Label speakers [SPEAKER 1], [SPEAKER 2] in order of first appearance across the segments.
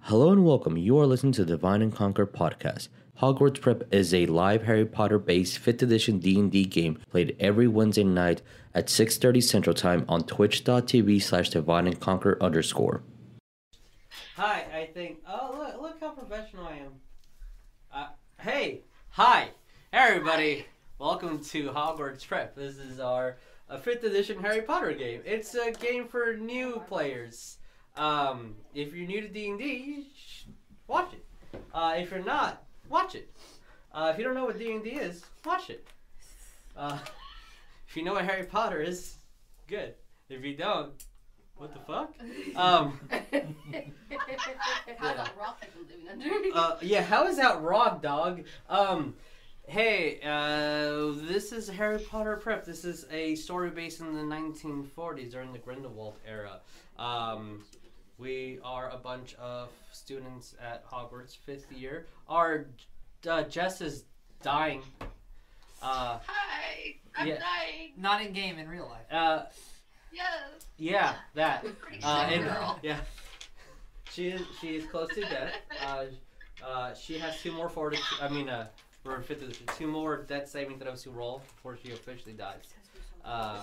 [SPEAKER 1] Hello and welcome. You are listening to the Divine and Conquer podcast. Hogwarts Prep is a live Harry Potter based 5th edition D&D game played every Wednesday night at 6.30 Central Time on twitch.tv slash divine and conquer underscore.
[SPEAKER 2] Hi, I think. Oh, look, look how professional I am. Uh, hey, hi, everybody. Welcome to Hogwarts Prep. This is our uh, fifth edition Harry Potter game. It's a game for new players. Um, if you're new to D and D, watch it. Uh, if you're not, watch it. Uh, if you don't know what D and D is, watch it. Uh, if you know what Harry Potter is, good. If you don't, what the fuck? Um.
[SPEAKER 3] How's that rock that you're living under?
[SPEAKER 2] uh, yeah, how is that raw, dog? Um, hey, uh, this is Harry Potter Prep. This is a story based in the 1940s during the Grindelwald era. Um, we are a bunch of students at Hogwarts, fifth year. Our uh, Jess is dying. Uh,
[SPEAKER 3] Hi, I'm
[SPEAKER 2] Yeah.
[SPEAKER 3] dying.
[SPEAKER 4] Not in game, in real life.
[SPEAKER 2] uh,
[SPEAKER 3] Yes,
[SPEAKER 2] yeah, that.
[SPEAKER 3] pretty
[SPEAKER 2] Uh,
[SPEAKER 3] sick
[SPEAKER 2] and-
[SPEAKER 3] girl.
[SPEAKER 2] yeah, she is. She is close to death. Uh, uh, she has two more fortitude. I mean, uh, we're in fifth edition. Two more death saving throws to roll before she officially dies. Uh,
[SPEAKER 3] I,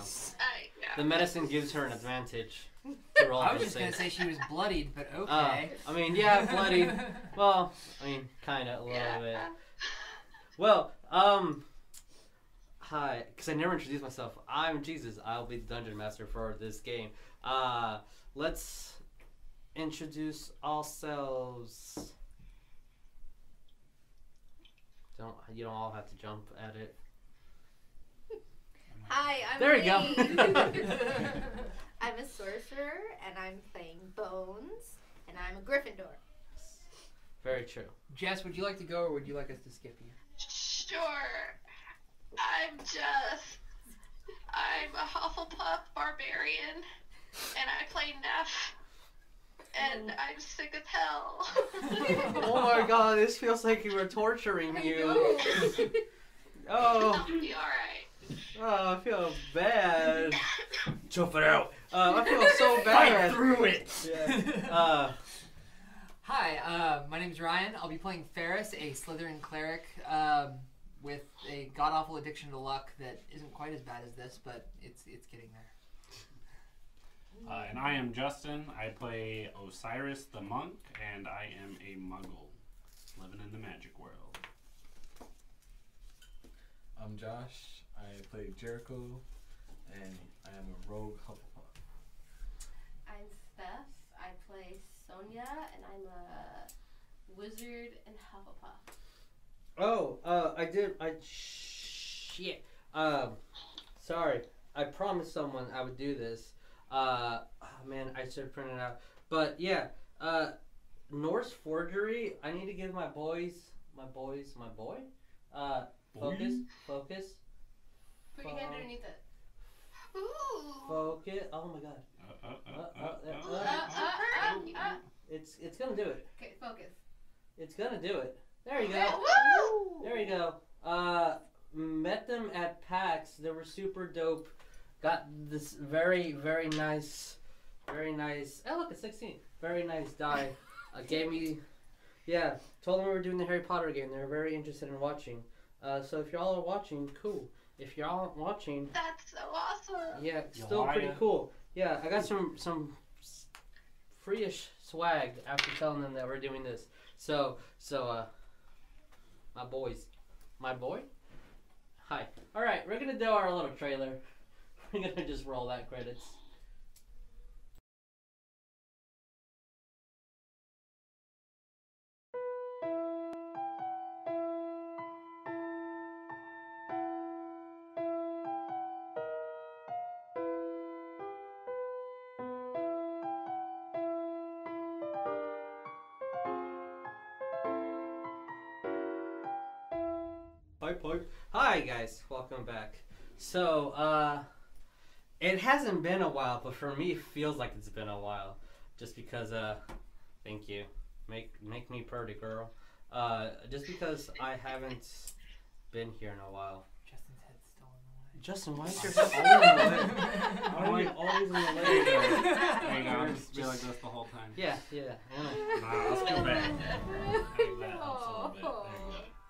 [SPEAKER 3] yeah.
[SPEAKER 2] the medicine gives her an advantage to roll.
[SPEAKER 4] I was
[SPEAKER 2] for
[SPEAKER 4] just
[SPEAKER 2] save.
[SPEAKER 4] gonna say Oh. she was bloodied, but
[SPEAKER 2] Uh,
[SPEAKER 4] okay.
[SPEAKER 2] I mean, yeah, bloody. Well, I mean, kind of a little bit. Well, um, hi, because I never introduced myself. I'm Jesus. I'll be the dungeon master for this game. Uh, let's introduce ourselves. Don't you don't all have to jump at it.
[SPEAKER 5] Hi, I'm
[SPEAKER 2] There you go.
[SPEAKER 5] Lee. I'm a sorcerer and I'm playing Bones and I'm a Gryffindor.
[SPEAKER 2] Very true.
[SPEAKER 4] Jess, would you like to go, or would you like us to skip you?
[SPEAKER 3] Sure. I'm just. I'm a Hufflepuff barbarian, and I play Neff, and I'm sick as hell.
[SPEAKER 2] oh my god, this feels like you were torturing you. Oh,
[SPEAKER 3] I'll be alright.
[SPEAKER 2] oh, I feel bad. Jump it out. Uh, I feel so bad.
[SPEAKER 4] through it.
[SPEAKER 2] Uh,
[SPEAKER 4] Hi, uh, my name's Ryan. I'll be playing Ferris, a Slytherin cleric um, with a god awful addiction to luck that isn't quite as bad as this, but it's it's getting there.
[SPEAKER 6] Uh, and I am Justin. I play Osiris the monk, and I am a muggle living in the magic world.
[SPEAKER 7] I'm Josh. I play Jericho, and I am a rogue Hufflepuff.
[SPEAKER 5] I'm Steph. I play Sonia and I'm a wizard and Hufflepuff.
[SPEAKER 2] Oh, uh, I did. I shit. Um, sorry. I promised someone I would do this. Uh, oh man, I should have printed it out. But yeah, uh, Norse forgery. I need to give my boys, my boys, my boy. Uh, focus, focus,
[SPEAKER 5] Put your hand underneath it.
[SPEAKER 3] Ooh.
[SPEAKER 2] focus. Oh my god,
[SPEAKER 6] Uh, uh, uh,
[SPEAKER 2] Uh,
[SPEAKER 6] uh,
[SPEAKER 2] uh,
[SPEAKER 6] uh,
[SPEAKER 3] Uh, uh,
[SPEAKER 6] uh.
[SPEAKER 3] uh, uh.
[SPEAKER 2] it's it's gonna do it.
[SPEAKER 5] Okay, focus.
[SPEAKER 2] It's gonna do it. There you go.
[SPEAKER 3] Woo!
[SPEAKER 2] There you go. Uh, met them at PAX. They were super dope. Got this very, very nice, very nice. Oh, look, it's 16. Very nice die. Uh, gave me, yeah, told them we were doing the Harry Potter game. They were very interested in watching. Uh, so if y'all are watching, cool. If y'all aren't watching,
[SPEAKER 3] That's so awesome.
[SPEAKER 2] yeah,
[SPEAKER 6] You
[SPEAKER 2] still pretty
[SPEAKER 6] liar.
[SPEAKER 2] cool. Yeah, I got some some s- free-ish swag after telling them that we're doing this. So so uh, my boys, my boy. Hi. All right, we're gonna do our little trailer. We're gonna just roll that credits. Pipe pipe. Hi guys, welcome back. So uh, it hasn't been a while, but for me, it feels like it's been a while, just because uh, thank you, make make me purty girl. Uh, just because I haven't been here in a while.
[SPEAKER 4] Justin's head's stolen away.
[SPEAKER 2] Justin, why is your
[SPEAKER 6] Always
[SPEAKER 2] always
[SPEAKER 6] I like
[SPEAKER 2] always in the
[SPEAKER 6] There you go.
[SPEAKER 2] Yours
[SPEAKER 6] I'll just be
[SPEAKER 2] just-
[SPEAKER 6] like this the whole time.
[SPEAKER 2] Yeah, yeah. yeah.
[SPEAKER 6] Nah, let's go back. I think that helps a little bit.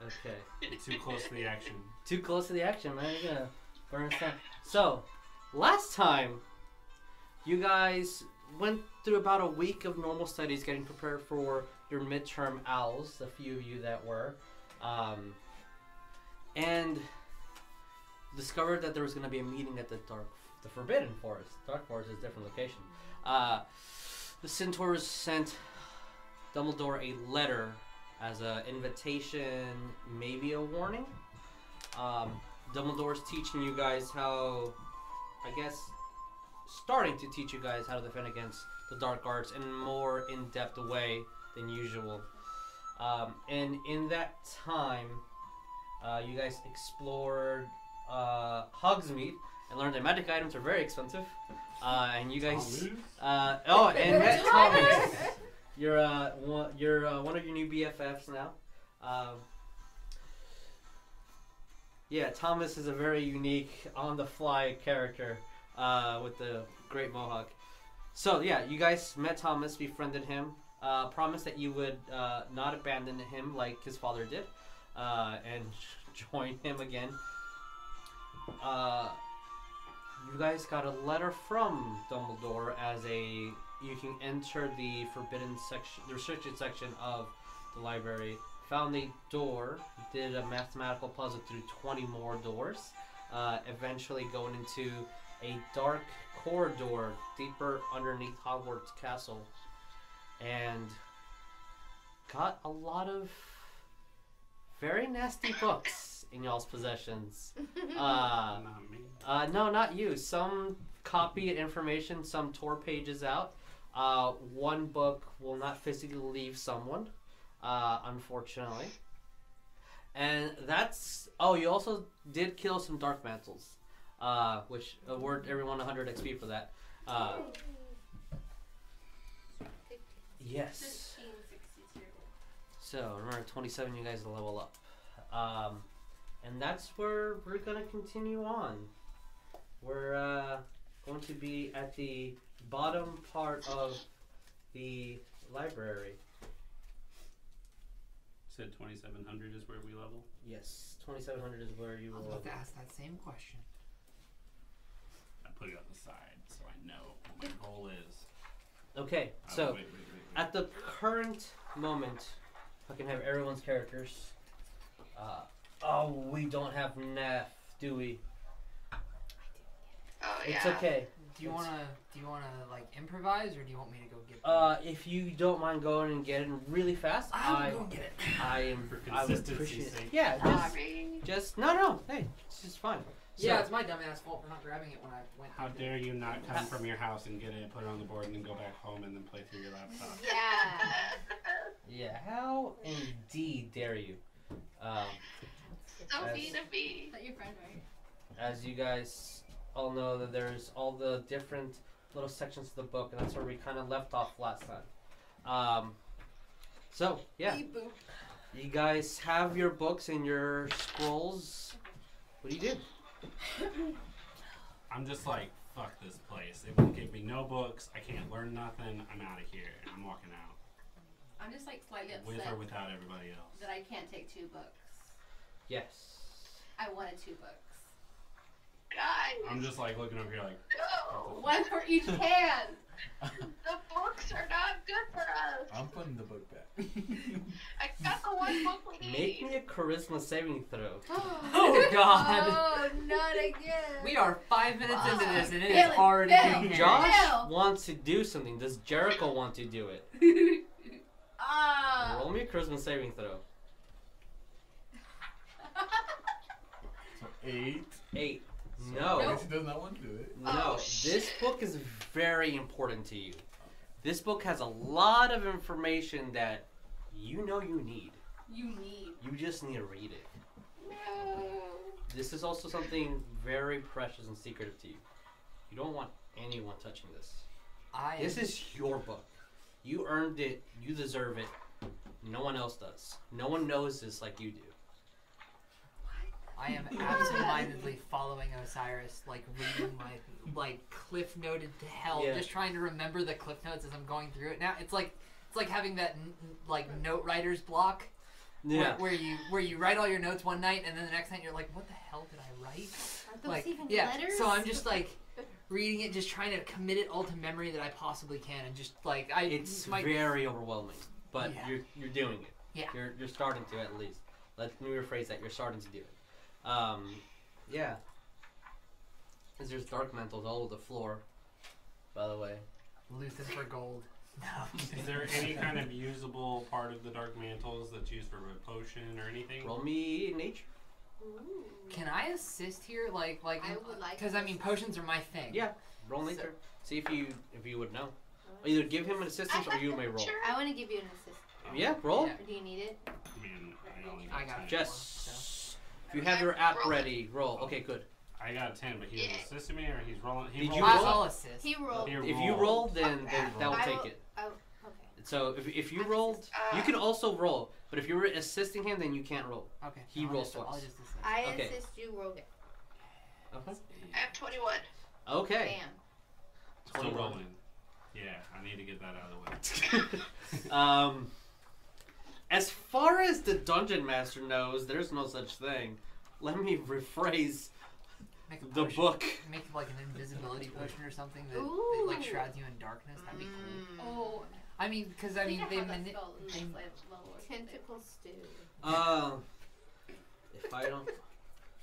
[SPEAKER 2] Okay.
[SPEAKER 6] There you go. Too close to the action.
[SPEAKER 2] Too close to the action, man. You're gonna burn stuff. So, last time, you guys went through about a week of normal studies getting prepared for your midterm owls, the few of you that were, um, and discovered that there was gonna be a meeting at the dark, the Forbidden Forest. Dark Forest is a different location. Uh, the centaurs sent Dumbledore a letter as an invitation, maybe a warning um, Dumbledore's teaching you guys how, I guess, starting to teach you guys how to defend against the dark arts in a more in depth way than usual. Um, and in that time, uh, you guys explored uh, Hogsmeade and learned that magic items are very expensive. Uh, and you guys.
[SPEAKER 6] I'll lose.
[SPEAKER 2] Uh, oh, and met Thomas. You're uh, one, you're uh, one of your new BFFs now. Um, yeah, Thomas is a very unique, on-the-fly character uh, with the great mohawk. So yeah, you guys met Thomas, befriended him, uh, promised that you would uh, not abandon him like his father did, uh, and join him again. Uh, you guys got a letter from Dumbledore as a you can enter the forbidden section, the restricted section of the library. Found a door, did a mathematical puzzle through 20 more doors, uh, eventually going into a dark corridor deeper underneath Hogwarts Castle, and got a lot of very nasty books in y'all's possessions. Uh,
[SPEAKER 6] Not me.
[SPEAKER 2] uh, no, not you. Some copied information, some tore pages out. Uh, one book will not physically leave someone, uh, unfortunately. And that's. Oh, you also did kill some Dark Mantles, uh, which award everyone 100 XP for that. Uh, yes.
[SPEAKER 5] 1562.
[SPEAKER 2] So remember, 27, you guys level up, um, and that's where we're gonna continue on. We're uh, going to be at the bottom part of the library.
[SPEAKER 6] Said 2700 is where we level.
[SPEAKER 2] Yes, 2700 is where you
[SPEAKER 4] I was
[SPEAKER 2] will.
[SPEAKER 4] about to ask that same question.
[SPEAKER 6] I put it on the side so I know what my goal is.
[SPEAKER 2] Okay,
[SPEAKER 6] Oh,
[SPEAKER 2] so.
[SPEAKER 6] wait, wait, wait, wait.
[SPEAKER 2] At the current moment, I can have everyone's characters. Uh, oh, we don't have Neff, do we?
[SPEAKER 3] Oh, yeah.
[SPEAKER 2] It's okay.
[SPEAKER 4] Do you
[SPEAKER 2] It's-
[SPEAKER 4] wanna do you wanna like improvise or do you want me to go get? them?
[SPEAKER 2] Uh, if you don't mind going and getting really fast,
[SPEAKER 4] I
[SPEAKER 2] I
[SPEAKER 4] will go get it.
[SPEAKER 2] I am
[SPEAKER 6] For
[SPEAKER 2] I would
[SPEAKER 6] consistency's
[SPEAKER 2] appreciate it.
[SPEAKER 6] sake.
[SPEAKER 2] Yeah,
[SPEAKER 3] Ah,
[SPEAKER 2] just
[SPEAKER 3] Sorry.
[SPEAKER 2] just no no. Hey, it's just fine.
[SPEAKER 4] yeah,
[SPEAKER 2] So-
[SPEAKER 4] it's my dumbass fault for not grabbing it when I went.
[SPEAKER 6] How
[SPEAKER 4] to do
[SPEAKER 6] dare
[SPEAKER 4] it.
[SPEAKER 6] you not come from your house and get it, put it on the board, and then go back home and then play through your laptop?
[SPEAKER 5] Yeah.
[SPEAKER 2] Yeah, how indeed dare you? Um,
[SPEAKER 3] Sophie to be.
[SPEAKER 5] Is that your friend, right?
[SPEAKER 2] as you guys all know, that there's all the different little sections of the book, and that's where we kind of left off last time. Um, so yeah,
[SPEAKER 5] Boo.
[SPEAKER 2] you guys have your books and your scrolls. What do you do?
[SPEAKER 6] I'm just like, fuck this place. They won't give me no books. I can't learn nothing. I'm out of here. And I'm walking out
[SPEAKER 5] I'm just like slightly
[SPEAKER 6] with
[SPEAKER 5] upset
[SPEAKER 6] or without everybody else.
[SPEAKER 5] that I can't take two books.
[SPEAKER 2] Yes.
[SPEAKER 5] I wanted two books.
[SPEAKER 3] God,
[SPEAKER 6] I'm just like looking over here, like,
[SPEAKER 3] no.
[SPEAKER 5] One for each hand.
[SPEAKER 3] The books are not good for us.
[SPEAKER 7] I'm putting the book back.
[SPEAKER 3] I got the one book we
[SPEAKER 2] Make
[SPEAKER 3] need.
[SPEAKER 2] me a charisma saving throw.
[SPEAKER 5] oh
[SPEAKER 2] God.
[SPEAKER 5] Oh, not again.
[SPEAKER 4] We are five minutes into this and it
[SPEAKER 5] Fail
[SPEAKER 4] is
[SPEAKER 5] it,
[SPEAKER 4] already
[SPEAKER 5] fail.
[SPEAKER 4] getting hairy.
[SPEAKER 2] Josh
[SPEAKER 5] Hell.
[SPEAKER 2] wants to do something. Does Jericho want to do it?
[SPEAKER 5] Ah.
[SPEAKER 2] Roll me a charisma saving throw.
[SPEAKER 7] So eight.
[SPEAKER 2] Eight.
[SPEAKER 7] So
[SPEAKER 2] No.
[SPEAKER 7] I guess he does not want to do it.
[SPEAKER 2] No.
[SPEAKER 3] Oh,
[SPEAKER 2] this
[SPEAKER 3] shit.
[SPEAKER 2] book is very important to you. This book has a lot of information that you know you need.
[SPEAKER 5] You need.
[SPEAKER 2] You just need to read it.
[SPEAKER 3] No.
[SPEAKER 2] This is also something very precious and secretive to you. You don't want anyone touching this.
[SPEAKER 4] I
[SPEAKER 2] This
[SPEAKER 4] am-
[SPEAKER 2] is your book. You earned it. You deserve it. No one else does. No one knows this like you do.
[SPEAKER 5] What the
[SPEAKER 4] I am absentmindedly following Osiris, like reading my like cliff noted to hell,
[SPEAKER 2] Yeah.
[SPEAKER 4] just trying to remember the cliff notes as I'm going through it. Now it's like it's like having that n- n- like note writer's block
[SPEAKER 2] Yeah.
[SPEAKER 4] where, where you where you write all your notes one night and then the next night you're like, what the hell did I write?
[SPEAKER 5] Aren't those
[SPEAKER 4] like
[SPEAKER 5] even
[SPEAKER 4] yeah.
[SPEAKER 5] letters?
[SPEAKER 4] So I'm just like reading it, just trying to commit it all to memory that I possibly can, and just like I
[SPEAKER 2] It's
[SPEAKER 4] my,
[SPEAKER 2] very overwhelming, but
[SPEAKER 4] Yeah.
[SPEAKER 2] you're you're doing it.
[SPEAKER 4] Yeah.
[SPEAKER 2] You're you're starting to at least. Let me rephrase that. You're starting to do it. Um, yeah. Because there's dark mantles all over the floor. By the way.
[SPEAKER 4] Luthen for gold. No.
[SPEAKER 6] Is there any kind of usable part of the dark mantles that's used for a potion or anything?
[SPEAKER 2] Roll me nature.
[SPEAKER 5] Ooh.
[SPEAKER 4] Can I assist here? Like, like,
[SPEAKER 5] I would like
[SPEAKER 4] because I mean,
[SPEAKER 5] to-
[SPEAKER 4] potions are my thing.
[SPEAKER 2] Yeah. Roll
[SPEAKER 4] So-
[SPEAKER 2] nature. See if you if you would know. Either give him an assistance or you may roll.
[SPEAKER 5] I want to give you an assist.
[SPEAKER 2] Yeah. Roll.
[SPEAKER 4] Yeah.
[SPEAKER 5] Or do you need it?
[SPEAKER 6] I mean, I only
[SPEAKER 4] I got
[SPEAKER 6] got
[SPEAKER 4] it.
[SPEAKER 6] ten.
[SPEAKER 2] Just if you have your app
[SPEAKER 3] Roll it.
[SPEAKER 2] ready, roll. Okay, good.
[SPEAKER 6] I got a ten, but he's
[SPEAKER 3] Yeah.
[SPEAKER 6] assisting me, or he's rolling. He
[SPEAKER 2] Did you
[SPEAKER 6] rolled
[SPEAKER 4] I
[SPEAKER 2] roll?
[SPEAKER 4] will assist.
[SPEAKER 5] He rolled.
[SPEAKER 6] Here,
[SPEAKER 2] If you roll, then,
[SPEAKER 3] Okay.
[SPEAKER 2] then that will
[SPEAKER 5] I
[SPEAKER 2] take
[SPEAKER 5] will-
[SPEAKER 2] it.
[SPEAKER 5] Okay.
[SPEAKER 2] So if, if you
[SPEAKER 5] I'm
[SPEAKER 2] rolled, you
[SPEAKER 3] Uh,
[SPEAKER 2] can also roll, but if you were assisting him, then you can't roll.
[SPEAKER 4] okay.
[SPEAKER 2] he
[SPEAKER 4] I'll
[SPEAKER 2] rolls
[SPEAKER 4] just, I'll
[SPEAKER 2] twice.
[SPEAKER 4] just assist.
[SPEAKER 5] I
[SPEAKER 2] Okay.
[SPEAKER 5] assist you roll it.
[SPEAKER 2] Okay.
[SPEAKER 3] I have 21.
[SPEAKER 2] Okay.
[SPEAKER 5] Bam.
[SPEAKER 6] Still
[SPEAKER 2] 21.
[SPEAKER 6] rolling. Yeah, I need to get that out of the way.
[SPEAKER 2] um, as far as the dungeon master knows, there's no such thing. Let me rephrase
[SPEAKER 4] Make a
[SPEAKER 2] the
[SPEAKER 4] potion.
[SPEAKER 2] book.
[SPEAKER 4] Make like an invisibility potion or something that,
[SPEAKER 5] Ooh.
[SPEAKER 4] that like shrouds you in darkness. That'd be cool.
[SPEAKER 5] Oh,
[SPEAKER 4] I mean, because I, mean,
[SPEAKER 5] think
[SPEAKER 4] they,
[SPEAKER 5] have that
[SPEAKER 4] mani-
[SPEAKER 5] spell in
[SPEAKER 4] they
[SPEAKER 5] this level- level or something.
[SPEAKER 8] Tentacle stew.
[SPEAKER 2] Um, if I don't,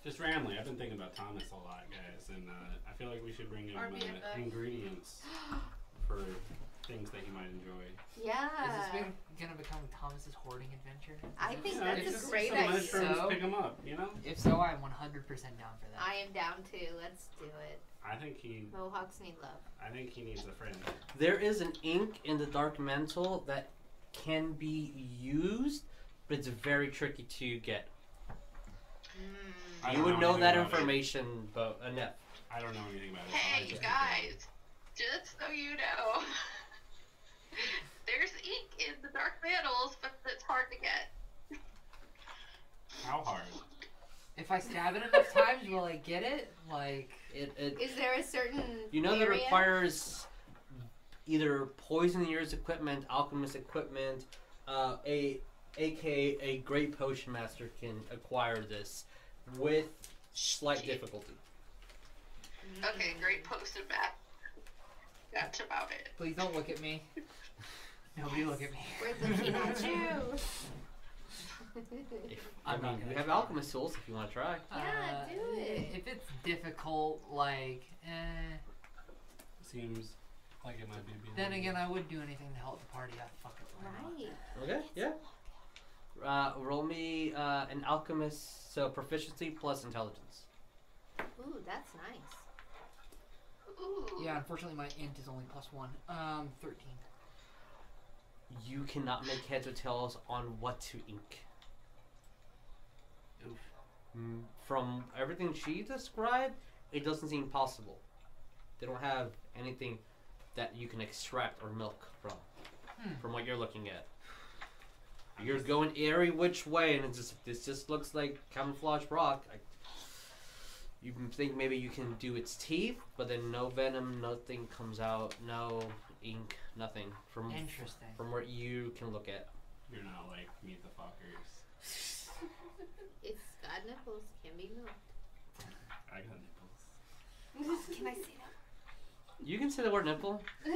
[SPEAKER 6] Just randomly, I've been thinking about Thomas a lot, guys, and uh, I feel like we should bring him uh,
[SPEAKER 3] RBFF.
[SPEAKER 6] ingredients for things that he might enjoy.
[SPEAKER 4] is this
[SPEAKER 5] Yeah.
[SPEAKER 4] big, gonna become Thomas's hoarding adventure? Is
[SPEAKER 5] I
[SPEAKER 4] this-
[SPEAKER 5] think
[SPEAKER 6] Yeah,
[SPEAKER 5] that's a
[SPEAKER 6] just some
[SPEAKER 5] great
[SPEAKER 6] mushrooms,
[SPEAKER 4] idea.
[SPEAKER 6] pick him up, you know.
[SPEAKER 4] If so, I'm 100 percent down for that.
[SPEAKER 5] I am down too. Let's do it.
[SPEAKER 6] I think he,
[SPEAKER 5] Mohawks need love.
[SPEAKER 6] I think he needs a friend.
[SPEAKER 2] there is an ink in the dark mantle that can be used, but it's very tricky to get.
[SPEAKER 6] I
[SPEAKER 2] You
[SPEAKER 6] don't
[SPEAKER 2] would know
[SPEAKER 6] anything
[SPEAKER 2] that
[SPEAKER 6] about it.
[SPEAKER 2] information, but enough.
[SPEAKER 6] I don't know anything about it. so I
[SPEAKER 3] Hey,
[SPEAKER 6] just-
[SPEAKER 3] guys, just so you know, there's ink in the dark mantles, but it's hard to get.
[SPEAKER 6] How hard?
[SPEAKER 4] If I stab it enough times, will I get it? Like,
[SPEAKER 2] It, it
[SPEAKER 5] Is there a certain
[SPEAKER 2] You know that
[SPEAKER 5] area?
[SPEAKER 2] requires either poisoner's equipment, alchemist equipment, uh, a aka a great potion master can acquire this with slight difficulty.
[SPEAKER 5] Mm.
[SPEAKER 3] Okay, great posted map. That's about it.
[SPEAKER 4] please don't look at me. Nobody look at me.
[SPEAKER 5] We're looking at you.
[SPEAKER 2] If, I
[SPEAKER 4] I'm not
[SPEAKER 2] mean,
[SPEAKER 4] gonna
[SPEAKER 2] you have
[SPEAKER 4] try.
[SPEAKER 2] alchemist tools if you want to try.
[SPEAKER 5] Yeah,
[SPEAKER 4] Uh,
[SPEAKER 5] do it.
[SPEAKER 4] If it's difficult, like, eh,
[SPEAKER 6] Seems like it might be. behind
[SPEAKER 4] then
[SPEAKER 6] you.
[SPEAKER 4] again, I would do anything to help the party. I fuck it. why not?
[SPEAKER 5] right.
[SPEAKER 2] Okay, yeah. Uh, roll me uh, an alchemist so proficiency plus intelligence.
[SPEAKER 5] Ooh, that's nice.
[SPEAKER 3] Ooh.
[SPEAKER 4] Yeah, unfortunately, my int is only plus one. Um, thirteen.
[SPEAKER 2] You cannot make heads or tails on what to ink. Mm, From everything she described, it doesn't seem possible. They don't have anything that you can extract or milk from,
[SPEAKER 4] Hmm.
[SPEAKER 2] from what you're looking at. You're going every which way, and it's just this just looks like camouflage rock. I, you can think maybe you can do its teeth, but then no venom, nothing comes out, no ink, nothing from
[SPEAKER 4] Interesting.
[SPEAKER 2] from what you can look at.
[SPEAKER 6] you're not like meet the fuckers.
[SPEAKER 5] It's got nipples. Can be
[SPEAKER 6] I got nipples.
[SPEAKER 5] milked. can I
[SPEAKER 2] You can say the word nipple.
[SPEAKER 5] say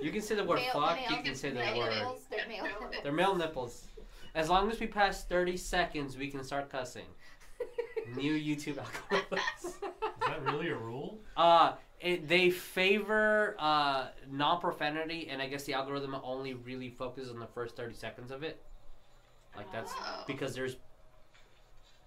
[SPEAKER 2] You can say the word
[SPEAKER 5] Male-
[SPEAKER 2] fuck.
[SPEAKER 5] male
[SPEAKER 2] You can say the
[SPEAKER 5] that?
[SPEAKER 2] word.
[SPEAKER 5] nipples. They're male.
[SPEAKER 2] They're male nipples. As long as we pass 30 seconds, we can start cussing. New YouTube algorithms.
[SPEAKER 6] Is that really a rule?
[SPEAKER 2] Uh, it, they favor uh, non profanity, and I guess the algorithm only really focuses on the first 30 seconds of it. Like, that's
[SPEAKER 3] Oh.
[SPEAKER 2] because there's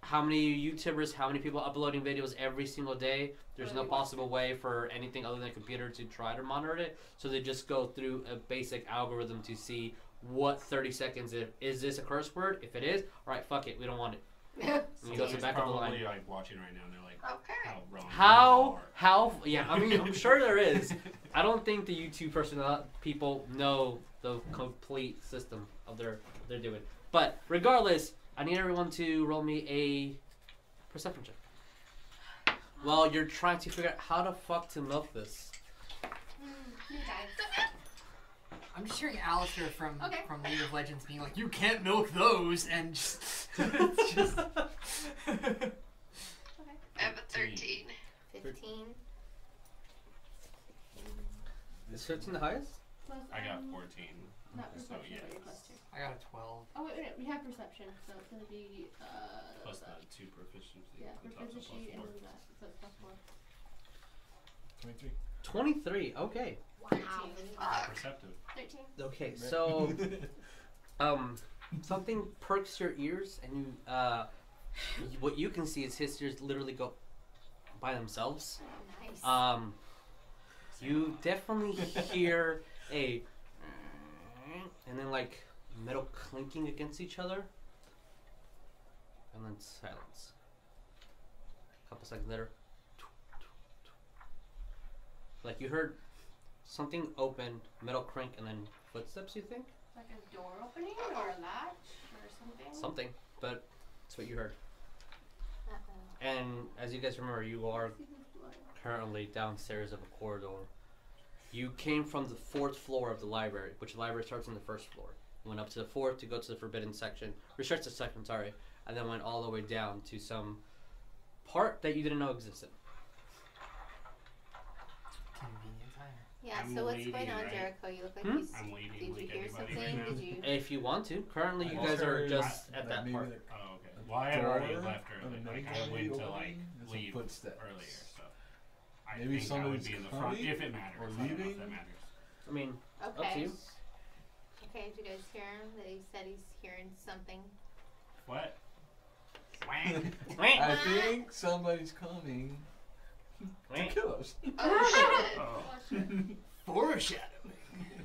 [SPEAKER 2] how many YouTubers, how many people uploading videos every single day. There's no possible way for anything other than a computer to try to monitor it. So they just go through a basic algorithm to see what 30 seconds is. Is this a curse word? If it is, all right, fuck it, we don't want it. And you go to the
[SPEAKER 6] Someone's
[SPEAKER 2] back of the
[SPEAKER 6] probably
[SPEAKER 2] line.
[SPEAKER 6] like watching right now, and they're like,
[SPEAKER 3] Okay.
[SPEAKER 6] how wrong. you
[SPEAKER 2] How?
[SPEAKER 6] are."
[SPEAKER 2] How? Yeah, I mean, I'm sure there is. I don't think the YouTube person uh, people know the complete system of their they're doing. But regardless, I need everyone to roll me Perception check. Well, you're trying to figure out how the fuck to milk this.
[SPEAKER 5] You guys.
[SPEAKER 4] I'm just hearing Alistair from
[SPEAKER 5] Okay.
[SPEAKER 4] from League of Legends being like, "You can't milk those," and just, it's just
[SPEAKER 3] I have a 13.
[SPEAKER 5] 15
[SPEAKER 2] Is 13 the highest?
[SPEAKER 5] plus.
[SPEAKER 6] I got
[SPEAKER 5] um,
[SPEAKER 6] 14.
[SPEAKER 5] Not
[SPEAKER 6] so
[SPEAKER 5] perception,
[SPEAKER 6] yeah.
[SPEAKER 5] but your plus two.
[SPEAKER 4] I got a twelve.
[SPEAKER 5] Oh wait, wait, we have perception, so it's gonna be uh.
[SPEAKER 6] Plus the two proficiency.
[SPEAKER 5] Yeah,
[SPEAKER 6] on top of
[SPEAKER 5] proficiency and
[SPEAKER 6] plus
[SPEAKER 5] then that, so it's plus four.
[SPEAKER 7] 23.
[SPEAKER 2] 23. Okay.
[SPEAKER 5] Wow.
[SPEAKER 6] four.
[SPEAKER 3] Fuck.
[SPEAKER 6] Perceptive.
[SPEAKER 5] Thirteen.
[SPEAKER 2] Okay, so um, something perks your ears, and you uh, y- what you can see is his ears literally go by themselves.
[SPEAKER 5] Nice.
[SPEAKER 2] Um, you definitely hear a and then like metal clinking against each other, and then silence. A couple seconds later, like you heard something open, metal crank, and then footsteps. You think
[SPEAKER 5] like a door opening or a latch or something.
[SPEAKER 2] something, but that's what you heard.
[SPEAKER 5] Uh-oh.
[SPEAKER 2] And as you guys remember, you are
[SPEAKER 5] This is blood.
[SPEAKER 2] currently downstairs of a corridor. You came from the fourth floor of the library, which the library starts on the first floor. You went up to the fourth to go to the forbidden section, research the section, sorry, and then went all the way down to some part that you didn't know existed.
[SPEAKER 4] Convenient time.
[SPEAKER 5] Yeah,
[SPEAKER 6] I'm
[SPEAKER 5] so what's
[SPEAKER 6] leading,
[SPEAKER 5] going on,
[SPEAKER 6] right?
[SPEAKER 5] Jericho? You look like
[SPEAKER 2] Hmm?
[SPEAKER 5] you. s-
[SPEAKER 6] I'm leading
[SPEAKER 5] Did you
[SPEAKER 6] like
[SPEAKER 5] hear
[SPEAKER 6] everybody
[SPEAKER 5] something?
[SPEAKER 6] right now.
[SPEAKER 5] Did you?
[SPEAKER 2] If you want to, currently you guys are
[SPEAKER 7] Walter,
[SPEAKER 2] just
[SPEAKER 7] like,
[SPEAKER 2] at that
[SPEAKER 7] maybe
[SPEAKER 2] part.
[SPEAKER 7] the
[SPEAKER 6] Oh, okay. Well, I had already
[SPEAKER 7] door
[SPEAKER 6] left
[SPEAKER 7] of
[SPEAKER 6] early.
[SPEAKER 7] another
[SPEAKER 6] Like, I
[SPEAKER 7] door
[SPEAKER 6] went to,
[SPEAKER 7] opening?
[SPEAKER 6] like,
[SPEAKER 7] There's some
[SPEAKER 6] leave
[SPEAKER 7] footsteps.
[SPEAKER 6] earlier, so. I
[SPEAKER 7] Maybe
[SPEAKER 6] think I would
[SPEAKER 7] someone's
[SPEAKER 6] be in the front
[SPEAKER 7] coming
[SPEAKER 6] if it matters.
[SPEAKER 7] or
[SPEAKER 6] I don't know if
[SPEAKER 7] leaving.
[SPEAKER 6] that matters.
[SPEAKER 2] I mean, up to
[SPEAKER 5] Okay.
[SPEAKER 2] you.
[SPEAKER 5] Okay, did you guys hear him? That he said he's hearing something.
[SPEAKER 6] What? Wang.
[SPEAKER 7] I think somebody's coming to kill us.
[SPEAKER 3] Oh shit.
[SPEAKER 6] Oh.
[SPEAKER 4] Foreshadowing.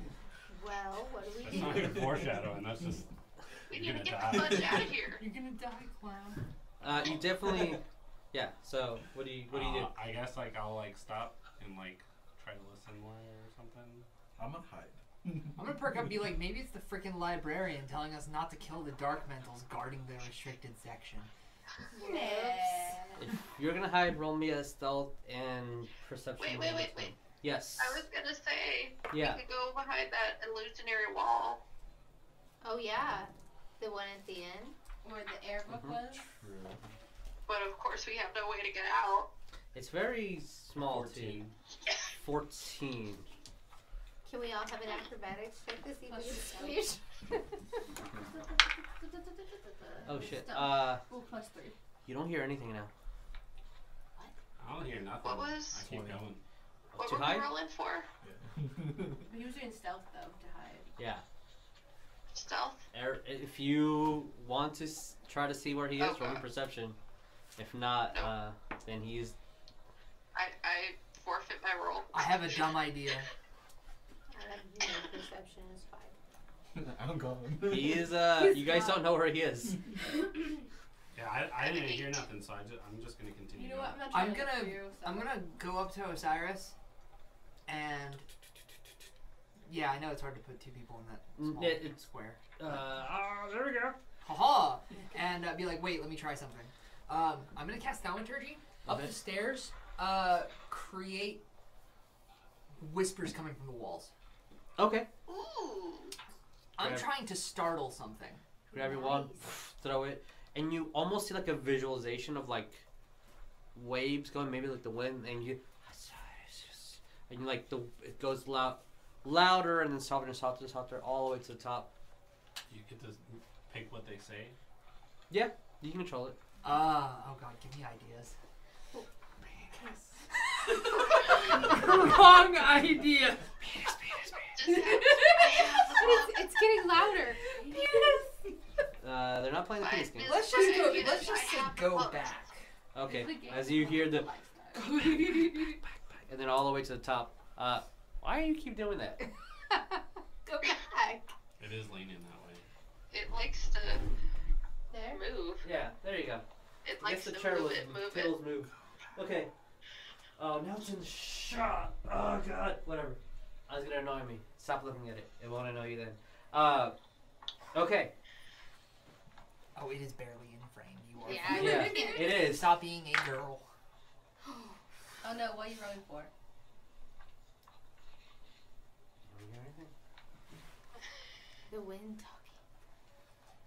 [SPEAKER 5] Well, what do we
[SPEAKER 6] That's
[SPEAKER 5] do?
[SPEAKER 6] not even foreshadowing. That's just.
[SPEAKER 3] We
[SPEAKER 6] You're
[SPEAKER 3] need to get
[SPEAKER 6] gonna
[SPEAKER 3] the
[SPEAKER 6] die.
[SPEAKER 3] fudge out of here.
[SPEAKER 4] You're gonna die, clown.
[SPEAKER 2] Uh, you definitely, yeah. So what do you what do you do?
[SPEAKER 6] Uh, I guess like I'll like stop and like try to listen more or something.
[SPEAKER 7] I'm gonna hide.
[SPEAKER 4] I'm gonna perk up and be like, maybe it's the freaking librarian telling us not to kill the dark mentals guarding the restricted section.
[SPEAKER 5] Yeah.
[SPEAKER 2] If you're gonna hide, roll me a stealth and perception.
[SPEAKER 3] Wait, wait,
[SPEAKER 2] roll
[SPEAKER 3] wait,
[SPEAKER 2] with
[SPEAKER 3] wait.
[SPEAKER 2] me. Yes.
[SPEAKER 3] I was gonna say
[SPEAKER 2] yeah.
[SPEAKER 3] we could go behind that illusionary wall.
[SPEAKER 5] Oh yeah, the one at the end where the air book
[SPEAKER 2] Mhm.
[SPEAKER 5] was.
[SPEAKER 7] True.
[SPEAKER 3] But of course, we have no way to get out.
[SPEAKER 2] It's very small
[SPEAKER 6] Fourteen.
[SPEAKER 2] to 14.
[SPEAKER 5] Can we all have an acrobatics check to see
[SPEAKER 3] Plus
[SPEAKER 5] if
[SPEAKER 3] your
[SPEAKER 5] we
[SPEAKER 2] Oh shit.
[SPEAKER 5] Stealth.
[SPEAKER 2] Uh,
[SPEAKER 5] Ooh, plus three.
[SPEAKER 2] you don't hear anything now.
[SPEAKER 6] I don't hear nothing.
[SPEAKER 3] What was-
[SPEAKER 6] I keep
[SPEAKER 7] Twenty.
[SPEAKER 6] going.
[SPEAKER 3] What
[SPEAKER 2] Too
[SPEAKER 3] were
[SPEAKER 2] high?
[SPEAKER 3] we rolling for?
[SPEAKER 5] He was doing stealth though to hide.
[SPEAKER 2] Yeah.
[SPEAKER 3] Stealth.
[SPEAKER 2] Er, if you want to s- try to see where he is, roll me
[SPEAKER 3] Okay.
[SPEAKER 2] perception. If not, uh, then he's.
[SPEAKER 3] I, I forfeit my roll.
[SPEAKER 4] I have a dumb idea.
[SPEAKER 5] I have no perception is five.
[SPEAKER 7] I'm gone.
[SPEAKER 2] He is. Uh,
[SPEAKER 5] He's
[SPEAKER 2] you guys
[SPEAKER 5] gone.
[SPEAKER 2] don't know where he is.
[SPEAKER 6] Yeah, I, I didn't hear nothing, so I just, I'm just gonna continue.
[SPEAKER 5] You know what? I'm not trying
[SPEAKER 4] I'm
[SPEAKER 5] to
[SPEAKER 4] gonna
[SPEAKER 5] do, so-
[SPEAKER 4] I'm gonna go up to Osiris and yeah, I know it's hard to put two people in that
[SPEAKER 2] Mm,
[SPEAKER 4] small
[SPEAKER 2] it- it's-
[SPEAKER 4] square.
[SPEAKER 2] Uh, ah, there we go.
[SPEAKER 4] Haha! And uh, be like, wait, let me try something. Um, I'm gonna cast Thaumaturgy up
[SPEAKER 2] Okay.
[SPEAKER 4] the stairs. Uh, create whispers coming from the walls.
[SPEAKER 2] Okay.
[SPEAKER 3] Ooh.
[SPEAKER 4] I'm
[SPEAKER 2] Grab-
[SPEAKER 4] trying to startle something.
[SPEAKER 2] Grab your wand,
[SPEAKER 5] Nice.
[SPEAKER 2] throw it, and you almost see like a visualization of like waves going, maybe like the wind, and you. And you like the it goes loud, louder, and then softer and softer and softer, all the way to the top.
[SPEAKER 6] You get to pick what they say.
[SPEAKER 2] You can control it.
[SPEAKER 4] Ah, oh god, give me ideas. Wrong idea.
[SPEAKER 3] Just have
[SPEAKER 5] But it's, it's getting louder.
[SPEAKER 2] Uh, they're not playing the
[SPEAKER 3] Fine.
[SPEAKER 2] tennis game.
[SPEAKER 4] Let's just go. Let's just say go back. Oh,
[SPEAKER 2] Okay, as you hear the and then all the way to the top. Uh, why do you keep doing that?
[SPEAKER 5] Go back.
[SPEAKER 6] It is leaning that way.
[SPEAKER 3] It likes to
[SPEAKER 5] There.
[SPEAKER 3] move.
[SPEAKER 2] Yeah, there you go.
[SPEAKER 3] It
[SPEAKER 2] I
[SPEAKER 3] likes
[SPEAKER 2] guess the
[SPEAKER 3] to
[SPEAKER 2] chair
[SPEAKER 3] move
[SPEAKER 2] was
[SPEAKER 3] it, move it.
[SPEAKER 2] tails move. Okay. Oh, now it's in the shot. Oh god, whatever. I was gonna annoy me. Uh, Stop looking at it. It won't annoy you then. Uh, okay.
[SPEAKER 4] I Oh, it is barely in frame. You are.
[SPEAKER 3] Yeah.
[SPEAKER 2] Yeah. It is.
[SPEAKER 4] Stop being a girl.
[SPEAKER 5] Oh no, what are you rolling for? The wind talking.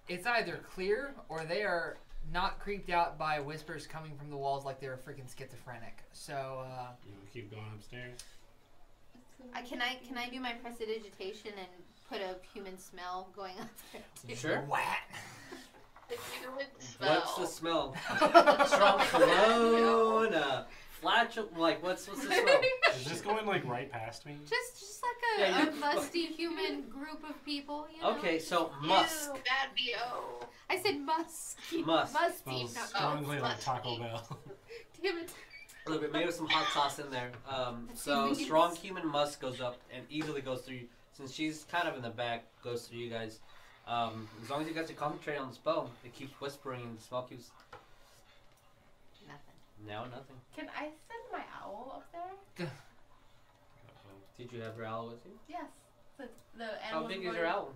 [SPEAKER 4] It's either clear or they are not creeped out by whispers coming from the walls like they're freaking schizophrenic. So, uh,
[SPEAKER 6] You know, keep going upstairs.
[SPEAKER 5] I can I can I do my prestidigitation and put a human smell going up there?
[SPEAKER 2] You sure?
[SPEAKER 4] whack.
[SPEAKER 3] It's either with smell.
[SPEAKER 2] What's the smell? From
[SPEAKER 3] Smell.
[SPEAKER 2] Kelowna. Flatulent. Like, what's, what's the smell?
[SPEAKER 6] Is this going like right past me?
[SPEAKER 5] Just just like a,
[SPEAKER 2] Yeah,
[SPEAKER 5] a
[SPEAKER 2] you-
[SPEAKER 5] musty human group of people, you know.
[SPEAKER 2] Okay, so musk.
[SPEAKER 3] Ew, That'd be oh.
[SPEAKER 5] I said musky.
[SPEAKER 2] Musk.
[SPEAKER 5] Musty.
[SPEAKER 6] Smells
[SPEAKER 5] not-
[SPEAKER 6] strongly
[SPEAKER 3] oh,
[SPEAKER 6] like
[SPEAKER 3] it's
[SPEAKER 6] Taco
[SPEAKER 3] musty.
[SPEAKER 6] Bell.
[SPEAKER 5] Damn it.
[SPEAKER 2] A little bit, maybe with some hot sauce in there. Um,
[SPEAKER 5] That's
[SPEAKER 2] so
[SPEAKER 5] convenient.
[SPEAKER 2] strong human musk goes up and easily goes through. Since she's kind of in the back, goes through you guys. Um, as long as you guys are concentrating on the spell, it keeps whispering and the smell keeps.
[SPEAKER 5] Nothing.
[SPEAKER 2] No, nothing.
[SPEAKER 5] Can I send my owl up there?
[SPEAKER 2] Did you have your owl with you?
[SPEAKER 5] Yes. The, the
[SPEAKER 2] How
[SPEAKER 5] animal
[SPEAKER 2] big is your owl?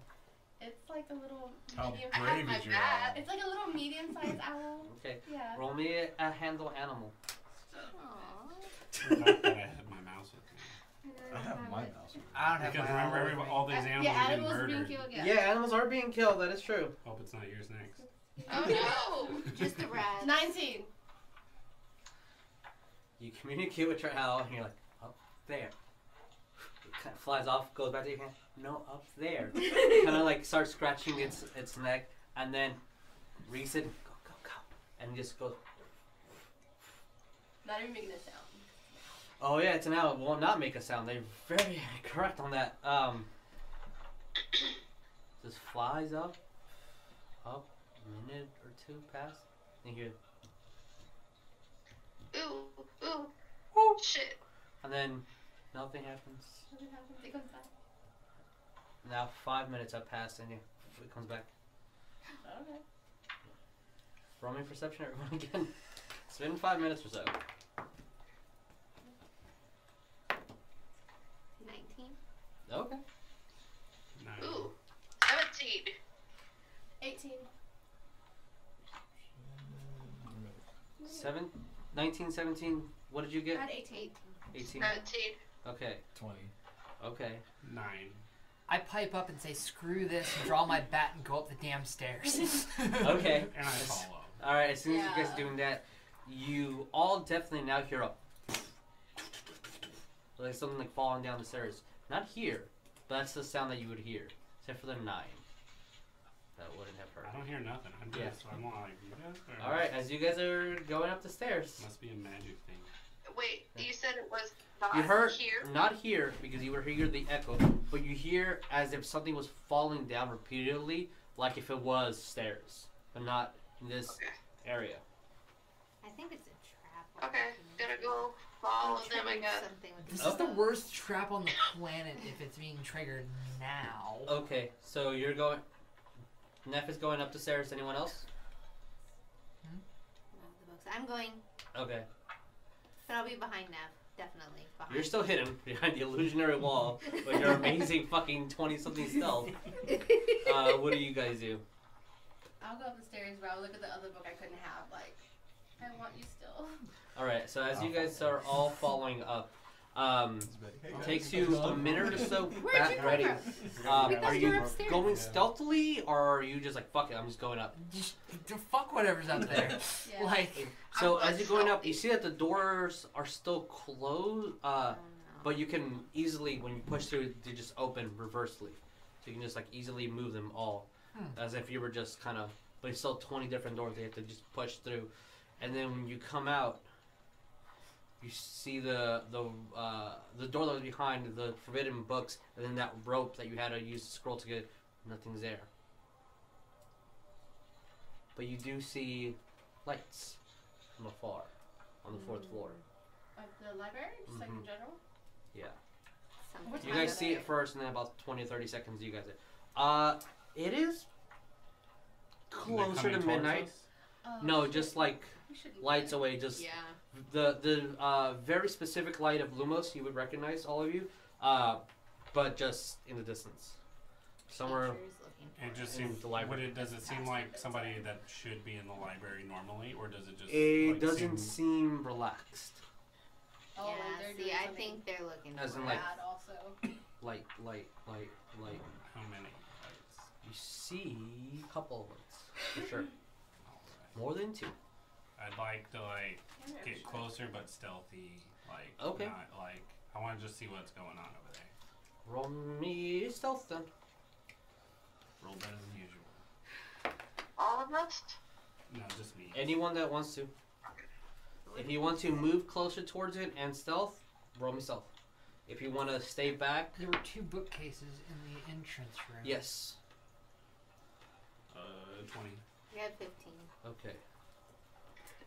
[SPEAKER 5] It's like a little
[SPEAKER 7] How
[SPEAKER 5] medium.
[SPEAKER 3] I have
[SPEAKER 7] brave
[SPEAKER 3] my
[SPEAKER 7] is your
[SPEAKER 3] bat.
[SPEAKER 7] owl?
[SPEAKER 5] It's like a little medium-sized owl.
[SPEAKER 2] Okay,
[SPEAKER 5] Yeah.
[SPEAKER 2] roll me a, a handle animal.
[SPEAKER 6] The fact that I had my mouse with me.
[SPEAKER 7] I have my mouse.
[SPEAKER 4] I don't have
[SPEAKER 6] Because
[SPEAKER 4] my
[SPEAKER 6] remember,
[SPEAKER 4] own.
[SPEAKER 6] everyone, all these animals
[SPEAKER 5] Uh, yeah,
[SPEAKER 6] are getting
[SPEAKER 5] animals being
[SPEAKER 6] murdered.
[SPEAKER 5] killed.
[SPEAKER 2] Yeah.
[SPEAKER 5] Yeah.
[SPEAKER 2] animals are being killed. That is true.
[SPEAKER 6] Hope it's not yours next.
[SPEAKER 3] Oh no.
[SPEAKER 5] Just the rat. Nineteen.
[SPEAKER 2] You communicate with your owl, and you're like, up there. It kind of flies off, goes back to your hand. No, up there. kind of like starts scratching its its neck, and then reads it. Go, go, go, and just goes.
[SPEAKER 5] Not even making a sound.
[SPEAKER 2] Oh yeah, it's an owl. It will not make a sound. They're very correct on that. Um, just flies up, up. A minute or two pass, and you hear,
[SPEAKER 3] Ooh, ooh. Oh shit.
[SPEAKER 2] and then nothing happens.
[SPEAKER 5] Nothing happens. It comes back.
[SPEAKER 2] Now five minutes have passed, and you, it comes back.
[SPEAKER 5] Okay.
[SPEAKER 2] Roll me perception, everyone again. It's been five minutes or so.
[SPEAKER 5] Nineteen.
[SPEAKER 2] Okay.
[SPEAKER 6] No.
[SPEAKER 3] Ooh. Seventeen.
[SPEAKER 5] Eighteen.
[SPEAKER 2] 7, 19, 17. What did you
[SPEAKER 5] I
[SPEAKER 2] get?
[SPEAKER 5] had eighteen. Uh,
[SPEAKER 2] 18.
[SPEAKER 3] Nineteen.
[SPEAKER 2] Okay.
[SPEAKER 7] Twenty.
[SPEAKER 2] Okay.
[SPEAKER 6] Nine.
[SPEAKER 4] I pipe up and say, "Screw this!" Draw my bat and go up the damn stairs.
[SPEAKER 2] Okay.
[SPEAKER 6] And I follow.
[SPEAKER 2] All right. As soon as you guys
[SPEAKER 5] Yeah.
[SPEAKER 2] doing that, you all definitely now hear a like something like falling down the stairs. Not here, but that's the sound that you would hear, except for the nine. That wouldn't have
[SPEAKER 6] I
[SPEAKER 2] heard.
[SPEAKER 6] don't hear nothing. I'm
[SPEAKER 2] Yeah.
[SPEAKER 6] just, I'm not like, "Yeah, or-
[SPEAKER 2] All right. As you guys are going up the stairs,
[SPEAKER 6] Must be a magic thing.
[SPEAKER 3] Wait, you said it was not
[SPEAKER 2] you heard
[SPEAKER 3] here.
[SPEAKER 2] not here because you were hear the echo, but you hear as if something was falling down repeatedly, like if it was stairs, but not in this
[SPEAKER 3] Okay.
[SPEAKER 2] area.
[SPEAKER 5] I think it's a trap.
[SPEAKER 3] Okay, gotta go follow
[SPEAKER 5] Oh,
[SPEAKER 3] them, I guess.
[SPEAKER 4] this is the worst trap on the planet. If it's being triggered now.
[SPEAKER 2] Okay, so you're going. Neff is going up the stairs. Anyone else?
[SPEAKER 5] I'm going,
[SPEAKER 2] Okay,
[SPEAKER 5] but I'll be behind Nev. Definitely behind.
[SPEAKER 2] you're still hidden behind the illusionary wall with your amazing fucking twenty-something stealth. Uh, what do you guys do?
[SPEAKER 5] I'll go up the stairs, but I'll look at the other book I couldn't have. Like, I want you still.
[SPEAKER 2] All right, so as you guys are all following up, um,
[SPEAKER 7] It's like, hey, guys,
[SPEAKER 2] takes
[SPEAKER 7] what's
[SPEAKER 2] you
[SPEAKER 7] up?
[SPEAKER 2] a minute or so
[SPEAKER 5] Where'd you
[SPEAKER 2] back
[SPEAKER 5] come
[SPEAKER 2] ready.
[SPEAKER 5] from?
[SPEAKER 2] Um,
[SPEAKER 5] Because
[SPEAKER 2] are
[SPEAKER 5] you're
[SPEAKER 2] you
[SPEAKER 5] upstairs.
[SPEAKER 2] going
[SPEAKER 7] Yeah.
[SPEAKER 2] stealthily, or are you just like fuck it? I'm just going up.
[SPEAKER 4] Just to fuck whatever's up there.
[SPEAKER 5] Yeah.
[SPEAKER 4] Like,
[SPEAKER 2] So
[SPEAKER 3] I'm
[SPEAKER 2] as you're going up,
[SPEAKER 3] stealthy.
[SPEAKER 2] you see that the doors are still closed, uh, but you can easily, when you push through, they just open reversely. So you can just like easily move them all,
[SPEAKER 4] Hmm.
[SPEAKER 2] as if you were just kind of. But it's still 20 different doors they have to just push through, and then when you come out, you see the the uh, the door that was behind the forbidden books, and then that rope that you had to use to scroll to get. Nothing's there. But you do see lights from afar on the fourth floor.
[SPEAKER 5] Of the library, just like in
[SPEAKER 2] Mhm.
[SPEAKER 5] general.
[SPEAKER 2] Yeah.
[SPEAKER 5] What
[SPEAKER 2] You
[SPEAKER 5] time
[SPEAKER 2] guys
[SPEAKER 5] is
[SPEAKER 2] see it first, and then about 20 30 seconds, you guys. Uh, it is
[SPEAKER 6] And they're
[SPEAKER 2] closer to
[SPEAKER 6] coming towards
[SPEAKER 2] midnight.
[SPEAKER 6] us?
[SPEAKER 5] Oh,
[SPEAKER 2] No,
[SPEAKER 5] shit.
[SPEAKER 2] just like
[SPEAKER 5] We shouldn't
[SPEAKER 2] lights
[SPEAKER 5] do
[SPEAKER 2] away. Just
[SPEAKER 5] that. Yeah.
[SPEAKER 2] the the uh, very specific light of Lumos. You would recognize all of you, uh, but just in the distance, somewhere
[SPEAKER 5] Nature's looking
[SPEAKER 6] It just
[SPEAKER 2] in
[SPEAKER 6] seems.
[SPEAKER 2] the library.
[SPEAKER 6] Would it? Does it seem like somebody that should be in the library normally, or does it just?
[SPEAKER 2] It
[SPEAKER 6] like,
[SPEAKER 2] doesn't
[SPEAKER 6] Seem,
[SPEAKER 2] seem relaxed.
[SPEAKER 5] Oh, like they're
[SPEAKER 8] yeah, see,
[SPEAKER 5] doing
[SPEAKER 8] I
[SPEAKER 5] something
[SPEAKER 8] think they're looking
[SPEAKER 2] As
[SPEAKER 8] for
[SPEAKER 2] in,
[SPEAKER 8] it.
[SPEAKER 2] like-
[SPEAKER 5] Bad also.
[SPEAKER 2] Like, like, like, like.
[SPEAKER 6] how many?
[SPEAKER 2] You see a couple of ones for sure. More than two.
[SPEAKER 6] I'd like to like get closer, but stealthy. Like
[SPEAKER 2] Okay.
[SPEAKER 6] Not, like I want to just see what's going on over there.
[SPEAKER 2] Roll me stealth then.
[SPEAKER 6] Roll better than usual.
[SPEAKER 3] All of us?
[SPEAKER 6] No, just me.
[SPEAKER 2] Anyone that wants to. If you want to move closer towards it and stealth, roll me stealth. If you want to stay back,
[SPEAKER 4] There were two bookcases in the entrance room.
[SPEAKER 2] yes.
[SPEAKER 6] Uh, twenty.
[SPEAKER 8] We had 15.
[SPEAKER 2] Okay.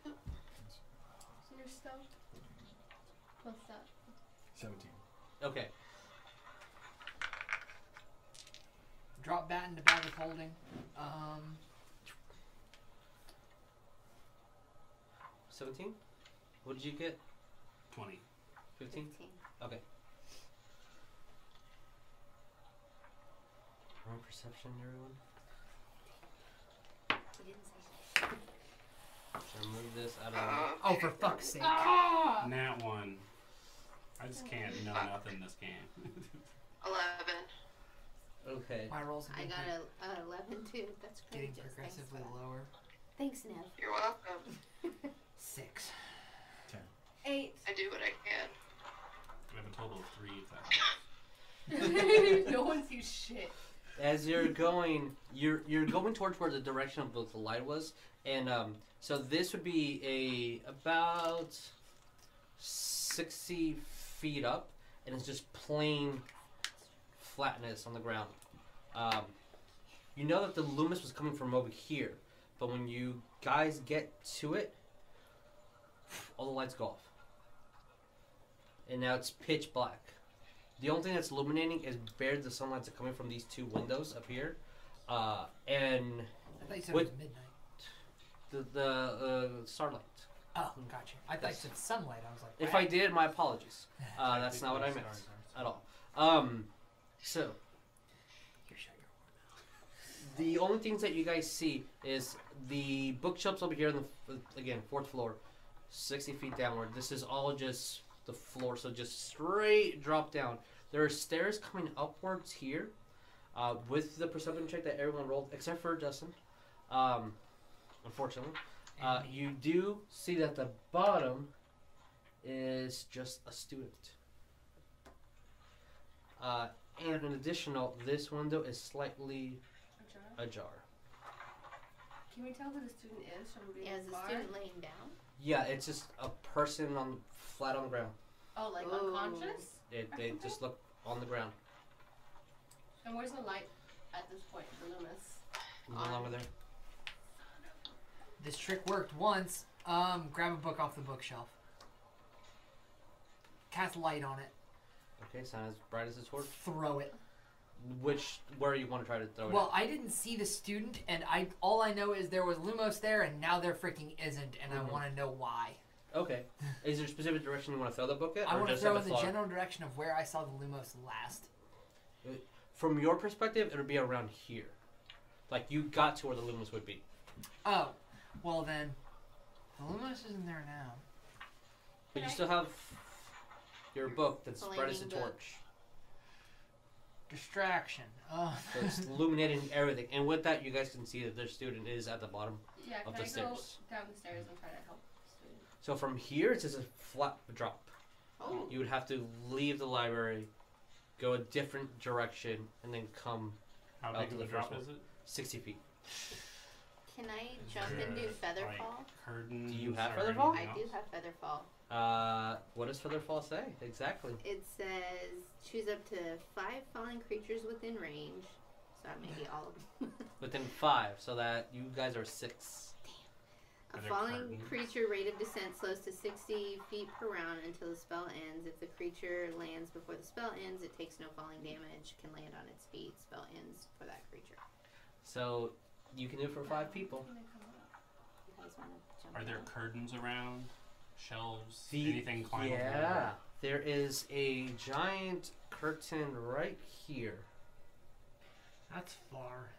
[SPEAKER 5] So you're stealth. What's that?
[SPEAKER 7] 17.
[SPEAKER 2] Okay.
[SPEAKER 4] Drop bat into bag of holding. Um,
[SPEAKER 2] 17? What did you get?
[SPEAKER 6] Twenty.
[SPEAKER 2] 15?
[SPEAKER 8] 15.
[SPEAKER 2] Okay. Wrong perception, everyone.
[SPEAKER 8] We didn't say
[SPEAKER 2] Should I move this out of
[SPEAKER 4] oh, for
[SPEAKER 5] Ah.
[SPEAKER 4] fuck's sake.
[SPEAKER 2] Uh. Ah!
[SPEAKER 6] Nat one. I just can't know nothing this game.
[SPEAKER 3] 11.
[SPEAKER 2] Okay.
[SPEAKER 4] My rolls have
[SPEAKER 8] I
[SPEAKER 4] been
[SPEAKER 8] got a, a 11 too. That's
[SPEAKER 4] getting
[SPEAKER 8] great. Jess. Thanks,
[SPEAKER 4] progressively
[SPEAKER 8] Nev.
[SPEAKER 4] lower.
[SPEAKER 8] Thanks, Nev.
[SPEAKER 3] You're welcome.
[SPEAKER 4] Six.
[SPEAKER 5] Eight.
[SPEAKER 3] I do what I can.
[SPEAKER 6] we have a total of three. if that helps.
[SPEAKER 5] no one sees shit.
[SPEAKER 2] As you're going, you're you're going towards where the direction of the light was, and um, so this would be a about sixty feet up, and it's just plain flatness on the ground. Um, you know that the Loomis was coming from over here, but when you guys get to it, all the lights go off, and now it's pitch black. The only thing that's illuminating is bare the sunlights are coming from these two windows up here, uh, and
[SPEAKER 4] I thought you said
[SPEAKER 2] What-
[SPEAKER 4] it was midnight.
[SPEAKER 2] the the uh, starlight.
[SPEAKER 4] Oh, gotcha. I thought you said sunlight. I was like,
[SPEAKER 2] If
[SPEAKER 4] wow.
[SPEAKER 2] I did, my apologies. Uh, that's not what I meant at all. Um, so
[SPEAKER 4] You shut your-
[SPEAKER 2] the only things that you guys see is the bookshelves over here on the f- again fourth floor, sixty feet downward. This is all just the floor, so just straight drop down. There are stairs coming upwards here, uh, with the perception check that everyone rolled except for Justin. Um, unfortunately, uh, you do see that the bottom is just a student. Uh, and an additional, this window is slightly
[SPEAKER 5] A jar.
[SPEAKER 2] ajar.
[SPEAKER 5] Can we tell who the student is from reading
[SPEAKER 8] Yeah, is
[SPEAKER 5] the
[SPEAKER 8] the
[SPEAKER 5] bar?
[SPEAKER 8] student laying down?
[SPEAKER 2] Yeah, it's just a person on flat on the ground.
[SPEAKER 5] Oh, like
[SPEAKER 8] Ooh.
[SPEAKER 5] unconscious?
[SPEAKER 2] It, they just look on the ground.
[SPEAKER 5] And where's the light at this point, the Loomis?
[SPEAKER 2] No longer there.
[SPEAKER 4] This trick worked once. Um, grab a book off the bookshelf. Cast light on it.
[SPEAKER 2] Okay, it's not as bright as a torch.
[SPEAKER 4] Throw it.
[SPEAKER 2] Which where you want to try to throw
[SPEAKER 4] Well, I didn't see the student, and I all I know is there was Lumos there, and now there freaking isn't, and
[SPEAKER 2] Mhm.
[SPEAKER 4] I want to know why.
[SPEAKER 2] it? Okay. Is there a specific direction you want to throw the book at?
[SPEAKER 4] I
[SPEAKER 2] or
[SPEAKER 4] want to
[SPEAKER 2] just at
[SPEAKER 4] throw in the
[SPEAKER 2] floor?
[SPEAKER 4] general direction of where I saw the Lumos last.
[SPEAKER 2] From your perspective, it would be around here. Like you got to where the lumens would be.
[SPEAKER 4] Oh, well then, the Lumos isn't there now.
[SPEAKER 2] But you
[SPEAKER 5] Okay.
[SPEAKER 2] still have your book that's bright as a
[SPEAKER 8] Flaming book.
[SPEAKER 2] torch.
[SPEAKER 4] Distraction. Uh,
[SPEAKER 2] So it's illuminating everything. And with that, you guys can see that their student is at the bottom.
[SPEAKER 5] Yeah,
[SPEAKER 2] Up
[SPEAKER 5] can
[SPEAKER 2] the
[SPEAKER 5] I go
[SPEAKER 2] stairs.
[SPEAKER 5] down the stairs and try to help the student?
[SPEAKER 2] So from here, it's just a flat drop.
[SPEAKER 8] Oh.
[SPEAKER 2] You would have to leave the library, go a different direction, and then come
[SPEAKER 6] How
[SPEAKER 2] Out
[SPEAKER 6] big
[SPEAKER 2] to
[SPEAKER 6] of
[SPEAKER 2] the
[SPEAKER 6] a
[SPEAKER 2] Oh, first
[SPEAKER 6] drop
[SPEAKER 2] one.
[SPEAKER 6] is it?
[SPEAKER 2] sixty feet.
[SPEAKER 8] Can I jump and do
[SPEAKER 6] Is there,
[SPEAKER 8] feather
[SPEAKER 6] like,
[SPEAKER 8] fall?
[SPEAKER 6] curtains
[SPEAKER 2] Do you have
[SPEAKER 6] or
[SPEAKER 2] feather fall?
[SPEAKER 6] anything
[SPEAKER 8] I do
[SPEAKER 6] else?
[SPEAKER 8] have feather fall.
[SPEAKER 2] Uh, what does Featherfall say exactly?
[SPEAKER 8] It says choose up to five falling creatures within range. So that may be all of them.
[SPEAKER 2] Within five, so that you guys are six.
[SPEAKER 8] A
[SPEAKER 6] Are there
[SPEAKER 8] falling
[SPEAKER 6] curtains?
[SPEAKER 8] creature rate of descent slows to 60 feet per round until the spell ends. If the creature lands before the spell ends, it takes no falling damage, can land on its feet. Spell ends for that creature.
[SPEAKER 2] So you can do it for five people.
[SPEAKER 5] Can they come up?
[SPEAKER 8] You guys want to jump
[SPEAKER 6] Are there curtains around? Shelves?
[SPEAKER 2] The-
[SPEAKER 6] anything climbable?
[SPEAKER 2] Yeah, there is a giant curtain right here.
[SPEAKER 4] that's far.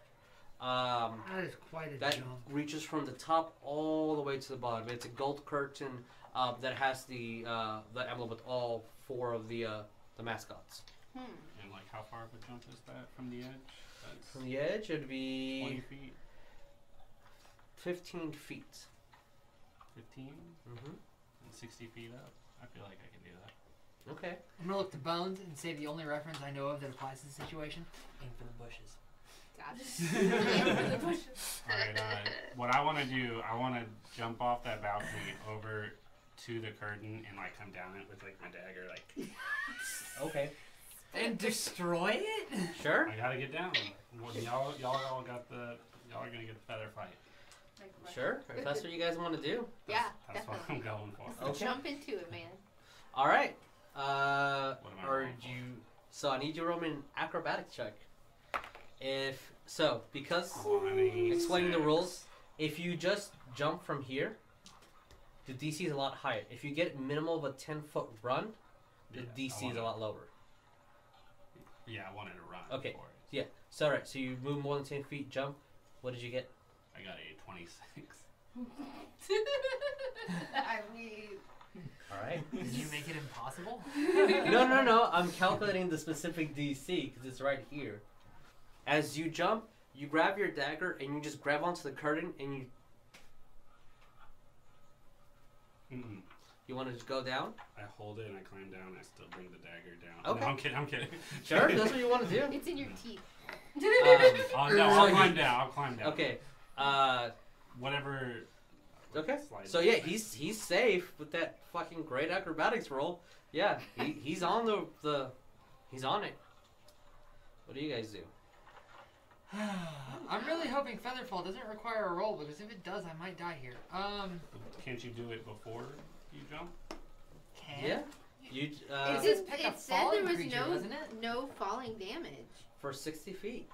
[SPEAKER 2] Um,
[SPEAKER 4] That is quite a
[SPEAKER 2] that
[SPEAKER 4] jump.
[SPEAKER 2] reaches from the top all the way to the bottom. It's a gold curtain uh, that has the uh, the emblem with all four of the uh, the mascots.
[SPEAKER 8] Hmm.
[SPEAKER 6] And like, how far of a jump is that from the edge?
[SPEAKER 2] From
[SPEAKER 6] That's
[SPEAKER 2] the edge, it'd
[SPEAKER 6] 20
[SPEAKER 2] be
[SPEAKER 6] feet,
[SPEAKER 2] 15 feet.
[SPEAKER 6] 15,
[SPEAKER 2] Mm-hmm.
[SPEAKER 6] and 60 feet up. I feel like I can do that.
[SPEAKER 2] Okay.
[SPEAKER 4] I'm gonna look to Bones and say the only reference I know of that applies to the situation. Aim for the bushes.
[SPEAKER 5] Gotcha.
[SPEAKER 6] All right. Uh, what I want to do, I want to jump off that balcony over to the curtain and like come down it with like my dagger. Like
[SPEAKER 2] Okay.
[SPEAKER 4] And destroy it?
[SPEAKER 2] Sure.
[SPEAKER 6] I gotta get down. Well, y'all, y'all, all got the. Y'all are gonna get the feather fight.
[SPEAKER 2] Sure. If that's what you guys want to do.
[SPEAKER 8] Yeah,
[SPEAKER 6] That's, that's what I'm
[SPEAKER 8] definitely.
[SPEAKER 6] going for.
[SPEAKER 2] Okay.
[SPEAKER 8] Jump into it, man.
[SPEAKER 2] All right. Uh,
[SPEAKER 6] What am I
[SPEAKER 2] or
[SPEAKER 6] rolling for?
[SPEAKER 2] you. So I need you to roll me an acrobatic check. If so, because explaining the
[SPEAKER 6] 26.
[SPEAKER 2] rules, if you just jump from here, the DC is a lot higher. If you get minimal of a ten foot run, the
[SPEAKER 6] Yeah, I
[SPEAKER 2] DC is
[SPEAKER 6] wanted-
[SPEAKER 2] a lot lower.
[SPEAKER 6] Yeah, I wanted to run.
[SPEAKER 2] Okay.
[SPEAKER 6] For it.
[SPEAKER 2] So all right. So you move more than ten feet, jump. What did you get?
[SPEAKER 6] I got a 26.
[SPEAKER 5] I mean,
[SPEAKER 2] All right.
[SPEAKER 4] Did you make it impossible?
[SPEAKER 2] no, no, no. I'm calculating the specific DC because it's right here. As you jump, you grab your dagger and you just grab onto the curtain and you
[SPEAKER 6] Mm-mm.
[SPEAKER 2] you want to just go down.
[SPEAKER 6] I hold it and I climb down. I still bring the dagger down.
[SPEAKER 2] Okay.
[SPEAKER 6] No, I'm kidding. I'm kidding.
[SPEAKER 2] Sure, that's what you want to do.
[SPEAKER 6] Mm.
[SPEAKER 8] It's in your teeth.
[SPEAKER 2] Um,
[SPEAKER 6] Uh, no,
[SPEAKER 2] So
[SPEAKER 6] I'll
[SPEAKER 2] you-
[SPEAKER 6] climb down. I'll climb down.
[SPEAKER 2] okay. Uh,
[SPEAKER 6] Whatever.
[SPEAKER 2] okay.
[SPEAKER 6] Slide
[SPEAKER 2] So yeah, he's he's safe with that fucking great acrobatics roll. Yeah, he, he's on the the he's on it. What do you guys do?
[SPEAKER 4] I'm really hoping Featherfall doesn't require a roll because if it does, I might die here. Um,
[SPEAKER 6] Can't you do it before you jump?
[SPEAKER 4] can
[SPEAKER 2] Yeah. You uh,
[SPEAKER 4] Is
[SPEAKER 8] it
[SPEAKER 4] says pick a
[SPEAKER 8] it said there
[SPEAKER 4] falling
[SPEAKER 8] was
[SPEAKER 4] creature,
[SPEAKER 8] no
[SPEAKER 4] doesn't it?
[SPEAKER 8] no falling damage.
[SPEAKER 2] for sixty feet.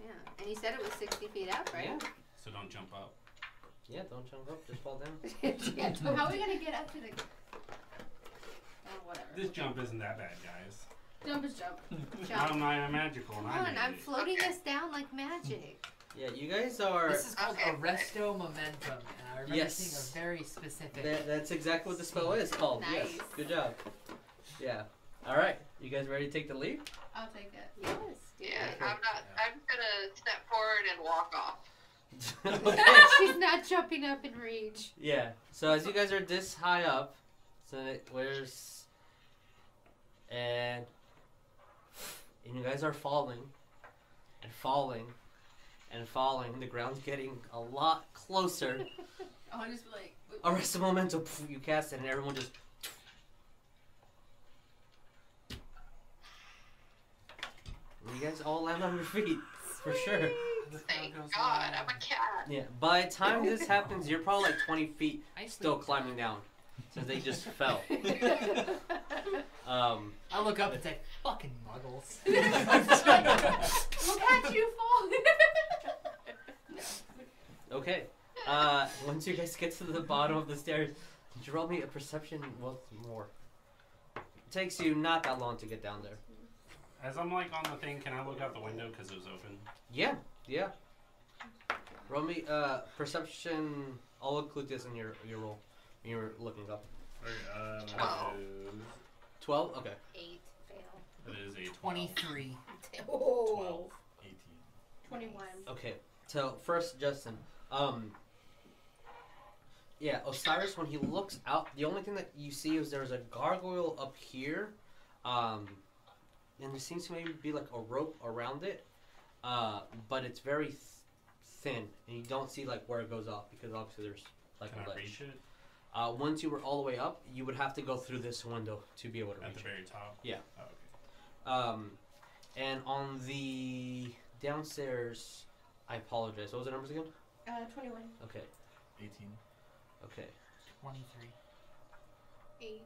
[SPEAKER 8] Yeah, and you said it was 60 feet up, right?
[SPEAKER 6] So don't jump up.
[SPEAKER 2] Yeah, don't jump up, just fall down.
[SPEAKER 8] Yeah.
[SPEAKER 2] Um,
[SPEAKER 5] how are we gonna get up to the? Oh, whatever.
[SPEAKER 6] This jump isn't that bad, guys.
[SPEAKER 5] Jump is jump.
[SPEAKER 8] Jump.
[SPEAKER 6] I'm, I'm magical. And
[SPEAKER 8] Come
[SPEAKER 6] I
[SPEAKER 8] on,
[SPEAKER 6] made
[SPEAKER 8] I'm
[SPEAKER 6] it.
[SPEAKER 8] floating us down like magic.
[SPEAKER 2] Yeah, you guys are.
[SPEAKER 4] This is called
[SPEAKER 8] Okay.
[SPEAKER 4] Arresto Momentum, and I remember
[SPEAKER 2] Yes.
[SPEAKER 4] seeing a very specific.
[SPEAKER 2] That, that's exactly what the spell is called. Yes.
[SPEAKER 8] Nice.
[SPEAKER 2] Good job. Yeah. All right. You guys ready to take the leap?
[SPEAKER 5] I'll take it.
[SPEAKER 8] Yes.
[SPEAKER 3] Yeah, I'm not. I'm gonna step forward and walk off.
[SPEAKER 2] okay.
[SPEAKER 8] She's not jumping up in reach.
[SPEAKER 2] Yeah. So as you guys are this high up, so that- where's and and you guys are falling and falling and falling. The ground's getting a lot closer.
[SPEAKER 5] Oh, I'll just be like, wait,
[SPEAKER 2] Arrest the momentum. pff, You cast it, and everyone just And you guys all land on your feet for sure.
[SPEAKER 3] Thank God, I'm a cat.
[SPEAKER 2] Yeah. By the time this happens, you're probably like 20 feet
[SPEAKER 4] I
[SPEAKER 2] still climbing down, since they just fell. Um,
[SPEAKER 4] I look up and say, "Fucking muggles."
[SPEAKER 5] look at you fall.
[SPEAKER 2] okay. Uh, once you guys get to the bottom of the stairs, you roll me a perception once more. It takes you not that long to get down there.
[SPEAKER 6] As I'm like on the thing, can I look out the window because it was open?
[SPEAKER 2] Yeah, yeah. Roll me uh, perception. I'll include this in your your roll. when You're looking up.
[SPEAKER 6] Or, uh, that
[SPEAKER 3] Twelve.
[SPEAKER 6] is-
[SPEAKER 2] Twelve. Okay.
[SPEAKER 8] Eight. Fail.
[SPEAKER 6] That is a 20.
[SPEAKER 4] Twenty-three.
[SPEAKER 8] Oh.
[SPEAKER 7] 18.
[SPEAKER 5] Twenty-one.
[SPEAKER 2] Okay. So first, Justin. Um. Yeah, Osiris. When he looks out, the only thing that you see is there's a gargoyle up here, um, and there seems to maybe be like a rope around it, uh, but it's very th- thin, and you don't see like where it goes off because obviously there's like
[SPEAKER 6] Can
[SPEAKER 2] a
[SPEAKER 6] I
[SPEAKER 2] ledge.
[SPEAKER 6] reach it
[SPEAKER 2] Uh, once you were all the way up, you would have to go through this window to be able to
[SPEAKER 6] at
[SPEAKER 2] reach
[SPEAKER 6] the
[SPEAKER 2] it.
[SPEAKER 6] very top?
[SPEAKER 2] Yeah.
[SPEAKER 6] Oh, okay.
[SPEAKER 2] Um, and on the downstairs, I apologize. What was the numbers again?
[SPEAKER 5] Uh, twenty-one.
[SPEAKER 2] Okay,
[SPEAKER 7] 18.
[SPEAKER 2] okay.
[SPEAKER 4] Twenty-three.
[SPEAKER 8] Eight.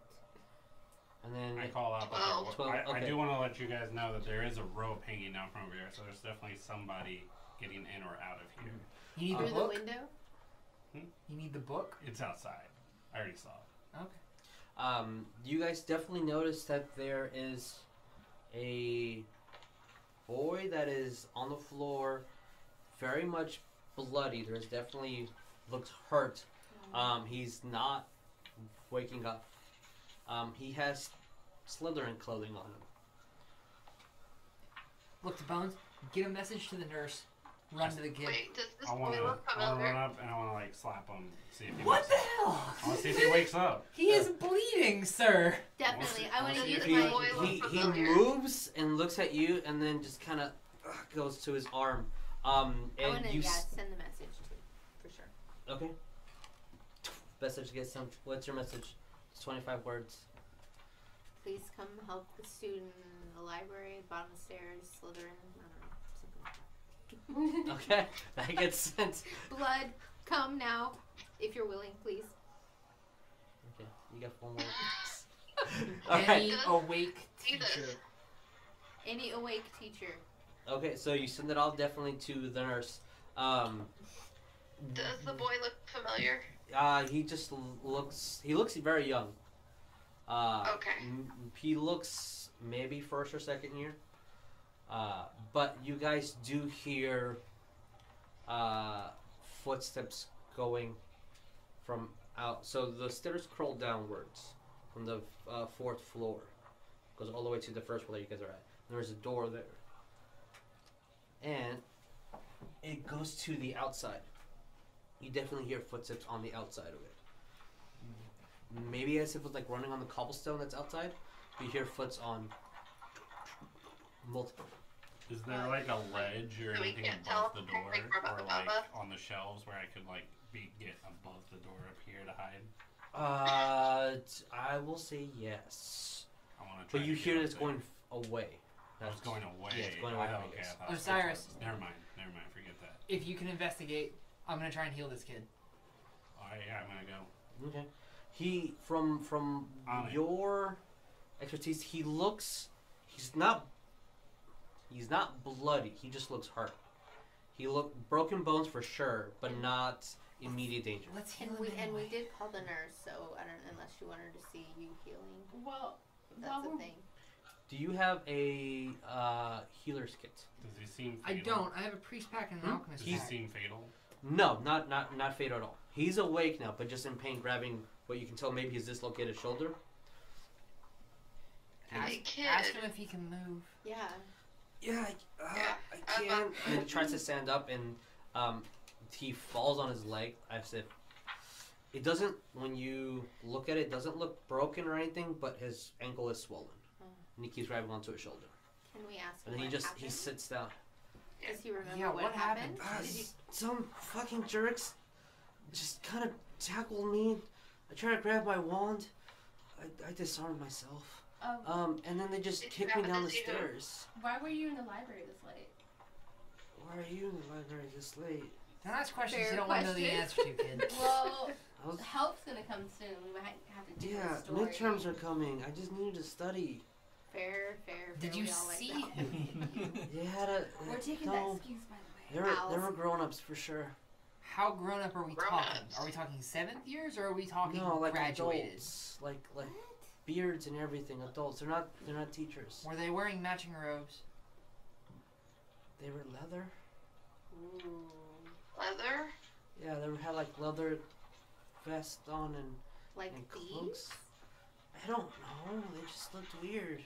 [SPEAKER 2] And then
[SPEAKER 6] I call out. that
[SPEAKER 3] Twelve.
[SPEAKER 6] there wa-
[SPEAKER 2] Twelve,
[SPEAKER 6] I, I
[SPEAKER 2] okay.
[SPEAKER 6] do want to let you guys know that there is a rope hanging down from over here, so there's definitely somebody getting in or out of here.
[SPEAKER 2] Mm-hmm.
[SPEAKER 4] You need
[SPEAKER 8] Through
[SPEAKER 4] the
[SPEAKER 2] Uh-huh.
[SPEAKER 8] the
[SPEAKER 4] book.
[SPEAKER 8] window.
[SPEAKER 4] You need the book.
[SPEAKER 6] It's outside. I already saw it.
[SPEAKER 4] Okay.
[SPEAKER 2] um, you guys definitely notice that there is a boy that is on the floor very much bloody. There's definitely looks hurt. Um, he's not waking up. Um, he has Slytherin clothing on him.
[SPEAKER 4] Look to Bones. Get a message to the nurse. Run to the kid.
[SPEAKER 3] Wait, does this
[SPEAKER 6] I want
[SPEAKER 3] boy
[SPEAKER 6] to
[SPEAKER 3] look
[SPEAKER 6] run
[SPEAKER 3] familiar?
[SPEAKER 6] up and I want to like slap him. See if he
[SPEAKER 4] What
[SPEAKER 6] wakes
[SPEAKER 4] the
[SPEAKER 6] up. I want to see if he
[SPEAKER 4] hell?
[SPEAKER 6] wakes up.
[SPEAKER 4] he is bleeding, sir.
[SPEAKER 8] Definitely. I want
[SPEAKER 6] We'll
[SPEAKER 8] to
[SPEAKER 6] see
[SPEAKER 8] use
[SPEAKER 6] if
[SPEAKER 2] He,
[SPEAKER 8] my.
[SPEAKER 3] boy look
[SPEAKER 2] he, he
[SPEAKER 3] familiar?
[SPEAKER 2] moves and looks at you and then just kind of goes to his arm. Um,
[SPEAKER 8] I
[SPEAKER 2] and
[SPEAKER 8] want to
[SPEAKER 2] you
[SPEAKER 8] yeah,
[SPEAKER 2] s-
[SPEAKER 8] send the message to, for sure.
[SPEAKER 2] Okay. Message gets sent. What's your message? It's 25 words.
[SPEAKER 8] Please come help the student in the library, bottom of the stairs, Slytherin. I don't know. Something like
[SPEAKER 2] Okay, that gets sent.
[SPEAKER 8] that. Blood, come now, if you're willing, please.
[SPEAKER 2] Okay, you got one more. All right.
[SPEAKER 4] Any awake
[SPEAKER 3] Jesus.
[SPEAKER 4] teacher.
[SPEAKER 8] Any awake teacher.
[SPEAKER 2] Okay, so you send it all definitely to the nurse. Um,
[SPEAKER 3] Does the boy look familiar?
[SPEAKER 2] uh, he just l- looks. He looks very young. Uh,
[SPEAKER 3] Okay.
[SPEAKER 2] m- he looks maybe first or second year. Uh, but you guys do hear uh, footsteps going from out. So the stairs crawl downwards from the uh, fourth floor, goes all the way to the first floor that you guys are at. There's a door there, and it goes to the outside. You definitely hear footsteps on the outside of it. Maybe as if it's like running on the cobblestone that's outside. You hear foots on multiple.
[SPEAKER 6] Is there like a ledge or
[SPEAKER 3] Uh, So we
[SPEAKER 6] anything
[SPEAKER 3] can't tell
[SPEAKER 6] above the
[SPEAKER 3] if
[SPEAKER 6] door,
[SPEAKER 3] we're above
[SPEAKER 6] or
[SPEAKER 3] the
[SPEAKER 6] like
[SPEAKER 3] lava?
[SPEAKER 6] on the shelves where I could like be get above the door up here to hide?
[SPEAKER 2] Uh, t- I will say yes.
[SPEAKER 6] I want to.
[SPEAKER 2] But you hear that it's going f- away.
[SPEAKER 6] That's going away.
[SPEAKER 2] Yeah, it's going away
[SPEAKER 6] Oh,
[SPEAKER 2] from you
[SPEAKER 6] okay,
[SPEAKER 2] guys.
[SPEAKER 6] I thought it was-
[SPEAKER 4] Osiris.
[SPEAKER 6] Never mind. Never mind. Forget that.
[SPEAKER 4] If you can investigate, I'm gonna try and heal this kid.
[SPEAKER 6] All right. Oh, Yeah, I'm gonna go.
[SPEAKER 2] Okay. He from from
[SPEAKER 6] On it.
[SPEAKER 2] your expertise, he looks. He's not. He's not bloody. He just looks hurt. He look broken bones for sure, but not immediate danger.
[SPEAKER 4] Let's heal
[SPEAKER 8] And
[SPEAKER 4] him.
[SPEAKER 8] we and we
[SPEAKER 4] anyway.
[SPEAKER 8] did call the nurse, so I don't unless you want her to see you healing.
[SPEAKER 5] Well,
[SPEAKER 8] That's
[SPEAKER 5] Well,
[SPEAKER 8] the thing.
[SPEAKER 2] Do you have a uh, healer's kit?
[SPEAKER 6] Does he seem?
[SPEAKER 4] I
[SPEAKER 6] Fatal?
[SPEAKER 4] don't. I have a priest pack and an
[SPEAKER 2] Hmm?
[SPEAKER 4] alchemist
[SPEAKER 6] Does he
[SPEAKER 4] pack.
[SPEAKER 6] seem fatal?
[SPEAKER 2] No, not not not Fader at all. He's awake now, but just in pain, grabbing what you can tell maybe his dislocated shoulder.
[SPEAKER 4] Ask,
[SPEAKER 3] Hey, kid.
[SPEAKER 4] ask him if he can move.
[SPEAKER 8] Yeah.
[SPEAKER 2] Yeah, I, uh,
[SPEAKER 3] Yeah,
[SPEAKER 2] I
[SPEAKER 3] I'm
[SPEAKER 2] can't.
[SPEAKER 3] up.
[SPEAKER 2] And he tries to stand up, and um, he falls on his leg. I said, it doesn't. When you look at it, it doesn't look broken or anything, but his ankle is swollen, and he keeps grabbing onto his shoulder.
[SPEAKER 8] Can we ask him
[SPEAKER 2] And then he
[SPEAKER 8] what
[SPEAKER 2] just
[SPEAKER 8] happened?
[SPEAKER 2] he sits down.
[SPEAKER 8] Does he remember
[SPEAKER 4] Yeah,
[SPEAKER 8] what,
[SPEAKER 4] what happened?
[SPEAKER 8] happened?
[SPEAKER 2] "Ah,
[SPEAKER 8] Did he-
[SPEAKER 2] s- some fucking jerks just kind of tackled me. I tried to grab my wand. I, I disarmed myself.
[SPEAKER 5] um,
[SPEAKER 2] Um, and then they just
[SPEAKER 3] Did you
[SPEAKER 2] kicked me
[SPEAKER 3] happen
[SPEAKER 2] down
[SPEAKER 3] to
[SPEAKER 2] the
[SPEAKER 3] see who?
[SPEAKER 2] stairs.
[SPEAKER 5] why were you in the library this late?
[SPEAKER 2] Why are you in the library this late?
[SPEAKER 4] Don't ask questions
[SPEAKER 8] Fair
[SPEAKER 4] you don't want to know the answer
[SPEAKER 8] question.
[SPEAKER 4] to, kid.
[SPEAKER 5] Well,
[SPEAKER 2] I was
[SPEAKER 5] help's gonna come soon. We might have to do
[SPEAKER 2] Yeah,
[SPEAKER 5] a story.
[SPEAKER 2] midterms are coming. I just needed to study.
[SPEAKER 8] Fair, fair, fair.
[SPEAKER 4] Did you
[SPEAKER 8] we all like
[SPEAKER 4] see
[SPEAKER 8] that.
[SPEAKER 2] They had a.
[SPEAKER 5] We're taking that
[SPEAKER 2] no,
[SPEAKER 5] excuse, by the
[SPEAKER 2] They
[SPEAKER 5] way.
[SPEAKER 2] were, they
[SPEAKER 8] Owls.
[SPEAKER 2] were grown ups for sure.
[SPEAKER 4] How grown up are we
[SPEAKER 3] Grown
[SPEAKER 4] talking?
[SPEAKER 3] ups.
[SPEAKER 4] Are we talking seventh years or are we talking
[SPEAKER 2] No, like
[SPEAKER 4] graduated?
[SPEAKER 2] adults, like like beards and everything. Adults. They're not. They're not teachers.
[SPEAKER 4] Were they wearing matching robes?
[SPEAKER 2] They were leather.
[SPEAKER 8] Ooh,
[SPEAKER 3] Leather?
[SPEAKER 2] Yeah, they had like leather vests on and
[SPEAKER 8] like
[SPEAKER 2] and
[SPEAKER 8] these?
[SPEAKER 2] cloaks. I don't know. They just looked weird.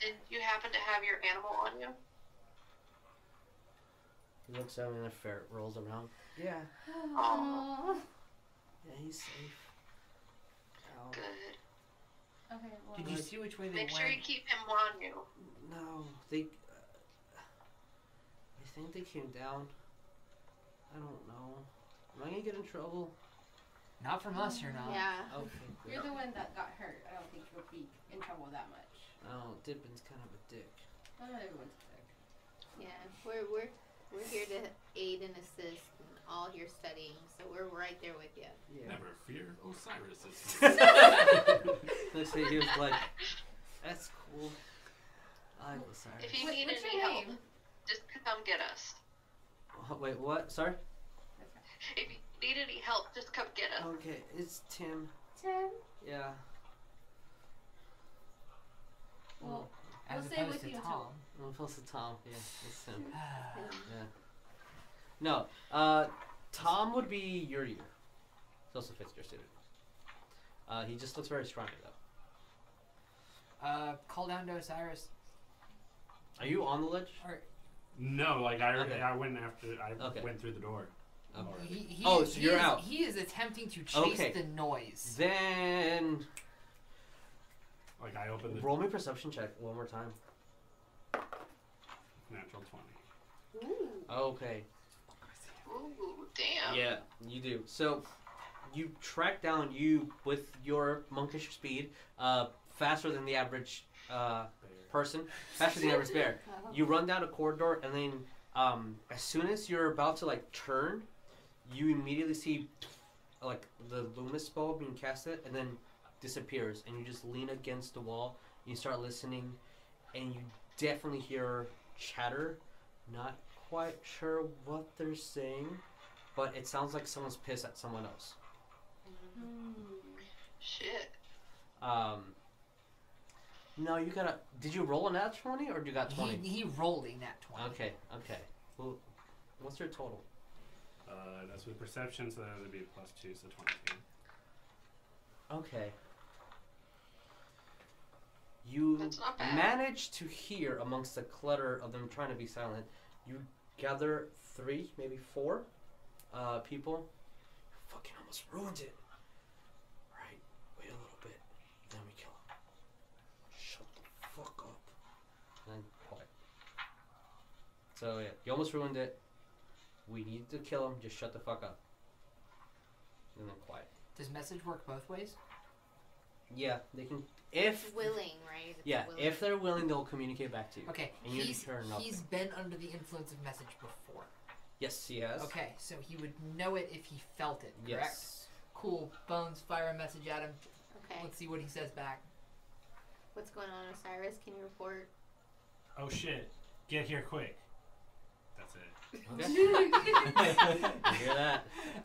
[SPEAKER 3] Did you happen to have your animal on you?
[SPEAKER 2] He looks at me and the ferret rolls around. Yeah,
[SPEAKER 3] Aw.
[SPEAKER 2] yeah, he's safe. Oh, Ow.
[SPEAKER 3] Good.
[SPEAKER 5] Okay, well,
[SPEAKER 4] Did you see which way they
[SPEAKER 3] Make
[SPEAKER 4] went?
[SPEAKER 3] sure you keep him on you.
[SPEAKER 2] No, they. uh, I think they came down. I don't know. Am I gonna get in trouble? Oh,
[SPEAKER 4] Not from us, you're not.
[SPEAKER 8] Mm, Yeah.
[SPEAKER 2] Okay.
[SPEAKER 5] you're the one that got hurt. I don't think you'll be in trouble that much.
[SPEAKER 2] Oh, Dippin's kind of a dick.
[SPEAKER 5] Not everyone's sick.
[SPEAKER 8] Yeah, we're we're we're here to aid and assist and all your studying, so we're right there with you.
[SPEAKER 6] Never fear, Osiris is here.
[SPEAKER 2] Yeah. Looks like he was like, "That's cool." I was sorry.
[SPEAKER 3] If you
[SPEAKER 5] What-
[SPEAKER 3] need
[SPEAKER 5] what's
[SPEAKER 3] any
[SPEAKER 5] your
[SPEAKER 3] help,
[SPEAKER 5] name?
[SPEAKER 3] just come get us.
[SPEAKER 2] Wha- Wait, what? Sorry.
[SPEAKER 3] If you need any help, just come get
[SPEAKER 5] Oh.
[SPEAKER 3] us.
[SPEAKER 2] Okay, it's Tim.
[SPEAKER 5] Tim.
[SPEAKER 2] Yeah.
[SPEAKER 5] Well,
[SPEAKER 4] As
[SPEAKER 5] We'll stay
[SPEAKER 4] opposed
[SPEAKER 5] with
[SPEAKER 4] to
[SPEAKER 5] you
[SPEAKER 4] Tom.
[SPEAKER 2] I'm supposed to Tom. Yeah, it's Tim. Yeah. No. Uh, Tom would be your year. He also fits your student. Uh, he just looks very scrawny though.
[SPEAKER 4] Uh, call down to Osiris.
[SPEAKER 2] Are you on the ledge?
[SPEAKER 6] No, like I,
[SPEAKER 2] Okay.
[SPEAKER 6] I went after. I
[SPEAKER 2] Okay.
[SPEAKER 6] went through the door.
[SPEAKER 2] Okay.
[SPEAKER 4] He, he
[SPEAKER 2] Oh,
[SPEAKER 4] is-
[SPEAKER 2] so
[SPEAKER 4] he
[SPEAKER 2] you're
[SPEAKER 4] is-
[SPEAKER 2] out.
[SPEAKER 4] He is attempting to chase
[SPEAKER 2] Okay.
[SPEAKER 4] the noise.
[SPEAKER 2] Then
[SPEAKER 6] Like I opened the
[SPEAKER 2] roll me a perception check one more time.
[SPEAKER 6] natural twenty.
[SPEAKER 8] Ooh.
[SPEAKER 2] Okay.
[SPEAKER 3] Ooh, damn.
[SPEAKER 2] Yeah, you do. So you track down you with your monkish speed, uh, faster than the average uh, person, faster than the average bear. You run down a corridor, and then um, as soon as you're about to like turn, you immediately see like the luminous ball being casted, and then disappears, and you just lean against the wall. You start listening, and you definitely hear chatter. Not quite sure what they're saying, but it sounds like someone's pissed at someone else.
[SPEAKER 5] Hmm.
[SPEAKER 3] Shit.
[SPEAKER 2] Um, no, you gotta. Did you roll a nat twenty or you got twenty?
[SPEAKER 4] He, he rolled a nat 20.
[SPEAKER 2] Okay, okay. Well, what's your total?
[SPEAKER 6] Uh, that's with perception, so that would be a plus two, so twenty-two.
[SPEAKER 2] Okay. You
[SPEAKER 3] That's not bad.
[SPEAKER 2] manage to hear amongst the clutter of them trying to be silent. You gather three, maybe four, uh, people. Fucking almost ruined it. Right. Wait a little bit, then we kill him. Shut the fuck up. And then quiet. So yeah, you almost ruined it. We need to kill him. Just shut the fuck up. And then quiet.
[SPEAKER 4] Does message work both ways?
[SPEAKER 2] Yeah, they can. If
[SPEAKER 8] Willing, right? It's
[SPEAKER 2] yeah,
[SPEAKER 8] willing.
[SPEAKER 2] if they're willing, they'll communicate back to you.
[SPEAKER 4] Okay,
[SPEAKER 2] And you
[SPEAKER 4] he's,
[SPEAKER 2] determine nothing.
[SPEAKER 4] he's been under the influence of message before.
[SPEAKER 2] Yes, he has.
[SPEAKER 4] Okay, so he would know it if he felt it, correct?
[SPEAKER 2] Yes.
[SPEAKER 4] Cool. Bones, fire a message at him.
[SPEAKER 8] Okay.
[SPEAKER 4] Let's see what he says back.
[SPEAKER 8] What's going on, Osiris? Can you report?
[SPEAKER 6] Oh shit! Get here quick. That's it.
[SPEAKER 2] Okay. You hear that?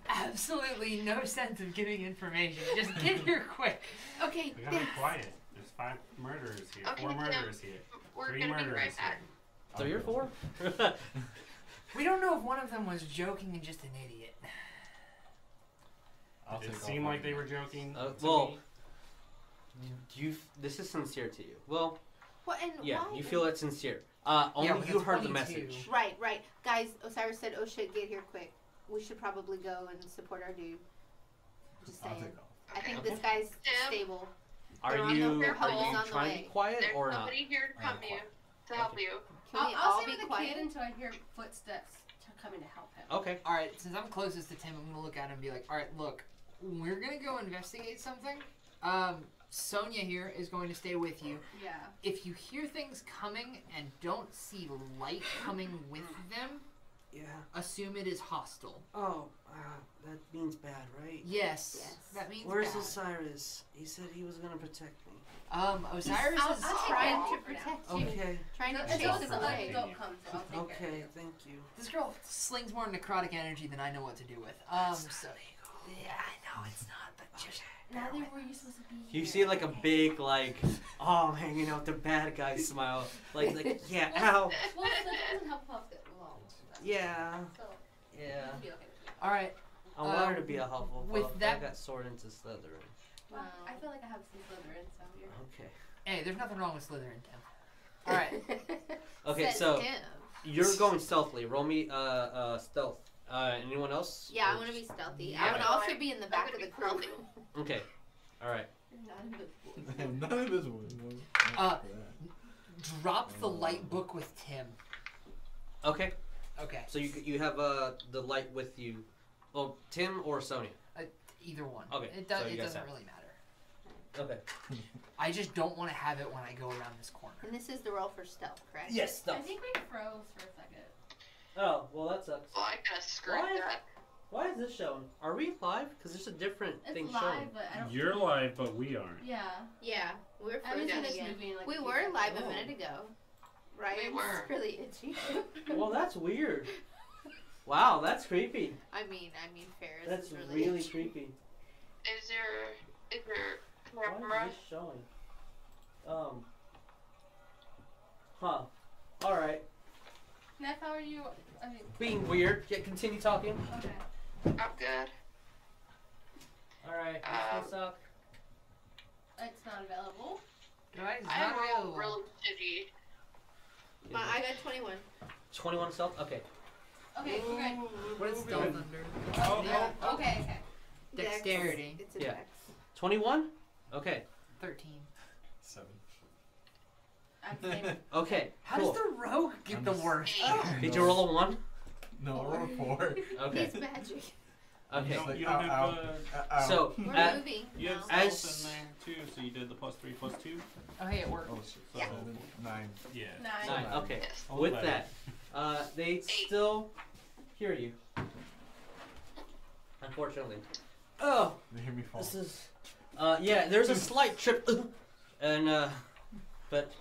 [SPEAKER 4] Absolutely no sense of giving information. Just get here quick.
[SPEAKER 8] Okay.
[SPEAKER 6] We gotta be quiet. There's five murderers here.
[SPEAKER 3] Okay,
[SPEAKER 6] Four
[SPEAKER 3] no.
[SPEAKER 6] murderers here.
[SPEAKER 3] We're
[SPEAKER 6] Three
[SPEAKER 3] gonna
[SPEAKER 6] murderers
[SPEAKER 3] be right back.
[SPEAKER 6] here.
[SPEAKER 2] Three or four?
[SPEAKER 4] We don't know if one of them was joking and just an idiot.
[SPEAKER 7] I'll
[SPEAKER 6] it
[SPEAKER 7] take all
[SPEAKER 6] seemed
[SPEAKER 7] five
[SPEAKER 6] like they were
[SPEAKER 7] minutes.
[SPEAKER 6] joking.
[SPEAKER 2] Uh,
[SPEAKER 6] to
[SPEAKER 2] well,
[SPEAKER 6] me.
[SPEAKER 2] you. This is sincere to you. Well,
[SPEAKER 8] What and
[SPEAKER 2] yeah,
[SPEAKER 8] why?
[SPEAKER 2] you feel it sincere. Uh, only
[SPEAKER 4] with
[SPEAKER 2] you
[SPEAKER 4] a
[SPEAKER 2] heard the
[SPEAKER 4] 22.
[SPEAKER 2] message.
[SPEAKER 8] Right, right. Guys, Osiris said, oh shit, get here quick. We should probably go and support our dude. Just
[SPEAKER 7] I'll
[SPEAKER 8] saying.
[SPEAKER 7] take all.
[SPEAKER 8] I think
[SPEAKER 2] Okay.
[SPEAKER 8] this guy's
[SPEAKER 3] Yeah.
[SPEAKER 8] stable.
[SPEAKER 2] Are
[SPEAKER 8] They're on the-
[SPEAKER 2] you
[SPEAKER 8] they're
[SPEAKER 2] are
[SPEAKER 8] holding
[SPEAKER 2] you
[SPEAKER 8] on the
[SPEAKER 2] trying to
[SPEAKER 8] way.
[SPEAKER 2] be quiet
[SPEAKER 3] There's
[SPEAKER 2] or not?
[SPEAKER 3] nobody here to
[SPEAKER 7] I'm
[SPEAKER 3] come you
[SPEAKER 7] quiet.
[SPEAKER 3] to help
[SPEAKER 2] Okay.
[SPEAKER 3] you.
[SPEAKER 8] Can
[SPEAKER 5] I'll,
[SPEAKER 8] we
[SPEAKER 5] I'll
[SPEAKER 8] all
[SPEAKER 5] stay
[SPEAKER 8] be
[SPEAKER 5] with the
[SPEAKER 8] quiet?
[SPEAKER 5] kid until I hear footsteps t- coming to help him.
[SPEAKER 2] Okay.
[SPEAKER 4] All right, since I'm closest to Tim, I'm gonna look at him and be like, "All right, look, we're gonna go investigate something. Um, Sonia here is going to stay with you.
[SPEAKER 5] Yeah.
[SPEAKER 4] If you hear things coming and don't see light coming with them,
[SPEAKER 2] Yeah.
[SPEAKER 4] assume it is hostile.
[SPEAKER 2] Oh, uh, that means bad, right?
[SPEAKER 4] Yes,
[SPEAKER 8] Yes.
[SPEAKER 4] that means bad.
[SPEAKER 2] Osiris? He said he was gonna protect me.
[SPEAKER 4] Um, Osiris
[SPEAKER 5] I'll-
[SPEAKER 4] is
[SPEAKER 5] I'll take
[SPEAKER 8] Trying
[SPEAKER 5] Oh,
[SPEAKER 8] to
[SPEAKER 5] for
[SPEAKER 8] protect you.
[SPEAKER 2] Okay.
[SPEAKER 8] Trying to
[SPEAKER 5] Until
[SPEAKER 8] chase
[SPEAKER 5] this
[SPEAKER 8] us
[SPEAKER 6] the
[SPEAKER 5] other
[SPEAKER 8] away.
[SPEAKER 5] adult comes, I'll take care of you.
[SPEAKER 2] Thank you.
[SPEAKER 4] This girl slings more necrotic energy than I know what to do with. Um, so yeah, I know it's not, but just
[SPEAKER 5] Neither were you supposed to be here.
[SPEAKER 2] You see like a big like, oh, I'm hanging out with the bad guy smile. Like like yeah, ow.
[SPEAKER 5] Well, so that doesn't help us get along.
[SPEAKER 2] Yeah,
[SPEAKER 5] So,
[SPEAKER 2] yeah.
[SPEAKER 5] you'll be okay.
[SPEAKER 4] all right.
[SPEAKER 2] I wanted to
[SPEAKER 4] Um,
[SPEAKER 2] be a helpful
[SPEAKER 4] with
[SPEAKER 2] fellow, but I
[SPEAKER 4] that-
[SPEAKER 2] got sword into Slytherin.
[SPEAKER 5] Well, I feel like I have some Slytherin, so you're
[SPEAKER 2] Okay.
[SPEAKER 4] Hey, there's nothing wrong with Slytherin, Tim. All right,
[SPEAKER 2] Okay,
[SPEAKER 8] Says
[SPEAKER 2] so
[SPEAKER 8] him.
[SPEAKER 2] you're going stealthily. Roll me uh uh stealth. Uh, anyone else?
[SPEAKER 8] Yeah,
[SPEAKER 2] Or
[SPEAKER 8] I want to be
[SPEAKER 2] just-
[SPEAKER 8] stealthy. I
[SPEAKER 2] Yeah.
[SPEAKER 8] would also be in the
[SPEAKER 3] I'm
[SPEAKER 8] back of
[SPEAKER 3] gonna
[SPEAKER 8] the
[SPEAKER 3] be
[SPEAKER 8] crew.
[SPEAKER 3] stealthy.
[SPEAKER 2] Okay. All right.
[SPEAKER 5] you're not invisible.
[SPEAKER 7] I'm not invisible.
[SPEAKER 4] Uh, drop the light book with Tim.
[SPEAKER 2] Okay.
[SPEAKER 4] Okay,
[SPEAKER 2] So you you have uh the light with you. Oh, Tim or Sonia.
[SPEAKER 4] either one.
[SPEAKER 2] Okay,
[SPEAKER 4] it, does,
[SPEAKER 2] so you
[SPEAKER 4] it
[SPEAKER 2] guys
[SPEAKER 4] doesn't
[SPEAKER 2] have-
[SPEAKER 4] really matter.
[SPEAKER 2] Okay.
[SPEAKER 4] I just don't want to have it when I go around this corner.
[SPEAKER 8] And this is the roll for stealth, correct?
[SPEAKER 2] Yes,
[SPEAKER 5] I
[SPEAKER 2] stealth.
[SPEAKER 5] think we froze for a second.
[SPEAKER 2] Oh, well that sucks.
[SPEAKER 3] Well, I kind of screwed
[SPEAKER 2] What?
[SPEAKER 3] that.
[SPEAKER 2] Why is this shown? Are we live? Because there's a different
[SPEAKER 5] It's
[SPEAKER 2] thing
[SPEAKER 5] live,
[SPEAKER 2] shown.
[SPEAKER 5] but I don't.
[SPEAKER 6] You're live, but we aren't.
[SPEAKER 5] Yeah.
[SPEAKER 8] Yeah, we're
[SPEAKER 5] I was in this
[SPEAKER 8] first.
[SPEAKER 5] movie. Like,
[SPEAKER 8] We
[SPEAKER 5] a
[SPEAKER 8] were
[SPEAKER 5] few-
[SPEAKER 8] live a
[SPEAKER 2] Oh.
[SPEAKER 8] minute ago, right?
[SPEAKER 3] We were.
[SPEAKER 8] It's really itchy.
[SPEAKER 2] Well, that's weird. Wow, that's creepy.
[SPEAKER 8] I mean, I mean, Ferris
[SPEAKER 2] That's
[SPEAKER 8] is really.
[SPEAKER 2] really creepy.
[SPEAKER 3] Is there is there
[SPEAKER 2] Why
[SPEAKER 3] camera?
[SPEAKER 2] is this showing? Um. Huh. All right.
[SPEAKER 5] Neff, how are you? I mean,
[SPEAKER 2] Being weird. Yeah, continue talking.
[SPEAKER 5] okay.
[SPEAKER 3] I'm good.
[SPEAKER 2] Alright, this
[SPEAKER 3] Um,
[SPEAKER 2] will suck.
[SPEAKER 5] It's not available.
[SPEAKER 4] Guys, it's
[SPEAKER 3] I
[SPEAKER 4] not
[SPEAKER 3] roll
[SPEAKER 4] available.
[SPEAKER 3] really shitty.
[SPEAKER 8] My, I got 21.
[SPEAKER 2] 21 self? Okay.
[SPEAKER 5] Okay, we're good.
[SPEAKER 4] What is
[SPEAKER 6] Moving.
[SPEAKER 4] stealth under?
[SPEAKER 6] Oh,
[SPEAKER 5] Yeah.
[SPEAKER 6] oh,
[SPEAKER 5] Okay, okay.
[SPEAKER 8] Dex.
[SPEAKER 4] Dexterity.
[SPEAKER 8] It's a
[SPEAKER 2] Yeah.
[SPEAKER 8] dex.
[SPEAKER 2] 21? Okay.
[SPEAKER 4] 13.
[SPEAKER 7] Seven.
[SPEAKER 6] Oh.
[SPEAKER 5] I'm saving.
[SPEAKER 2] Okay.
[SPEAKER 4] How
[SPEAKER 2] cool.
[SPEAKER 4] does the rogue get
[SPEAKER 7] I'm
[SPEAKER 4] the
[SPEAKER 7] just-
[SPEAKER 4] worst?
[SPEAKER 2] Did you roll a 1?
[SPEAKER 7] No, I rolled a four.
[SPEAKER 2] Okay.
[SPEAKER 8] It's magic.
[SPEAKER 7] I'm
[SPEAKER 2] Okay.
[SPEAKER 6] You
[SPEAKER 7] just
[SPEAKER 6] don't,
[SPEAKER 7] like,
[SPEAKER 6] you don't
[SPEAKER 7] ow,
[SPEAKER 6] have
[SPEAKER 7] ow.
[SPEAKER 6] the.
[SPEAKER 7] Uh,
[SPEAKER 2] So,
[SPEAKER 8] We're
[SPEAKER 2] uh,
[SPEAKER 8] moving.
[SPEAKER 6] You have
[SPEAKER 8] now.
[SPEAKER 2] I-
[SPEAKER 6] stealth
[SPEAKER 2] As-
[SPEAKER 6] in there too, so you did the plus three, plus two.
[SPEAKER 4] Oh, hey, it
[SPEAKER 2] Um,
[SPEAKER 4] worked.
[SPEAKER 7] Oh, shit.
[SPEAKER 6] Yeah.
[SPEAKER 7] Seven, nine.
[SPEAKER 6] Yeah.
[SPEAKER 5] Nine.
[SPEAKER 2] nine.
[SPEAKER 7] Nine.
[SPEAKER 2] Okay.
[SPEAKER 3] Yes.
[SPEAKER 6] All
[SPEAKER 2] With
[SPEAKER 6] better.
[SPEAKER 2] that, uh, they still hear you. Unfortunately. Oh,
[SPEAKER 7] They hear me fall.
[SPEAKER 2] this is. Uh, yeah, there's a slight trip. And, uh, but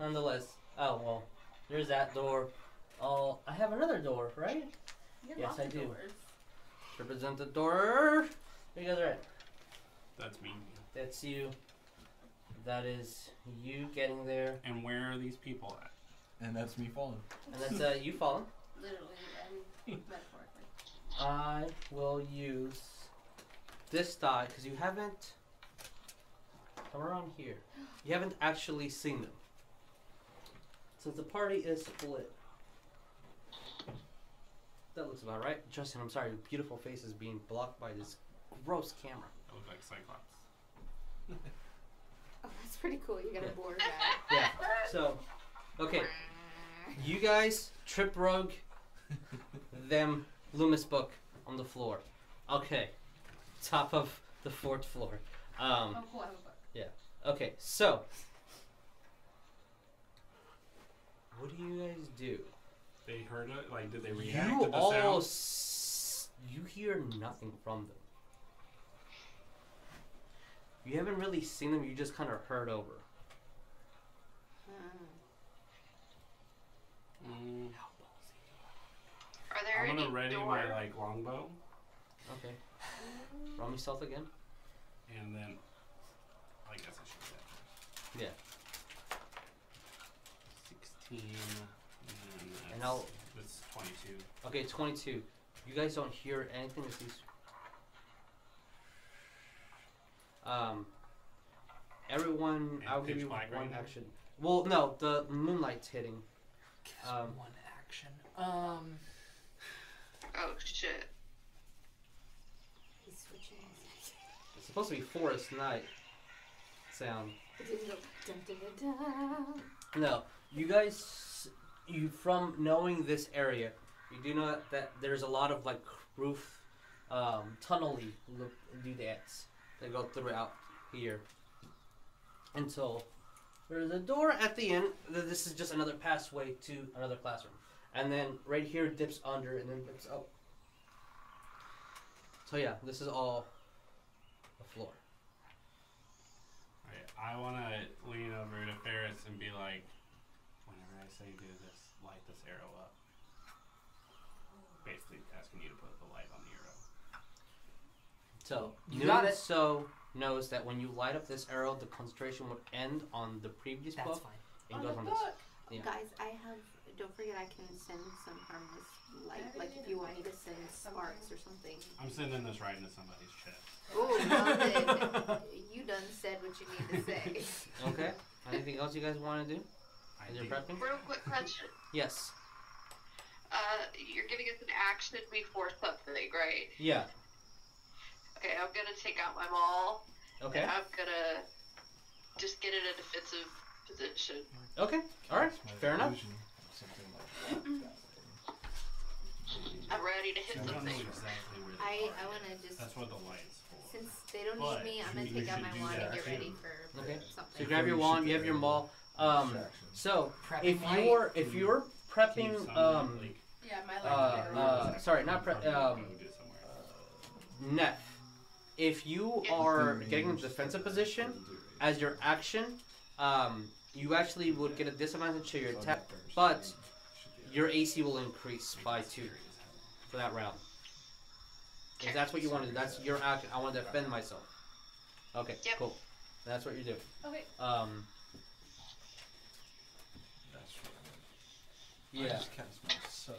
[SPEAKER 2] nonetheless. Oh, well. There's that door. Oh, I have another door, right?
[SPEAKER 5] You have
[SPEAKER 2] Yes,
[SPEAKER 5] lots
[SPEAKER 2] I
[SPEAKER 5] of
[SPEAKER 2] do.
[SPEAKER 5] doors.
[SPEAKER 2] Represent the door. You guys are at.
[SPEAKER 6] That's me.
[SPEAKER 2] That's you. That is you getting there.
[SPEAKER 6] And where are these people at?
[SPEAKER 7] And that's me falling.
[SPEAKER 2] And that's uh, you falling.
[SPEAKER 5] Literally and metaphorically.
[SPEAKER 2] I will use this die because you haven't. Come around here. You haven't actually seen them. Since the party is split. That looks about right. Justin, I'm sorry. Your beautiful face is being blocked by this gross camera.
[SPEAKER 6] I look like Cyclops.
[SPEAKER 8] Oh, that's pretty cool. You got
[SPEAKER 2] Yeah.
[SPEAKER 8] a board guy.
[SPEAKER 2] Yeah. So, okay. You guys trip rogue them Loomis book on the floor. Okay. Top of the fourth floor. Um,
[SPEAKER 5] Oh, cool. I have a book.
[SPEAKER 2] Okay, so what do you guys do?
[SPEAKER 6] They heard it. Like, did they react
[SPEAKER 2] You
[SPEAKER 6] to the
[SPEAKER 2] all
[SPEAKER 6] sound?
[SPEAKER 2] s- you hear nothing from them. You haven't really seen them. You just kind of heard over.
[SPEAKER 8] Oh,
[SPEAKER 6] Mm,
[SPEAKER 3] Are there
[SPEAKER 6] I'm gonna
[SPEAKER 3] any
[SPEAKER 6] ready
[SPEAKER 3] doors?
[SPEAKER 6] my like longbow,
[SPEAKER 2] Okay. Roll me stealth again.
[SPEAKER 6] and then I guess I should. do that.
[SPEAKER 2] Yeah.
[SPEAKER 6] Sixteen. And, that's,
[SPEAKER 2] And I'll-
[SPEAKER 6] That's twenty-two.
[SPEAKER 2] Okay, 22. You guys don't hear anything as these. Um. Everyone,
[SPEAKER 6] And
[SPEAKER 2] I'll give
[SPEAKER 6] pitch
[SPEAKER 2] you one
[SPEAKER 6] black right now?
[SPEAKER 2] action. Well, no, the moonlight's hitting.
[SPEAKER 4] Guess
[SPEAKER 2] Um,
[SPEAKER 4] one action. Um,
[SPEAKER 3] Oh shit.
[SPEAKER 8] He's switching.
[SPEAKER 2] It's supposed to be forest night sound.
[SPEAKER 8] It didn't go dun dun dun dun.
[SPEAKER 2] No, you guys, you from knowing this area, you do know that there's a lot of like roof, um, tunnely look doodads that go throughout here. And so there's a door at the end. th- This is just another passway to another classroom, and then right here dips under and then dips up. So yeah, this is all the floor.
[SPEAKER 6] Alright, I want to lean over to Ferris and be like, whenever I say do this, light this arrow up. Basically asking you to put the light on the arrow.
[SPEAKER 2] So
[SPEAKER 4] You got it.
[SPEAKER 2] So knows that when you light up this arrow, the concentration would end on the previous
[SPEAKER 4] that's
[SPEAKER 2] book
[SPEAKER 4] fine.
[SPEAKER 2] and
[SPEAKER 5] On
[SPEAKER 2] goes
[SPEAKER 5] the
[SPEAKER 2] on this.
[SPEAKER 5] book.
[SPEAKER 2] Yeah.
[SPEAKER 8] Guys, I have. Don't forget, I can send some harmless light. Like if you want me to send sparks or something.
[SPEAKER 6] I'm sending this right into somebody's chest.
[SPEAKER 8] Oh, well then, you done said what you need to say.
[SPEAKER 2] Okay. Anything else you guys want to do?
[SPEAKER 6] I
[SPEAKER 2] Is there prepping?
[SPEAKER 6] think-
[SPEAKER 3] Real quick question.
[SPEAKER 2] Yes.
[SPEAKER 3] Uh, you're giving us an action before something, right?
[SPEAKER 2] Yeah.
[SPEAKER 3] Okay, I'm gonna take out my maul.
[SPEAKER 2] Okay.
[SPEAKER 3] I'm gonna just get in a defensive position.
[SPEAKER 2] Okay. All right.
[SPEAKER 7] That's my
[SPEAKER 2] Fair enough.
[SPEAKER 7] illusion of something like that.
[SPEAKER 3] I'm ready to hit
[SPEAKER 6] I don't know
[SPEAKER 3] something.
[SPEAKER 6] exactly where the
[SPEAKER 8] I
[SPEAKER 6] light
[SPEAKER 8] I
[SPEAKER 6] is.
[SPEAKER 8] want to just
[SPEAKER 6] That's what the light is for.
[SPEAKER 8] since they don't
[SPEAKER 6] But
[SPEAKER 8] need me, I'm gonna
[SPEAKER 6] we
[SPEAKER 8] take out
[SPEAKER 6] should
[SPEAKER 8] my
[SPEAKER 6] do
[SPEAKER 8] wand and
[SPEAKER 6] that
[SPEAKER 8] get ready
[SPEAKER 6] too.
[SPEAKER 8] for
[SPEAKER 2] Okay. So you
[SPEAKER 8] something.
[SPEAKER 2] grab your
[SPEAKER 7] you shoot
[SPEAKER 2] wand.
[SPEAKER 7] the
[SPEAKER 2] You have your
[SPEAKER 7] arrow.
[SPEAKER 2] maul. Um.
[SPEAKER 7] Distraction.
[SPEAKER 2] So
[SPEAKER 4] Prepping
[SPEAKER 2] if
[SPEAKER 4] light.
[SPEAKER 2] you're if you're
[SPEAKER 6] Can you
[SPEAKER 2] prepping
[SPEAKER 6] summon,
[SPEAKER 2] um
[SPEAKER 6] like,
[SPEAKER 5] Yeah, my
[SPEAKER 2] uh,
[SPEAKER 5] life.
[SPEAKER 6] arrow
[SPEAKER 2] uh
[SPEAKER 6] is
[SPEAKER 2] sorry not pre-
[SPEAKER 6] actually
[SPEAKER 2] um
[SPEAKER 6] loaded somewhere?
[SPEAKER 2] Neff, if you are getting into defensive position, as your action, um, you actually would get a disadvantage to your attack, but your AC will increase by two for that round. If that's what you want to do, that's your action. I want to defend myself. Okay,
[SPEAKER 3] Yep.
[SPEAKER 2] cool. That's what you Um, do.
[SPEAKER 5] Okay.
[SPEAKER 2] Um,
[SPEAKER 7] I
[SPEAKER 2] Yeah.
[SPEAKER 7] just cast my so.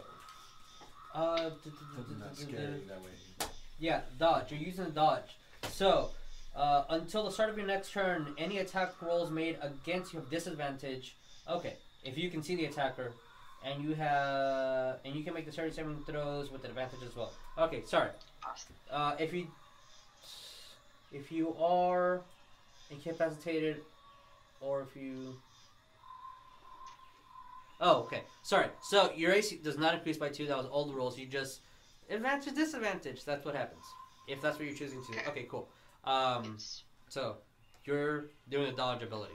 [SPEAKER 2] Uh, d- d- d- d-
[SPEAKER 7] Something that's
[SPEAKER 2] d- d-
[SPEAKER 7] scary
[SPEAKER 2] d-
[SPEAKER 7] that way.
[SPEAKER 2] yeah, dodge. You're using the dodge. So, uh, until the start of your next turn, any attack rolls made against you have disadvantage. Okay, if you can see the attacker, and you have, and you can make the starting seven throws with advantage as well. Okay, sorry. Uh, if you, if you are incapacitated, or if you. Oh, okay. Sorry. So your AC does not increase by two. That was all the rolls. You just advantage disadvantage. That's what happens. If that's what you're choosing to. do. Okay, cool. Um, so you're doing a dodge ability.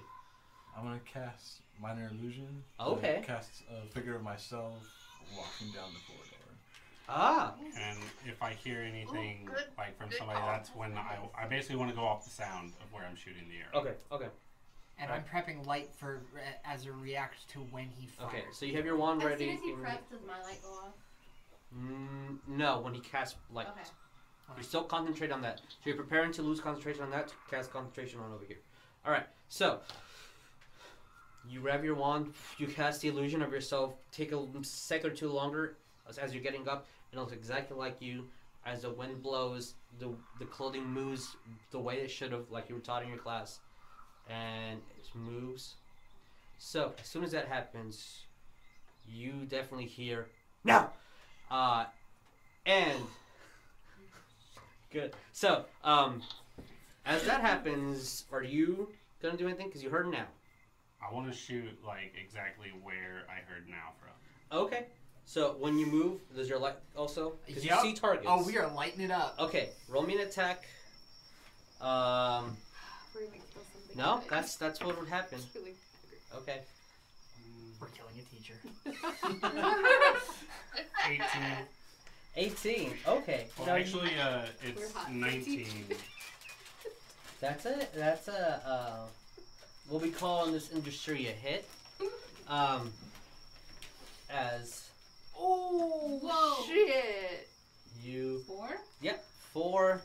[SPEAKER 7] I'm gonna cast minor illusion.
[SPEAKER 2] Okay.
[SPEAKER 7] I'm gonna Cast a figure of myself walking down the corridor.
[SPEAKER 2] Ah.
[SPEAKER 6] And if I hear anything
[SPEAKER 3] good-
[SPEAKER 6] like from
[SPEAKER 3] good
[SPEAKER 6] somebody,
[SPEAKER 3] call.
[SPEAKER 6] that's when I I basically want to go off the sound of where I'm shooting the arrow.
[SPEAKER 2] Okay. Okay.
[SPEAKER 4] And I'm prepping light for uh, as a react to when he fires.
[SPEAKER 2] Okay. So you have your wand
[SPEAKER 5] As
[SPEAKER 2] ready.
[SPEAKER 5] soon as he
[SPEAKER 2] in-
[SPEAKER 5] preps, does my light go off?
[SPEAKER 2] Mm, no, when he casts light.
[SPEAKER 5] Okay.
[SPEAKER 2] You still concentrate on that. So you're preparing to lose concentration on that to cast concentration on over here. Alright, so you grab your wand, you cast the illusion of yourself, take a second or two longer as, as you're getting up, and it looks exactly like you. As the wind blows, the the clothing moves the way it should have, like you were taught in your class. And it moves. So as soon as that happens, you definitely hear now. Uh, and Good. So, um, as that happens, are you gonna do anything? Cause you heard now.
[SPEAKER 6] I want to shoot like exactly where I heard now from.
[SPEAKER 2] Okay. So when you move, does your light also? Because
[SPEAKER 4] Yup.
[SPEAKER 2] you see targets.
[SPEAKER 4] Oh, we are lighting it up.
[SPEAKER 2] Okay. Roll me an attack. Um,
[SPEAKER 8] We're gonna kill something.
[SPEAKER 2] no,
[SPEAKER 8] today.
[SPEAKER 2] that's that's what would happen.
[SPEAKER 8] Killing
[SPEAKER 2] Okay.
[SPEAKER 4] We're killing a teacher.
[SPEAKER 8] tiger.
[SPEAKER 6] 18.
[SPEAKER 2] Eighteen. Okay.
[SPEAKER 6] Well,
[SPEAKER 2] Now you-
[SPEAKER 6] actually, uh, it's
[SPEAKER 8] We're hot.
[SPEAKER 6] 19.
[SPEAKER 2] That's a that's a uh, what we call in this industry a hit. Um, as
[SPEAKER 4] Oh,
[SPEAKER 8] Whoa. Shit.
[SPEAKER 2] you
[SPEAKER 5] Four?
[SPEAKER 2] yep four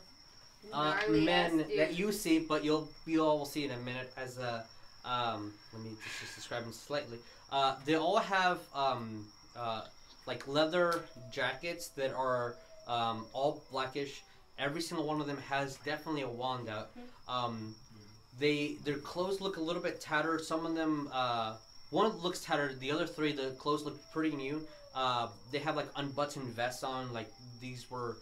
[SPEAKER 2] uh,
[SPEAKER 8] Gnarly ass
[SPEAKER 2] men
[SPEAKER 8] dude.
[SPEAKER 2] that you see, but you'll you all will see in a minute as a um, let me just, just describe them slightly. Uh, they all have um, uh, like leather jackets that are um, all blackish. Every single one of them has definitely a wand out. Um, they their clothes look a little bit tattered. Some of them uh, one looks tattered. The other three, the clothes look pretty new. Uh, they have like unbuttoned vests on. Like these were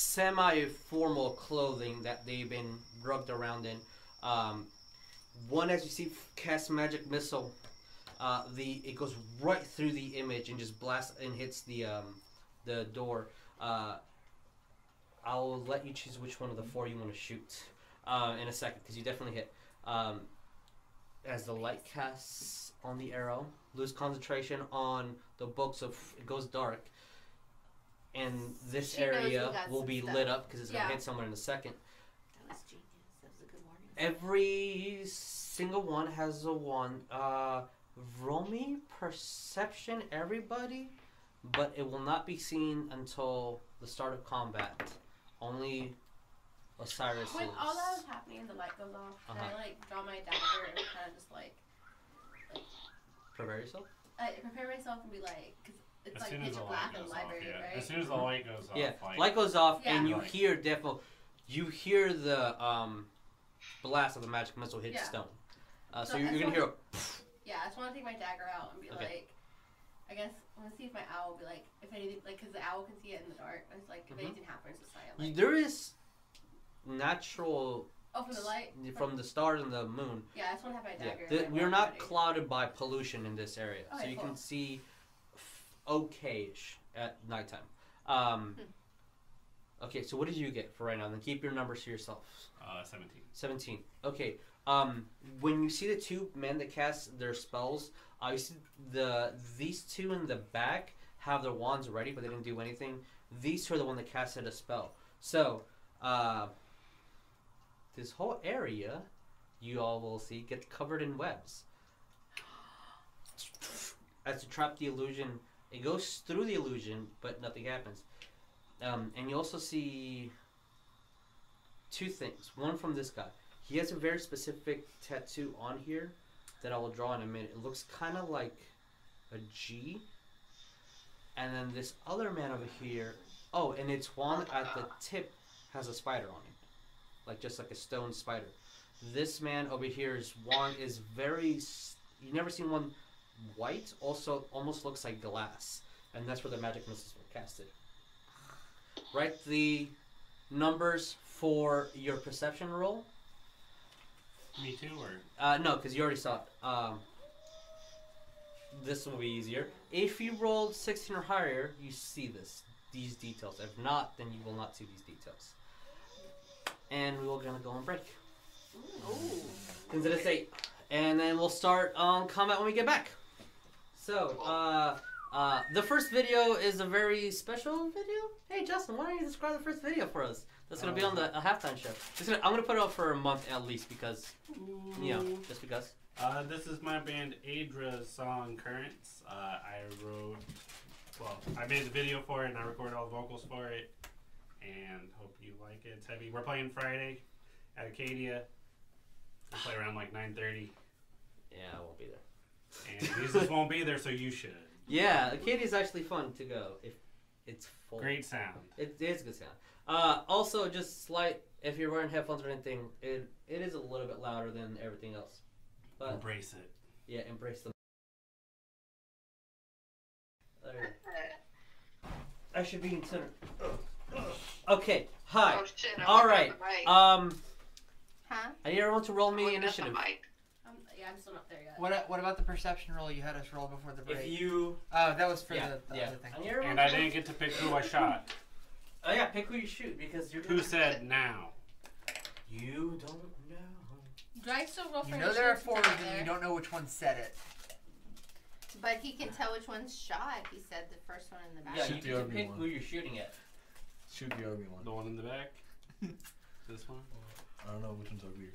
[SPEAKER 2] semi-formal clothing that they've been rubbed around in. Um, one, as you see, f- casts magic missile. Uh, the it goes right through the image and just blasts and hits the um, the door. Uh, I'll let you choose which one of the four you want to shoot uh, in a second because you definitely hit. Um, as the light casts on the arrow, lose concentration on the book, so f- it goes dark. And this
[SPEAKER 8] She knows we
[SPEAKER 2] area
[SPEAKER 8] got
[SPEAKER 2] will
[SPEAKER 8] some
[SPEAKER 2] be
[SPEAKER 8] stuff.
[SPEAKER 2] lit up because it's
[SPEAKER 5] Yeah.
[SPEAKER 2] gonna hit someone in a second.
[SPEAKER 8] That was genius. That was a good warning.
[SPEAKER 2] Every single one has a one. Uh, roll me perception, everybody, but it will not be seen until the start of combat. Only Osiris.
[SPEAKER 5] When all
[SPEAKER 2] is-
[SPEAKER 5] that was happening and the light goes off, and I
[SPEAKER 2] Uh-huh.
[SPEAKER 5] like draw my dagger and kind of just like
[SPEAKER 2] Prepare yourself.
[SPEAKER 5] I prepare myself and be like, because it's
[SPEAKER 6] As
[SPEAKER 5] like
[SPEAKER 6] soon as
[SPEAKER 5] pitch
[SPEAKER 6] the light
[SPEAKER 5] black in
[SPEAKER 6] goes
[SPEAKER 5] the
[SPEAKER 6] off,
[SPEAKER 5] library,
[SPEAKER 6] yeah.
[SPEAKER 5] right?
[SPEAKER 6] As soon as the light goes off,
[SPEAKER 2] yeah,
[SPEAKER 6] like,
[SPEAKER 2] light goes off,
[SPEAKER 5] Yeah.
[SPEAKER 2] and you
[SPEAKER 6] Oh, Right.
[SPEAKER 2] hear defo. You hear the um, blast of the magic missile hit
[SPEAKER 5] Yeah.
[SPEAKER 2] stone. Uh, so
[SPEAKER 5] So
[SPEAKER 2] you're,
[SPEAKER 5] I
[SPEAKER 2] you're gonna
[SPEAKER 5] just
[SPEAKER 2] hear. A,
[SPEAKER 5] Yeah, I just want to take my dagger out and be
[SPEAKER 2] Okay.
[SPEAKER 5] like, I guess I want to see if my owl will be like, if anything, like, because the owl can see it in the dark. And it's like, if
[SPEAKER 6] Mm-hmm.
[SPEAKER 2] Mhm.
[SPEAKER 5] anything happens, it's silent.
[SPEAKER 2] you- there is natural
[SPEAKER 5] oh, from the light?
[SPEAKER 2] from the stars and the moon.
[SPEAKER 5] Yeah, I Oh, just want to have my
[SPEAKER 2] Yeah,
[SPEAKER 5] dagger.
[SPEAKER 2] the-
[SPEAKER 5] and my
[SPEAKER 2] we're
[SPEAKER 5] wand
[SPEAKER 2] not
[SPEAKER 5] ready.
[SPEAKER 2] clouded by pollution in this area, so
[SPEAKER 5] Okay,
[SPEAKER 2] you
[SPEAKER 5] cool.
[SPEAKER 2] can see f- okay-ish at nighttime. Um,
[SPEAKER 5] Hmm.
[SPEAKER 2] okay, so what did you get for right now? Then keep your numbers to yourself.
[SPEAKER 6] uh, 17.
[SPEAKER 2] Seventeen. Okay. Um, when you see the two men that cast their spells, uh, you see the these two in the back have their wands ready, but they didn't do anything. These two are the one that casted a spell. So, uh, this whole area, you all will see, get covered in webs. As to trap the illusion, it goes through the illusion, but nothing happens. Um, and you also see two things. One from this guy. He has a very specific tattoo on here that I will draw in a minute. It looks kind of like a G, and then this other man over here. Oh, and it's one at the tip has a spider on it, like just like a stone spider. This man over here is one is very. s- You never seen one white. Also, almost looks like glass, and that's where the magic missiles were casted. Write the numbers for your perception roll.
[SPEAKER 6] Me too, or
[SPEAKER 2] Uh, no, because you already saw it. Um, this one will be easier. If you rolled 16 or higher, you see this, these details. If not, then you will not see these details. And we will gonna go on break. Things at eight, and then we'll start on combat when we get back. So, uh, uh, the first video is a very special video. Hey, Justin, why don't you describe the first video for us? That's gonna be on the uh, halftime show. It's gonna, I'm gonna put it up for a month at least because you know, just because.
[SPEAKER 6] Uh, this is my band Adra's song Currents. Uh, I wrote, well, I made the video for it and I recorded all the vocals for it. And hope you like it. It's heavy. We're playing Friday at Acadia. We play around like 9.30.
[SPEAKER 2] Yeah, I won't be there.
[SPEAKER 6] And Jesus won't be there, so you should.
[SPEAKER 2] Yeah, Acadia's actually fun to go if it's full.
[SPEAKER 6] Great sound.
[SPEAKER 2] It, it is a good sound. Uh, also, just slight, if you're wearing headphones or anything, it, it is a little bit louder than everything else. But
[SPEAKER 6] Embrace it.
[SPEAKER 2] yeah, embrace them. There you go. I should be in center. Okay, hi.
[SPEAKER 3] Oh shit! I
[SPEAKER 2] All
[SPEAKER 3] forgot
[SPEAKER 2] right.
[SPEAKER 3] the mic.
[SPEAKER 2] Um,
[SPEAKER 8] Huh?
[SPEAKER 2] I need everyone to roll
[SPEAKER 3] I
[SPEAKER 2] me
[SPEAKER 3] forgot the
[SPEAKER 2] initiative.
[SPEAKER 3] mic.
[SPEAKER 5] I'm, yeah, I'm still not there yet.
[SPEAKER 4] What, what about the perception roll you had us roll before the
[SPEAKER 2] If
[SPEAKER 4] break?
[SPEAKER 2] you,
[SPEAKER 4] oh, that was for
[SPEAKER 2] yeah,
[SPEAKER 4] the, the
[SPEAKER 2] yeah.
[SPEAKER 4] other thing.
[SPEAKER 2] I need everyone
[SPEAKER 6] And I
[SPEAKER 2] to-
[SPEAKER 6] didn't get to pick who I shot.
[SPEAKER 2] Oh yeah, pick who you shoot because you're.
[SPEAKER 6] Who said now?
[SPEAKER 2] You don't know.
[SPEAKER 9] Do I still roll for
[SPEAKER 4] You know there are
[SPEAKER 9] initiative
[SPEAKER 4] four
[SPEAKER 9] to
[SPEAKER 4] of
[SPEAKER 9] get
[SPEAKER 4] you,
[SPEAKER 9] there?
[SPEAKER 4] you don't know which one said it.
[SPEAKER 8] But he can tell which one's shot. He said the first one in the back.
[SPEAKER 2] Yeah,
[SPEAKER 7] Shoot
[SPEAKER 2] you get
[SPEAKER 7] the
[SPEAKER 2] to
[SPEAKER 7] ugly
[SPEAKER 2] pick
[SPEAKER 7] one.
[SPEAKER 2] who you're shooting at.
[SPEAKER 7] Shoot the ugly one.
[SPEAKER 6] The one in the back? this one?
[SPEAKER 7] I don't know which one's uglier.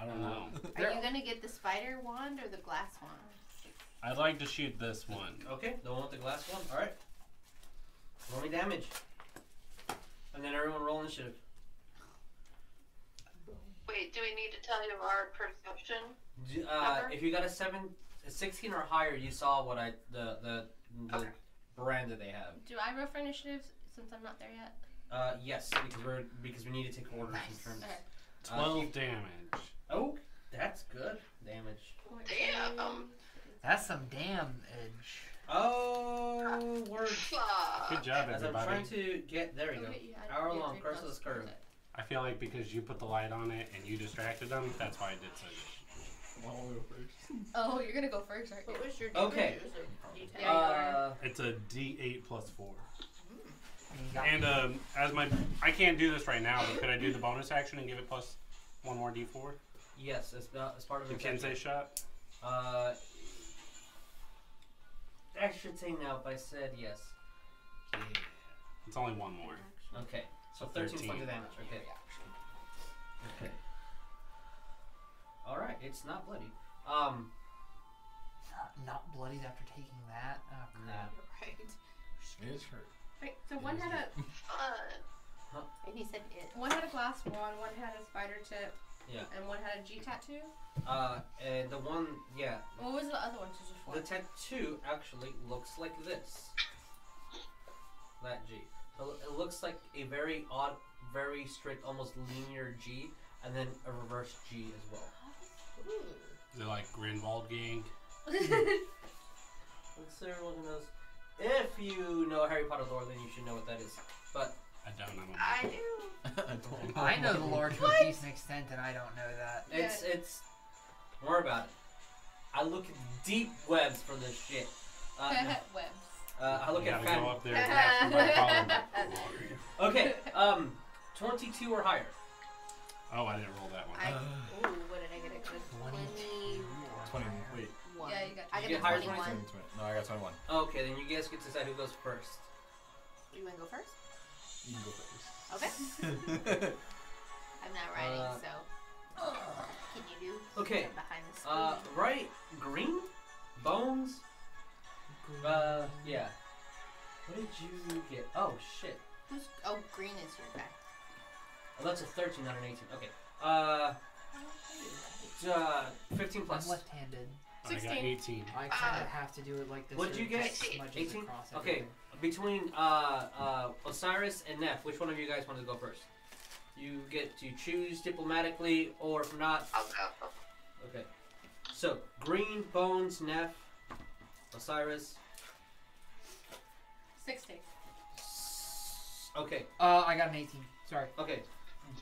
[SPEAKER 6] I don't know.
[SPEAKER 8] Are you gonna get the spider wand or the glass wand?
[SPEAKER 6] I'd like to shoot this one.
[SPEAKER 2] Okay, the one with the glass one. All right. Roll me damage. And then everyone roll initiative.
[SPEAKER 3] Wait, do we need to tell you our perception?
[SPEAKER 2] D- Uh,
[SPEAKER 3] Pepper?
[SPEAKER 2] if you got a seven, a sixteen or higher, you saw what I the the, the
[SPEAKER 3] Okay.
[SPEAKER 2] brand that they have.
[SPEAKER 5] Do I roll for initiative since I'm not there yet?
[SPEAKER 2] Uh, yes, because we're because we need to take orders and turns.
[SPEAKER 5] Okay.
[SPEAKER 2] Uh,
[SPEAKER 6] 12 damage.
[SPEAKER 2] oh, that's good damage.
[SPEAKER 3] Damn.
[SPEAKER 4] That's some damn edge.
[SPEAKER 2] Oh, word.
[SPEAKER 6] Good
[SPEAKER 3] Fuck.
[SPEAKER 6] job,
[SPEAKER 2] As I'm trying
[SPEAKER 6] everybody.
[SPEAKER 2] to get there, Oh, you go.
[SPEAKER 5] Okay, yeah,
[SPEAKER 2] Hour
[SPEAKER 5] yeah,
[SPEAKER 2] long,
[SPEAKER 5] three
[SPEAKER 2] curse of
[SPEAKER 5] plus.
[SPEAKER 2] the scourge.
[SPEAKER 6] I feel like because you put the light on it and you distracted them, that's why I did so good.
[SPEAKER 9] Oh, you're gonna go first, aren't you?
[SPEAKER 8] What was your
[SPEAKER 2] Okay.
[SPEAKER 8] D10?
[SPEAKER 9] Yeah, you are.
[SPEAKER 2] Uh,
[SPEAKER 6] It's a D8 plus 4.
[SPEAKER 4] And you got
[SPEAKER 6] And
[SPEAKER 2] uh,
[SPEAKER 6] um, as my. I can't do this right now, but could I do the bonus action and give it plus one more D4?
[SPEAKER 2] yes, as, uh, as part of
[SPEAKER 6] The
[SPEAKER 2] the
[SPEAKER 6] Kensei shot?
[SPEAKER 2] Uh, I should say no, but I said yes.
[SPEAKER 6] Yeah. It's only one more.
[SPEAKER 2] Okay, so
[SPEAKER 6] So
[SPEAKER 2] 13 points
[SPEAKER 6] 13.
[SPEAKER 2] of damage. Okay. Okay. All right, it's not bloody. Um,
[SPEAKER 4] not, uh, not bloodied after taking that. Oh,
[SPEAKER 2] nah.
[SPEAKER 4] crap.
[SPEAKER 8] Right.
[SPEAKER 7] It is hurt.
[SPEAKER 9] Right, so one had a
[SPEAKER 3] Fuck.
[SPEAKER 8] And he said it.
[SPEAKER 9] one had a glass wand, one had a spider tip,
[SPEAKER 2] Yeah.
[SPEAKER 9] and one had a G tattoo.
[SPEAKER 2] Uh, and the one, yeah,
[SPEAKER 9] What was the other one? Just
[SPEAKER 2] the
[SPEAKER 9] one.
[SPEAKER 2] tattoo actually looks like this. That G. So it looks like a very odd, very straight, almost linear G, and then a reverse G as well.
[SPEAKER 6] Is it like Grinwald gang?
[SPEAKER 2] Let's see, everyone who knows. If you know Harry Potter lore, then you should know what that is. But
[SPEAKER 6] I don't know.
[SPEAKER 3] I do.
[SPEAKER 7] I don't
[SPEAKER 4] I know the lore to a decent extent, and I don't know that.
[SPEAKER 2] It's it's. Don't worry about it. I look at deep webs for this shit. Uh, no.
[SPEAKER 9] Webs.
[SPEAKER 2] uh, I look
[SPEAKER 6] You
[SPEAKER 2] at
[SPEAKER 6] gotta go
[SPEAKER 2] fan.
[SPEAKER 6] up there and ask them by calling them.
[SPEAKER 2] Okay, um, twenty-two or higher.
[SPEAKER 6] Oh, I didn't roll that one.
[SPEAKER 8] I, ooh, what did I get? A good 21.
[SPEAKER 7] Uh, Twenty. Wait.
[SPEAKER 9] Yeah, you got-
[SPEAKER 8] I
[SPEAKER 2] You
[SPEAKER 8] got
[SPEAKER 2] get
[SPEAKER 8] a
[SPEAKER 2] higher
[SPEAKER 8] 21.
[SPEAKER 2] than
[SPEAKER 7] Twenty. No, I got twenty-one.
[SPEAKER 2] Okay, then you guys get to decide who goes first.
[SPEAKER 8] You wanna go first?
[SPEAKER 7] You can
[SPEAKER 8] Okay.
[SPEAKER 7] go first. Okay.
[SPEAKER 8] I'm not writing,
[SPEAKER 2] Uh,
[SPEAKER 8] so. Can you do?
[SPEAKER 2] Okay,
[SPEAKER 8] something Behind the screen.
[SPEAKER 2] Uh, right, green, bones. Uh, yeah. What did you get? Oh shit.
[SPEAKER 8] Who's, oh, green is your guy.
[SPEAKER 2] Oh, that's a thirteen, not an eighteen. Okay. Uh, uh fifteen
[SPEAKER 4] I'm
[SPEAKER 2] plus.
[SPEAKER 4] left-handed.
[SPEAKER 6] I got
[SPEAKER 9] 16.
[SPEAKER 6] 18.
[SPEAKER 4] I kind
[SPEAKER 3] Uh,
[SPEAKER 4] of have to do it like this.
[SPEAKER 2] what'd
[SPEAKER 4] or
[SPEAKER 2] you
[SPEAKER 4] it
[SPEAKER 2] get?
[SPEAKER 4] just smudges
[SPEAKER 2] 18?
[SPEAKER 4] across
[SPEAKER 2] Okay.
[SPEAKER 4] everything.
[SPEAKER 2] Between uh, uh, Osiris and Neff, which one of you guys want to go first? You get to choose diplomatically, or if not,
[SPEAKER 3] I'll go.
[SPEAKER 2] okay. So Green, Bones, Neff, Osiris.
[SPEAKER 9] 16.
[SPEAKER 2] S- Okay,
[SPEAKER 4] Uh, I got an 18. Sorry.
[SPEAKER 2] okay.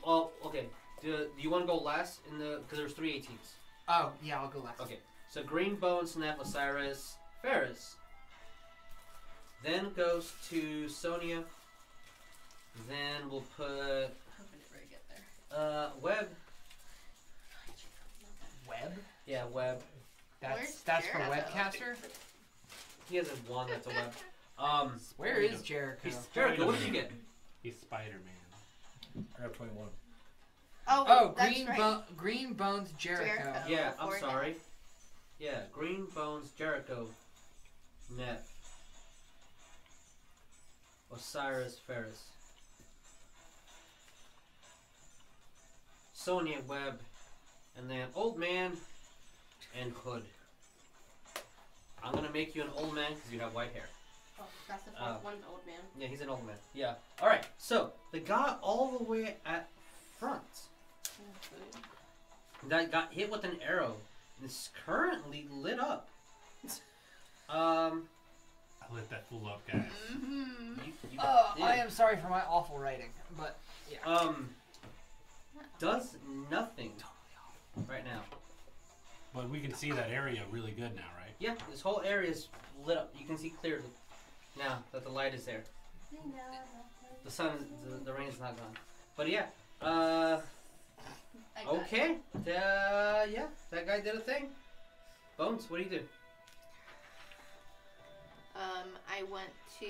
[SPEAKER 2] Well, okay. Do, do you want to go last in the? Because there's three 18s.
[SPEAKER 4] Oh, yeah, I'll go last.
[SPEAKER 2] Okay, so Green Bones, Neff, Osiris, Ferris. Then goes to Sonia. Then we'll put
[SPEAKER 9] Hope I never get there.
[SPEAKER 2] uh, Web.
[SPEAKER 4] Web?
[SPEAKER 2] Yeah, Web.
[SPEAKER 4] That's
[SPEAKER 8] Where's
[SPEAKER 4] that's for
[SPEAKER 8] Jericho?
[SPEAKER 4] webcaster?
[SPEAKER 2] He has a one that's a Web. Um,
[SPEAKER 4] Where is Jericho?
[SPEAKER 2] he's, Jericho, what did you get?
[SPEAKER 6] He's Spider Man.
[SPEAKER 7] I got 21.
[SPEAKER 8] Oh,
[SPEAKER 4] Oh,
[SPEAKER 8] that's
[SPEAKER 4] Green,
[SPEAKER 8] right.
[SPEAKER 4] Bo- Green Bones Jericho.
[SPEAKER 8] Jericho.
[SPEAKER 2] Yeah,
[SPEAKER 8] Four
[SPEAKER 2] I'm
[SPEAKER 8] Neffs.
[SPEAKER 2] sorry. Yeah, Green Bones, Jericho, Neff, Osiris, Ferris, Sonia Webb, and then Old Man and Hood. I'm gonna make you an old man because you have white hair.
[SPEAKER 5] Oh, that's the
[SPEAKER 2] Oh.
[SPEAKER 5] fourth one's old man.
[SPEAKER 2] Yeah, he's an old man. Yeah. All right. So the guy all the way at front that got hit with an arrow and is currently lit up. Um,
[SPEAKER 6] I lit that fool up, guys.
[SPEAKER 2] you, you,
[SPEAKER 4] Oh,
[SPEAKER 2] yeah.
[SPEAKER 4] I am sorry for my awful writing, but yeah.
[SPEAKER 2] Um, does nothing right now.
[SPEAKER 6] But we can see that area really good now, right?
[SPEAKER 2] Yeah, this whole area is lit up. You can see clearly now that the light is there. The sun, is, the, the rain is not gone. But yeah. Uh,
[SPEAKER 5] I got it.
[SPEAKER 2] okay. Uh, yeah, that guy did a thing. Bones, what do you do?
[SPEAKER 8] Um, I want to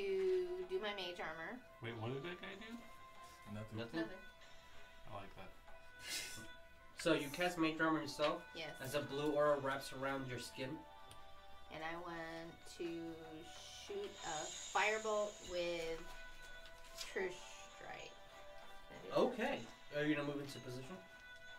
[SPEAKER 8] do my mage armor.
[SPEAKER 6] Wait, what did that guy do?
[SPEAKER 7] Nothing.
[SPEAKER 2] Nothing.
[SPEAKER 6] I like that.
[SPEAKER 2] So you cast Mage Armor yourself
[SPEAKER 8] Yes.
[SPEAKER 2] as a blue aura wraps around your skin.
[SPEAKER 8] And I want to shoot a firebolt with True Strike. Can I do that?
[SPEAKER 2] Okay. Are you gonna move into position?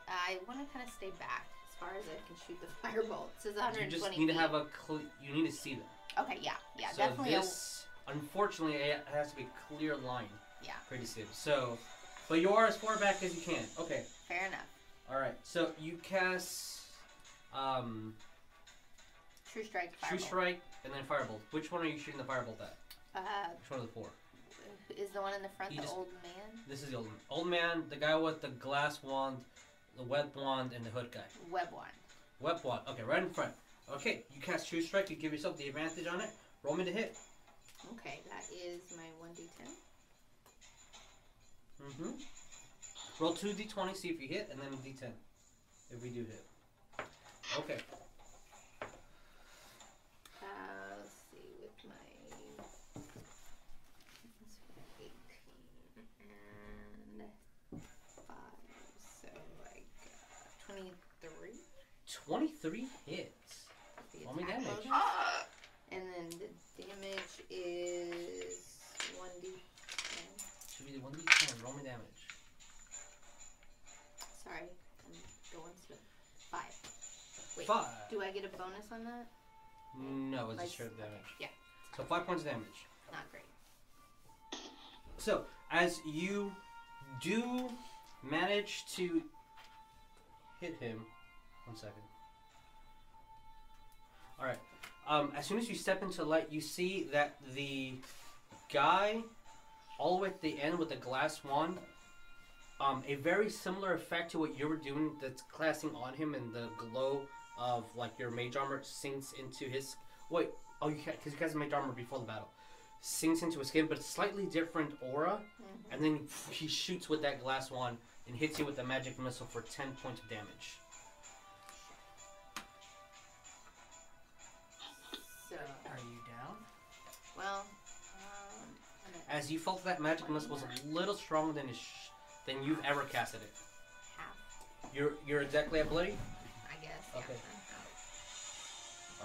[SPEAKER 8] I want to kind of stay back as far as I can shoot the firebolt. This is
[SPEAKER 2] You
[SPEAKER 8] 120
[SPEAKER 2] just need to
[SPEAKER 8] feet.
[SPEAKER 2] have a. Cle- you need to see them.
[SPEAKER 8] okay, yeah, yeah,
[SPEAKER 2] so
[SPEAKER 8] definitely. a-
[SPEAKER 2] This, unfortunately, it has to be clear line.
[SPEAKER 8] Yeah.
[SPEAKER 2] Pretty soon. So, but you are as far back as you can. Okay.
[SPEAKER 8] fair enough.
[SPEAKER 2] All right. So you cast, um,
[SPEAKER 8] True Strike
[SPEAKER 2] True
[SPEAKER 8] firebolt.
[SPEAKER 2] Strike and then Firebolt. Which one are you shooting the Firebolt at?
[SPEAKER 8] Uh,
[SPEAKER 2] Which one of the four?
[SPEAKER 8] is the one in the front
[SPEAKER 2] You
[SPEAKER 8] the
[SPEAKER 2] just-
[SPEAKER 8] old man?
[SPEAKER 2] This is the old man. Old man, the guy with the glass wand, the web wand, and the hood guy.
[SPEAKER 8] Web one.
[SPEAKER 2] Web wand. Okay, right in front. Okay, you cast True Strike. You give yourself the advantage on it. Roll me to hit.
[SPEAKER 8] Okay, that is my 1d10.
[SPEAKER 2] Mm-hmm. Roll two d20, see if you hit, and then a d10 if we do hit. Okay.
[SPEAKER 8] Uh, let's see, with my. That's for 18 and 5, so uh, I got 23.
[SPEAKER 2] 23 hits.
[SPEAKER 8] The
[SPEAKER 2] Roll me
[SPEAKER 8] attack
[SPEAKER 2] damage.
[SPEAKER 8] bonus.
[SPEAKER 3] Uh,
[SPEAKER 8] And then the damage is 1d10.
[SPEAKER 2] Should be the 1d10. Roll me damage.
[SPEAKER 8] Sorry, I'm going slow. 5. Wait,
[SPEAKER 2] Five.
[SPEAKER 8] do I get a bonus on that?
[SPEAKER 2] No, it's
[SPEAKER 8] Like-
[SPEAKER 2] just straight damage.
[SPEAKER 8] yeah.
[SPEAKER 2] So 5 points of damage.
[SPEAKER 8] Not great.
[SPEAKER 2] So, as you do manage to hit him. One second. Alright. Um, as soon as you step into the light, you see that the guy, all the way at the end with the glass wand, um, a very similar effect to what you were doing that's classing on him, and the glow of like your mage armor sinks into his. Wait, oh, you because you guys mage armor before the battle, sinks into his skin, but it's slightly different aura,
[SPEAKER 8] Mm-hmm.
[SPEAKER 2] and then he shoots with that glass wand and hits you with a magic missile for ten points of damage.
[SPEAKER 8] So,
[SPEAKER 4] Are you down?
[SPEAKER 8] well, um, I'm at
[SPEAKER 2] As you felt that magic missile was a little stronger than it sh- than you've ever casted it.
[SPEAKER 8] half,
[SPEAKER 2] You're you're exactly at bloody.
[SPEAKER 8] I guess.
[SPEAKER 2] Okay.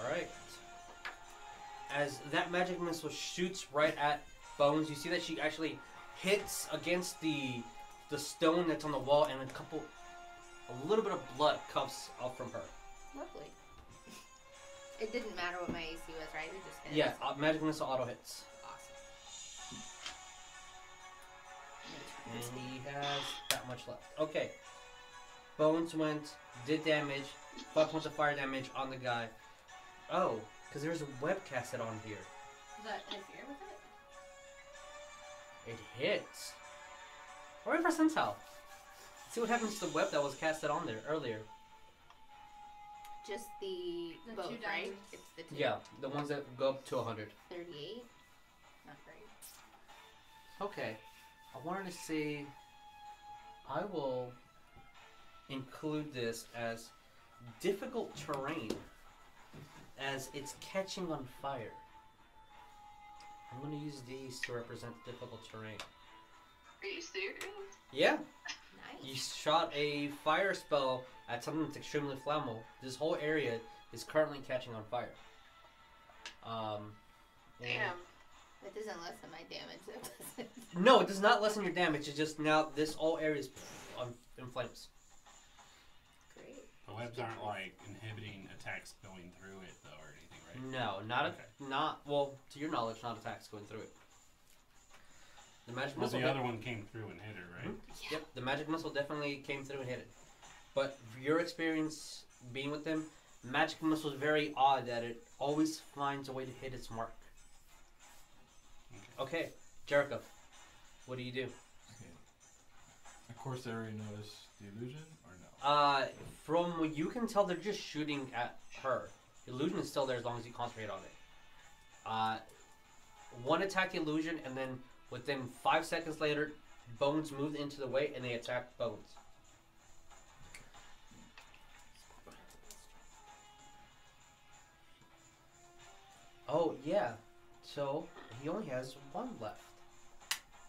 [SPEAKER 8] Yeah.
[SPEAKER 2] All right. As that magic missile shoots right at Bones, you see that she actually hits against the the stone that's on the wall, and a couple, a little bit of blood cuffs up from her.
[SPEAKER 8] Lovely. It didn't matter what my AC was, right? We just hit.
[SPEAKER 2] Yeah, uh, magic missile auto hits.
[SPEAKER 8] Awesome.
[SPEAKER 2] And he has that much left. Okay. Bones went, did damage, five points of fire damage on the guy. Oh, because there's a webcast set on here.
[SPEAKER 5] Does that interfere with it?
[SPEAKER 2] It hits. Or percentile. See what happens to the web that was casted on there earlier.
[SPEAKER 8] Just the,
[SPEAKER 5] The
[SPEAKER 8] both,
[SPEAKER 5] two
[SPEAKER 8] right?
[SPEAKER 5] dice.
[SPEAKER 8] It's the two.
[SPEAKER 2] Yeah, the ones that go up to 100.
[SPEAKER 8] 38. Not great.
[SPEAKER 2] Okay. I wanted to see. I will include this as difficult terrain as it's catching on fire. I'm going to use these to represent difficult terrain.
[SPEAKER 3] Are you serious?
[SPEAKER 2] Yeah,
[SPEAKER 8] Nice.
[SPEAKER 2] you shot a fire spell at something that's extremely flammable. This whole area is currently catching on fire. Um, and-
[SPEAKER 3] Damn.
[SPEAKER 8] That doesn't lessen my damage. That doesn't.
[SPEAKER 2] No, it does not lessen your damage. It's just now this whole area is on, in flames.
[SPEAKER 8] Great.
[SPEAKER 6] The webs aren't like inhibiting attacks going through it though or anything, right?
[SPEAKER 2] No, not
[SPEAKER 6] Okay.
[SPEAKER 2] a, not well. To your knowledge, not attacks going through it. The magic
[SPEAKER 6] Well,
[SPEAKER 2] missile.
[SPEAKER 6] the
[SPEAKER 2] def-
[SPEAKER 6] other one came through and hit her, right?
[SPEAKER 2] Yep, the magic missile definitely came through and hit it. But your experience being with them, magic missile is very odd that it always finds a way to hit its mark. Okay, Jericho, what do you do?
[SPEAKER 7] Okay. Of course, I already noticed the illusion, or no?
[SPEAKER 2] Uh, from what you can tell, they're just shooting at her. Illusion is still there as long as you concentrate on it. Uh, one attacked illusion, and then within five seconds later, Bones moved into the way, and they attacked Bones. Oh yeah, so he only has one left,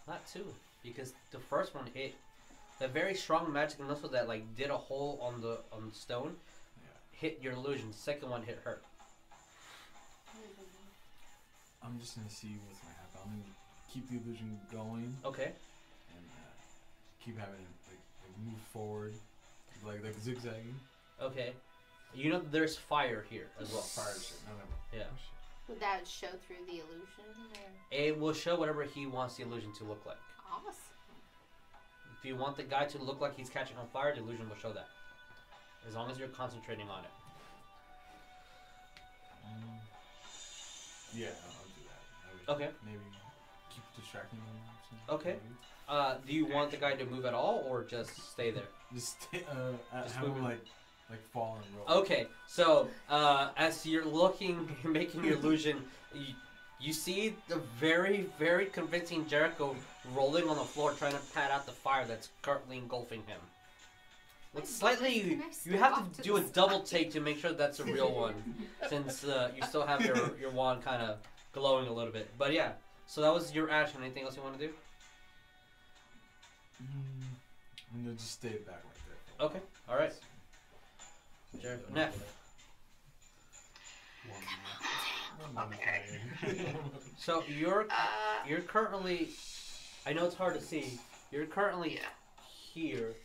[SPEAKER 2] not two, because the first one hit the very strong magic missile that like did a hole on the on the stone hit your illusion. Second one hit her.
[SPEAKER 7] I'm just gonna see what's gonna happen. I'm gonna keep the illusion going
[SPEAKER 2] Okay.
[SPEAKER 7] and uh, keep having it like, like move forward, like like zigzagging.
[SPEAKER 2] Okay. You know there's fire here as well.
[SPEAKER 7] Fire shit. No, never. mind.
[SPEAKER 2] Yeah.
[SPEAKER 7] Oh, shit.
[SPEAKER 8] Would that show through the illusion? Or?
[SPEAKER 2] It will show whatever he wants the illusion to look like.
[SPEAKER 8] Awesome.
[SPEAKER 2] If you want the guy to look like he's catching on fire, the illusion will show that. As long as you're concentrating on it.
[SPEAKER 7] Um, yeah, I'll, I'll do that. I would
[SPEAKER 2] Okay.
[SPEAKER 7] Maybe keep distracting them. Or something,
[SPEAKER 2] Okay.
[SPEAKER 7] maybe.
[SPEAKER 2] Uh, do you want the guy to move at all or just stay there?
[SPEAKER 7] Just stay, uh,
[SPEAKER 2] Just Oh.
[SPEAKER 7] have
[SPEAKER 2] move it.
[SPEAKER 7] them like like fall and roll.
[SPEAKER 2] Okay, so uh, as you're looking, making your illusion, you, you see the very, very convincing Jericho rolling on the floor, trying to pat out the fire that's currently engulfing him. With slightly,
[SPEAKER 8] Can I step
[SPEAKER 2] you have
[SPEAKER 8] off
[SPEAKER 2] to
[SPEAKER 8] to
[SPEAKER 2] do a
[SPEAKER 8] the
[SPEAKER 2] double
[SPEAKER 8] side?
[SPEAKER 2] take to make sure that's a real one, since uh, you still have your your wand kind of glowing a little bit. But yeah, so that was your action. Anything else you want to do?
[SPEAKER 7] Mm, I'm gonna just stay back right there. for a
[SPEAKER 2] Okay, all right, Jericho. Neff. Mm-hmm.
[SPEAKER 7] One minute.
[SPEAKER 2] So you're
[SPEAKER 3] Uh,
[SPEAKER 2] you're currently, I know it's hard to see. You're currently
[SPEAKER 3] yeah.
[SPEAKER 2] here.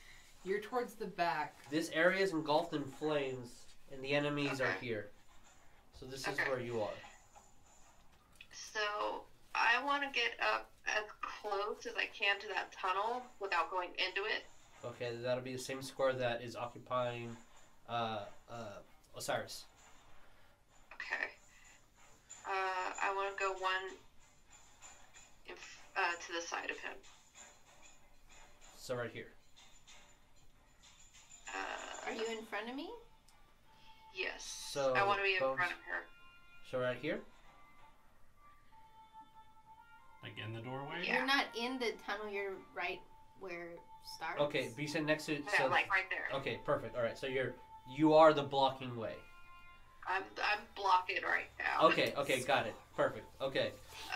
[SPEAKER 4] You're towards the back.
[SPEAKER 2] This area is engulfed in flames, and the enemies are
[SPEAKER 3] Okay.
[SPEAKER 2] here. So this is
[SPEAKER 3] Okay.
[SPEAKER 2] where you are.
[SPEAKER 3] So I want to get up as close as I can to that tunnel without going into it.
[SPEAKER 2] Okay, that'll be the same square that is occupying uh, uh, Osiris.
[SPEAKER 3] Okay. Uh, I want to go one in, f- uh, to the side of him.
[SPEAKER 2] So right here.
[SPEAKER 8] Are
[SPEAKER 3] Uh,
[SPEAKER 8] you in front of me?
[SPEAKER 3] yes.
[SPEAKER 2] So
[SPEAKER 3] I want to be in
[SPEAKER 2] both-
[SPEAKER 3] front of her.
[SPEAKER 2] So right here.
[SPEAKER 6] Like in the doorway?
[SPEAKER 3] Yeah.
[SPEAKER 8] You're not in the tunnel. You're right where it starts.
[SPEAKER 2] Okay, be sitting next to.
[SPEAKER 3] Yeah,
[SPEAKER 2] So,
[SPEAKER 3] like right there.
[SPEAKER 2] okay, perfect. All right, so you're you are the blocking way.
[SPEAKER 3] I'm I'm blocking right now.
[SPEAKER 2] Okay, okay, got it. Perfect. Okay,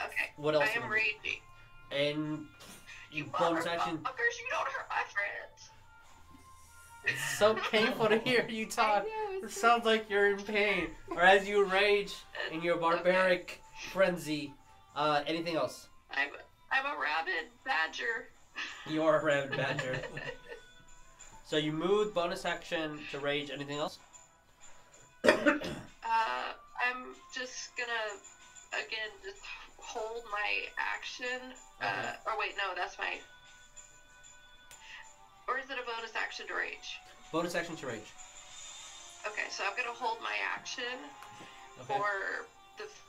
[SPEAKER 3] Okay.
[SPEAKER 2] what else?
[SPEAKER 3] I
[SPEAKER 2] you
[SPEAKER 3] am
[SPEAKER 2] wanna do?
[SPEAKER 3] raging.
[SPEAKER 2] And you
[SPEAKER 3] You
[SPEAKER 2] bonus action.
[SPEAKER 3] motherfuckers! You don't hurt my friends.
[SPEAKER 2] It's so painful to hear you
[SPEAKER 8] I
[SPEAKER 2] talk.
[SPEAKER 8] know,
[SPEAKER 2] It
[SPEAKER 8] it's
[SPEAKER 2] sounds like you're in pain, or as you rage in your barbaric frenzy. Uh, anything else?
[SPEAKER 3] I'm I'm a rabid badger.
[SPEAKER 2] You are a rabid badger. so you moved, bonus action to rage. Anything else?
[SPEAKER 3] Uh, I I'm just gonna again just hold my action. Uh, or wait, no, that's my. Or is it a bonus action to rage?
[SPEAKER 2] Bonus action to rage.
[SPEAKER 3] Okay, so I'm gonna hold my action
[SPEAKER 2] Okay.
[SPEAKER 3] for the f-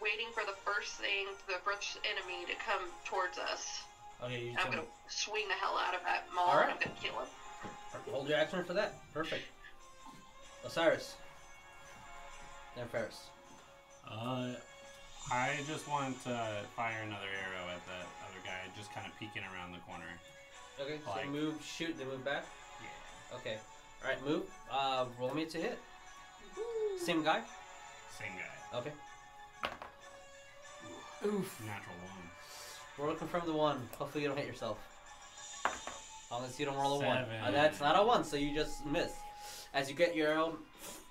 [SPEAKER 3] waiting for the first thing, the first enemy to come towards us.
[SPEAKER 2] Okay, you
[SPEAKER 3] And I'm
[SPEAKER 2] can
[SPEAKER 3] gonna swing the hell out of that mall and I'm
[SPEAKER 2] Alright.
[SPEAKER 3] gonna kill him.
[SPEAKER 2] hold your action for that. Perfect. Osiris. Then Ferris.
[SPEAKER 6] Uh, I just want to fire another arrow at that other guy, just kind of peeking around the corner.
[SPEAKER 2] Okay, so
[SPEAKER 6] Fine.
[SPEAKER 2] move, shoot, then move back. Okay. All right, move. Uh, roll me to hit. Same guy.
[SPEAKER 6] Same guy.
[SPEAKER 2] Okay.
[SPEAKER 4] Oof.
[SPEAKER 6] Natural one.
[SPEAKER 2] Roll confirm the one. Hopefully you don't hit yourself. Unless you don't roll a one. Uh,
[SPEAKER 6] Seven.
[SPEAKER 2] that's not a one, so you just miss. As you get your arrow,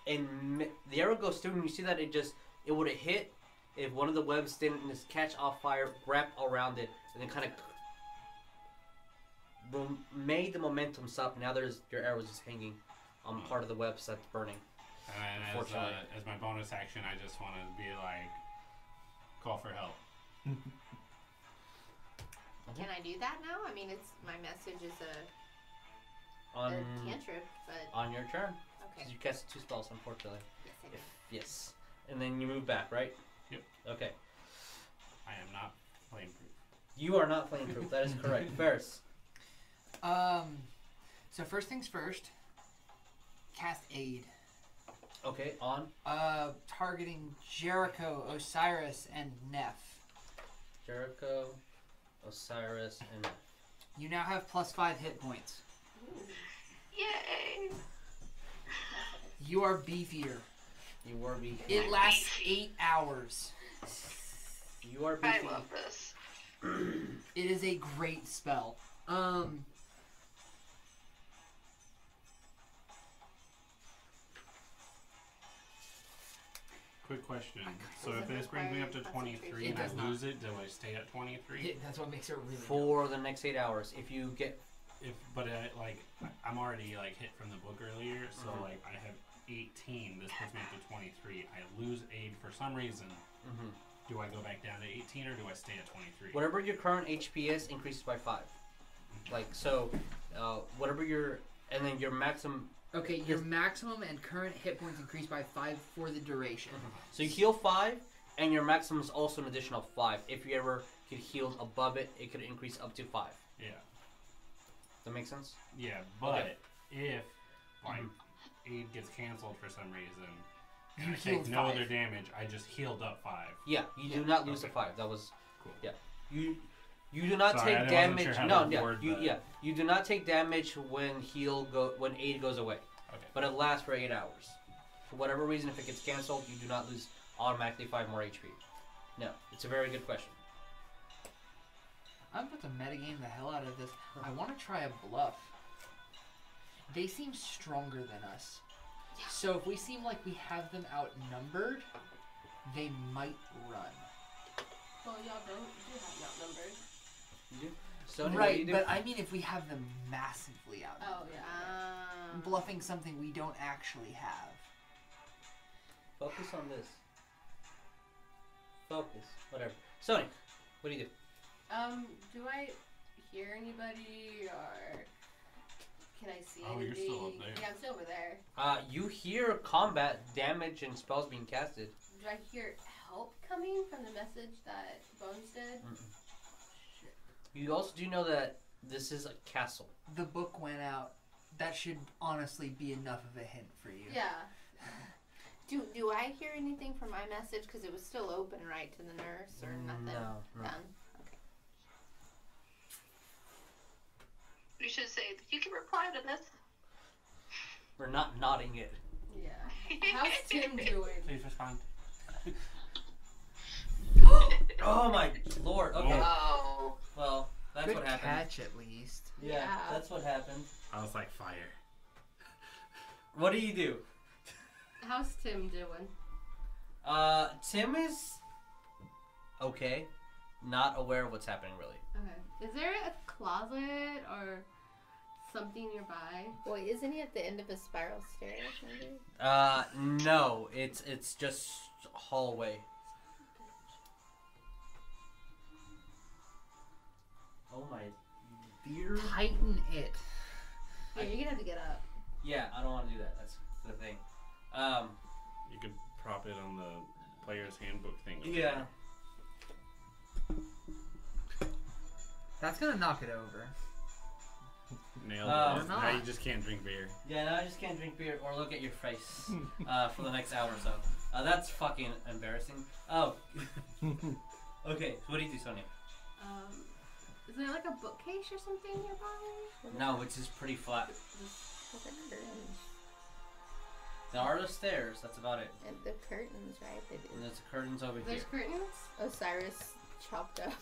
[SPEAKER 2] and mi- the arrow goes through, and you see that it just it would have hit if one of the webs didn't just catch off fire, wrap around it, and then kind of made the momentum stop. Now there's your arrow is just hanging on part of the webs that's burning.
[SPEAKER 6] And then as, uh,
[SPEAKER 2] Unfortunately.
[SPEAKER 6] as my bonus action, I just want to be like, call for help.
[SPEAKER 8] Can I do that now? I mean, it's my message is a,
[SPEAKER 2] On
[SPEAKER 8] a cantrip, but
[SPEAKER 2] on your turn,
[SPEAKER 8] okay.
[SPEAKER 2] because you cast two spells, unfortunately.
[SPEAKER 8] Yes, I do.
[SPEAKER 2] If yes, and then you move back, right?
[SPEAKER 6] Yep.
[SPEAKER 2] Okay.
[SPEAKER 6] I am not flame proof.
[SPEAKER 2] You are not flame proof. That is correct. Ferris.
[SPEAKER 4] Um, so first things first, cast aid.
[SPEAKER 2] Okay. On
[SPEAKER 4] Uh, targeting Jericho, Osiris, and Neff.
[SPEAKER 2] Jericho, Osiris, and
[SPEAKER 4] You now have plus five hit points.
[SPEAKER 3] Yay!
[SPEAKER 4] You are beefier.
[SPEAKER 2] you are beefy.
[SPEAKER 4] It lasts eight hours.
[SPEAKER 2] You are
[SPEAKER 3] I
[SPEAKER 2] beefy.
[SPEAKER 3] love this.
[SPEAKER 4] It is a great spell. Um.
[SPEAKER 6] Quick question.
[SPEAKER 4] I-
[SPEAKER 6] So
[SPEAKER 8] does
[SPEAKER 6] if
[SPEAKER 8] it
[SPEAKER 6] this brings me up to
[SPEAKER 8] require
[SPEAKER 6] 23
[SPEAKER 8] concentration?
[SPEAKER 6] and
[SPEAKER 4] It does
[SPEAKER 6] I
[SPEAKER 4] not.
[SPEAKER 6] lose it, do I stay at 23?
[SPEAKER 4] It, that's what makes it really. good.
[SPEAKER 2] For the next eight hours, if you get
[SPEAKER 6] If, but I, like, I'm already like hit from the book earlier, so
[SPEAKER 4] Mm-hmm.
[SPEAKER 2] Mhm.
[SPEAKER 6] like I have 18. This puts me up to 23. I lose aid for some reason.
[SPEAKER 2] Mhm.
[SPEAKER 6] Do I go back down to 18 or do I stay at 23?
[SPEAKER 2] whatever your current HP is, increases by five. Like so, uh, whatever your and then your maximum.
[SPEAKER 4] Okay, your maximum and current hit points increase by five for the duration.
[SPEAKER 2] So you heal five, and your maximum is also an additional five. If you ever get healed above it, it could increase up to five.
[SPEAKER 6] Yeah.
[SPEAKER 2] That make sense?
[SPEAKER 6] Yeah, but
[SPEAKER 2] Okay.
[SPEAKER 6] if like aid gets canceled for some reason, and
[SPEAKER 4] Mm-hmm. You
[SPEAKER 6] I take
[SPEAKER 4] healed
[SPEAKER 6] no
[SPEAKER 4] five.
[SPEAKER 6] other damage, I just healed up five.
[SPEAKER 2] Yeah, you do
[SPEAKER 4] Yeah.
[SPEAKER 2] not lose the
[SPEAKER 6] Okay.
[SPEAKER 2] five. That was
[SPEAKER 6] Cool.
[SPEAKER 2] Yeah. You you do not
[SPEAKER 6] Sorry, I
[SPEAKER 2] take
[SPEAKER 6] wasn't
[SPEAKER 2] damage.
[SPEAKER 6] sure how
[SPEAKER 2] no,
[SPEAKER 6] to
[SPEAKER 2] yeah,
[SPEAKER 6] word
[SPEAKER 2] you,
[SPEAKER 6] that.
[SPEAKER 2] yeah, you do not take damage when heal go when aid goes away,
[SPEAKER 6] Okay.
[SPEAKER 2] but it lasts for eight hours. For whatever reason, if it gets canceled, you do not lose automatically five more HP. No, it's a very good question.
[SPEAKER 4] I'm about to metagame the hell out of this. I want to try a bluff. They seem stronger than us. So if we seem like we have them outnumbered, they might run.
[SPEAKER 5] Well, y'all don't you do have not numbered.
[SPEAKER 2] So anyway, you
[SPEAKER 4] right,
[SPEAKER 2] do-
[SPEAKER 4] but I mean if we have them massively
[SPEAKER 5] Oh
[SPEAKER 4] outnumbered.
[SPEAKER 5] yeah.
[SPEAKER 8] Um,
[SPEAKER 4] Bluffing something we don't actually have.
[SPEAKER 2] focus on this. Focus, whatever. Sony, what do you do?
[SPEAKER 5] Um, do I hear anybody or can I see
[SPEAKER 6] Oh,
[SPEAKER 5] anything?
[SPEAKER 6] you're still up there.
[SPEAKER 5] Yeah, I'm still over there.
[SPEAKER 2] Uh, you hear combat damage and spells being casted.
[SPEAKER 5] Do I hear help coming from the message that Bones did?
[SPEAKER 2] You also do know that this is a castle.
[SPEAKER 4] The book went out. That should honestly be enough of a hint for you.
[SPEAKER 5] Yeah.
[SPEAKER 8] do do I hear anything from my message? Because it was still open, right, to the nurse or nothing?
[SPEAKER 2] Mm, No, no.
[SPEAKER 8] Done.
[SPEAKER 3] You should say you can reply to this.
[SPEAKER 2] We're not nodding it.
[SPEAKER 5] Yeah. How's Tim doing?
[SPEAKER 6] Please respond.
[SPEAKER 2] Oh my lord. Okay.
[SPEAKER 3] Oh,
[SPEAKER 2] Well, that's
[SPEAKER 4] Good
[SPEAKER 2] what happened.
[SPEAKER 4] catch, at least.
[SPEAKER 2] Yeah,
[SPEAKER 5] Yeah.
[SPEAKER 2] that's what happened.
[SPEAKER 6] I was like fire.
[SPEAKER 2] What do you do?
[SPEAKER 5] How's Tim doing?
[SPEAKER 2] Uh, Tim is okay, not aware of what's happening really.
[SPEAKER 5] Okay. Is there a closet or something nearby?
[SPEAKER 8] Boy, isn't he at the end of a spiral stair? maybe?
[SPEAKER 2] Uh, no, it's it's just hallway. Oh my dear.
[SPEAKER 4] Tighten it.
[SPEAKER 8] Yeah, you're gonna have to get up.
[SPEAKER 2] Yeah, I don't want to do that. That's the thing. Um,
[SPEAKER 6] You could prop it on the player's handbook thing. over
[SPEAKER 2] yeah.
[SPEAKER 4] That's gonna knock it over.
[SPEAKER 6] there. Nailed
[SPEAKER 2] Uh,
[SPEAKER 6] it.
[SPEAKER 4] Why
[SPEAKER 6] Now
[SPEAKER 4] not?
[SPEAKER 6] you just can't drink beer.
[SPEAKER 2] Yeah, now I just can't drink beer or look at your face uh, for the next hour or so. Uh, that's fucking embarrassing. Oh. okay, so what do you do, Sonia?
[SPEAKER 8] Um, is there like a bookcase or something nearby?
[SPEAKER 2] No, it's just pretty flat.
[SPEAKER 8] With the curtains.
[SPEAKER 2] There are the stairs, that's about it.
[SPEAKER 8] And the curtains, right? They
[SPEAKER 2] And
[SPEAKER 8] did.
[SPEAKER 2] there's curtains over here.
[SPEAKER 5] There's curtains.
[SPEAKER 8] Osiris Oh, chopped up.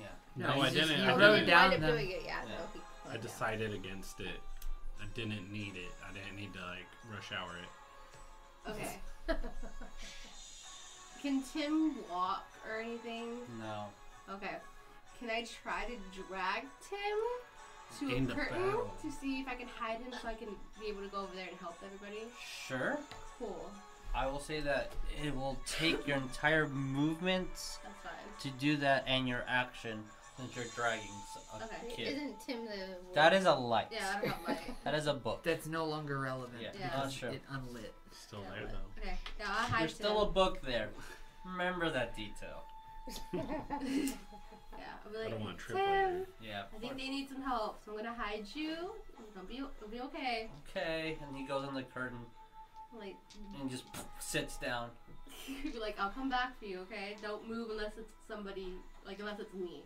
[SPEAKER 2] Yeah.
[SPEAKER 6] No,
[SPEAKER 4] he's
[SPEAKER 6] I
[SPEAKER 4] just-
[SPEAKER 6] didn't.
[SPEAKER 4] he
[SPEAKER 6] I
[SPEAKER 4] wrote
[SPEAKER 6] didn't.
[SPEAKER 8] He wound
[SPEAKER 4] down
[SPEAKER 8] up
[SPEAKER 4] them.
[SPEAKER 8] doing it, yeah.
[SPEAKER 2] Yeah.
[SPEAKER 8] no, he
[SPEAKER 6] I
[SPEAKER 8] climbed down.
[SPEAKER 6] decided against it. I didn't need it. I didn't need to like rush hour it.
[SPEAKER 5] Okay.
[SPEAKER 8] Can Tim walk or anything?
[SPEAKER 2] No.
[SPEAKER 8] Okay. Can I try to drag Tim to
[SPEAKER 6] In
[SPEAKER 8] a
[SPEAKER 6] the
[SPEAKER 8] curtain
[SPEAKER 6] barrel.
[SPEAKER 8] to see if I can hide him so I can be able to go over there and help everybody?
[SPEAKER 2] Sure.
[SPEAKER 8] Cool.
[SPEAKER 2] I will say that it will take your entire movement
[SPEAKER 8] That's fine.
[SPEAKER 2] to do that and your action since you're dragging s- a
[SPEAKER 8] Okay.
[SPEAKER 2] kid.
[SPEAKER 8] Isn't Tim the
[SPEAKER 2] That is a light.
[SPEAKER 8] Yeah, I don't have light.
[SPEAKER 2] That is a book.
[SPEAKER 4] That's no longer relevant.
[SPEAKER 2] Yeah,
[SPEAKER 8] Yeah.
[SPEAKER 4] because
[SPEAKER 2] that's true.
[SPEAKER 4] It unlit.
[SPEAKER 6] Still
[SPEAKER 8] Yeah,
[SPEAKER 6] there
[SPEAKER 8] but-
[SPEAKER 6] though.
[SPEAKER 8] Okay. Now I'll hide
[SPEAKER 2] There's
[SPEAKER 8] Tim.
[SPEAKER 2] still a book there. Remember that detail.
[SPEAKER 8] Yeah. I'll be like,
[SPEAKER 6] I don't want to trip
[SPEAKER 8] Tim,
[SPEAKER 6] later.
[SPEAKER 2] Yeah.
[SPEAKER 8] I think they need some help, so I'm gonna hide you. It'll be, it'll be okay.
[SPEAKER 2] Okay, and he goes on the curtain
[SPEAKER 8] Like,
[SPEAKER 2] and just sits down.
[SPEAKER 8] be like, I'll come back for you, okay? Don't move unless it's somebody, like unless it's me.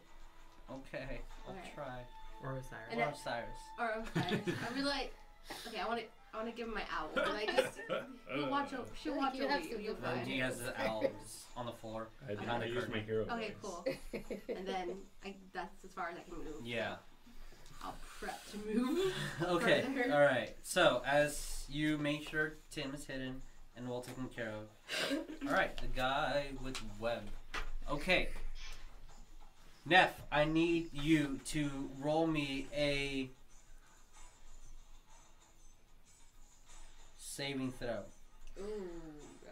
[SPEAKER 2] Okay, I'll
[SPEAKER 8] Okay.
[SPEAKER 2] try.
[SPEAKER 4] Or Osiris.
[SPEAKER 8] And
[SPEAKER 2] Or Cyrus.
[SPEAKER 8] Or okay, I'll be like, okay, I want to, I want to give him my owl. But I just, he'll watch over, she'll
[SPEAKER 5] Like,
[SPEAKER 8] watch
[SPEAKER 5] you
[SPEAKER 8] over
[SPEAKER 5] have
[SPEAKER 8] you.
[SPEAKER 5] some
[SPEAKER 8] You'll
[SPEAKER 5] good
[SPEAKER 2] And
[SPEAKER 8] find.
[SPEAKER 2] he has the owls on the floor.
[SPEAKER 6] I, did,
[SPEAKER 2] Behind
[SPEAKER 6] I
[SPEAKER 2] the
[SPEAKER 6] used
[SPEAKER 2] curtain.
[SPEAKER 6] my hero.
[SPEAKER 8] Okay,
[SPEAKER 6] voice.
[SPEAKER 8] cool. And then I, that's as far as I can move.
[SPEAKER 2] Yeah.
[SPEAKER 8] I'll prep to move.
[SPEAKER 2] Okay,
[SPEAKER 8] Further.
[SPEAKER 2] all right. So as you make sure Tim is hidden and well taken care of. All right, the guy with web. Okay. Neff, I need you to roll me a saving throw.
[SPEAKER 8] Ooh.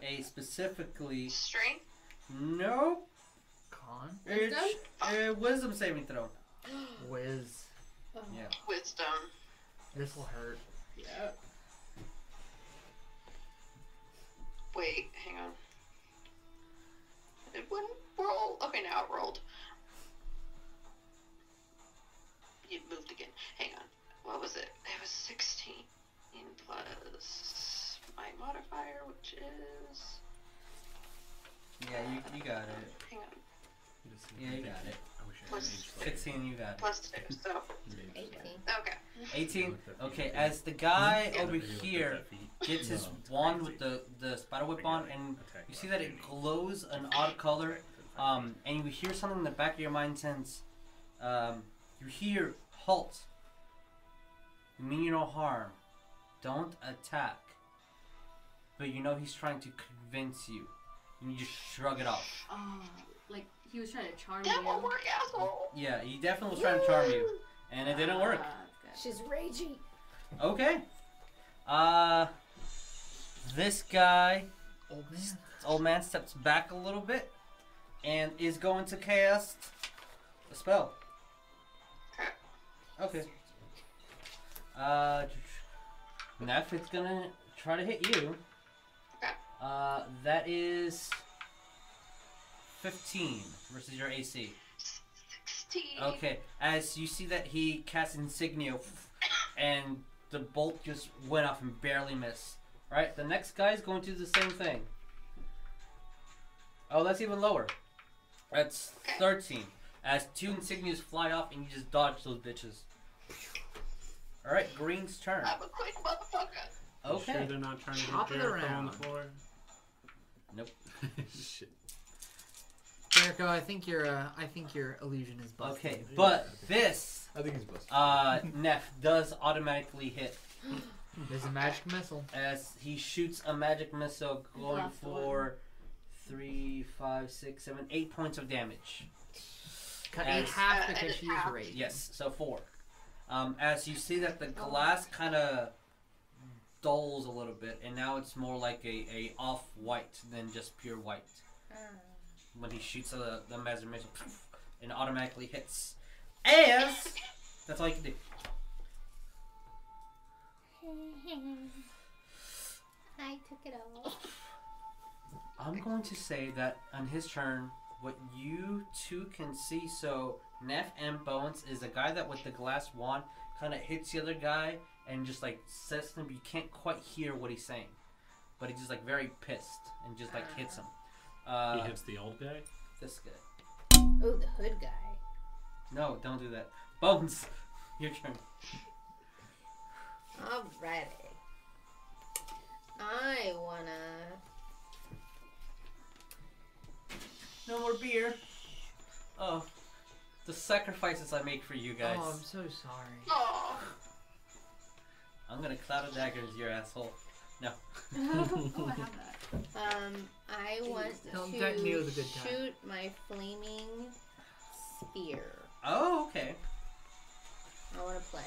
[SPEAKER 2] A specifically
[SPEAKER 3] Strength?
[SPEAKER 2] no.
[SPEAKER 4] Con?
[SPEAKER 2] It's a wisdom saving throw.
[SPEAKER 4] Whiz.
[SPEAKER 2] Yeah.
[SPEAKER 3] Wisdom.
[SPEAKER 4] This will hurt.
[SPEAKER 8] Yep.
[SPEAKER 3] Wait, hang on. It wouldn't roll. Okay, now it rolled. It moved again. Hang on. What was it? It was 16 plus my modifier, which is.
[SPEAKER 2] Yeah, you, you got it.
[SPEAKER 3] Hang on.
[SPEAKER 6] Just-
[SPEAKER 2] Yeah, you got it.
[SPEAKER 6] I wish I had
[SPEAKER 3] Plus
[SPEAKER 6] age like-
[SPEAKER 2] Sixteen, you got it.
[SPEAKER 3] Plus two, so.
[SPEAKER 8] 18.
[SPEAKER 3] Okay.
[SPEAKER 2] 18. Okay, as the guy
[SPEAKER 6] Yeah,
[SPEAKER 2] over
[SPEAKER 6] maybe look at
[SPEAKER 2] here
[SPEAKER 6] that feet.
[SPEAKER 2] gets his
[SPEAKER 6] No, it's
[SPEAKER 2] wand
[SPEAKER 6] crazy.
[SPEAKER 2] with the, the spider whip
[SPEAKER 6] Figure
[SPEAKER 2] on,
[SPEAKER 6] it.
[SPEAKER 2] and
[SPEAKER 6] Attack
[SPEAKER 2] you see that it
[SPEAKER 6] opportunity.
[SPEAKER 2] glows an odd color. Um, and you hear something in the back of your mind since um, you hear halt. You mean you no harm. Don't attack. But you know he's trying to convince you. And you just shrug it off.
[SPEAKER 8] Oh, like he was trying to charm
[SPEAKER 3] That won't
[SPEAKER 8] you.
[SPEAKER 3] work, asshole!
[SPEAKER 2] Yeah, he definitely was trying to charm you. And it didn't work.
[SPEAKER 8] Ah, that's
[SPEAKER 5] She's raging.
[SPEAKER 2] Okay. Uh, this guy
[SPEAKER 4] Old man.
[SPEAKER 2] This old man steps back a little bit and is going to cast a spell.
[SPEAKER 3] Okay.
[SPEAKER 2] Okay. Uh, Neff, it's gonna try to hit you.
[SPEAKER 3] Okay.
[SPEAKER 2] Uh, that is 15 versus your AC.
[SPEAKER 3] 16.
[SPEAKER 2] Okay, as you see that he cast Insignio and the bolt just went off and barely missed. Alright, the next guy is going to do the same thing. Oh, that's even lower. That's 13. As two Insignias fly off and you just dodge those bitches. Alright, Green's turn.
[SPEAKER 3] I'm a quick motherfucker.
[SPEAKER 6] You Sure
[SPEAKER 2] Okay.
[SPEAKER 6] they're not trying to
[SPEAKER 4] Chop
[SPEAKER 6] hit
[SPEAKER 4] it
[SPEAKER 6] Jericho on the
[SPEAKER 4] around.
[SPEAKER 6] floor.
[SPEAKER 2] Nope.
[SPEAKER 6] Shit.
[SPEAKER 4] Jericho, I think your uh, I think your illusion is busted.
[SPEAKER 2] Okay, but this,
[SPEAKER 7] I think he's busted.
[SPEAKER 2] uh, Neff does automatically hit
[SPEAKER 4] There's a magic missile.
[SPEAKER 2] as he shoots a magic missile going
[SPEAKER 8] Last one.
[SPEAKER 2] for three, five, six, seven, eight points of damage.
[SPEAKER 4] Cut in
[SPEAKER 2] Yes.
[SPEAKER 4] half
[SPEAKER 3] Uh,
[SPEAKER 4] because she's
[SPEAKER 3] half.
[SPEAKER 4] raging.
[SPEAKER 2] Yes, so four. Um, as you see that the glass kind of dulls a little bit, and now it's more like a, a off white than just pure white. When he shoots the the mesmer, it's poof, and automatically hits. As that's all you can do.
[SPEAKER 5] I took it all.
[SPEAKER 2] I'm going to say that on his turn, what you two can see, so Neff and Bones is the guy that with the glass wand kind of hits the other guy and just like sets him. You can't quite hear what he's saying, but he's just like very pissed and just like
[SPEAKER 4] Ah.
[SPEAKER 2] hits him. Uh,
[SPEAKER 6] he hits the old guy.
[SPEAKER 2] this guy.
[SPEAKER 5] Oh, the hood guy.
[SPEAKER 2] No, don't do that. Bones, your turn.
[SPEAKER 5] Alrighty. I wanna.
[SPEAKER 2] No more beer. Oh, the sacrifices I make for you guys.
[SPEAKER 4] Oh, I'm so sorry.
[SPEAKER 3] Oh,
[SPEAKER 2] I'm gonna cloud a dagger into your asshole. No.
[SPEAKER 10] oh, I have that.
[SPEAKER 5] Um, I want
[SPEAKER 4] Don't
[SPEAKER 5] to
[SPEAKER 4] threaten me with a good time.
[SPEAKER 5] shoot my flaming spear.
[SPEAKER 2] Oh, okay.
[SPEAKER 5] I want to play.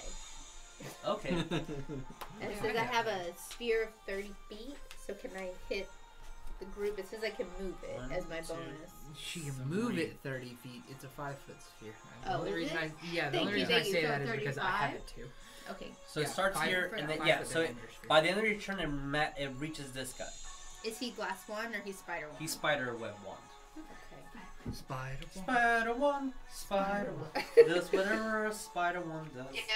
[SPEAKER 2] Okay.
[SPEAKER 5] And
[SPEAKER 10] Yeah,
[SPEAKER 5] since
[SPEAKER 10] I
[SPEAKER 5] I
[SPEAKER 10] got
[SPEAKER 5] have a spear of 30 feet, so can I hit the group? It says I can move it
[SPEAKER 6] One,
[SPEAKER 5] as my
[SPEAKER 6] two.
[SPEAKER 5] bonus.
[SPEAKER 4] She can move it 30 feet. It's a five foot sphere. The
[SPEAKER 5] Oh,
[SPEAKER 4] only
[SPEAKER 5] is
[SPEAKER 4] reason
[SPEAKER 5] it?
[SPEAKER 4] I, yeah, the
[SPEAKER 5] Thank
[SPEAKER 4] only
[SPEAKER 5] you,
[SPEAKER 4] reason I
[SPEAKER 5] thank you.
[SPEAKER 4] say
[SPEAKER 10] So
[SPEAKER 4] that is because I had
[SPEAKER 10] 35?
[SPEAKER 4] it too.
[SPEAKER 5] Okay.
[SPEAKER 2] So it
[SPEAKER 4] Yeah,
[SPEAKER 2] starts
[SPEAKER 4] five-
[SPEAKER 2] here, and then
[SPEAKER 4] five
[SPEAKER 2] yeah.
[SPEAKER 4] foot
[SPEAKER 2] So it,
[SPEAKER 4] diameter sphere.
[SPEAKER 2] by the end of your turn, it, ma- it reaches this guy.
[SPEAKER 5] Is he glass one or he's spider one?
[SPEAKER 2] He's spider web wand.
[SPEAKER 5] okay.
[SPEAKER 4] Spider.
[SPEAKER 2] Spider one, spider one. does whatever a spider one does.
[SPEAKER 3] yes.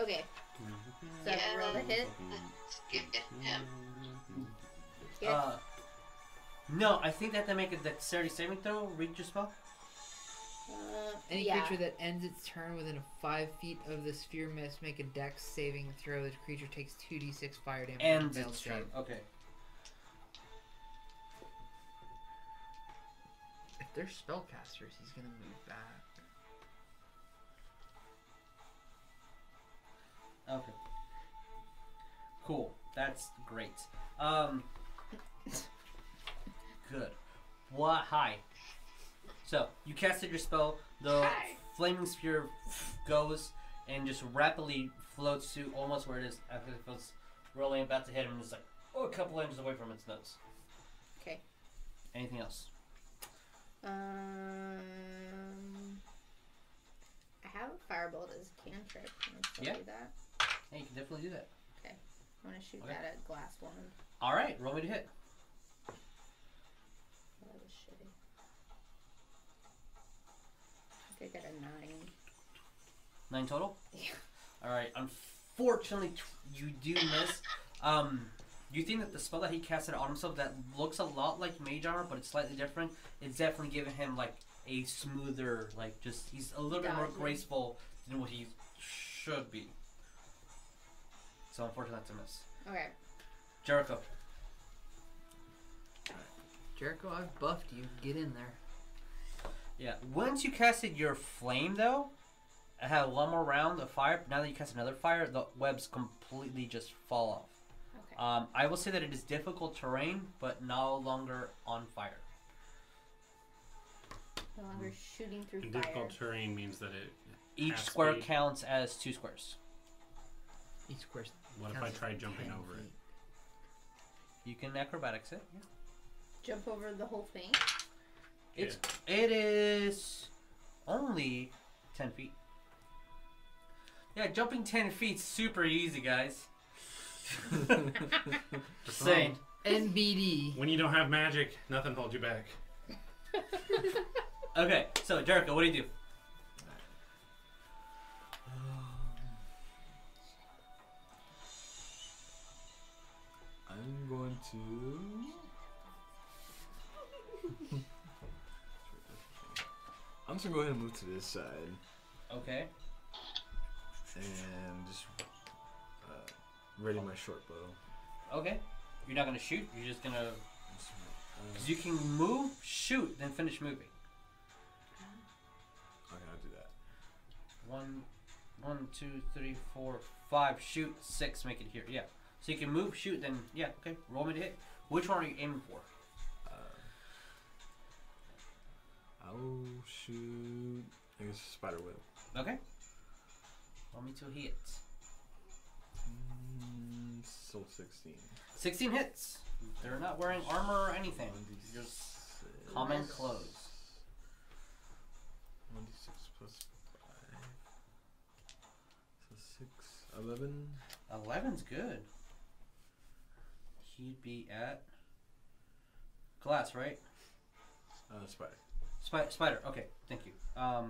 [SPEAKER 5] Okay.
[SPEAKER 4] Mm-hmm.
[SPEAKER 5] So I roll a hit.
[SPEAKER 3] Let's get him.
[SPEAKER 5] Yes.
[SPEAKER 2] Uh, no, I think they have to make a dexterity saving throw. Read your spell.
[SPEAKER 5] Uh,
[SPEAKER 4] Any
[SPEAKER 5] yeah.
[SPEAKER 4] creature that ends its turn within a five feet of the sphere must make a dex saving throw. The creature takes 2d6 fire damage. on a
[SPEAKER 2] And
[SPEAKER 4] failed
[SPEAKER 2] its turn.
[SPEAKER 4] save.
[SPEAKER 2] Okay.
[SPEAKER 4] If they're spellcasters, he's gonna move back.
[SPEAKER 2] Okay. Cool. That's great. Um. good. What? Hi. So you casted your spell. The
[SPEAKER 3] Hi.
[SPEAKER 2] flaming spear goes and just rapidly floats to almost where it is. I think it was rolling about to hit him. and It's like oh, a couple inches away from its nose.
[SPEAKER 5] Okay.
[SPEAKER 2] Anything else?
[SPEAKER 5] Um, I have a firebolt as a cantrip. Can I still
[SPEAKER 2] Yeah.
[SPEAKER 5] do that?
[SPEAKER 2] Yeah, you can definitely do that.
[SPEAKER 5] I want to shoot
[SPEAKER 2] Okay.
[SPEAKER 5] that at glass one.
[SPEAKER 2] All right, roll me to hit.
[SPEAKER 5] That was shitty. I think I got a nine.
[SPEAKER 2] Nine total?
[SPEAKER 5] Yeah.
[SPEAKER 2] Alright, unfortunately, t- you do miss. Um, you think that the spell that he casted on himself that looks a lot like Mage Armor, but it's slightly different, it's definitely giving him, like, a smoother, like, just, he's a little bit more
[SPEAKER 5] Dodging.
[SPEAKER 2] graceful than what he should be. So, unfortunately, that's a miss.
[SPEAKER 5] Okay.
[SPEAKER 2] Jericho.
[SPEAKER 4] Jericho, I've buffed you. Get in there.
[SPEAKER 2] Yeah. Once you casted your flame, though, I had one more round of fire. Now that you cast another fire, the webs completely just fall off.
[SPEAKER 5] Okay.
[SPEAKER 2] Um, I will say that it is difficult terrain, but no longer on fire.
[SPEAKER 5] No longer shooting through
[SPEAKER 6] And
[SPEAKER 5] fire.
[SPEAKER 6] difficult terrain means that it.
[SPEAKER 2] Each
[SPEAKER 6] Half
[SPEAKER 2] square
[SPEAKER 6] speed.
[SPEAKER 2] counts as two squares.
[SPEAKER 4] Each square.
[SPEAKER 6] What if I
[SPEAKER 4] counts as
[SPEAKER 6] try jumping
[SPEAKER 4] 10
[SPEAKER 6] over it?
[SPEAKER 4] feet.
[SPEAKER 2] You can acrobatics it.
[SPEAKER 5] Jump over the whole thing.
[SPEAKER 2] It's it is only ten feet. Yeah, jumping ten feet's super easy, guys. Just saying.
[SPEAKER 4] NBD.
[SPEAKER 6] When you don't have magic, nothing holds you back.
[SPEAKER 2] Okay, so Jericho, what do you do?
[SPEAKER 7] I'm going to. I'm just gonna go ahead and move to this side
[SPEAKER 2] Okay.
[SPEAKER 7] and just uh, ready my short bow.
[SPEAKER 2] Okay. You're not gonna shoot. You're just gonna.
[SPEAKER 7] Just,
[SPEAKER 2] Cause
[SPEAKER 7] uh,
[SPEAKER 2] you can move, shoot, then finish moving.
[SPEAKER 7] okay, I'll do that.
[SPEAKER 2] One, one, two, three, four, five. Shoot six. Make it here. Yeah. So you can move, shoot, then yeah. Okay. Roll me to hit. Which one are you aiming for?
[SPEAKER 7] I'll shoot. I guess spider web.
[SPEAKER 2] Okay. Roll me to hit.
[SPEAKER 7] Mm, still 16.
[SPEAKER 2] 16 hits. They're not wearing armor or anything. You're just common clothes.
[SPEAKER 7] 1d6 plus 5. So 6, 11.
[SPEAKER 2] 11's good. He'd be at glass, right?
[SPEAKER 7] Uh, spider.
[SPEAKER 2] Spi- spider. Okay, thank you. Um,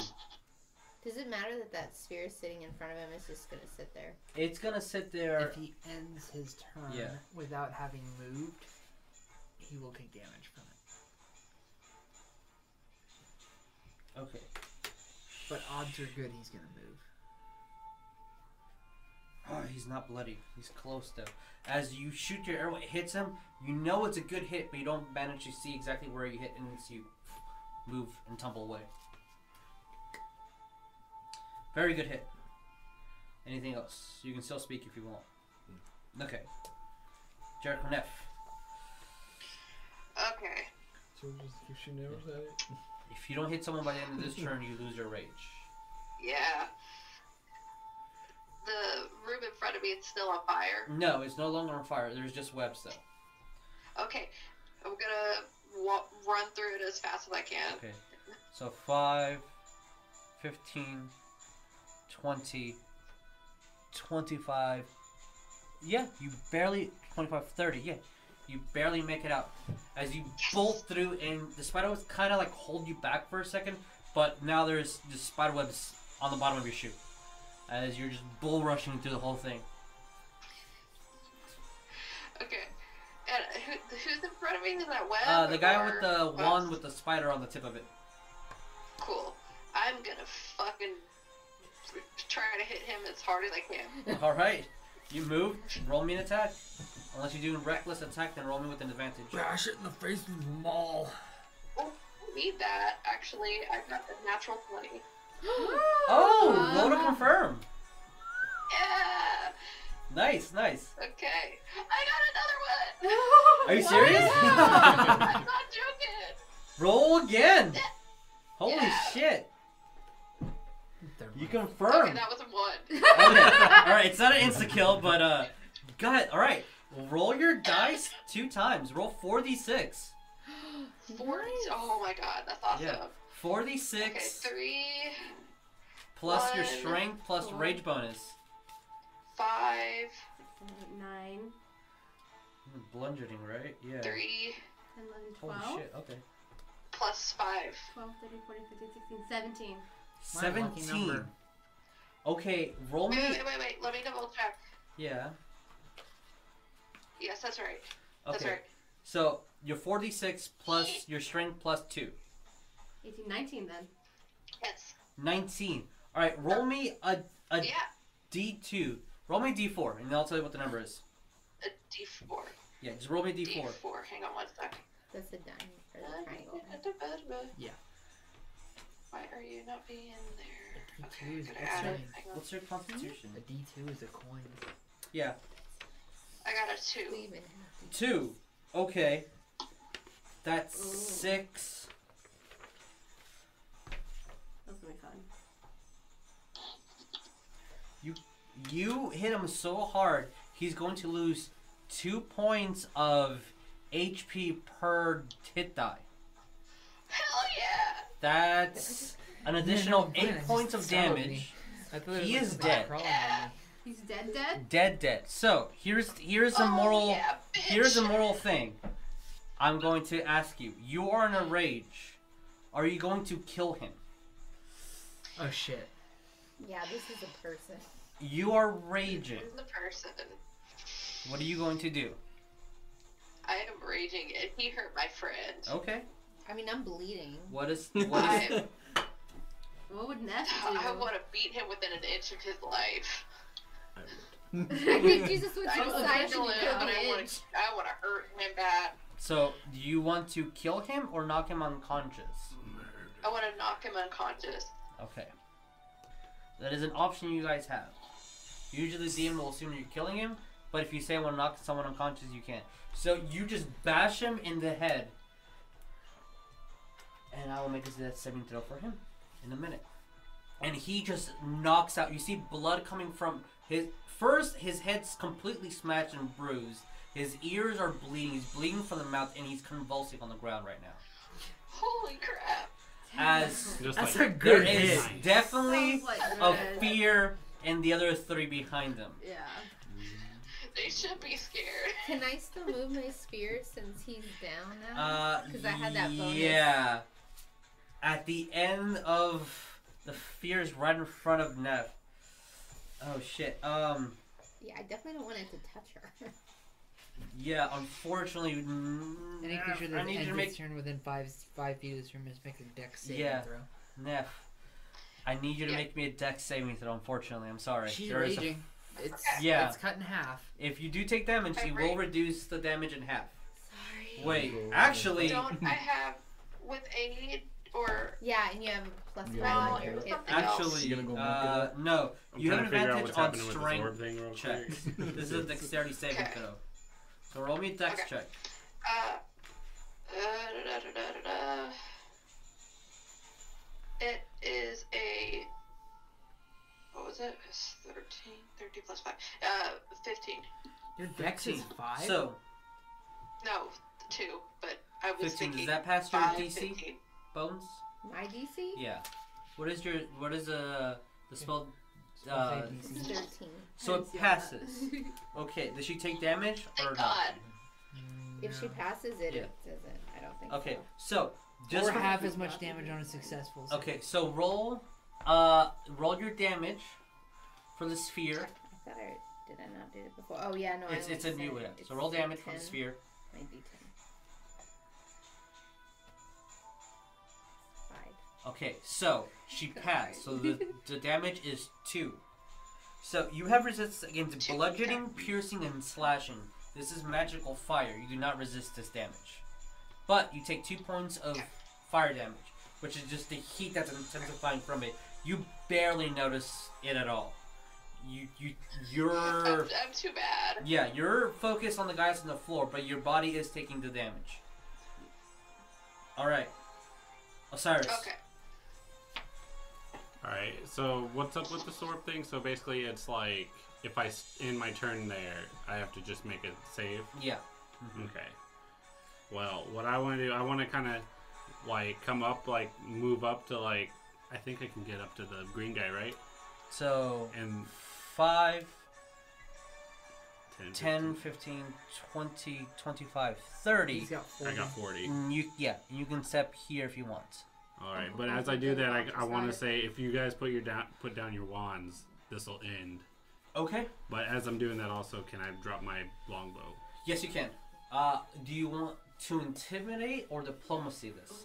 [SPEAKER 8] Does it matter that that sphere sitting in front of him is just gonna sit there?
[SPEAKER 2] it's gonna sit there.
[SPEAKER 4] If he ends his turn
[SPEAKER 2] Yeah.
[SPEAKER 4] without having moved, he will take damage from it.
[SPEAKER 2] Okay.
[SPEAKER 4] But odds are good he's gonna move.
[SPEAKER 2] Oh, he's not bloody. He's close though. As you shoot your arrow, it hits him. You know it's a good hit, but you don't manage to see exactly where you hit, and so you move and tumble away. Very good hit. Anything else? You can still speak if you want. Okay. Jericho Neff.
[SPEAKER 3] Okay.
[SPEAKER 7] So we just keep shooting arrows at it?
[SPEAKER 2] If you don't hit someone by the end of this turn, you lose your rage.
[SPEAKER 3] Yeah. The room in front of me is still on fire.
[SPEAKER 2] No, it's no longer on fire. There's just webs though.
[SPEAKER 3] Okay. I'm gonna wa- run through it as fast as I can.
[SPEAKER 2] Okay. So 5, 15, 20, 25. Yeah, you barely. 25, 30. Yeah. You barely make it out. As you bolt through, and the spider was kind of like hold you back for a second, but now there's just spider webs on the bottom of your shoe. As you're just bull rushing through the whole thing.
[SPEAKER 3] Okay. And who, who's in front of me? Is that Web?
[SPEAKER 2] Uh, the guy
[SPEAKER 3] or
[SPEAKER 2] with the
[SPEAKER 3] Bugs?
[SPEAKER 2] wand with the spider on the tip of it.
[SPEAKER 3] Cool. I'm gonna fucking try to hit him as hard as I can.
[SPEAKER 2] Alright. You move, roll me an attack. Unless you're doing reckless attack, then roll me with an advantage.
[SPEAKER 4] Bash it in the face with maul.
[SPEAKER 3] Oh, I need that actually. I've got the natural twenty.
[SPEAKER 2] Oh,
[SPEAKER 8] Uh,
[SPEAKER 2] roll to confirm.
[SPEAKER 3] Yeah.
[SPEAKER 2] Nice, nice.
[SPEAKER 3] Okay. I got another one.
[SPEAKER 2] Are you serious?
[SPEAKER 3] I'm not joking.
[SPEAKER 2] roll again. Holy
[SPEAKER 3] Yeah.
[SPEAKER 2] shit.
[SPEAKER 4] They're
[SPEAKER 2] You
[SPEAKER 4] mine.
[SPEAKER 2] confirm.
[SPEAKER 3] Okay, that was a one.
[SPEAKER 2] Okay. all right, it's not an insta kill, but uh, got it. All right, roll your dice two times. Roll four d six.
[SPEAKER 3] Forty. Oh my god, that's awesome.
[SPEAKER 2] Yeah. Four d
[SPEAKER 3] Okay,
[SPEAKER 2] six
[SPEAKER 3] three,
[SPEAKER 2] plus your
[SPEAKER 3] one,
[SPEAKER 2] strength plus
[SPEAKER 5] four.
[SPEAKER 2] rage bonus.
[SPEAKER 3] five,
[SPEAKER 5] Nine,
[SPEAKER 2] Hmm, Bludgeoning, right? Yeah.
[SPEAKER 3] three,
[SPEAKER 5] 10, 11,
[SPEAKER 2] Holy
[SPEAKER 5] 12,
[SPEAKER 2] Oh, shit. Okay.
[SPEAKER 3] plus five.
[SPEAKER 5] 12, 13, 14, 15, 16, 17.
[SPEAKER 4] My lucky
[SPEAKER 2] Seventeen.
[SPEAKER 4] number.
[SPEAKER 2] Okay, roll
[SPEAKER 3] Wait,
[SPEAKER 2] me.
[SPEAKER 3] wait, wait, wait. Let me double check.
[SPEAKER 2] Yeah.
[SPEAKER 3] Yes, that's right. That's
[SPEAKER 2] Okay.
[SPEAKER 3] right.
[SPEAKER 2] So your four d six plus your strength plus two.
[SPEAKER 5] 18, 19 then.
[SPEAKER 3] Yes.
[SPEAKER 2] 19. All right, roll me a a
[SPEAKER 3] Yeah.
[SPEAKER 2] D2. Roll me a D4, and I'll tell you what the number is.
[SPEAKER 3] A D four.
[SPEAKER 2] Yeah, just roll me a
[SPEAKER 3] D
[SPEAKER 2] D4.
[SPEAKER 3] four. Hang on one second.
[SPEAKER 8] That's a dime or the triangle.
[SPEAKER 4] Yeah.
[SPEAKER 3] Why are you not being there?
[SPEAKER 4] D2
[SPEAKER 3] Okay,
[SPEAKER 4] is
[SPEAKER 3] I gotta add it.
[SPEAKER 4] insane.
[SPEAKER 3] Hang on.
[SPEAKER 2] What's your constitution?
[SPEAKER 4] A D2 is a coin.
[SPEAKER 2] Yeah,
[SPEAKER 3] I got a two.
[SPEAKER 8] We even have these.
[SPEAKER 2] two. Okay, that's
[SPEAKER 5] Ooh.
[SPEAKER 2] six.
[SPEAKER 5] That's gonna be fun.
[SPEAKER 2] You hit him so hard, he's going to lose two points of HP per hit die.
[SPEAKER 3] Hell yeah!
[SPEAKER 2] That's an additional
[SPEAKER 4] Yeah, no,
[SPEAKER 2] eight
[SPEAKER 4] it
[SPEAKER 2] points
[SPEAKER 4] just
[SPEAKER 2] of
[SPEAKER 4] startled
[SPEAKER 2] damage.
[SPEAKER 4] I thought
[SPEAKER 2] He is dead.
[SPEAKER 5] He's dead, dead?
[SPEAKER 2] Dead, dead. So here's here's a
[SPEAKER 3] Oh,
[SPEAKER 2] moral.
[SPEAKER 3] yeah, bitch.
[SPEAKER 2] Here's a moral thing. I'm going to ask you. You are in a rage. Are you going to kill him?
[SPEAKER 4] Oh shit.
[SPEAKER 8] Yeah, this is a person.
[SPEAKER 2] You are raging.
[SPEAKER 3] Here's the person.
[SPEAKER 2] What are you going to do?
[SPEAKER 3] I am raging, and he hurt my friend.
[SPEAKER 2] Okay.
[SPEAKER 8] I mean, I'm bleeding.
[SPEAKER 2] What is what is
[SPEAKER 3] I,
[SPEAKER 5] What would Neff do?
[SPEAKER 3] I want to beat him within an inch of his life.
[SPEAKER 8] Jesus was
[SPEAKER 3] I don't
[SPEAKER 8] inside
[SPEAKER 3] want to
[SPEAKER 8] the
[SPEAKER 3] I want
[SPEAKER 8] edge.
[SPEAKER 3] to. I want to hurt him bad.
[SPEAKER 2] so? Do you want to kill him or knock him unconscious?
[SPEAKER 3] I want to knock him unconscious.
[SPEAKER 2] Okay. That is an option you guys have. Usually, DM will assume you're killing him, but if you say I want to knock someone unconscious, you can't. So you just bash him in the head, and I will make a death saving throw for him in a minute. and he just knocks out. You see blood coming from his first. His head's completely smashed and bruised. His ears are bleeding. He's bleeding from the mouth, and he's convulsing on the ground right now.
[SPEAKER 3] Holy crap.
[SPEAKER 2] As
[SPEAKER 6] Just
[SPEAKER 11] That's a
[SPEAKER 6] like,
[SPEAKER 2] there
[SPEAKER 11] good
[SPEAKER 2] is
[SPEAKER 11] hit.
[SPEAKER 6] Nice.
[SPEAKER 2] definitely
[SPEAKER 9] Sounds like
[SPEAKER 2] a
[SPEAKER 9] good.
[SPEAKER 2] fear, and the other three behind them.
[SPEAKER 8] Yeah.
[SPEAKER 3] They should be scared.
[SPEAKER 8] Can I still move my spear since he's down now?
[SPEAKER 2] Uh,
[SPEAKER 8] 'Cause I had that bonus.
[SPEAKER 2] Yeah. At the end of the fears right in front of Neff. Oh shit. Um.
[SPEAKER 8] yeah, I definitely don't want it to touch her.
[SPEAKER 2] Yeah. Unfortunately.
[SPEAKER 4] Any
[SPEAKER 2] Any
[SPEAKER 4] creature that
[SPEAKER 2] I need
[SPEAKER 4] ends
[SPEAKER 2] you to
[SPEAKER 4] its
[SPEAKER 2] make
[SPEAKER 4] turn within five five feet of this room must make a dex saving
[SPEAKER 2] Yeah.
[SPEAKER 4] throw.
[SPEAKER 2] Neff. I need you to
[SPEAKER 3] Yeah.
[SPEAKER 2] make me a dex saving throw. Unfortunately, I'm sorry.
[SPEAKER 4] She's
[SPEAKER 2] There is a-
[SPEAKER 4] raging. It's
[SPEAKER 2] Yeah.
[SPEAKER 4] it's cut in half.
[SPEAKER 2] if you do take damage, she will
[SPEAKER 3] Alright.
[SPEAKER 2] reduce the damage in half.
[SPEAKER 5] Sorry.
[SPEAKER 2] Wait.
[SPEAKER 7] Oh.
[SPEAKER 2] Actually,
[SPEAKER 3] Don't I have with aid or
[SPEAKER 8] yeah, and you have a plus
[SPEAKER 7] Yeah,
[SPEAKER 8] five
[SPEAKER 7] I
[SPEAKER 8] on your
[SPEAKER 7] don't
[SPEAKER 8] hit.
[SPEAKER 3] know.
[SPEAKER 2] actually,
[SPEAKER 7] You're gonna go
[SPEAKER 2] uh,
[SPEAKER 7] monk
[SPEAKER 2] no.
[SPEAKER 6] I'm
[SPEAKER 2] You have
[SPEAKER 6] trying
[SPEAKER 2] an
[SPEAKER 6] to figure out
[SPEAKER 2] advantage
[SPEAKER 6] what's
[SPEAKER 2] on
[SPEAKER 6] happening with this orb
[SPEAKER 2] strength
[SPEAKER 6] thing real
[SPEAKER 2] check.
[SPEAKER 6] quick.
[SPEAKER 2] This is a dexterity saving
[SPEAKER 3] Okay.
[SPEAKER 2] throw. So roll me a dex
[SPEAKER 3] Okay.
[SPEAKER 2] check.
[SPEAKER 3] uh, uh da, da, da, da, da, da. It is a what was it? It's 13, 13 plus 5. Uh 15.
[SPEAKER 4] Your dex is
[SPEAKER 2] 15.
[SPEAKER 4] five.
[SPEAKER 2] So
[SPEAKER 3] No, 2, but I was
[SPEAKER 2] 15. Does
[SPEAKER 3] thinking
[SPEAKER 2] that pass your
[SPEAKER 3] five,
[SPEAKER 2] DC
[SPEAKER 3] 15.
[SPEAKER 2] bones?
[SPEAKER 8] My DC?
[SPEAKER 2] Yeah. What is your what is uh the spell?
[SPEAKER 4] Spell
[SPEAKER 2] Uh,
[SPEAKER 4] save DC.
[SPEAKER 8] It's 13.
[SPEAKER 2] so it passes. Okay. Does she take damage or
[SPEAKER 3] Thank
[SPEAKER 2] not?
[SPEAKER 3] God.
[SPEAKER 8] If she
[SPEAKER 4] No.
[SPEAKER 8] passes it,
[SPEAKER 2] Yeah.
[SPEAKER 8] it doesn't. I don't think
[SPEAKER 2] Okay.
[SPEAKER 8] so.
[SPEAKER 2] So just
[SPEAKER 4] or
[SPEAKER 2] for-
[SPEAKER 4] half as much damage on a successful. save.
[SPEAKER 2] okay. So roll uh roll your damage for the sphere.
[SPEAKER 8] I thought I did I not do it before. Oh yeah, no. I
[SPEAKER 2] It's
[SPEAKER 8] only
[SPEAKER 2] it's a new
[SPEAKER 8] said
[SPEAKER 2] one.
[SPEAKER 8] it's
[SPEAKER 2] So roll damage for
[SPEAKER 8] 10.
[SPEAKER 2] the sphere.
[SPEAKER 8] My D10. Five.
[SPEAKER 2] Okay, so she passed. So the, the damage is two. So you have resistance against
[SPEAKER 3] Two,
[SPEAKER 2] bludgeoning, piercing, and slashing. This is magical fire. You do not resist this damage. But you take two points of fire damage, which is just the heat that's intensifying from it. You barely notice it at all. You you
[SPEAKER 3] I'm,
[SPEAKER 2] you're
[SPEAKER 3] I'm too bad.
[SPEAKER 2] yeah, you're focused on the guys on the floor, but your body is taking the damage. Alright. Osiris.
[SPEAKER 3] Okay.
[SPEAKER 6] Alright, so what's up with the sword thing? So basically, it's like if I s- end my turn there, I have to just make a save.
[SPEAKER 2] Yeah.
[SPEAKER 6] Okay. Well, what I want to do, I want to kind of like come up, like move up to like I think I can get up to the green guy, right?
[SPEAKER 2] So
[SPEAKER 6] And
[SPEAKER 2] 5,
[SPEAKER 6] 10,
[SPEAKER 2] 10,
[SPEAKER 6] 15.
[SPEAKER 2] 15, 20, 25, 30.
[SPEAKER 4] He's got four.
[SPEAKER 6] I got forty.
[SPEAKER 2] And you, yeah, you can step here if you want.
[SPEAKER 6] All right, but as I do that, I, I want to say if you guys put your down put down your wands, this will end.
[SPEAKER 2] Okay.
[SPEAKER 6] But as I'm doing that, also can I drop my longbow?
[SPEAKER 2] Yes, you can. Uh, do you want to intimidate or diplomacy this?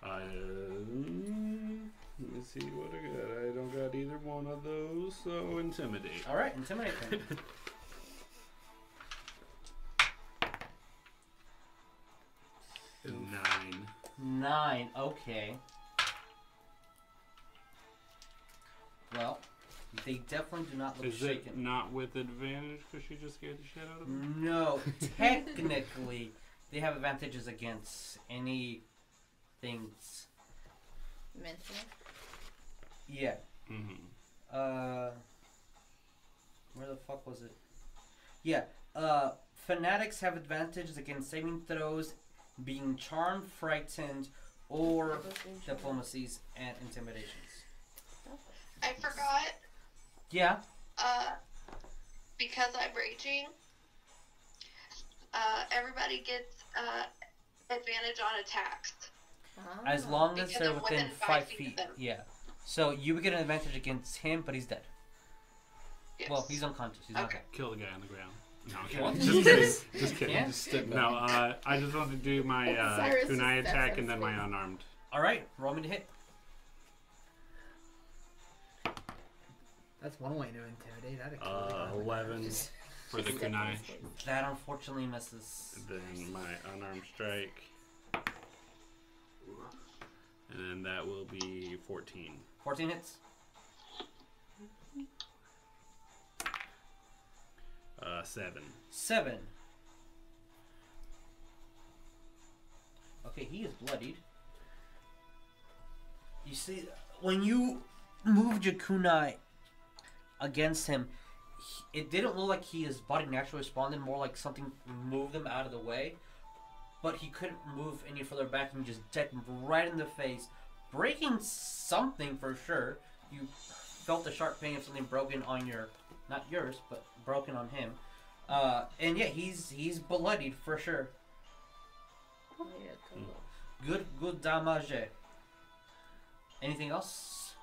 [SPEAKER 6] Uh, let me see what I got. I don't got either one of those, so intimidate.
[SPEAKER 2] All right, intimidate then.
[SPEAKER 6] Nine.
[SPEAKER 2] Nine. Okay. Well, they definitely do not look
[SPEAKER 6] Is it
[SPEAKER 2] shaken.
[SPEAKER 6] not with advantage because she just scared the shit out of me?
[SPEAKER 2] No, technically, they have advantages against any things.
[SPEAKER 8] Mental.
[SPEAKER 2] Yeah.
[SPEAKER 6] Mm-hmm.
[SPEAKER 2] Uh, where the fuck was it? Yeah. Uh, fanatics have advantages against saving throws, being charmed, frightened, or diplomacies and intimidations.
[SPEAKER 3] I forgot
[SPEAKER 2] Yeah.
[SPEAKER 3] uh, because I'm raging, uh, everybody gets uh, advantage on attacks.
[SPEAKER 8] Ah.
[SPEAKER 2] As
[SPEAKER 3] Oh.
[SPEAKER 2] long as
[SPEAKER 3] Because
[SPEAKER 2] they're
[SPEAKER 3] I'm
[SPEAKER 2] within,
[SPEAKER 3] within
[SPEAKER 2] five
[SPEAKER 3] five feet of
[SPEAKER 2] feet.
[SPEAKER 3] them.
[SPEAKER 2] Yeah. So you would get an advantage against him, but he's dead.
[SPEAKER 3] Yes.
[SPEAKER 2] Well, he's unconscious. He's not
[SPEAKER 3] Okay.
[SPEAKER 2] dead.
[SPEAKER 6] Kill the guy on the ground. No, I'm
[SPEAKER 2] What?
[SPEAKER 6] kidding. just kidding. Just kidding.
[SPEAKER 2] Yeah.
[SPEAKER 6] No, uh, I just want to do my uh,
[SPEAKER 8] Cyrus just
[SPEAKER 6] kunai
[SPEAKER 8] steps
[SPEAKER 6] attack
[SPEAKER 8] on
[SPEAKER 6] and then my
[SPEAKER 8] stage.
[SPEAKER 6] unarmed.
[SPEAKER 2] All right. Roll me to hit.
[SPEAKER 4] That's one way to intimidate. That'd kill the
[SPEAKER 6] Uh,
[SPEAKER 4] guy.
[SPEAKER 6] eleven for the kunai.
[SPEAKER 2] That unfortunately misses.
[SPEAKER 6] Then my unarmed strike. And then that will be 14.
[SPEAKER 2] 14 hits.
[SPEAKER 6] Uh, 7.
[SPEAKER 2] Seven. Okay, he is bloodied. You see, when you moved your kunai against him, he- it didn't look like he, his body naturally responded, more like something moved him out of the way. But he couldn't move any further back and just decked him right in the face, breaking something for sure. You felt the sharp pain of something broken on your, not yours, but broken on him. Uh, and yeah, he's he's bloodied for sure.
[SPEAKER 8] Yeah, cool.
[SPEAKER 2] Good, good damage. Anything else?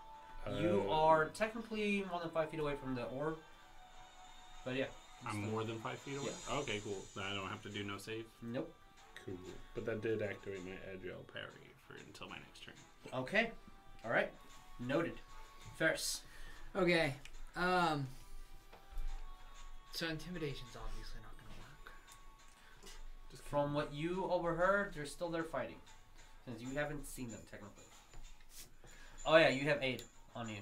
[SPEAKER 2] you
[SPEAKER 6] Uh,
[SPEAKER 2] are technically more than five feet away from the orb. But yeah.
[SPEAKER 6] I'm more than five feet away. Okay, cool. Then I don't have to do no save.
[SPEAKER 2] Nope.
[SPEAKER 6] Cool. But that did activate my agile parry for until my next turn.
[SPEAKER 2] Okay. All right. Noted. Ferris.
[SPEAKER 4] Okay. Um. So intimidation's obviously not gonna work.
[SPEAKER 2] From what you overheard, they're still there fighting, since you haven't seen them technically. Oh yeah, you have aid on you.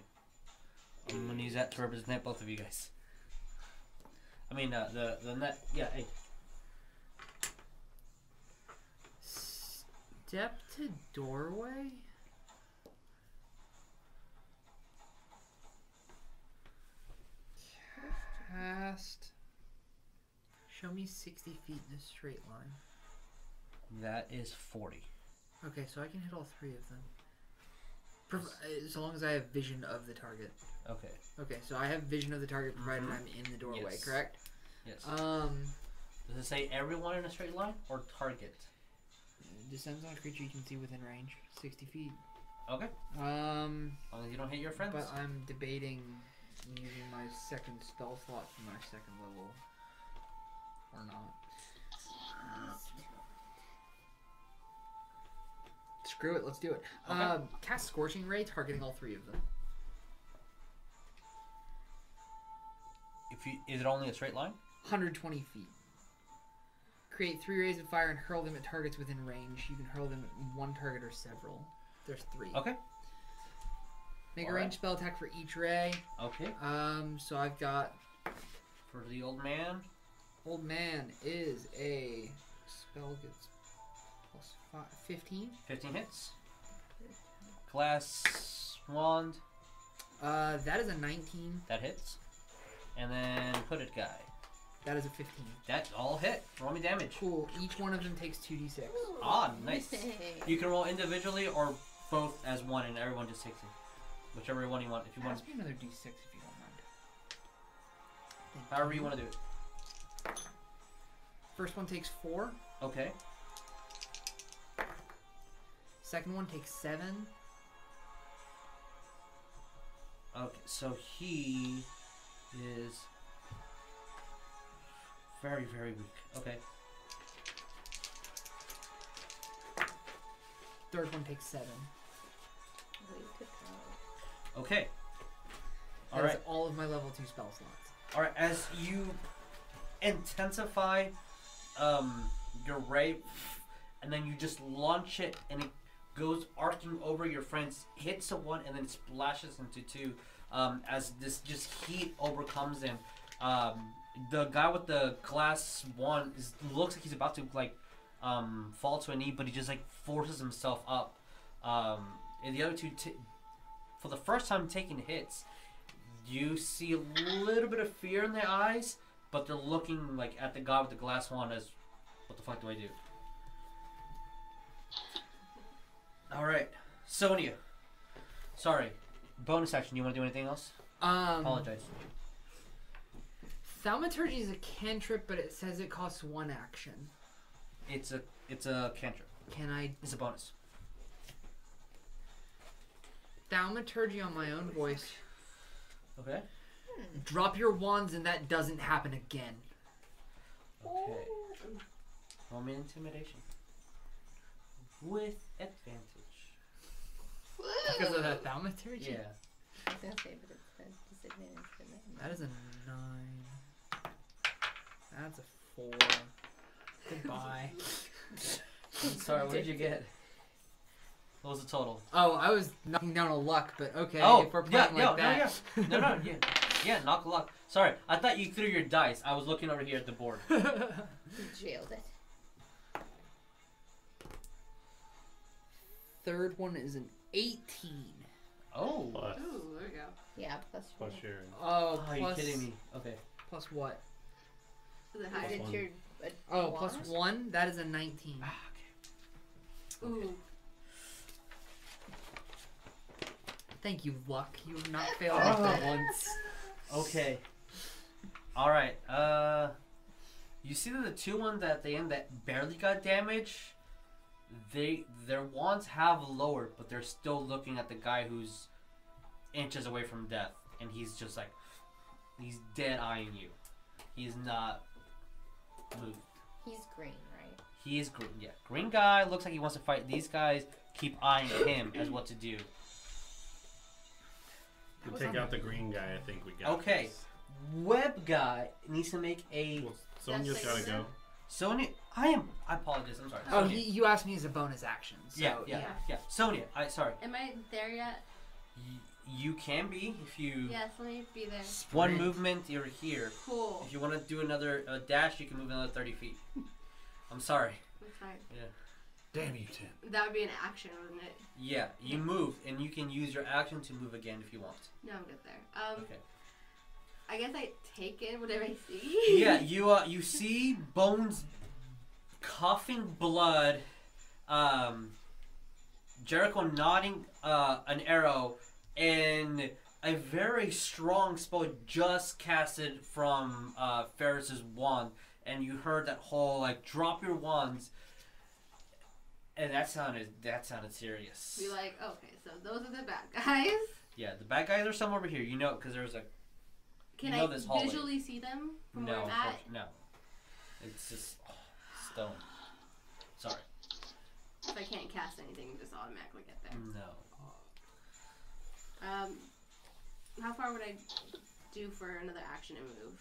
[SPEAKER 2] I'm gonna use that to represent both of you guys. I mean, uh, the the net. Yeah, aid.
[SPEAKER 4] Step to doorway. Cast. Show me sixty feet in a straight line.
[SPEAKER 2] That is forty.
[SPEAKER 4] Okay, so I can hit all three of them. Prov- as long as I have vision of the target.
[SPEAKER 2] Okay.
[SPEAKER 4] Okay, so I have vision of the target provided
[SPEAKER 2] Mhm.
[SPEAKER 4] I'm in the doorway,
[SPEAKER 2] Yes.
[SPEAKER 4] correct?
[SPEAKER 2] Yes.
[SPEAKER 4] Um,
[SPEAKER 2] Does it say everyone in a straight line or target?
[SPEAKER 4] descends on a creature you can see within range, 60 feet.
[SPEAKER 2] Okay.
[SPEAKER 4] Um,
[SPEAKER 2] As long as you don't hit your friends.
[SPEAKER 4] But uh, I'm debating using my second spell slot for my second level or not. Screw it, let's do it.
[SPEAKER 2] Okay.
[SPEAKER 4] Um, cast Scorching Ray, targeting all three of them.
[SPEAKER 2] If you, is it only a straight line?
[SPEAKER 4] 120 feet. Create three rays of fire and hurl them at targets within range. You can hurl them at one target or several. There's three.
[SPEAKER 2] Okay.
[SPEAKER 4] Make a
[SPEAKER 2] alright.
[SPEAKER 4] ranged spell attack for each ray.
[SPEAKER 2] Okay.
[SPEAKER 4] Um, so I've got
[SPEAKER 2] For the old man.
[SPEAKER 4] Old man is a spell gets plus five, 15.
[SPEAKER 2] 15 hits. Class wand,
[SPEAKER 4] Uh, that is a 19.
[SPEAKER 2] that hits. And then hooded guy.
[SPEAKER 4] That is a 15.
[SPEAKER 2] That all hit. Roll me damage.
[SPEAKER 4] Cool. Each one of them takes 2d6.
[SPEAKER 2] Ah, nice.
[SPEAKER 8] Yay.
[SPEAKER 2] You can roll individually or both as one, and everyone just takes it. Whichever one you want. If you want,
[SPEAKER 4] Pass me another d6 if you don't mind. Thank
[SPEAKER 2] however you want to do it.
[SPEAKER 4] First one takes 4.
[SPEAKER 2] Okay.
[SPEAKER 4] Second one takes 7.
[SPEAKER 2] Okay. So he is very, very weak. Okay.
[SPEAKER 4] Third one takes 7.
[SPEAKER 2] Okay. All
[SPEAKER 4] That is
[SPEAKER 2] right.
[SPEAKER 4] all of my level 2 spell slots.
[SPEAKER 2] All right, as you intensify um, your ray, and then you just launch it, and it goes arcing over your friends, hits a one, and then splashes into two. Um, as this just heat overcomes him, um, the guy with the glass one is, looks like he's about to like um, fall to a knee, but he just like forces himself up. Um, and the other two, t- for the first time, taking hits you see a little bit of fear in their eyes, but they're looking like at the guy with the glass wand as, what the fuck do I do? All right, Sonia. Sorry, bonus action. You want to do anything else?
[SPEAKER 4] Um,
[SPEAKER 2] Apologize.
[SPEAKER 4] Thaumaturgy is a cantrip, but it says it costs one action.
[SPEAKER 2] It's a it's a cantrip.
[SPEAKER 4] Can I
[SPEAKER 2] It's a bonus.
[SPEAKER 4] thaumaturgy on my own voice?
[SPEAKER 2] Okay.
[SPEAKER 4] Drop your wands and that doesn't happen again.
[SPEAKER 2] Okay. Roll me intimidation. With advantage.
[SPEAKER 4] Because of that thaumaturgy?
[SPEAKER 2] Yeah.
[SPEAKER 8] I was gonna say, but it's a disadvantage for them.
[SPEAKER 4] That is a nine. That's a four. Goodbye.
[SPEAKER 2] I'm sorry. What did you get? What was the total?
[SPEAKER 4] oh, I was knocking down a luck, but okay.
[SPEAKER 2] Oh,
[SPEAKER 4] if we're
[SPEAKER 2] yeah,
[SPEAKER 4] playing
[SPEAKER 2] yeah,
[SPEAKER 4] like
[SPEAKER 2] no,
[SPEAKER 4] that.
[SPEAKER 2] No, no, yeah, yeah, knock luck. Sorry, I thought you threw your dice. I was looking over here at the board.
[SPEAKER 8] You jailed it.
[SPEAKER 4] Third one is an 18.
[SPEAKER 2] Oh.
[SPEAKER 6] Plus,
[SPEAKER 9] Ooh, there you go.
[SPEAKER 8] Yeah, plus your.
[SPEAKER 6] plus your.
[SPEAKER 4] Oh,
[SPEAKER 2] Oh, are you
[SPEAKER 4] plus,
[SPEAKER 2] kidding me? Okay.
[SPEAKER 4] plus what?
[SPEAKER 9] Is it
[SPEAKER 8] How
[SPEAKER 9] high?
[SPEAKER 8] did your? uh,
[SPEAKER 4] Oh, plus
[SPEAKER 8] wand?
[SPEAKER 4] one. That is a nineteen.
[SPEAKER 2] Ah.
[SPEAKER 9] Ooh.
[SPEAKER 4] Thank you, luck. You have not failed me
[SPEAKER 2] Ah.
[SPEAKER 4] for once.
[SPEAKER 2] Okay. All right. Uh, you see that the two ones at the end that barely got damage, they their wands have lowered, but they're still looking at the guy who's inches away from death, and he's just like, he's dead eyeing you. He's not moved.
[SPEAKER 8] He's green, right?
[SPEAKER 2] He is green. Yeah, green guy looks like he wants to fight these guys. Keep eyeing him as what to do.
[SPEAKER 6] You take out the green guy. I think we got.
[SPEAKER 2] Okay.
[SPEAKER 6] this.
[SPEAKER 2] Web guy needs to make a
[SPEAKER 6] Well, Sonya's
[SPEAKER 8] That's
[SPEAKER 6] gotta
[SPEAKER 8] like-
[SPEAKER 6] go.
[SPEAKER 2] Sonya. I am. I apologize. I'm sorry.
[SPEAKER 4] Oh,
[SPEAKER 2] Sonya.
[SPEAKER 4] he, you asked me as a bonus action. So,
[SPEAKER 2] yeah, yeah, yeah,
[SPEAKER 8] yeah.
[SPEAKER 2] Sonia, I sorry.
[SPEAKER 5] Am I there yet?
[SPEAKER 2] Y- you can be if you
[SPEAKER 5] Yes, let me be there.
[SPEAKER 2] one
[SPEAKER 4] Sprint.
[SPEAKER 2] movement you're here.
[SPEAKER 5] Cool.
[SPEAKER 2] If you want to do another uh, dash, you can move another thirty feet. I'm sorry.
[SPEAKER 5] That's fine.
[SPEAKER 7] Damn you, Tim.
[SPEAKER 5] That would be an action, wouldn't it?
[SPEAKER 2] Yeah, you move and you can use your action to move again if you want.
[SPEAKER 5] No, I'm good there. Um,
[SPEAKER 2] Okay.
[SPEAKER 5] I guess I take in whatever I see.
[SPEAKER 2] Yeah, you uh, you see Bones coughing blood. Um, Jericho nodding uh, an arrow, and a very strong spell just casted from uh, Ferris's wand, and you heard that whole like drop your wands, and that sounded that sounded serious.
[SPEAKER 5] Be like, okay, so those are the bad guys.
[SPEAKER 2] yeah, the bad guys are somewhere over here. You know, because there's a
[SPEAKER 5] Can
[SPEAKER 2] You know
[SPEAKER 5] I
[SPEAKER 2] this hallway.
[SPEAKER 5] visually see them from
[SPEAKER 2] no,
[SPEAKER 5] where I'm at?
[SPEAKER 2] unfortunate- no. It's just oh, stone. Sorry.
[SPEAKER 5] If I can't cast anything, and just automatically get there.
[SPEAKER 2] No.
[SPEAKER 5] Um, how far would I do for another action and move?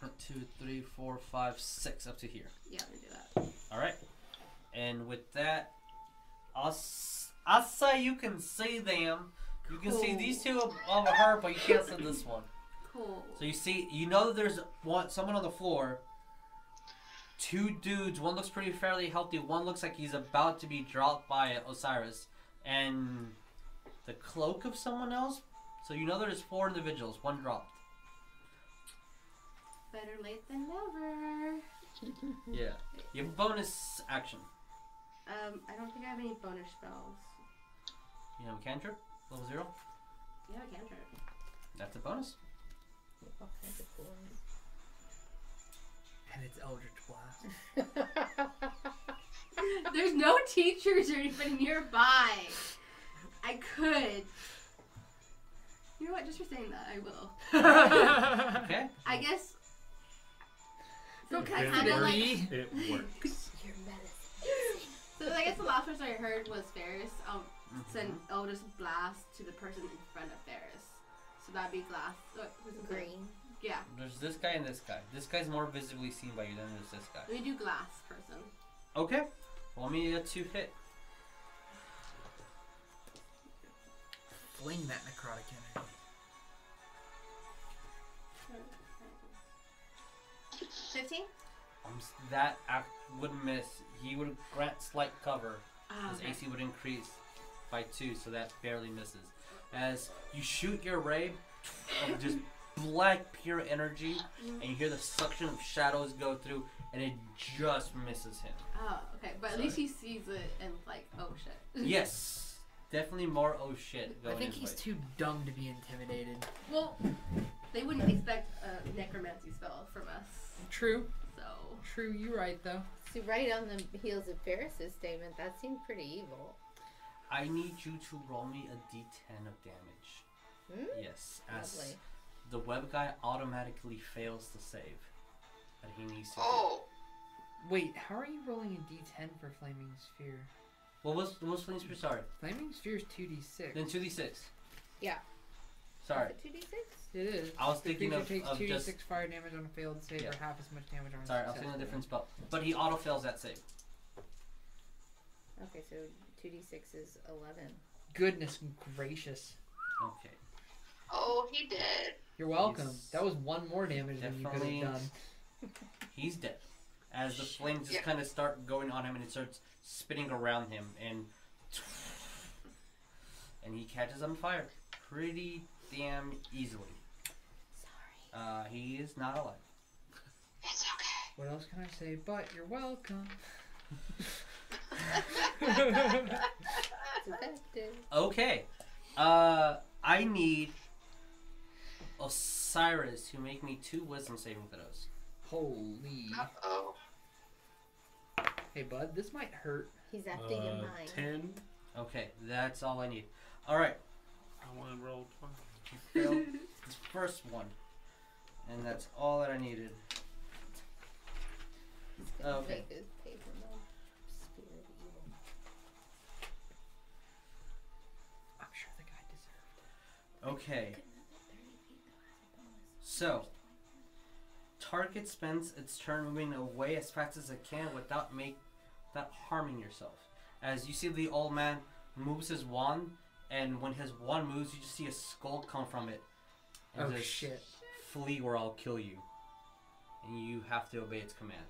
[SPEAKER 2] One, two, three, four, five, six, up to here.
[SPEAKER 5] Yeah, I'm gonna do that.
[SPEAKER 2] All right. And with that, I'll, s- I'll say you can see them. You can see these two ab- over her, but you can't see this one.
[SPEAKER 5] Cool.
[SPEAKER 2] So you see, you know that there's one someone on the floor. Two dudes. One looks pretty fairly healthy. One looks like he's about to be dropped by Osiris, and the cloak of someone else. So you know there's four individuals. One dropped.
[SPEAKER 5] Better late than never.
[SPEAKER 2] Yeah. You have a bonus action.
[SPEAKER 5] Um, I don't think I have any bonus spells.
[SPEAKER 2] You know, cantrip level zero.
[SPEAKER 5] Yeah, I can try. it.
[SPEAKER 2] That's a bonus.
[SPEAKER 8] All kinds of cool ones.
[SPEAKER 4] And it's Eldritch Blast.
[SPEAKER 5] There's no teachers or anybody nearby. I could. You know what? Just for saying that, I will.
[SPEAKER 2] Okay.
[SPEAKER 5] I guess. So
[SPEAKER 6] It
[SPEAKER 5] I
[SPEAKER 6] didn't
[SPEAKER 5] kind of
[SPEAKER 6] work.
[SPEAKER 5] like.
[SPEAKER 6] It works.
[SPEAKER 8] Your medicine.
[SPEAKER 5] So I guess the last person I heard was Ferris. I'll
[SPEAKER 2] Mm-hmm.
[SPEAKER 5] send Elders Blast to the person in front of Ferris. So that'd be Glass. uh, who's it?
[SPEAKER 8] Green.
[SPEAKER 5] Yeah.
[SPEAKER 2] There's this guy and this guy. This guy's more visibly seen by you than there's this guy.
[SPEAKER 5] Let me do Glass person.
[SPEAKER 2] Okay. Want me to to hit?
[SPEAKER 4] Fling that necrotic energy.
[SPEAKER 5] Fifteen.
[SPEAKER 2] Um, s- that act would miss. He would grant slight cover.
[SPEAKER 5] Ah,
[SPEAKER 2] His
[SPEAKER 5] okay.
[SPEAKER 2] AC would increase by two, so that barely misses. As you shoot your ray of just black pure energy,
[SPEAKER 4] Mm.
[SPEAKER 2] and you hear the suction of shadows go through, and it just misses him.
[SPEAKER 5] Oh, okay. But at
[SPEAKER 2] Sorry.
[SPEAKER 5] least he sees it and like, oh shit.
[SPEAKER 2] Yes. Definitely more oh shit
[SPEAKER 4] I
[SPEAKER 2] going
[SPEAKER 4] think
[SPEAKER 2] his
[SPEAKER 4] he's
[SPEAKER 2] way.
[SPEAKER 4] too dumb to be intimidated.
[SPEAKER 5] Well, they wouldn't expect a necromancy spell from us,
[SPEAKER 4] True.
[SPEAKER 5] so.
[SPEAKER 4] True. You're right though.
[SPEAKER 8] So right on the heels of Ferris's statement, that seemed pretty evil.
[SPEAKER 2] I need you to roll me a d10 of damage.
[SPEAKER 8] Hmm?
[SPEAKER 2] Yes, as
[SPEAKER 8] Lovely.
[SPEAKER 2] the web guy automatically fails to save, but he needs to.
[SPEAKER 3] Oh,
[SPEAKER 4] Wait, how are you rolling a d10 for Flaming Sphere?
[SPEAKER 2] Well, what's what's Flame's per sorry?
[SPEAKER 4] Flaming Sphere's 2d6.
[SPEAKER 2] Then two d six.
[SPEAKER 8] Yeah.
[SPEAKER 2] Sorry.
[SPEAKER 8] Two d six.
[SPEAKER 4] it is.
[SPEAKER 2] I was
[SPEAKER 4] The
[SPEAKER 2] thinking
[SPEAKER 4] creature
[SPEAKER 2] of-
[SPEAKER 4] takes
[SPEAKER 2] of
[SPEAKER 4] 2d6
[SPEAKER 2] just-
[SPEAKER 4] fire damage on a failed save
[SPEAKER 2] Yeah.
[SPEAKER 4] or half as much damage on a
[SPEAKER 2] Sorry, I was
[SPEAKER 4] success.
[SPEAKER 2] thinking a different spell. But he auto fails that save.
[SPEAKER 8] Okay, so two d six is eleven.
[SPEAKER 4] Goodness gracious.
[SPEAKER 2] Okay.
[SPEAKER 3] oh, he did.
[SPEAKER 4] You're welcome.
[SPEAKER 2] He's
[SPEAKER 4] That was one more damage than you could
[SPEAKER 2] definitely-
[SPEAKER 4] have done.
[SPEAKER 2] He's dead. As the flames just
[SPEAKER 3] Yeah.
[SPEAKER 2] kind of start going on him and it starts spinning around him and and he catches on fire pretty damn easily. Uh, he is not alive.
[SPEAKER 3] It's okay.
[SPEAKER 4] What else can I say? But you're welcome.
[SPEAKER 8] It's effective.
[SPEAKER 2] Okay. Uh, I need Osiris to make me two wisdom saving throws.
[SPEAKER 4] Holy.
[SPEAKER 3] Uh oh.
[SPEAKER 4] Hey, bud, this might hurt.
[SPEAKER 8] He's after your
[SPEAKER 6] Uh,
[SPEAKER 8] mind.
[SPEAKER 6] ten.
[SPEAKER 2] Okay, that's all I need. All right.
[SPEAKER 6] I want to roll twice.
[SPEAKER 2] Fail. It's first one. And that's all that I needed.
[SPEAKER 8] It's
[SPEAKER 4] Oh,
[SPEAKER 8] gonna
[SPEAKER 2] okay.
[SPEAKER 8] take this paper mill. Spirit of evil.
[SPEAKER 4] I'm sure the guy deserved
[SPEAKER 2] Okay. So, target spends its turn moving away as fast as it can without make without harming yourself. As you see, the old man moves his wand, and when his wand moves, you just see a skull come from it.
[SPEAKER 4] Oh,
[SPEAKER 2] just
[SPEAKER 4] shit.
[SPEAKER 2] Flee, or I'll kill you. And you have to obey its command.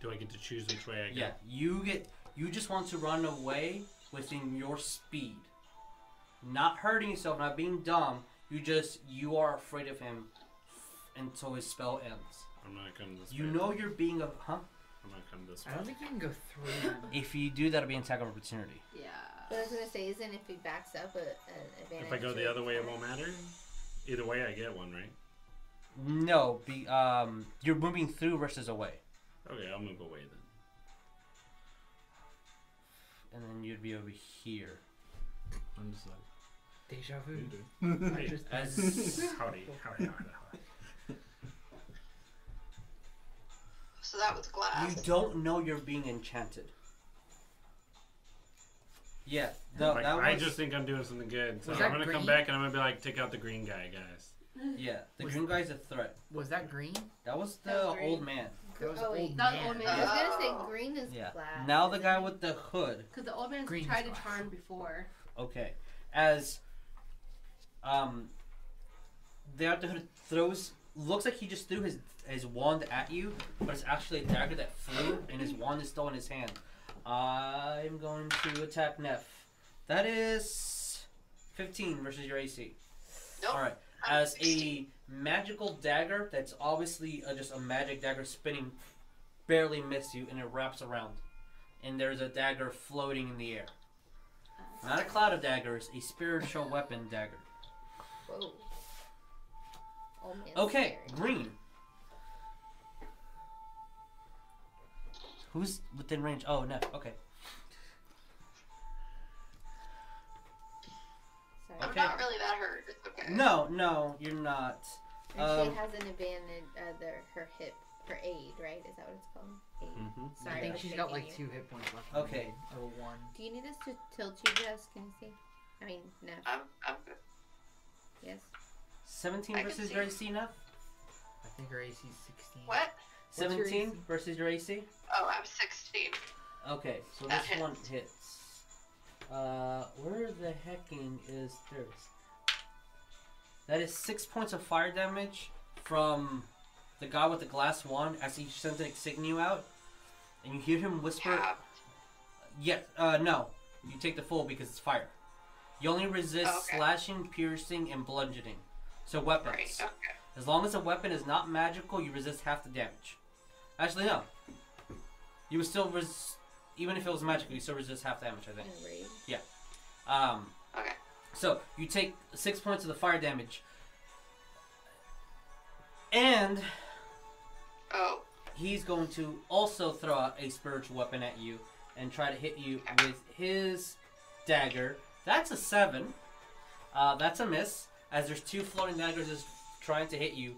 [SPEAKER 6] Do I get to choose which way I go?
[SPEAKER 2] Yeah, you get. You just want to run away within your speed, not hurting yourself, not being dumb. You just you are afraid of him until his spell ends.
[SPEAKER 6] I'm gonna come this
[SPEAKER 2] You
[SPEAKER 6] way.
[SPEAKER 2] know you're being a huh.
[SPEAKER 6] I'm gonna come this
[SPEAKER 4] it.
[SPEAKER 6] way.
[SPEAKER 4] I don't think you can go through. them.
[SPEAKER 2] If you do, that'll be an attack of opportunity.
[SPEAKER 8] What I
[SPEAKER 5] Yeah.
[SPEAKER 8] was gonna say isn't if he backs up a, an advantage.
[SPEAKER 6] If I go the
[SPEAKER 8] or-
[SPEAKER 6] other way, it won't matter. Either way, I get one, right?
[SPEAKER 2] No, be um, you're moving through versus away,
[SPEAKER 6] Okay, I'll move away then.
[SPEAKER 2] and then you'd be over here.
[SPEAKER 7] I'm just like,
[SPEAKER 4] Deja
[SPEAKER 7] what are
[SPEAKER 4] vu.
[SPEAKER 7] you doing?
[SPEAKER 6] Hey,
[SPEAKER 4] Just-
[SPEAKER 2] As
[SPEAKER 6] howdy, howdy, howdy, howdy.
[SPEAKER 3] So that was
[SPEAKER 2] you
[SPEAKER 3] glass.
[SPEAKER 2] don't know you're being enchanted. Yeah, no,
[SPEAKER 6] Like,
[SPEAKER 2] that was.
[SPEAKER 6] I just think I'm doing something good, so
[SPEAKER 4] Was
[SPEAKER 6] I'm
[SPEAKER 4] that
[SPEAKER 6] gonna
[SPEAKER 4] green?
[SPEAKER 6] come back and I'm gonna be like, take out the green guy, guys.
[SPEAKER 2] Yeah, the
[SPEAKER 4] Was-
[SPEAKER 2] green guy's a threat.
[SPEAKER 4] Was that green?
[SPEAKER 2] That was the
[SPEAKER 8] That was green.
[SPEAKER 2] old man.
[SPEAKER 4] That was
[SPEAKER 8] Oh, wait.
[SPEAKER 4] old
[SPEAKER 5] That
[SPEAKER 4] man.
[SPEAKER 5] old
[SPEAKER 8] I
[SPEAKER 5] man.
[SPEAKER 8] was gonna
[SPEAKER 3] Oh.
[SPEAKER 8] say green is
[SPEAKER 2] Yeah.
[SPEAKER 8] black.
[SPEAKER 2] Now the
[SPEAKER 8] isn't
[SPEAKER 2] guy
[SPEAKER 8] it?
[SPEAKER 2] with the hood.
[SPEAKER 5] Because the old man's
[SPEAKER 4] Green
[SPEAKER 5] tried to
[SPEAKER 4] squash.
[SPEAKER 5] charm before.
[SPEAKER 2] Okay, as um, the guy with the hood throws. Looks like he just threw his his wand at you, but it's actually a dagger that flew, and his wand is still in his hand. I'm going to attack Neff. That is 15 versus your AC.
[SPEAKER 3] Nope.
[SPEAKER 2] All right.
[SPEAKER 3] I'm
[SPEAKER 2] as
[SPEAKER 3] 16.
[SPEAKER 2] a magical dagger that's obviously uh, just a magic dagger spinning barely miss you and it wraps around and there's a dagger floating in the air not a cloud of daggers a spiritual weapon dagger
[SPEAKER 8] Whoa. Old man's
[SPEAKER 2] okay
[SPEAKER 8] scary.
[SPEAKER 2] green who's within range oh no okay
[SPEAKER 8] Sorry.
[SPEAKER 3] I'm
[SPEAKER 2] okay.
[SPEAKER 3] not really that hurt. It's okay.
[SPEAKER 2] no no you're not
[SPEAKER 8] And
[SPEAKER 2] Um,
[SPEAKER 8] she has an advantage. Uh, their, her hip, her aid, right? Is that what it's called? Aid.
[SPEAKER 6] Mm-hmm.
[SPEAKER 8] Sorry.
[SPEAKER 4] I think
[SPEAKER 8] was
[SPEAKER 4] she's got like
[SPEAKER 8] thinking
[SPEAKER 4] two hit points left.
[SPEAKER 2] Okay.
[SPEAKER 4] Or one.
[SPEAKER 8] you- Do you need this to tilt you, Jess? Can you see? I mean, no.
[SPEAKER 3] I'm, I'm good.
[SPEAKER 8] Yes.
[SPEAKER 2] 17
[SPEAKER 3] I can
[SPEAKER 2] versus
[SPEAKER 3] see.
[SPEAKER 2] your AC now
[SPEAKER 4] I think her AC is 16.
[SPEAKER 3] What?
[SPEAKER 4] your
[SPEAKER 2] 17
[SPEAKER 4] AC?
[SPEAKER 2] versus your AC
[SPEAKER 3] Oh, I'm 16.
[SPEAKER 2] Okay, so
[SPEAKER 3] That
[SPEAKER 2] this
[SPEAKER 3] hits.
[SPEAKER 2] one hits. Uh, where the hecking is this? That is six points of fire damage from the guy with the glass wand as he sends an insignia out, and you hear him whisper.
[SPEAKER 3] Yeah.
[SPEAKER 2] Yes. Uh, no. You take the full because it's fire. You only resist
[SPEAKER 3] Oh, Okay.
[SPEAKER 2] slashing, piercing, and bludgeoning. So weapons.
[SPEAKER 3] Right. Okay.
[SPEAKER 2] As long as a weapon is not magical, you resist half the damage. Actually, no. You would still res- even if it was magical, you still resist half damage. I think.
[SPEAKER 8] And raid.
[SPEAKER 2] Um,
[SPEAKER 3] Okay.
[SPEAKER 2] so you take six points of the fire damage, and
[SPEAKER 3] Oh.
[SPEAKER 2] he's going to also throw out a spiritual weapon at you and try to hit you with his dagger. That's a seven. Uh, that's a miss. As there's two floating daggers just trying to hit you,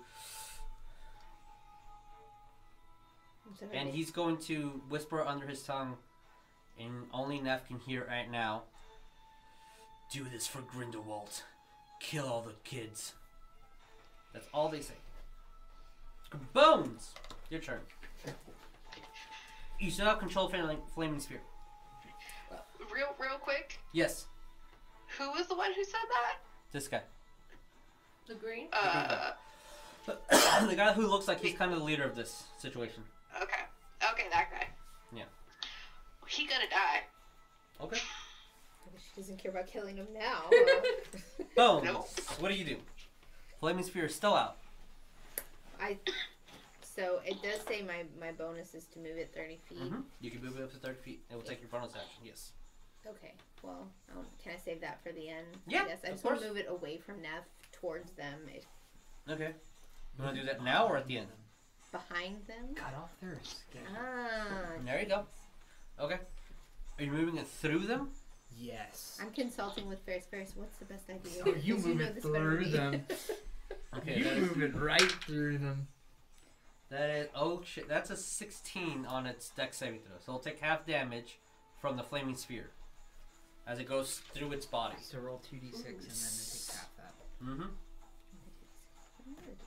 [SPEAKER 8] I'm sorry.
[SPEAKER 2] And he's going to whisper under his tongue, and only Neff can hear it right now. Do this for Grindelwald. Kill all the kids. That's all they say. Bones! Your turn. You still have control of Flam- Flaming Spear.
[SPEAKER 3] Real, real quick.
[SPEAKER 2] Yes,
[SPEAKER 3] Who was the one who said that?
[SPEAKER 2] this guy.
[SPEAKER 5] The green?
[SPEAKER 3] Uh.
[SPEAKER 2] the guy who looks like he's kind of the leader of this situation.
[SPEAKER 3] Okay. Okay, that guy.
[SPEAKER 2] Yeah.
[SPEAKER 3] He gonna die.
[SPEAKER 2] Okay.
[SPEAKER 8] I wish
[SPEAKER 5] Doesn't care about killing him now.
[SPEAKER 2] Bones.
[SPEAKER 3] Nope.
[SPEAKER 2] What do you do? Flaming spear is still out.
[SPEAKER 5] I. So it does say my my bonus is to move it thirty feet.
[SPEAKER 2] You can move it up to thirty feet. It will take your bonus action. Yes.
[SPEAKER 5] Okay. Well, um, can I save that for the end?
[SPEAKER 2] Yeah,
[SPEAKER 5] Yes. I
[SPEAKER 2] of
[SPEAKER 5] just want to
[SPEAKER 2] course.
[SPEAKER 5] move it away from Neff towards them. It's
[SPEAKER 2] Okay. You want to do that now or at the end?
[SPEAKER 5] behind them.
[SPEAKER 4] Cut off their escape.
[SPEAKER 5] Ah.
[SPEAKER 2] There you go. Okay. Are you moving it through them?
[SPEAKER 4] Yes.
[SPEAKER 5] I'm consulting with Ferris. Ferris, what's the best idea?
[SPEAKER 4] So you
[SPEAKER 5] 'Cause
[SPEAKER 4] move
[SPEAKER 5] know
[SPEAKER 4] it
[SPEAKER 5] this better than
[SPEAKER 4] through
[SPEAKER 5] me.
[SPEAKER 4] them.
[SPEAKER 2] Okay.
[SPEAKER 4] you
[SPEAKER 2] that is-
[SPEAKER 4] move it right through them.
[SPEAKER 2] That is oh shit. That's a sixteen on its dex saving throw, so it'll take half damage from the flaming sphere as it goes through its body.
[SPEAKER 4] So roll two d six and then take half that.
[SPEAKER 2] Mm-hmm.
[SPEAKER 5] I'm gonna just-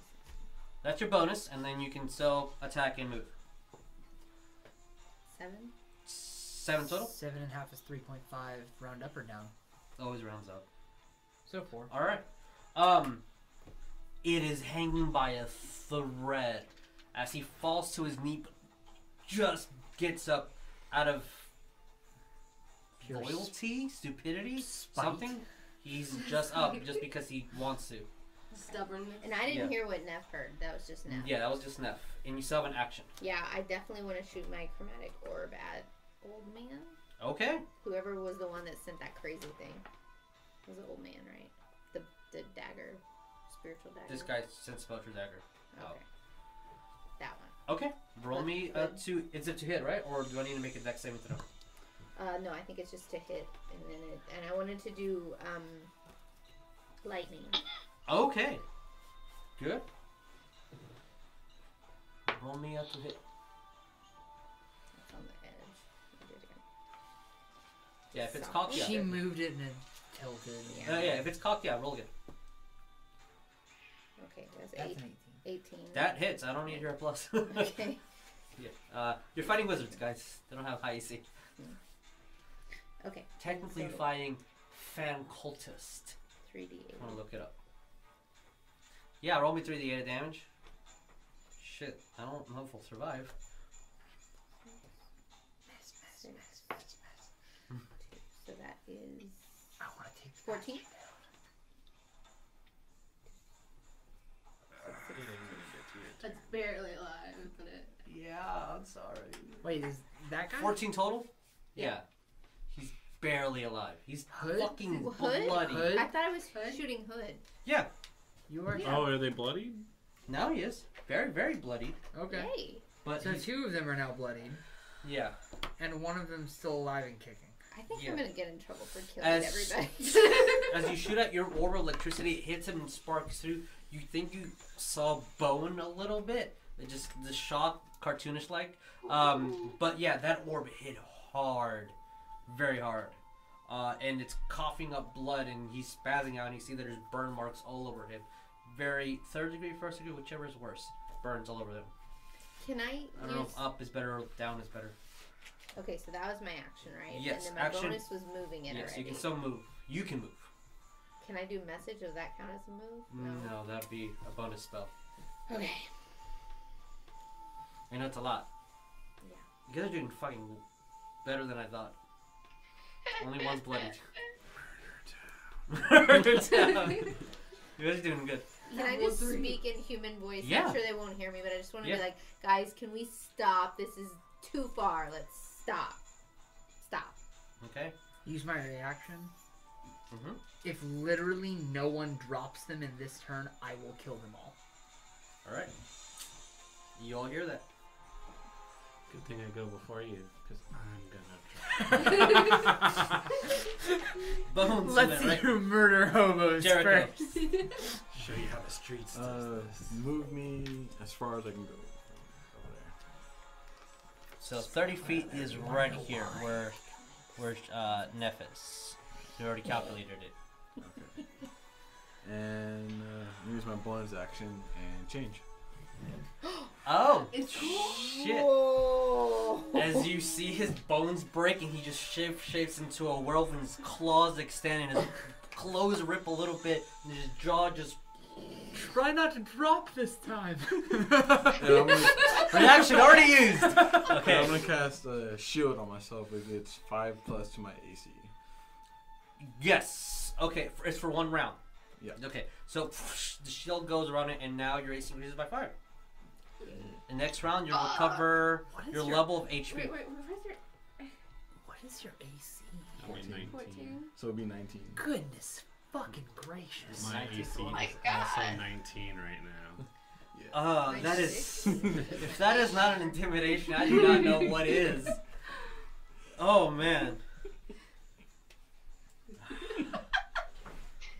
[SPEAKER 2] That's your bonus, and then you can still attack and move.
[SPEAKER 5] Seven.
[SPEAKER 2] Seven total.
[SPEAKER 4] Seven and a half is three point five. Round up or down? Oh,
[SPEAKER 2] Always rounds up.
[SPEAKER 4] So four.
[SPEAKER 2] All right. Um, it is hanging by a thread as he falls to his knee, but just gets up out of
[SPEAKER 4] Pure
[SPEAKER 2] loyalty, stupidity,
[SPEAKER 4] spite.
[SPEAKER 2] something. He's just up just because he wants to.
[SPEAKER 8] Stubbornness.
[SPEAKER 5] And I didn't
[SPEAKER 2] Yeah.
[SPEAKER 5] hear what Neff heard. That was just Neff.
[SPEAKER 2] Yeah, that was just enough. And you still have an action.
[SPEAKER 5] Yeah, I definitely want to shoot my chromatic orb at old man.
[SPEAKER 2] Okay.
[SPEAKER 5] Whoever was the one that sent that crazy thing. It was the old man, right? The the dagger, spiritual dagger.
[SPEAKER 2] This guy sent Spelter Dagger.
[SPEAKER 5] Okay. That one.
[SPEAKER 2] Okay. Roll me a two. It's a two hit, right? Or do I need to make a dex saving throw?
[SPEAKER 5] Uh, no, I think it's just to hit, and then it, and I wanted to do um, lightning.
[SPEAKER 2] Okay. Good. Roll me up to hit.
[SPEAKER 5] It's on the edge. Let me do it again.
[SPEAKER 2] Yeah, if it's
[SPEAKER 5] So-
[SPEAKER 2] cocked, yeah.
[SPEAKER 4] She
[SPEAKER 2] yeah.
[SPEAKER 4] moved it and it tilted.
[SPEAKER 5] Yeah.
[SPEAKER 2] Uh, yeah, if it's cocked, yeah, roll again.
[SPEAKER 5] Okay, that's,
[SPEAKER 4] That's
[SPEAKER 5] eight,
[SPEAKER 4] an
[SPEAKER 5] 18.
[SPEAKER 2] That hits. I don't need your plus.
[SPEAKER 5] okay.
[SPEAKER 2] yeah. uh, you're fighting wizards, guys. They don't have high AC.
[SPEAKER 5] Okay.
[SPEAKER 2] Technically, you're fighting fan cultist.
[SPEAKER 5] Three D eight.
[SPEAKER 2] I want to look it up. Yeah, roll me 3d8 of damage. Shit, I don't know if I'll survive.
[SPEAKER 5] So that is
[SPEAKER 4] I want to take the
[SPEAKER 5] fourteen.
[SPEAKER 8] That's barely alive, isn't it?
[SPEAKER 2] Yeah, I'm sorry.
[SPEAKER 4] Wait, is that guy?
[SPEAKER 2] 14 total?
[SPEAKER 5] Yeah.
[SPEAKER 2] He's barely alive. He's
[SPEAKER 4] Hood?
[SPEAKER 2] fucking
[SPEAKER 5] Hood?
[SPEAKER 2] bloody.
[SPEAKER 4] Hood?
[SPEAKER 5] I thought I was shooting Hood.
[SPEAKER 2] Yeah.
[SPEAKER 4] You are
[SPEAKER 6] Oh, are they bloody?
[SPEAKER 2] Now he is. Very, very bloody.
[SPEAKER 4] okay.
[SPEAKER 5] Yay.
[SPEAKER 2] But
[SPEAKER 4] So
[SPEAKER 2] he's-
[SPEAKER 4] two of them are now bloodied,
[SPEAKER 2] yeah.
[SPEAKER 4] and one of them's still alive and kicking.
[SPEAKER 5] I think
[SPEAKER 2] Yeah.
[SPEAKER 5] I'm gonna get in trouble for killing
[SPEAKER 2] As-
[SPEAKER 5] everybody.
[SPEAKER 2] As you shoot at your orb of electricity, it hits him and sparks through. You think you saw bone a little bit. It just the shot cartoonish like. Um, but yeah, that orb hit hard, very hard. Uh, and it's coughing up blood, and he's spazzing out, and you see that there's burn marks all over him. Very third degree, first degree, whichever is worse. Burns all over them.
[SPEAKER 5] Can I
[SPEAKER 2] I don't know
[SPEAKER 5] use?
[SPEAKER 2] if up is better or down is better.
[SPEAKER 5] Okay, so that was my action, right?
[SPEAKER 2] Yes,
[SPEAKER 5] And then my
[SPEAKER 2] action.
[SPEAKER 5] bonus was moving it
[SPEAKER 2] Yes,
[SPEAKER 5] already.
[SPEAKER 2] you can still move. You can move.
[SPEAKER 5] Can I do message? Does that count as a move?
[SPEAKER 2] No, that'd be a bonus spell.
[SPEAKER 5] Okay.
[SPEAKER 2] I know it's a lot.
[SPEAKER 5] Yeah.
[SPEAKER 2] You guys are doing fucking better than I thought. Only one's bloodied. Murder town. you guys are doing good.
[SPEAKER 5] Can I just speak in human voice?
[SPEAKER 2] Yeah.
[SPEAKER 5] I'm sure they won't hear me, but I just want to
[SPEAKER 2] Yeah.
[SPEAKER 5] be like, guys, can we stop? This is too far. Let's stop. Stop.
[SPEAKER 2] Okay.
[SPEAKER 4] Use my reaction.
[SPEAKER 2] Mhm.
[SPEAKER 4] If literally no one drops them in this turn, I will kill them all.
[SPEAKER 2] All right. You all hear that?
[SPEAKER 6] Good thing I go before you, because I'm gonna.
[SPEAKER 2] Bones.
[SPEAKER 4] Let's
[SPEAKER 2] in there,
[SPEAKER 4] see
[SPEAKER 2] right?
[SPEAKER 4] who murder hobos
[SPEAKER 2] Jericho.
[SPEAKER 4] first.
[SPEAKER 6] Show you how the streets.
[SPEAKER 7] Uh, move me as far as I can go. Over there.
[SPEAKER 2] So 30 feet is right here where where uh, Nephis. You already calculated it.
[SPEAKER 7] And uh, use my bonus action and change.
[SPEAKER 2] Oh.
[SPEAKER 8] It's cool.
[SPEAKER 2] Shit. As you see his bones break and he just shape shapes into a werewolf and his claws extend and his clothes rip a little bit and his jaw just
[SPEAKER 4] Try not to drop this time.
[SPEAKER 7] And I'm gonna,
[SPEAKER 2] reaction already used.
[SPEAKER 7] and I'm
[SPEAKER 2] Okay.
[SPEAKER 7] gonna cast a shield on myself. With it's five plus to my AC.
[SPEAKER 2] Yes. Okay, f- it's for one round.
[SPEAKER 7] Yeah.
[SPEAKER 2] Okay, so the shield goes around it, and now your AC increases by five. The next round, you'll
[SPEAKER 8] Uh,
[SPEAKER 2] recover
[SPEAKER 8] what is
[SPEAKER 2] your,
[SPEAKER 8] your-
[SPEAKER 2] level of HP.
[SPEAKER 8] Wait, wait, where's your
[SPEAKER 4] What is your AC?
[SPEAKER 2] Oh,
[SPEAKER 6] Only 19.
[SPEAKER 8] 14?
[SPEAKER 7] So it'd be 19.
[SPEAKER 4] Goodness fucking gracious.
[SPEAKER 6] My AC is
[SPEAKER 8] Oh my
[SPEAKER 6] also
[SPEAKER 8] God.
[SPEAKER 6] 19 right now.
[SPEAKER 2] Uh,
[SPEAKER 8] Like
[SPEAKER 2] that is.
[SPEAKER 8] six?
[SPEAKER 2] if that is not an intimidation, I do not know what is. Oh man.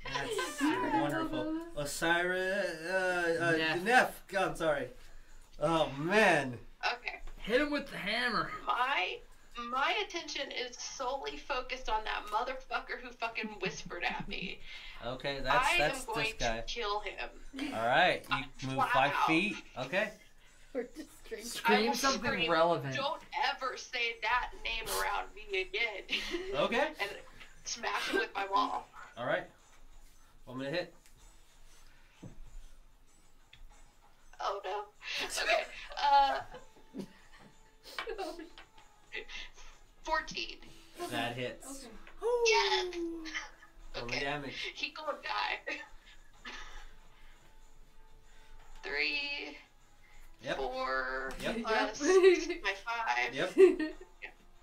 [SPEAKER 2] That's wonderful. Osiris. Uh, uh,
[SPEAKER 4] Neff.
[SPEAKER 2] Neff. God, I'm sorry. Oh man.
[SPEAKER 3] Okay.
[SPEAKER 4] Hit him with the hammer.
[SPEAKER 3] My my attention is solely focused on that motherfucker who fucking whispered at me.
[SPEAKER 2] Okay, that's
[SPEAKER 3] I
[SPEAKER 2] that's
[SPEAKER 3] am going
[SPEAKER 2] this guy.
[SPEAKER 3] to kill him.
[SPEAKER 2] All right, you move five
[SPEAKER 3] Wow.
[SPEAKER 2] feet. Okay.
[SPEAKER 8] We're just drinking.
[SPEAKER 3] I
[SPEAKER 12] Scream
[SPEAKER 3] will
[SPEAKER 12] something
[SPEAKER 3] scream,
[SPEAKER 2] Hmm.
[SPEAKER 12] relevant.
[SPEAKER 3] Don't ever say that name around me again.
[SPEAKER 2] Okay.
[SPEAKER 3] and smash him with my wall.
[SPEAKER 2] All right. One minute hit.
[SPEAKER 3] Oh no. Okay. Uh, fourteen.
[SPEAKER 2] That hits.
[SPEAKER 8] Okay.
[SPEAKER 3] Yes.
[SPEAKER 2] Roll me
[SPEAKER 3] Okay.
[SPEAKER 2] damage.
[SPEAKER 3] He gonna die. Three.
[SPEAKER 2] Yep.
[SPEAKER 3] Four.
[SPEAKER 2] Yep.
[SPEAKER 3] plus
[SPEAKER 8] Yep.
[SPEAKER 3] my five.
[SPEAKER 2] Yep.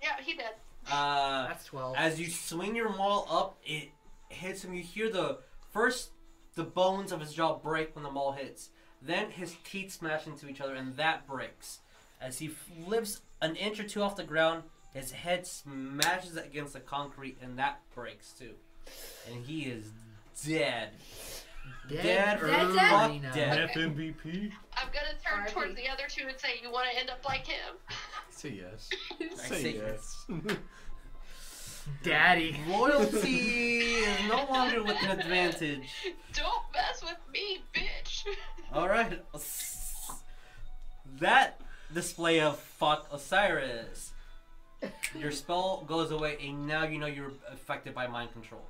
[SPEAKER 3] Yeah, he did.
[SPEAKER 2] Uh,
[SPEAKER 4] That's 12.
[SPEAKER 2] As you swing your maul up, it hits him. You hear the first the bones of his jaw break when the maul hits. Then his teeth smash into each other, and that breaks. As he flips an inch or two off the ground, his head smashes against the concrete, and that breaks too. And he is dead. Dead or
[SPEAKER 8] Dead, dead?
[SPEAKER 2] fuck
[SPEAKER 4] Arena.
[SPEAKER 2] dead.
[SPEAKER 6] FMVP?
[SPEAKER 3] I'm gonna turn
[SPEAKER 8] RIP.
[SPEAKER 3] towards the other two and say, "You want to end up like him?"
[SPEAKER 7] Say yes.
[SPEAKER 2] I say
[SPEAKER 7] Say yes.
[SPEAKER 4] Daddy.
[SPEAKER 2] Loyalty is no longer with an advantage.
[SPEAKER 3] Don't mess with me, bitch.
[SPEAKER 2] All right. That display of fuck Osiris. Your spell goes away, and now you know you're affected by mind control.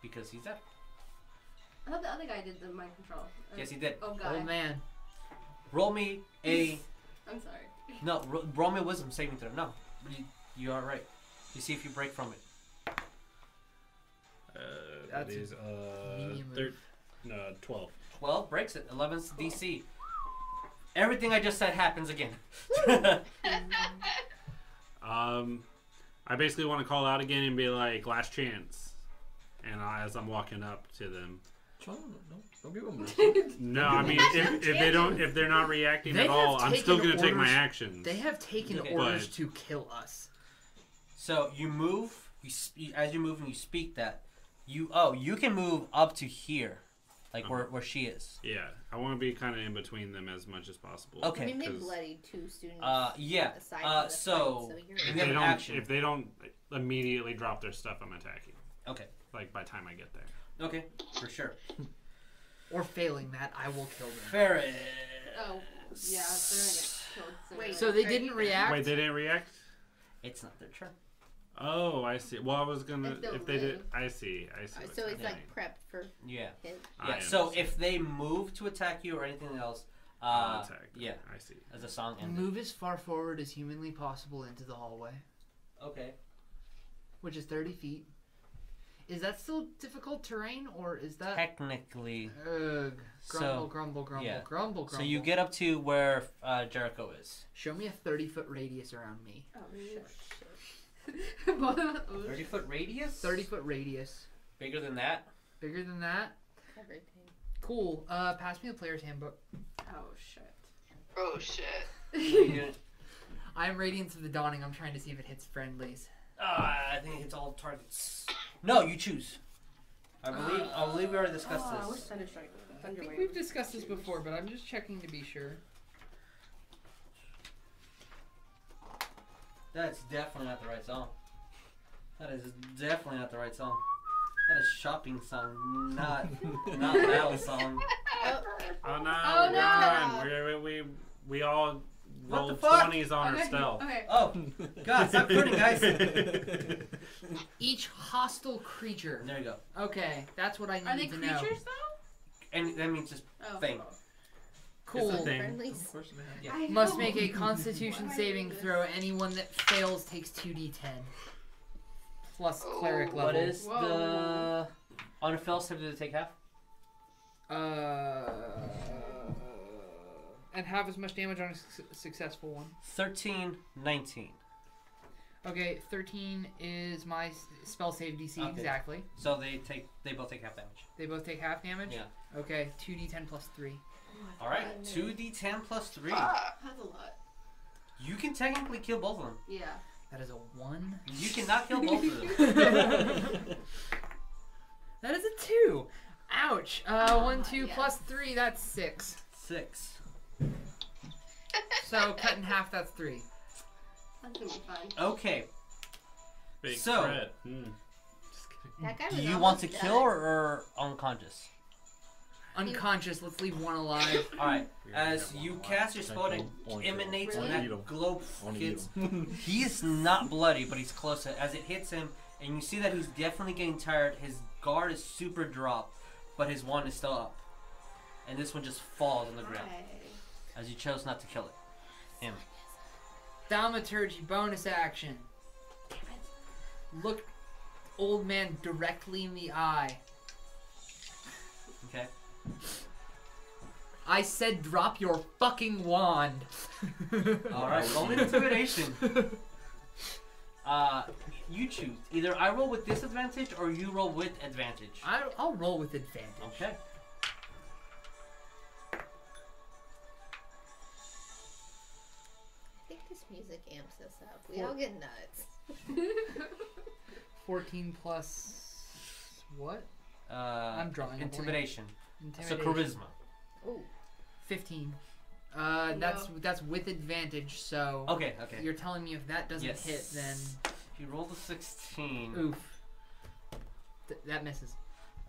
[SPEAKER 2] Because he's dead.
[SPEAKER 5] I thought the other guy did the mind control. Uh,
[SPEAKER 2] Yes, he did.
[SPEAKER 5] Oh
[SPEAKER 4] Old
[SPEAKER 5] god.
[SPEAKER 4] man.
[SPEAKER 2] Roll me a
[SPEAKER 5] I'm sorry.
[SPEAKER 2] no. Ro- roll me a wisdom saving throw. No, you, you are right. You see if you break from it.
[SPEAKER 6] Uh, that
[SPEAKER 4] That's a
[SPEAKER 6] is uh,
[SPEAKER 4] medium
[SPEAKER 6] thir-
[SPEAKER 4] move.
[SPEAKER 6] no, 12.
[SPEAKER 2] Twelve breaks it. Eleven's DC. Everything I just said happens again.
[SPEAKER 6] Um, I basically want to call out again and be like, last chance. And I, as I'm walking up to them,
[SPEAKER 7] Try not- no, don't give him mercy.
[SPEAKER 6] no, I mean, if, if they don't, if they're not reacting
[SPEAKER 4] They
[SPEAKER 6] at all,
[SPEAKER 4] have
[SPEAKER 6] I'm still
[SPEAKER 4] taken
[SPEAKER 6] gonna take my
[SPEAKER 4] orders-
[SPEAKER 6] actions.
[SPEAKER 4] They have taken
[SPEAKER 2] Okay.
[SPEAKER 4] orders
[SPEAKER 6] But-
[SPEAKER 4] to kill us.
[SPEAKER 2] So you move. You sp- as you move and you speak that you oh you can move up to here, like where where she is.
[SPEAKER 6] yeah, I want to be kind of in between them as much as possible.
[SPEAKER 2] Okay.
[SPEAKER 13] I mean, they
[SPEAKER 6] 'cause
[SPEAKER 13] bloodied two students.
[SPEAKER 2] Uh yeah.
[SPEAKER 13] aside
[SPEAKER 2] Uh
[SPEAKER 13] from the
[SPEAKER 2] so
[SPEAKER 13] fight, so
[SPEAKER 2] you
[SPEAKER 6] If
[SPEAKER 2] have
[SPEAKER 6] they
[SPEAKER 2] an
[SPEAKER 6] don't,
[SPEAKER 2] action.
[SPEAKER 6] if they don't immediately drop their stuff, I'm attacking.
[SPEAKER 2] Okay.
[SPEAKER 6] Like by the time I get there.
[SPEAKER 2] Okay. For sure.
[SPEAKER 4] Or failing that, I will kill them.
[SPEAKER 2] Ferris.
[SPEAKER 5] Oh, yeah, they're gonna get killed. soon.
[SPEAKER 8] Wait,
[SPEAKER 4] So they didn't
[SPEAKER 8] Wait,
[SPEAKER 4] react.
[SPEAKER 6] Wait, they didn't react.
[SPEAKER 2] It's not their turn.
[SPEAKER 6] Oh, I see. Well, I was gonna.
[SPEAKER 5] If they'll
[SPEAKER 6] If they did,
[SPEAKER 5] live.
[SPEAKER 6] I see. I see.
[SPEAKER 13] Uh,
[SPEAKER 6] what's
[SPEAKER 13] so it's
[SPEAKER 6] happening.
[SPEAKER 13] like prepped for
[SPEAKER 2] Yeah.
[SPEAKER 13] hit.
[SPEAKER 2] Yeah.
[SPEAKER 6] I
[SPEAKER 2] So
[SPEAKER 6] understand.
[SPEAKER 2] if they move to attack you or anything else,
[SPEAKER 6] I'll
[SPEAKER 2] uh,
[SPEAKER 6] attack.
[SPEAKER 2] yeah,
[SPEAKER 6] I see.
[SPEAKER 2] as the song ends.
[SPEAKER 4] Move as far forward as humanly possible into the hallway,
[SPEAKER 2] Okay.
[SPEAKER 4] which is 30 feet. Is that still difficult terrain, or is that.
[SPEAKER 2] Technically.
[SPEAKER 4] Ugh. Grumble,
[SPEAKER 2] So,
[SPEAKER 4] grumble, grumble,
[SPEAKER 2] yeah.
[SPEAKER 4] grumble, grumble.
[SPEAKER 2] So you get up to where uh, Jericho is.
[SPEAKER 4] Show me a 30 foot radius around me.
[SPEAKER 8] Oh,
[SPEAKER 5] Both of us- ooh.
[SPEAKER 2] Thirty foot radius.
[SPEAKER 4] 30 foot radius.
[SPEAKER 2] Bigger than that.
[SPEAKER 4] Bigger than that?
[SPEAKER 13] Everything.
[SPEAKER 4] Cool. Uh, pass me the player's handbook.
[SPEAKER 5] Oh shit.
[SPEAKER 3] Oh shit.
[SPEAKER 4] I'm Radiance of the Dawning. I'm trying to see if it hits friendlies.
[SPEAKER 2] Uh, I think it's all targets. No, you choose. I believe I believe we already discussed
[SPEAKER 5] Oh, I wish
[SPEAKER 2] this.
[SPEAKER 5] Thunderstrike was
[SPEAKER 4] I
[SPEAKER 5] Thunder
[SPEAKER 4] think
[SPEAKER 5] Wave
[SPEAKER 4] we've
[SPEAKER 5] was
[SPEAKER 4] discussed this
[SPEAKER 5] huge.
[SPEAKER 4] before, but I'm just checking to be sure.
[SPEAKER 2] That's definitely not the right song. That is definitely not the right song. That is shopping song, not not battle song.
[SPEAKER 6] Oh no!
[SPEAKER 5] Oh,
[SPEAKER 6] we're
[SPEAKER 5] no.
[SPEAKER 6] gone. We're, we we we all
[SPEAKER 2] What the
[SPEAKER 6] rolled
[SPEAKER 2] fuck?
[SPEAKER 6] twenties on
[SPEAKER 5] okay.
[SPEAKER 6] our stealth.
[SPEAKER 5] Okay.
[SPEAKER 2] Oh, God, stop pruning, guys.
[SPEAKER 4] Each hostile creature.
[SPEAKER 2] there you go.
[SPEAKER 4] Okay, that's what I need
[SPEAKER 5] Are they
[SPEAKER 4] to
[SPEAKER 5] creatures
[SPEAKER 4] know.
[SPEAKER 5] though?
[SPEAKER 2] And that means just
[SPEAKER 5] Oh.
[SPEAKER 2] thing.
[SPEAKER 6] It's a
[SPEAKER 4] Cool.
[SPEAKER 6] thing.
[SPEAKER 13] Friendlies.
[SPEAKER 7] Of course, man.
[SPEAKER 5] I
[SPEAKER 4] Must
[SPEAKER 5] know.
[SPEAKER 4] make a Constitution
[SPEAKER 5] Why do I do
[SPEAKER 4] saving
[SPEAKER 5] this?
[SPEAKER 4] throw. Anyone that fails takes 2d10. plus cleric level.
[SPEAKER 2] What is the on a fail step? Did it take half?
[SPEAKER 4] Uh, and half as much damage on a su- successful one.
[SPEAKER 2] 13, 19.
[SPEAKER 4] Okay, 13 is my s- spell save DC
[SPEAKER 2] Okay.
[SPEAKER 4] exactly.
[SPEAKER 2] So they take they both take half damage.
[SPEAKER 4] They both take half damage?
[SPEAKER 2] Yeah.
[SPEAKER 4] Okay, 2d10 plus 3.
[SPEAKER 2] All right, two d10 plus three.
[SPEAKER 5] That's a lot.
[SPEAKER 2] You can technically kill both of them.
[SPEAKER 5] Yeah.
[SPEAKER 4] That is a 1.
[SPEAKER 2] You cannot kill both of them.
[SPEAKER 4] That is a 2. Ouch. Uh, 1, 2 plus 3, that's 6.
[SPEAKER 2] Six.
[SPEAKER 4] So cut in half, that's 3.
[SPEAKER 5] That's gonna be fun.
[SPEAKER 2] Okay.
[SPEAKER 6] Big
[SPEAKER 2] so,
[SPEAKER 6] threat.
[SPEAKER 7] Hmm.
[SPEAKER 8] That guy was
[SPEAKER 2] do you want to
[SPEAKER 8] almost
[SPEAKER 2] kill
[SPEAKER 8] done.
[SPEAKER 2] or, or unconscious?
[SPEAKER 4] Unconscious, let's leave one alive.
[SPEAKER 2] All right. As you cast your spell, and it emanates
[SPEAKER 4] Really?
[SPEAKER 2] and that glow hits. he is not bloody, but he's close. To, as it hits him, and you see that he's definitely getting tired. His guard is super dropped, but his wand is still up. And this one just falls on the ground as you chose not to kill it. Him.
[SPEAKER 4] Thaumaturgy bonus action. Look old man directly in the eye.
[SPEAKER 2] Okay.
[SPEAKER 4] I said drop your fucking wand.
[SPEAKER 2] Alright, roll an intimidation. Uh, you choose. Either I roll with disadvantage or you roll with advantage.
[SPEAKER 4] I, I'll roll with advantage.
[SPEAKER 2] Okay.
[SPEAKER 8] I think this music amps us up. We all get nuts.
[SPEAKER 4] 14 plus. What?
[SPEAKER 2] Uh,
[SPEAKER 4] I'm drawing a blank.
[SPEAKER 2] intimidation. So
[SPEAKER 4] Intimidation.
[SPEAKER 2] charisma.
[SPEAKER 8] Ooh.
[SPEAKER 4] 15. Uh, that's that's with advantage, so.
[SPEAKER 2] Okay, okay.
[SPEAKER 4] You're telling me if that doesn't
[SPEAKER 2] Yes. Mm.
[SPEAKER 4] hit, then
[SPEAKER 2] You roll the 16.
[SPEAKER 4] oof. Th- that misses.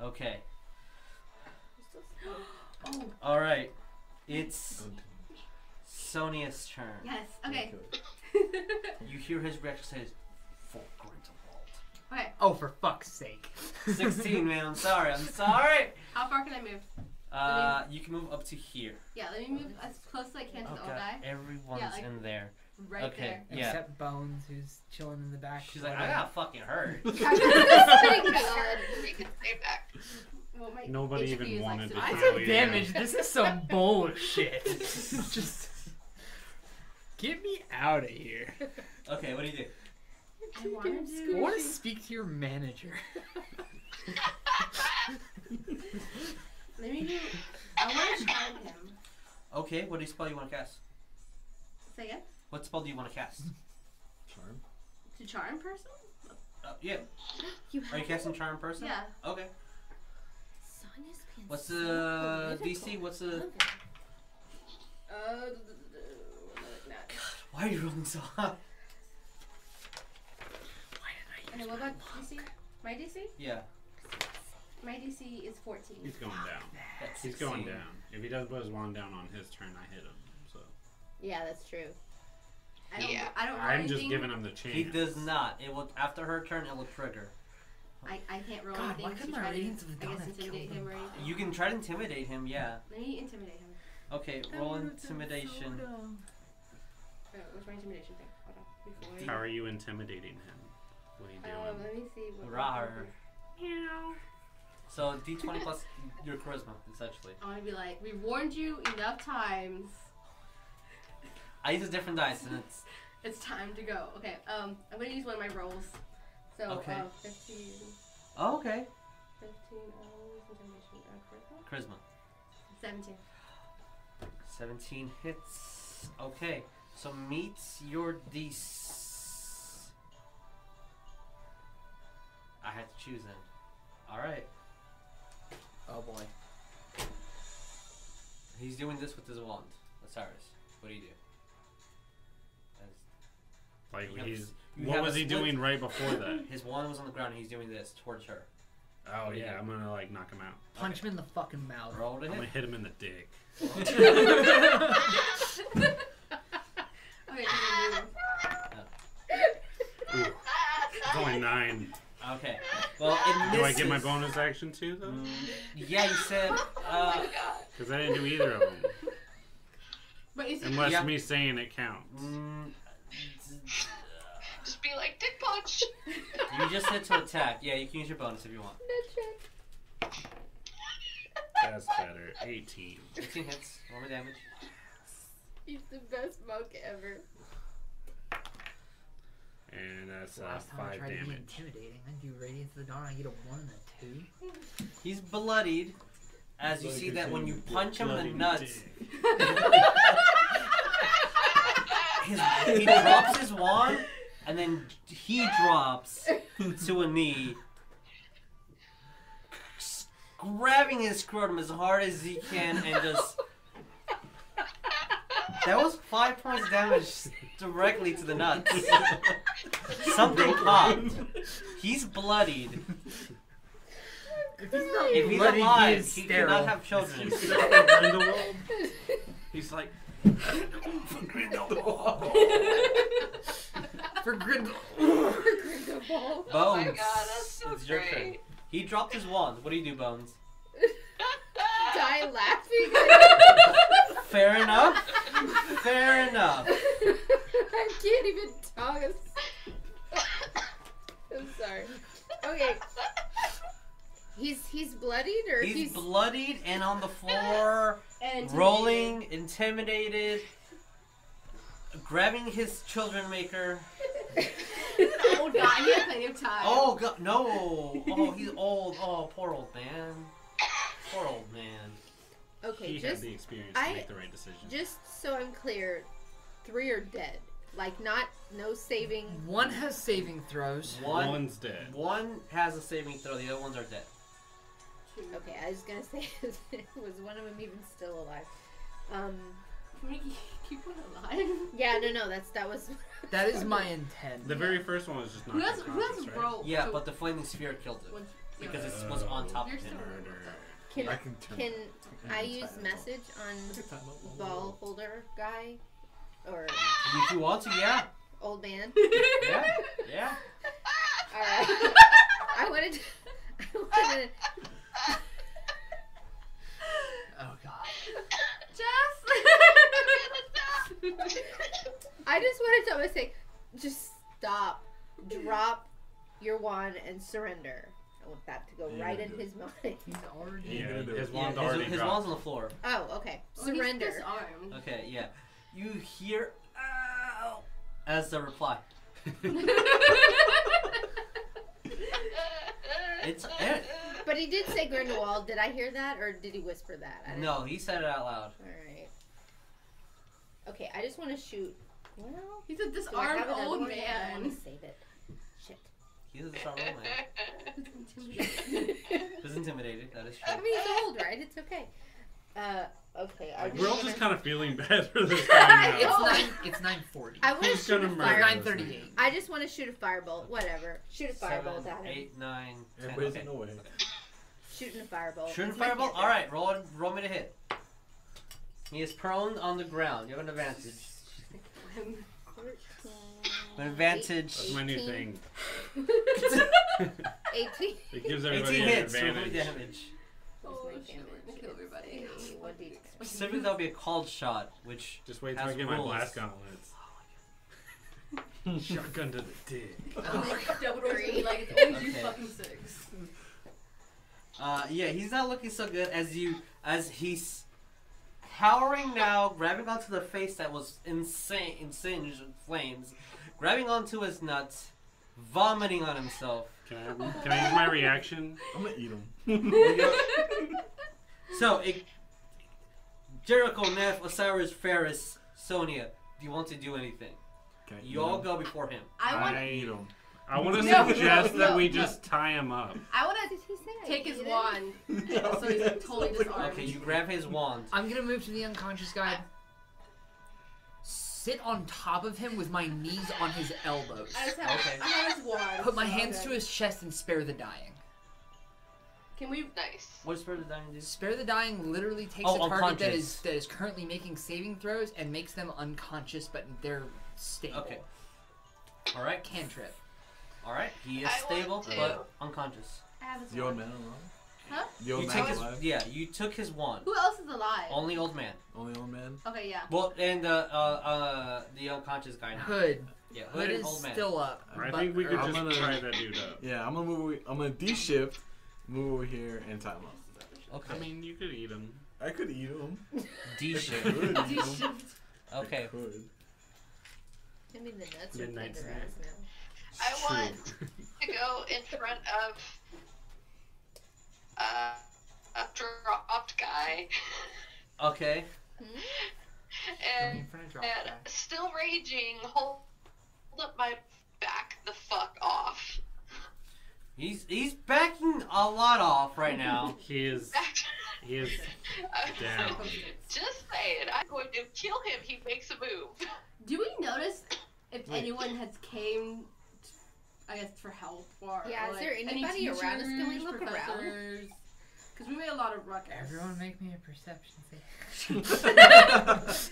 [SPEAKER 2] Okay.
[SPEAKER 5] Oh.
[SPEAKER 2] All right. It's Sonia's turn.
[SPEAKER 5] Yes. Okay.
[SPEAKER 2] You hear his reaction says, "For Grindelwald."
[SPEAKER 5] okay.
[SPEAKER 4] Oh, for fuck's sake.
[SPEAKER 2] 16, man. I'm sorry. I'm sorry.
[SPEAKER 5] How far can I move?
[SPEAKER 2] Uh, you can move up to here.
[SPEAKER 5] Yeah,
[SPEAKER 6] Oh,
[SPEAKER 5] let me move as close as I can to
[SPEAKER 2] Oh
[SPEAKER 5] the old
[SPEAKER 2] god,
[SPEAKER 5] guy.
[SPEAKER 2] everyone's
[SPEAKER 5] Yeah, like,
[SPEAKER 2] in there.
[SPEAKER 5] right
[SPEAKER 2] okay,
[SPEAKER 5] there.
[SPEAKER 2] yeah.
[SPEAKER 4] Except Bones, who's chilling in the back.
[SPEAKER 2] She's like, "Ah." I got fucking hurt.
[SPEAKER 5] Pretty good.
[SPEAKER 3] We can save that.
[SPEAKER 5] Well, my
[SPEAKER 6] Nobody
[SPEAKER 5] HP
[SPEAKER 6] even
[SPEAKER 5] is,
[SPEAKER 6] wanted
[SPEAKER 5] so
[SPEAKER 6] to
[SPEAKER 5] high.
[SPEAKER 6] do it.
[SPEAKER 4] I took damage. This is some bullshit. This is just get me out of here.
[SPEAKER 2] okay, what do you do?
[SPEAKER 5] I wanted to.
[SPEAKER 4] I want to speak to your manager.
[SPEAKER 5] Let me do. I want to charm him.
[SPEAKER 2] Okay, what do you spell you want to cast?
[SPEAKER 5] Say again.
[SPEAKER 2] What spell do you want to cast?
[SPEAKER 7] Charm.
[SPEAKER 5] To charm person?
[SPEAKER 2] Uh, yeah.
[SPEAKER 8] You
[SPEAKER 2] Are you
[SPEAKER 8] have
[SPEAKER 2] casting charm person?
[SPEAKER 5] Yeah.
[SPEAKER 2] Okay.
[SPEAKER 8] Sonia's been
[SPEAKER 2] What's
[SPEAKER 8] so
[SPEAKER 2] the DC?
[SPEAKER 8] political.
[SPEAKER 2] What's the?
[SPEAKER 8] Okay.
[SPEAKER 5] Uh, d- d- d- uh, not-
[SPEAKER 2] Why are you rolling so high?
[SPEAKER 5] And then what about DC? My DC?
[SPEAKER 2] Yeah.
[SPEAKER 5] My DC is 14.
[SPEAKER 6] He's going down.
[SPEAKER 2] that's
[SPEAKER 6] He's going
[SPEAKER 2] 16.
[SPEAKER 6] down. If he doesn't put his wand down on his turn, I hit him. So
[SPEAKER 8] Yeah, that's true.
[SPEAKER 5] I don't,
[SPEAKER 3] Yeah.
[SPEAKER 5] I don't roll
[SPEAKER 6] I'm
[SPEAKER 5] anything.
[SPEAKER 6] just giving him the chance.
[SPEAKER 2] He does not. It will after her turn. It will trigger.
[SPEAKER 5] I, I can't roll
[SPEAKER 4] God, why
[SPEAKER 5] anything
[SPEAKER 4] couldn't
[SPEAKER 5] to
[SPEAKER 4] my
[SPEAKER 5] try to,
[SPEAKER 4] Radiance of the
[SPEAKER 5] I
[SPEAKER 4] Dawn
[SPEAKER 5] guess,
[SPEAKER 4] have
[SPEAKER 5] intimidate
[SPEAKER 4] killed
[SPEAKER 5] him or
[SPEAKER 4] them
[SPEAKER 5] anything.
[SPEAKER 2] You can try to intimidate him. Yeah.
[SPEAKER 5] Let me intimidate him.
[SPEAKER 2] Okay. Roll intimidation.
[SPEAKER 5] Uh, where's my intimidation thing? Hold on. Before I-
[SPEAKER 6] How are you intimidating him? What are you
[SPEAKER 5] Um,
[SPEAKER 6] doing?
[SPEAKER 5] let me see. What
[SPEAKER 2] Rawr. So D20 plus your charisma, essentially.
[SPEAKER 5] I want to be like, we warned you enough times.
[SPEAKER 2] I use a different dice, and it's
[SPEAKER 5] It's time to go. Okay, um, I'm going to use one of my rolls. So,
[SPEAKER 2] Okay.
[SPEAKER 5] uh, 15, 15,
[SPEAKER 2] oh, okay.
[SPEAKER 5] uh, intimidation, uh,
[SPEAKER 2] Charisma.
[SPEAKER 5] charisma? 17.
[SPEAKER 2] 17 hits. Okay, so meets your D. s- I had to choose then. Alright.
[SPEAKER 4] Oh boy.
[SPEAKER 2] He's doing this with his wand. Osiris, what do you do? As
[SPEAKER 6] Like
[SPEAKER 2] you have
[SPEAKER 6] he's.
[SPEAKER 2] s- you
[SPEAKER 6] what
[SPEAKER 2] have a
[SPEAKER 6] was he
[SPEAKER 2] split-
[SPEAKER 6] doing right before that?
[SPEAKER 2] His wand was on the ground and he's doing this towards her.
[SPEAKER 6] Oh yeah, I'm gonna like knock him out.
[SPEAKER 4] Punch him in the fucking mouth.
[SPEAKER 2] Roll to
[SPEAKER 6] I'm gonna
[SPEAKER 2] hit.
[SPEAKER 6] hit him in the dick.
[SPEAKER 5] Okay, I'm gonna do-
[SPEAKER 6] Ooh, it's only nine.
[SPEAKER 2] Okay. Well, it
[SPEAKER 6] Do I get my
[SPEAKER 2] misses. Mm,
[SPEAKER 6] bonus action too though?
[SPEAKER 2] Yeah, you said. Uh,
[SPEAKER 6] Because I didn't do either of them.
[SPEAKER 5] But is it
[SPEAKER 6] Unless
[SPEAKER 2] Yeah.
[SPEAKER 6] me saying it counts.
[SPEAKER 2] mm,
[SPEAKER 3] be like dick punch.
[SPEAKER 2] You just hit to attack. Yeah, you can use your bonus if you want.
[SPEAKER 6] That's better. 18.
[SPEAKER 2] 15 hits, roll more damage.
[SPEAKER 14] He's the best monk ever.
[SPEAKER 6] And that's uh,
[SPEAKER 4] Last time I
[SPEAKER 6] 5
[SPEAKER 4] tried to be
[SPEAKER 6] damage.
[SPEAKER 4] intimidating, I do Radiance of the Dawn, I get a 1 and a 2.
[SPEAKER 2] He's bloodied. As you
[SPEAKER 6] Bloody
[SPEAKER 2] see that when you
[SPEAKER 6] dick,
[SPEAKER 2] punch him in the
[SPEAKER 6] bloody
[SPEAKER 2] nuts,
[SPEAKER 6] dick.
[SPEAKER 2] his, he drops his wand, and then he drops to a knee, s- grabbing his scrotum as hard as he can, and just. That was five points of damage directly to the nuts. Something popped. He's bloodied.
[SPEAKER 4] If he's not
[SPEAKER 2] If he's
[SPEAKER 4] bloody,
[SPEAKER 2] alive,
[SPEAKER 4] is
[SPEAKER 2] he
[SPEAKER 4] sterile.
[SPEAKER 2] cannot have children.
[SPEAKER 6] He's still in Grindelwald. He's like, "From Grindelwald."
[SPEAKER 4] For Grindel.
[SPEAKER 14] Grindelwald.
[SPEAKER 3] Oh my
[SPEAKER 2] Bones.
[SPEAKER 3] god, that's so
[SPEAKER 2] it's your turn.
[SPEAKER 3] great.
[SPEAKER 2] He dropped his wand. What do you do, Bones?
[SPEAKER 14] Die laughing.
[SPEAKER 2] Fair enough. Fair enough.
[SPEAKER 14] I can't even talk. I'm s- I'm sorry. Okay.
[SPEAKER 5] He's he's bloodied or
[SPEAKER 2] He's,
[SPEAKER 5] he's,
[SPEAKER 2] bloodied and on the floor,
[SPEAKER 14] And
[SPEAKER 2] rolling, intimidated, grabbing his children maker.
[SPEAKER 8] Oh god, he had plenty of time.
[SPEAKER 2] Oh god, no! Oh, he's old. Oh, poor old man. Poor old man.
[SPEAKER 5] okay.
[SPEAKER 6] He had
[SPEAKER 5] Just
[SPEAKER 6] the experience
[SPEAKER 5] I-
[SPEAKER 6] to make the right decision.
[SPEAKER 5] just so I'm clear, three are dead. Like not no saving.
[SPEAKER 4] One has saving throws.
[SPEAKER 2] One,
[SPEAKER 6] One's dead.
[SPEAKER 2] one has a saving throw. The other ones are dead.
[SPEAKER 5] Okay, I was gonna say was one of them even still alive? Um,
[SPEAKER 8] Mickey, keep one alive.
[SPEAKER 5] yeah, no, no, that's that was.
[SPEAKER 4] That is my intent.
[SPEAKER 6] The very first one was just not
[SPEAKER 8] Who has who
[SPEAKER 6] unconscious,
[SPEAKER 8] has
[SPEAKER 6] right?
[SPEAKER 5] Oh,
[SPEAKER 8] roll?
[SPEAKER 2] Yeah,
[SPEAKER 8] so
[SPEAKER 2] but the flaming sphere killed it
[SPEAKER 8] when- yeah.
[SPEAKER 2] because it was on top
[SPEAKER 8] You're
[SPEAKER 2] of him.
[SPEAKER 8] still
[SPEAKER 6] Murder.
[SPEAKER 5] Can
[SPEAKER 7] I can turn.
[SPEAKER 5] can I
[SPEAKER 7] turn
[SPEAKER 5] use
[SPEAKER 7] time up.
[SPEAKER 5] message
[SPEAKER 7] Look
[SPEAKER 5] on
[SPEAKER 7] at time up.
[SPEAKER 5] ball holder guy or
[SPEAKER 2] If you want to, yeah,
[SPEAKER 5] old man?
[SPEAKER 2] yeah, yeah.
[SPEAKER 5] All right. I wanted. I wanted.
[SPEAKER 4] Oh god.
[SPEAKER 14] Just.
[SPEAKER 5] I just wanted to almost say, just stop, drop your wand and surrender. I want that to go
[SPEAKER 7] Yeah,
[SPEAKER 5] right
[SPEAKER 7] you
[SPEAKER 5] in
[SPEAKER 7] do it.
[SPEAKER 5] his mind.
[SPEAKER 4] He's already.
[SPEAKER 7] You
[SPEAKER 6] Yeah,
[SPEAKER 7] gonna do
[SPEAKER 6] his
[SPEAKER 7] it.
[SPEAKER 6] wand
[SPEAKER 2] yeah, his-
[SPEAKER 6] already
[SPEAKER 2] his
[SPEAKER 6] dropped.
[SPEAKER 2] wand's on the floor.
[SPEAKER 5] Oh, okay.
[SPEAKER 8] Oh, he's
[SPEAKER 5] Surrender.
[SPEAKER 8] disarmed.
[SPEAKER 2] Okay, yeah. You hear ow as the reply. It's eh, it.
[SPEAKER 5] But he did say Grindelwald. Did I hear that, or did he whisper that? I don't-
[SPEAKER 2] No, he said it out loud.
[SPEAKER 5] All right. Okay, I just want to shoot. Well,
[SPEAKER 8] He's a
[SPEAKER 5] do I have
[SPEAKER 8] disarmed
[SPEAKER 5] another
[SPEAKER 8] old
[SPEAKER 5] one? I don't
[SPEAKER 8] man.
[SPEAKER 5] wanna save it. Shit.
[SPEAKER 2] He's a disarmed old man. He's intimidated. That is
[SPEAKER 5] I
[SPEAKER 2] true.
[SPEAKER 5] mean, he's old, right? It's okay. Uh, okay. I
[SPEAKER 6] We're all
[SPEAKER 5] wanna-
[SPEAKER 6] just kind of feeling bad for this guy
[SPEAKER 4] It's
[SPEAKER 6] now.
[SPEAKER 8] Oh.
[SPEAKER 4] nine. It's nine forty.
[SPEAKER 5] I want to
[SPEAKER 6] He's
[SPEAKER 5] shoot
[SPEAKER 6] gonna
[SPEAKER 5] a
[SPEAKER 6] murder.
[SPEAKER 5] fireball.
[SPEAKER 4] Nine thirty-eight.
[SPEAKER 5] I just want to shoot a fireball. Whatever. Shoot a fireball
[SPEAKER 2] Seven,
[SPEAKER 5] at him.
[SPEAKER 2] eight, nine, ten.
[SPEAKER 7] Everybody's in
[SPEAKER 2] okay.
[SPEAKER 7] the way.
[SPEAKER 5] Shooting a fireball.
[SPEAKER 2] Shooting
[SPEAKER 5] It's my
[SPEAKER 2] fireball.
[SPEAKER 5] cantrip.
[SPEAKER 2] All right, roll it- roll me to hit. He is prone on the ground. You have an advantage. An advantage.
[SPEAKER 6] That's my new
[SPEAKER 5] 18.
[SPEAKER 6] thing.
[SPEAKER 5] Eighteen.
[SPEAKER 6] It gives everybody
[SPEAKER 2] 18
[SPEAKER 6] an
[SPEAKER 2] hits. so roll
[SPEAKER 6] advantage.
[SPEAKER 2] damage.
[SPEAKER 8] Oh,
[SPEAKER 5] That's my
[SPEAKER 8] shit, we're gonna
[SPEAKER 5] damage.
[SPEAKER 8] kill everybody.
[SPEAKER 5] It's a one d10.
[SPEAKER 2] Specifically, that'll be a called shot, which
[SPEAKER 6] Just wait till I
[SPEAKER 2] Has
[SPEAKER 6] get my
[SPEAKER 2] rules.
[SPEAKER 6] blast gauntlets. Shotgun to the dick.
[SPEAKER 8] Dumbledore's gonna be
[SPEAKER 5] Three.
[SPEAKER 8] like, it's only you
[SPEAKER 2] Okay.
[SPEAKER 8] fucking six.
[SPEAKER 2] Uh, yeah, he's not looking so good as you as he's towering now, grabbing onto the face that was insane, insinged in flames, grabbing onto his nuts, vomiting on himself.
[SPEAKER 6] Can I, can I use my reaction?
[SPEAKER 7] I'm gonna eat him.
[SPEAKER 2] So it, Jericho, Neff, Osiris, Ferris, Sonia, do you want to do anything?
[SPEAKER 7] Can I eat
[SPEAKER 2] You all
[SPEAKER 7] him?
[SPEAKER 2] go before him.
[SPEAKER 8] I want
[SPEAKER 6] I-
[SPEAKER 7] Can I eat him.
[SPEAKER 6] I want to
[SPEAKER 8] No,
[SPEAKER 6] suggest
[SPEAKER 8] no,
[SPEAKER 6] that
[SPEAKER 8] no,
[SPEAKER 6] we
[SPEAKER 8] no.
[SPEAKER 6] just tie him up.
[SPEAKER 8] I want
[SPEAKER 5] Did he say I
[SPEAKER 8] to take his
[SPEAKER 5] eat it?
[SPEAKER 8] wand, so he's totally disarmed.
[SPEAKER 2] Okay, you grab his wand.
[SPEAKER 4] I'm gonna move to the unconscious guy. Sit on top of him with my knees on his elbows.
[SPEAKER 8] I just have,
[SPEAKER 2] Okay.
[SPEAKER 8] I have his wand.
[SPEAKER 4] Put my
[SPEAKER 8] so
[SPEAKER 4] hands
[SPEAKER 8] okay.
[SPEAKER 4] to his chest and spare the dying.
[SPEAKER 8] Can we?
[SPEAKER 3] nice.
[SPEAKER 2] What does Further Dying do?
[SPEAKER 4] Spare the dying literally takes
[SPEAKER 2] Oh,
[SPEAKER 4] a target that
[SPEAKER 2] unconscious.
[SPEAKER 4] is that is currently making saving throws and makes them unconscious, but they're stable.
[SPEAKER 2] Okay. All right,
[SPEAKER 4] Cantrip.
[SPEAKER 2] all right. He is
[SPEAKER 3] I want
[SPEAKER 2] stable
[SPEAKER 3] to-
[SPEAKER 2] but unconscious.
[SPEAKER 8] I have his
[SPEAKER 7] The old
[SPEAKER 8] wand.
[SPEAKER 7] man alone.
[SPEAKER 5] Huh?
[SPEAKER 7] The old
[SPEAKER 2] you
[SPEAKER 7] man
[SPEAKER 2] take his,
[SPEAKER 7] alive?
[SPEAKER 2] yeah, you took his wand.
[SPEAKER 5] Who else is alive?
[SPEAKER 2] Only old man.
[SPEAKER 7] Only old man.
[SPEAKER 5] Okay, yeah.
[SPEAKER 2] Well, and uh, uh, uh, the unconscious guy. Now.
[SPEAKER 11] Hood.
[SPEAKER 2] Yeah, hood,
[SPEAKER 11] Hood
[SPEAKER 2] and
[SPEAKER 11] is
[SPEAKER 2] old man.
[SPEAKER 11] still up.
[SPEAKER 6] I
[SPEAKER 11] but-
[SPEAKER 6] think we could
[SPEAKER 11] or-
[SPEAKER 6] just
[SPEAKER 7] I'm gonna-
[SPEAKER 6] try that dude up.
[SPEAKER 7] Yeah, I'm gonna move. Over, I'm gonna D shift, move over here, and time up.
[SPEAKER 2] okay.
[SPEAKER 6] I mean, you could eat him.
[SPEAKER 7] I could eat him.
[SPEAKER 2] D
[SPEAKER 7] I
[SPEAKER 2] shit.
[SPEAKER 7] could eat 'em. I
[SPEAKER 2] Okay.
[SPEAKER 7] could.
[SPEAKER 8] I mean, the nuts are
[SPEAKER 6] Midnight
[SPEAKER 8] kind of around
[SPEAKER 6] snack.
[SPEAKER 8] now.
[SPEAKER 3] I
[SPEAKER 7] It's
[SPEAKER 3] want
[SPEAKER 7] true.
[SPEAKER 3] to go in front of uh, a dropped guy
[SPEAKER 2] Okay.
[SPEAKER 3] and, and still raging. Hold, hold up my back the fuck off.
[SPEAKER 2] He's he's backing a lot off right now.
[SPEAKER 6] He is.
[SPEAKER 3] Back.
[SPEAKER 6] He is
[SPEAKER 3] I was
[SPEAKER 6] down.
[SPEAKER 3] like, Just saying, I'm going to kill him. He makes a move.
[SPEAKER 5] Do we notice if
[SPEAKER 7] Wait.
[SPEAKER 5] anyone has came, t- I guess, for help or
[SPEAKER 9] Yeah, is
[SPEAKER 5] like,
[SPEAKER 9] there
[SPEAKER 5] any
[SPEAKER 9] anybody around us? Can we
[SPEAKER 5] teachers,
[SPEAKER 9] look around?
[SPEAKER 5] Because we made a lot of ruckus.
[SPEAKER 11] Everyone make me a perception
[SPEAKER 6] Tim's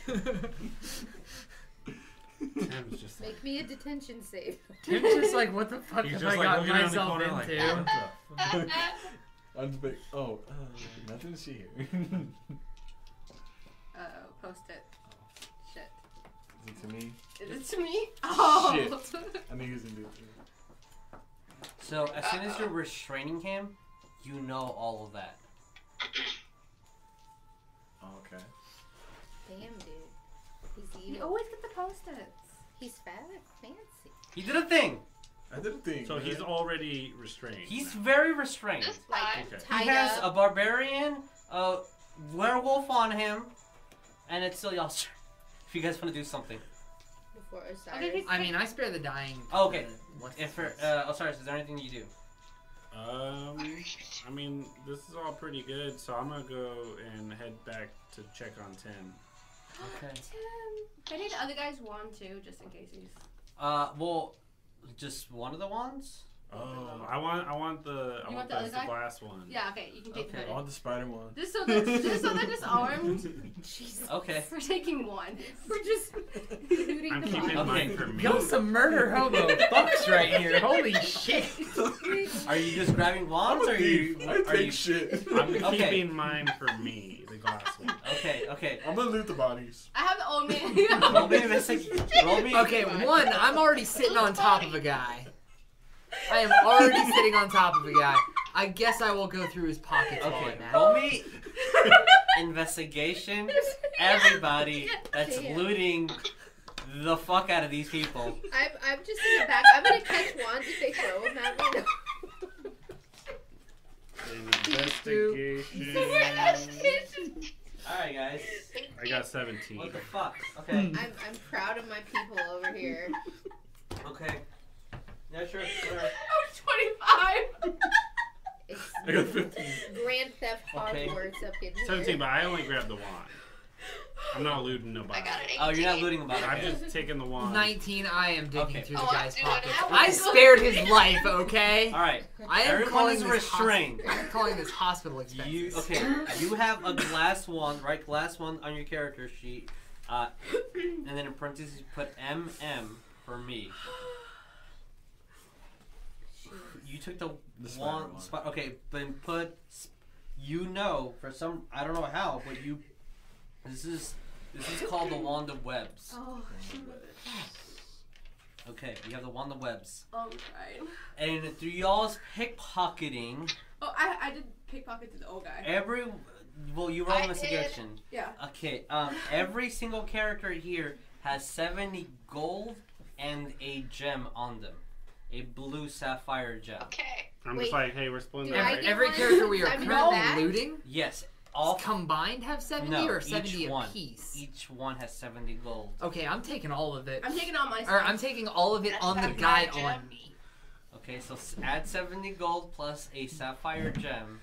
[SPEAKER 6] just like.
[SPEAKER 9] Make me a detention save.
[SPEAKER 11] save. Tim's just like, what the fuck
[SPEAKER 6] He's
[SPEAKER 11] have
[SPEAKER 6] just
[SPEAKER 11] I
[SPEAKER 6] like
[SPEAKER 11] gotten
[SPEAKER 6] looking around the
[SPEAKER 11] myself
[SPEAKER 6] corner
[SPEAKER 11] into?
[SPEAKER 6] like. What the fuck?
[SPEAKER 7] I'm big. Oh, uh, nothing to see here. Is
[SPEAKER 5] Uh oh, post it. Shit.
[SPEAKER 7] it to me?
[SPEAKER 5] Is it to me? Oh!
[SPEAKER 7] I think he's gonna do it.
[SPEAKER 2] So as soon as you're restraining him, you know all of that.
[SPEAKER 7] Oh, okay.
[SPEAKER 8] Damn, dude. He's
[SPEAKER 5] you
[SPEAKER 8] evil.
[SPEAKER 5] always get the post its.
[SPEAKER 8] He's fat, fancy.
[SPEAKER 2] He did a thing.
[SPEAKER 7] I did a thing.
[SPEAKER 6] So he's
[SPEAKER 7] man.
[SPEAKER 6] already restrained.
[SPEAKER 2] He's
[SPEAKER 6] now.
[SPEAKER 2] very restrained.
[SPEAKER 3] This
[SPEAKER 8] Like,
[SPEAKER 3] time,
[SPEAKER 6] Okay.
[SPEAKER 2] He
[SPEAKER 8] tied
[SPEAKER 2] has
[SPEAKER 8] up.
[SPEAKER 2] a barbarian, a werewolf on him, and it's still y'all's turn. If you guys want to do something,
[SPEAKER 8] before
[SPEAKER 5] Okay,
[SPEAKER 8] Osiris.
[SPEAKER 5] he's
[SPEAKER 11] I mean, I spare the dying. to
[SPEAKER 2] Okay.
[SPEAKER 11] the- What's
[SPEAKER 2] if
[SPEAKER 11] his
[SPEAKER 2] for,
[SPEAKER 11] face.
[SPEAKER 2] uh, Osiris, is there anything you do?
[SPEAKER 6] Um, I mean, this is all pretty good, so I'm gonna go and head back to check on Tim.
[SPEAKER 2] Okay.
[SPEAKER 5] Tim, I need the other guy's wand too, just in case he's.
[SPEAKER 2] Uh, well, just one of the wands.
[SPEAKER 6] Oh, I want, I want the, I
[SPEAKER 5] You want
[SPEAKER 6] want,
[SPEAKER 5] the
[SPEAKER 6] the,
[SPEAKER 5] other
[SPEAKER 6] the
[SPEAKER 5] guy?
[SPEAKER 6] last one.
[SPEAKER 5] Yeah, okay, you can take
[SPEAKER 2] Okay.
[SPEAKER 5] the
[SPEAKER 7] I want the spider one.
[SPEAKER 5] Just so they're, just so they're disarmed.
[SPEAKER 8] Jesus.
[SPEAKER 2] Okay.
[SPEAKER 5] We're taking one.
[SPEAKER 9] We're just looting
[SPEAKER 6] I'm
[SPEAKER 9] the
[SPEAKER 6] keeping
[SPEAKER 9] body.
[SPEAKER 6] mine for me.
[SPEAKER 11] Yo, some murder hobo fucks right here. Holy shit.
[SPEAKER 2] Are you just grabbing wands, or are you?
[SPEAKER 7] I
[SPEAKER 2] Are
[SPEAKER 7] take
[SPEAKER 2] you?
[SPEAKER 7] shit.
[SPEAKER 6] I'm
[SPEAKER 2] Okay.
[SPEAKER 6] keeping mine for me, the glass one.
[SPEAKER 2] Okay. Okay.
[SPEAKER 7] I'm gonna loot the bodies.
[SPEAKER 5] I have the old man.
[SPEAKER 2] Roll me a mystic. Roll me.
[SPEAKER 11] Okay, one, I'm already sitting on top of a guy. I am already sitting on top of a guy. I guess I will go through his pockets while
[SPEAKER 2] Okay.
[SPEAKER 11] I'm at
[SPEAKER 2] Roll
[SPEAKER 11] it.
[SPEAKER 2] me investigation. Everybody that's
[SPEAKER 9] Damn.
[SPEAKER 2] looting the fuck out of these people.
[SPEAKER 9] I'm, I'm just in the back. I'm gonna catch wands if they throw them at me.
[SPEAKER 6] An investigation.
[SPEAKER 2] All right, guys.
[SPEAKER 6] I got 17.
[SPEAKER 2] What the fuck? Okay.
[SPEAKER 9] I'm, I'm proud of my people over here.
[SPEAKER 11] Hmm.
[SPEAKER 2] Okay. Yeah, sure. Sure.
[SPEAKER 5] I'm 25.
[SPEAKER 9] It's
[SPEAKER 6] I got 15.
[SPEAKER 9] Grand Theft
[SPEAKER 2] Okay.
[SPEAKER 9] Hogwarts up in here.
[SPEAKER 6] 17, but I only grabbed the wand. I'm not looting
[SPEAKER 3] I
[SPEAKER 6] nobody.
[SPEAKER 3] got an 18.
[SPEAKER 2] Oh, you're not looting about
[SPEAKER 6] I'm
[SPEAKER 2] it.
[SPEAKER 6] just taking the wand.
[SPEAKER 11] 19, I am digging
[SPEAKER 2] Okay.
[SPEAKER 11] through the
[SPEAKER 3] Oh, I'm
[SPEAKER 11] guy's
[SPEAKER 3] doing
[SPEAKER 11] pockets.
[SPEAKER 3] it.
[SPEAKER 11] I spared his life, okay?
[SPEAKER 2] All right.
[SPEAKER 11] I am
[SPEAKER 2] Everyone
[SPEAKER 11] calling
[SPEAKER 2] is
[SPEAKER 11] this
[SPEAKER 2] restrained.
[SPEAKER 11] hosp- I'm calling this hospital expenses.
[SPEAKER 2] You okay? You have a glass wand, right? Glass wand on your character sheet, uh, and then in parentheses you put MM for me. You took the,
[SPEAKER 7] The spider
[SPEAKER 2] wand.
[SPEAKER 7] wand.
[SPEAKER 2] Spi- okay, then put. sp- You know, for some I don't know how, but you. This is this is called the wand of webs.
[SPEAKER 5] Oh, shoot.
[SPEAKER 2] Okay, you have the wand of webs,
[SPEAKER 5] Oh, I'm crying.
[SPEAKER 2] and through y'all's pickpocketing,
[SPEAKER 5] Oh, I, I did pickpocket to the old guy.
[SPEAKER 2] every well you roll
[SPEAKER 3] I
[SPEAKER 2] a
[SPEAKER 3] did.
[SPEAKER 2] investigation.
[SPEAKER 5] Yeah.
[SPEAKER 2] Okay, um, every single character here has 70 gold and a gem on them. A blue sapphire gem.
[SPEAKER 3] Okay.
[SPEAKER 6] I'm
[SPEAKER 9] Wait.
[SPEAKER 6] just like, hey, we're splitting
[SPEAKER 9] Do I
[SPEAKER 11] Every,
[SPEAKER 6] that.
[SPEAKER 9] get
[SPEAKER 11] every
[SPEAKER 9] one?
[SPEAKER 11] character we are
[SPEAKER 9] I'm
[SPEAKER 11] currently
[SPEAKER 9] not back.
[SPEAKER 11] looting
[SPEAKER 2] Yes, all
[SPEAKER 11] combined have 70
[SPEAKER 2] No,
[SPEAKER 11] or
[SPEAKER 2] each
[SPEAKER 11] 70
[SPEAKER 2] one.
[SPEAKER 11] apiece?
[SPEAKER 2] each one has 70 gold.
[SPEAKER 11] Okay, I'm taking all of it.
[SPEAKER 5] I'm taking all my
[SPEAKER 11] or
[SPEAKER 5] stuff.
[SPEAKER 11] I'm taking all of it
[SPEAKER 3] That's
[SPEAKER 11] on the
[SPEAKER 3] not
[SPEAKER 11] guy
[SPEAKER 3] magic.
[SPEAKER 11] on me.
[SPEAKER 2] Okay, so s- add 70 gold plus a sapphire gem.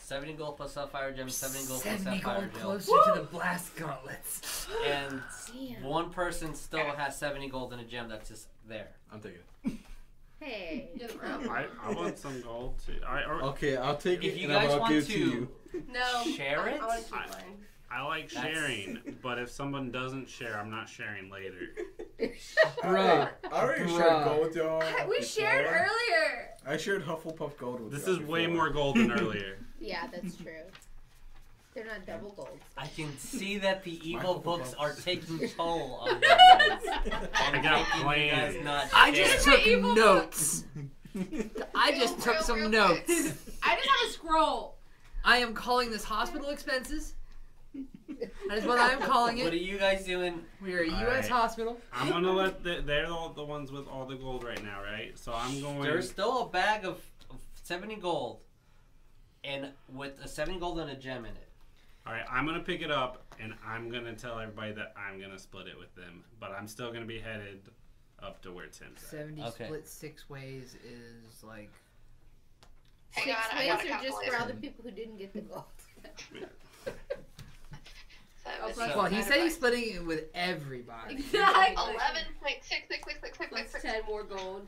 [SPEAKER 2] 70 gold plus sapphire gem, 70 gold plus
[SPEAKER 11] 70
[SPEAKER 2] sapphire
[SPEAKER 11] gold
[SPEAKER 2] gem.
[SPEAKER 11] closer to the blast gauntlets.
[SPEAKER 2] And
[SPEAKER 9] Damn.
[SPEAKER 2] one person still has 70 gold and a gem that's just there.
[SPEAKER 7] I'm taking it.
[SPEAKER 9] Hey.
[SPEAKER 5] You're the pro.
[SPEAKER 6] I, I want some gold too. I,
[SPEAKER 2] Oh.
[SPEAKER 6] or,
[SPEAKER 7] Okay, I'll take
[SPEAKER 2] If
[SPEAKER 7] it
[SPEAKER 2] you
[SPEAKER 7] and
[SPEAKER 2] guys
[SPEAKER 7] I'll
[SPEAKER 2] want
[SPEAKER 7] give
[SPEAKER 2] to,
[SPEAKER 7] it to you.
[SPEAKER 5] No.
[SPEAKER 2] Share
[SPEAKER 5] I,
[SPEAKER 2] it?
[SPEAKER 5] I want to
[SPEAKER 6] I-
[SPEAKER 5] keep mine.
[SPEAKER 6] I like
[SPEAKER 2] That's-
[SPEAKER 6] sharing, but if someone doesn't share, I'm not sharing later.
[SPEAKER 11] Bruh.
[SPEAKER 7] I already
[SPEAKER 11] Bruh.
[SPEAKER 7] shared gold with y'all.
[SPEAKER 5] We
[SPEAKER 7] before.
[SPEAKER 5] shared earlier.
[SPEAKER 7] I shared Hufflepuff gold with
[SPEAKER 6] This
[SPEAKER 7] y'all
[SPEAKER 6] is way
[SPEAKER 7] before.
[SPEAKER 6] more gold than earlier.
[SPEAKER 5] Yeah, that's true. They're not double gold.
[SPEAKER 2] I can see that the evil
[SPEAKER 4] Michael
[SPEAKER 2] books are taking toll on you guys.
[SPEAKER 5] I
[SPEAKER 2] And
[SPEAKER 6] got
[SPEAKER 2] making you guys
[SPEAKER 6] plans.
[SPEAKER 2] not
[SPEAKER 4] I just
[SPEAKER 2] share.
[SPEAKER 4] took notes. I just
[SPEAKER 8] Real,
[SPEAKER 4] took
[SPEAKER 8] real,
[SPEAKER 4] some
[SPEAKER 8] real
[SPEAKER 4] notes.
[SPEAKER 8] quick. I just have a scroll.
[SPEAKER 4] I am calling this hospital expenses. That is what I am calling
[SPEAKER 2] What are
[SPEAKER 4] it.
[SPEAKER 2] you guys doing?
[SPEAKER 4] We are a
[SPEAKER 6] All
[SPEAKER 4] U.S.
[SPEAKER 6] right.
[SPEAKER 4] hospital.
[SPEAKER 6] I'm gonna let the, they're the, the ones with all the gold right now, right? So I'm going.
[SPEAKER 2] There's still a bag of, of 70 gold. And with a 70 gold and a gem in it.
[SPEAKER 6] All right, I'm gonna pick it up and I'm gonna tell everybody that I'm gonna split it with them, but I'm still gonna be headed up to where Tim's at.
[SPEAKER 4] Seventy
[SPEAKER 2] Okay.
[SPEAKER 4] split six ways is like
[SPEAKER 5] Six
[SPEAKER 3] Hang on, I
[SPEAKER 5] ways are
[SPEAKER 3] got a
[SPEAKER 5] just for
[SPEAKER 3] calculator.
[SPEAKER 5] all the people who didn't get the gold.
[SPEAKER 3] So it
[SPEAKER 8] Oh,
[SPEAKER 3] was
[SPEAKER 8] plus
[SPEAKER 4] well. He
[SPEAKER 8] divided
[SPEAKER 4] said
[SPEAKER 8] by-
[SPEAKER 4] he's splitting it with everybody.
[SPEAKER 8] Exactly.
[SPEAKER 3] 11.6666666.
[SPEAKER 8] Plus ten more gold.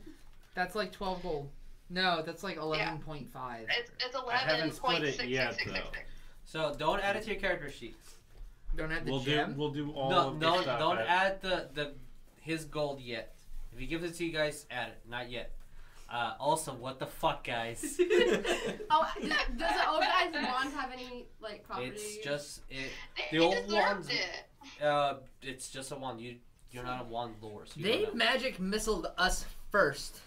[SPEAKER 4] That's like twelve gold. No, that's like eleven point five.
[SPEAKER 3] It's, it's
[SPEAKER 6] I haven't split it yet, though.
[SPEAKER 3] 11.66666.
[SPEAKER 2] So don't add it to your character sheets.
[SPEAKER 4] Don't have the
[SPEAKER 6] We'll do
[SPEAKER 4] gem.
[SPEAKER 6] we'll do all
[SPEAKER 2] No,
[SPEAKER 6] of the
[SPEAKER 2] don't
[SPEAKER 6] stuff.
[SPEAKER 2] don't
[SPEAKER 6] at-
[SPEAKER 2] add the, the his gold yet. If he gives it to you guys, add it. Not yet. Uh, also, what the fuck, guys?
[SPEAKER 8] Oh, does, does the old guy's wand have any like property?
[SPEAKER 2] it's just it. The
[SPEAKER 3] They- they
[SPEAKER 2] old
[SPEAKER 3] deserved
[SPEAKER 2] ones-
[SPEAKER 3] it.
[SPEAKER 2] Uh, it's just a wand. You you're not a wand lore. So you
[SPEAKER 4] They
[SPEAKER 2] don't know.
[SPEAKER 4] magic missiled us first.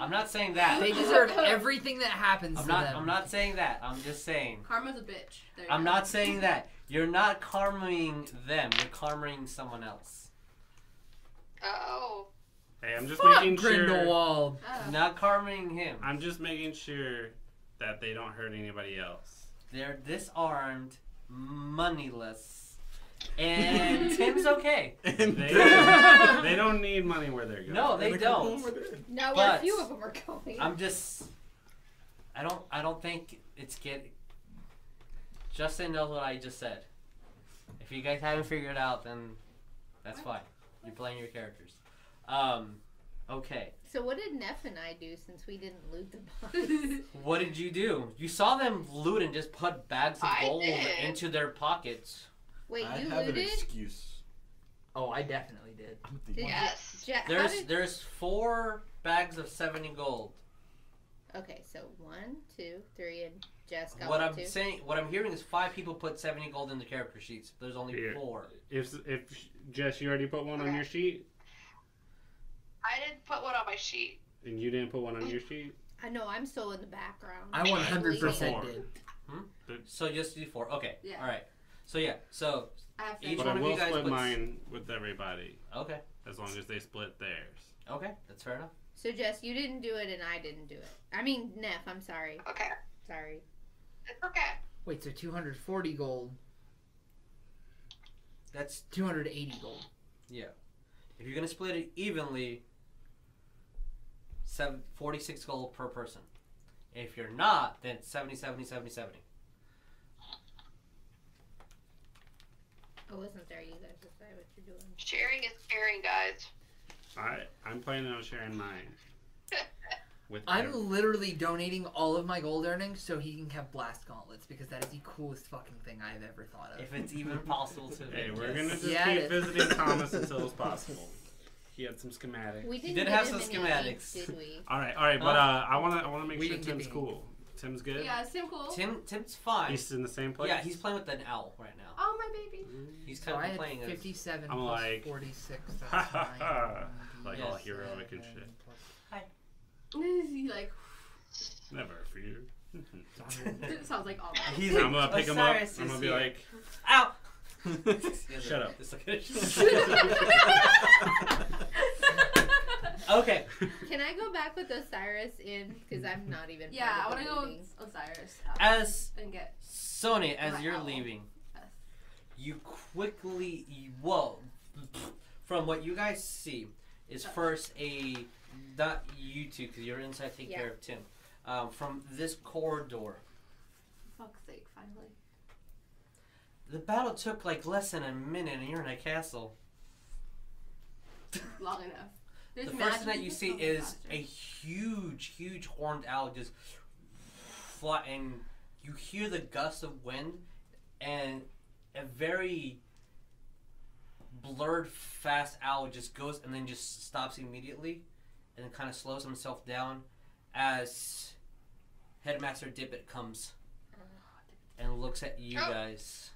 [SPEAKER 2] I'm not saying that.
[SPEAKER 4] They deserve everything that happens
[SPEAKER 2] I'm
[SPEAKER 4] to
[SPEAKER 2] not.
[SPEAKER 4] them.
[SPEAKER 2] I'm not saying that. I'm just saying.
[SPEAKER 8] karma's a bitch. There you
[SPEAKER 2] I'm
[SPEAKER 8] go.
[SPEAKER 2] not saying that. You're not karming them. You're karming someone else.
[SPEAKER 3] Oh.
[SPEAKER 6] Hey, I'm just
[SPEAKER 4] Fuck
[SPEAKER 6] making sure.
[SPEAKER 4] Grindelwald.
[SPEAKER 8] Oh.
[SPEAKER 2] Not karming him.
[SPEAKER 6] I'm just making sure that they don't hurt anybody else.
[SPEAKER 2] They're disarmed, moneyless, and Tim's okay.
[SPEAKER 7] And
[SPEAKER 6] They,
[SPEAKER 7] then-
[SPEAKER 6] they don't need money where they're going.
[SPEAKER 2] No,
[SPEAKER 7] and
[SPEAKER 2] they
[SPEAKER 7] a couple
[SPEAKER 2] don't.
[SPEAKER 7] more
[SPEAKER 5] Oh,
[SPEAKER 7] there.
[SPEAKER 15] Now where a
[SPEAKER 2] But-
[SPEAKER 15] few of them are going.
[SPEAKER 2] I'm just. I don't. I don't think it's get. Justin knows what I just said. If you guys haven't figured it out, then that's fine. You're playing your characters. Um, okay.
[SPEAKER 5] So what did Neff and I do since we didn't loot the box?
[SPEAKER 2] What did you do? You saw them loot and just put bags of
[SPEAKER 3] I
[SPEAKER 2] gold
[SPEAKER 3] did.
[SPEAKER 2] into their pockets.
[SPEAKER 5] Wait,
[SPEAKER 7] I
[SPEAKER 5] you
[SPEAKER 7] have an
[SPEAKER 5] looted?
[SPEAKER 7] excuse.
[SPEAKER 4] Oh, I definitely did.
[SPEAKER 7] I'm the
[SPEAKER 5] Did-
[SPEAKER 3] Yes.
[SPEAKER 5] Ja- how
[SPEAKER 2] There's
[SPEAKER 5] did-
[SPEAKER 2] there's four bags of seventy gold.
[SPEAKER 5] Okay, so one, two, three, and Jess got
[SPEAKER 2] What
[SPEAKER 5] one
[SPEAKER 2] I'm
[SPEAKER 5] too.
[SPEAKER 2] saying, what I'm hearing is five people put seventy gold in the character sheets. There's only
[SPEAKER 6] Here.
[SPEAKER 2] four.
[SPEAKER 6] If if Jess, you already put one on your sheet,
[SPEAKER 3] I didn't put one on my sheet.
[SPEAKER 6] and you didn't put one on your sheet.
[SPEAKER 5] I know I'm still in the background.
[SPEAKER 4] I 100 percent
[SPEAKER 6] Before.
[SPEAKER 4] did.
[SPEAKER 2] So just do four. Okay.
[SPEAKER 8] Yeah.
[SPEAKER 2] All right. So yeah. So
[SPEAKER 8] I have
[SPEAKER 2] Each
[SPEAKER 6] But
[SPEAKER 8] seven.
[SPEAKER 2] one of you
[SPEAKER 6] I will
[SPEAKER 2] guys
[SPEAKER 6] split
[SPEAKER 2] puts-
[SPEAKER 6] mine with everybody
[SPEAKER 2] okay.
[SPEAKER 6] as long as they split theirs.
[SPEAKER 2] Okay, that's fair enough.
[SPEAKER 5] So Jess, you didn't do it, and I didn't do it. I mean Neff. I'm sorry.
[SPEAKER 3] Okay.
[SPEAKER 5] Sorry.
[SPEAKER 3] It's okay.
[SPEAKER 4] Wait, so 240 gold,
[SPEAKER 2] That's
[SPEAKER 4] 280 gold.
[SPEAKER 2] if you're gonna split it evenly, seven, 46 gold per person. If you're not, then 70, 70, 70, 70.
[SPEAKER 5] I wasn't there. You guys decide what you're doing.
[SPEAKER 3] Sharing is caring, guys.
[SPEAKER 6] I I'm planning on sharing mine with.
[SPEAKER 4] I'm
[SPEAKER 6] every-
[SPEAKER 4] literally donating all of my gold earnings so he can have blast gauntlets because that is the coolest fucking thing I've ever thought of.
[SPEAKER 2] If it's even possible to.
[SPEAKER 6] Hey,
[SPEAKER 2] make
[SPEAKER 6] we're
[SPEAKER 2] this.
[SPEAKER 6] gonna just
[SPEAKER 4] Yeah,
[SPEAKER 6] keep
[SPEAKER 4] it-
[SPEAKER 6] visiting Thomas until it's possible. He had some schematics.
[SPEAKER 5] We didn't
[SPEAKER 2] did
[SPEAKER 5] give
[SPEAKER 2] have
[SPEAKER 5] him
[SPEAKER 2] some
[SPEAKER 5] any
[SPEAKER 2] schematics.
[SPEAKER 5] leads, did we?
[SPEAKER 6] All right, all right,
[SPEAKER 2] Oh.
[SPEAKER 6] but uh, I wanna I wanna make
[SPEAKER 4] We
[SPEAKER 6] sure
[SPEAKER 4] didn't give
[SPEAKER 6] Tim's
[SPEAKER 4] any.
[SPEAKER 6] cool. Tim's good.
[SPEAKER 8] Yeah, same cool.
[SPEAKER 2] Tim, Tim's fine.
[SPEAKER 6] He's in the same place.
[SPEAKER 2] yeah, he's playing with an owl right now.
[SPEAKER 8] Oh my baby.
[SPEAKER 2] He's
[SPEAKER 4] so I
[SPEAKER 2] kind of
[SPEAKER 4] had
[SPEAKER 2] playing as.
[SPEAKER 4] 57
[SPEAKER 6] I'm
[SPEAKER 4] plus
[SPEAKER 6] like,
[SPEAKER 4] 46.
[SPEAKER 6] ha,
[SPEAKER 4] That's
[SPEAKER 6] ha, ha, like all
[SPEAKER 2] Yes.
[SPEAKER 6] heroic and shit.
[SPEAKER 8] He like
[SPEAKER 6] Never fear.
[SPEAKER 8] sounds like all that.
[SPEAKER 2] He's
[SPEAKER 6] I'm gonna
[SPEAKER 2] "Oh,
[SPEAKER 6] pick him up.
[SPEAKER 2] Cyrus
[SPEAKER 6] I'm
[SPEAKER 2] is
[SPEAKER 6] gonna be
[SPEAKER 2] here."
[SPEAKER 6] like,
[SPEAKER 2] ow!
[SPEAKER 6] Shut up.
[SPEAKER 2] It's okay.
[SPEAKER 5] Can I go back with Osiris in? Because I'm not even.
[SPEAKER 8] yeah, I
[SPEAKER 5] part of
[SPEAKER 8] want to
[SPEAKER 5] the
[SPEAKER 8] go
[SPEAKER 5] meeting.
[SPEAKER 8] with Osiris out
[SPEAKER 2] As
[SPEAKER 8] and get.
[SPEAKER 2] Sonya, as
[SPEAKER 8] My
[SPEAKER 2] you're
[SPEAKER 8] owl.
[SPEAKER 2] leaving,
[SPEAKER 8] Yes.
[SPEAKER 2] you quickly you- whoa. From what you guys see, is first a not you two because you're inside. Take
[SPEAKER 5] Yeah.
[SPEAKER 2] care of Tim. Um, from this corridor,
[SPEAKER 8] Fuck's sake! Finally.
[SPEAKER 2] the battle took like less than a minute, and you're in a castle.
[SPEAKER 8] long enough. There's
[SPEAKER 2] the first
[SPEAKER 8] magic
[SPEAKER 2] thing that
[SPEAKER 8] in
[SPEAKER 2] you
[SPEAKER 8] this
[SPEAKER 2] see
[SPEAKER 8] fucking
[SPEAKER 2] is
[SPEAKER 8] bastard.
[SPEAKER 2] a huge, huge horned owl just fly, and you hear the gust of wind and a very blurred, fast owl just goes and then just stops immediately and then kind of
[SPEAKER 3] Uh,
[SPEAKER 2] slows himself down as Headmaster Dippet comes and looks at you
[SPEAKER 16] Oh.
[SPEAKER 2] guys.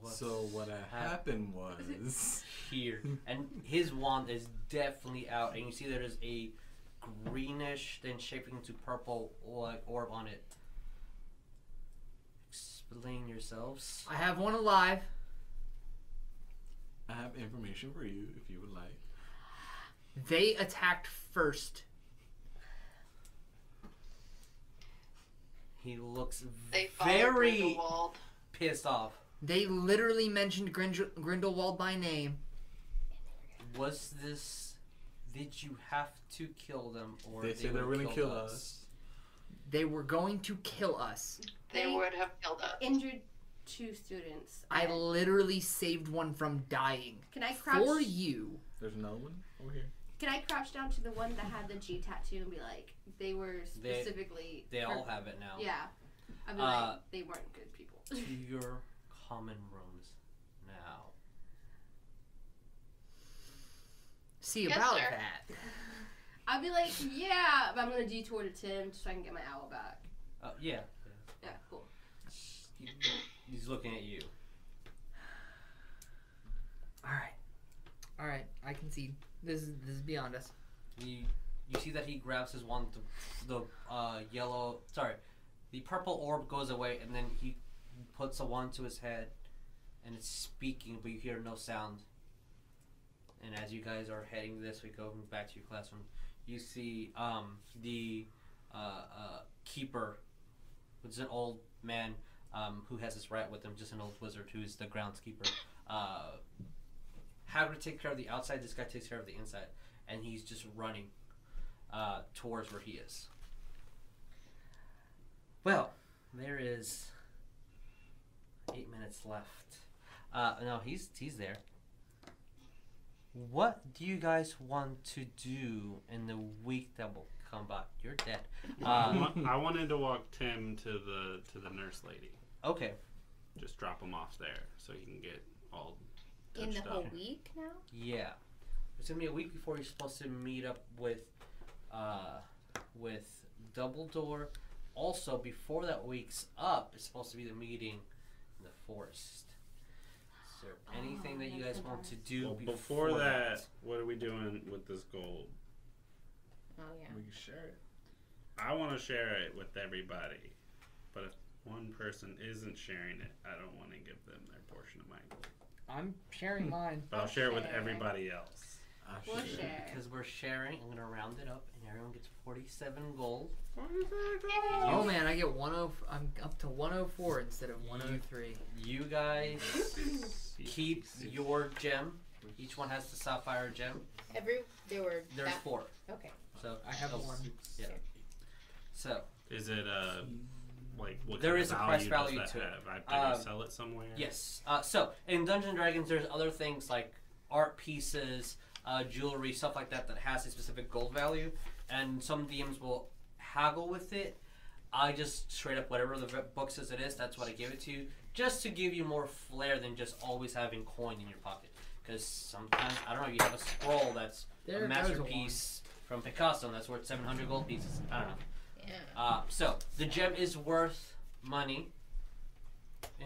[SPEAKER 2] What's
[SPEAKER 7] so what Hmm. had happened was
[SPEAKER 2] here? And his wand is definitely out, and you see there's a greenish, then shaping to purple like orb on it. Explain yourselves.
[SPEAKER 4] I have one alive.
[SPEAKER 7] I have information for you if you would like.
[SPEAKER 4] They attacked first.
[SPEAKER 2] He looks
[SPEAKER 3] They follow
[SPEAKER 2] very
[SPEAKER 3] Grindelwald.
[SPEAKER 2] pissed off.
[SPEAKER 4] They literally mentioned Grind- Grindelwald by name.
[SPEAKER 2] Was this? Did you have to kill them, or
[SPEAKER 7] They said they were
[SPEAKER 2] would've
[SPEAKER 7] gonna
[SPEAKER 2] killed
[SPEAKER 7] kill us.
[SPEAKER 4] They were going to kill us.
[SPEAKER 3] They
[SPEAKER 5] They-
[SPEAKER 3] would have killed us.
[SPEAKER 5] Injured two students.
[SPEAKER 4] I literally saved one from dying.
[SPEAKER 5] Can I crouch?
[SPEAKER 4] For you.
[SPEAKER 7] There's another one over here.
[SPEAKER 5] Can I crouch down to the one that had the G tattoo and be like, they were
[SPEAKER 2] They-
[SPEAKER 5] specifically?
[SPEAKER 2] They
[SPEAKER 5] for-
[SPEAKER 2] all have it now.
[SPEAKER 5] Yeah. I mean,
[SPEAKER 2] Uh,
[SPEAKER 5] like, they weren't good people.
[SPEAKER 2] To your common rooms now.
[SPEAKER 4] See
[SPEAKER 3] Yes,
[SPEAKER 4] about
[SPEAKER 3] sir.
[SPEAKER 4] that.
[SPEAKER 5] I'd be like, yeah, but I'm gonna detour to Tim so I can get my owl back.
[SPEAKER 2] Uh, yeah.
[SPEAKER 5] Yeah, cool.
[SPEAKER 2] He- He's looking at you.
[SPEAKER 4] Alright. Alright, I concede. This is this is beyond us.
[SPEAKER 2] You you see that he grabs his wand. The, the uh, yellow, sorry, the purple orb goes away, and then he puts a wand to his head, and it's speaking, but you hear no sound. And as you guys are heading this, we go back to your classroom. You see um, the uh, uh, keeper, which is an old man um, who has his rat with him, just an old wizard who is the groundskeeper. Uh, Hagrid takes care of the outside. This guy takes care of the inside and he's just running uh, towards where he is. Well, there is eight minutes left. Uh, no, he's he's there. What do you guys want to do in the week that will come by? You're dead.
[SPEAKER 6] I
[SPEAKER 2] Uh,
[SPEAKER 6] wa- I wanted to walk Tim to the to the nurse lady.
[SPEAKER 2] okay.
[SPEAKER 6] Just drop him off there so he can get all
[SPEAKER 8] In the
[SPEAKER 6] touched up.
[SPEAKER 8] whole week now?
[SPEAKER 2] Yeah, it's gonna be a week before you're supposed to meet up with, uh, with Dumbledore. Also, before that week's up, it's supposed to be the meeting in the forest. Is there
[SPEAKER 5] Oh,
[SPEAKER 2] anything that you guys want to do
[SPEAKER 6] Well,
[SPEAKER 2] before, that?
[SPEAKER 6] what are we doing with this gold?
[SPEAKER 8] Oh, yeah.
[SPEAKER 7] We can share it.
[SPEAKER 6] I want to share it with everybody, but if one person isn't sharing it, I don't want to give them their portion of my gold.
[SPEAKER 4] I'm
[SPEAKER 2] Hmm.
[SPEAKER 4] sharing mine.
[SPEAKER 6] But I'll share it with
[SPEAKER 5] Okay.
[SPEAKER 6] everybody else.
[SPEAKER 7] I
[SPEAKER 5] We'll
[SPEAKER 7] should.
[SPEAKER 5] share.
[SPEAKER 2] Because we're sharing, I'm gonna round it up, and everyone gets 47 gold.
[SPEAKER 4] Oh man, I get 10 I'm up to 104 instead of 103.
[SPEAKER 2] You guys keep your gem. Each one has the sapphire gem.
[SPEAKER 8] Every. There were.
[SPEAKER 2] There's
[SPEAKER 8] that-
[SPEAKER 2] four.
[SPEAKER 8] Okay.
[SPEAKER 2] So
[SPEAKER 4] I have
[SPEAKER 2] Oh,
[SPEAKER 4] one.
[SPEAKER 2] Yeah. So
[SPEAKER 6] Is it uh like what
[SPEAKER 2] There
[SPEAKER 6] kind
[SPEAKER 2] is a
[SPEAKER 6] of
[SPEAKER 2] price value
[SPEAKER 6] does that
[SPEAKER 2] to it.
[SPEAKER 6] have? I, can
[SPEAKER 2] Um,
[SPEAKER 6] you sell it somewhere?
[SPEAKER 2] Yes. Uh, so in Dungeons and Dragons, there's other things like art pieces, uh, jewelry, stuff like that that has a specific gold value, and some DMs will haggle with it. I just straight up whatever the v- book says it is, that's what I give it to you, just to give you more flair than just always having coin in your pocket. Because sometimes I don't know, you have a scroll that's
[SPEAKER 4] There
[SPEAKER 2] a
[SPEAKER 4] goes a one.
[SPEAKER 2] masterpiece from Picasso and that's worth 700 gold pieces. I don't know.
[SPEAKER 8] Yeah.
[SPEAKER 2] Uh, so the gem is worth money.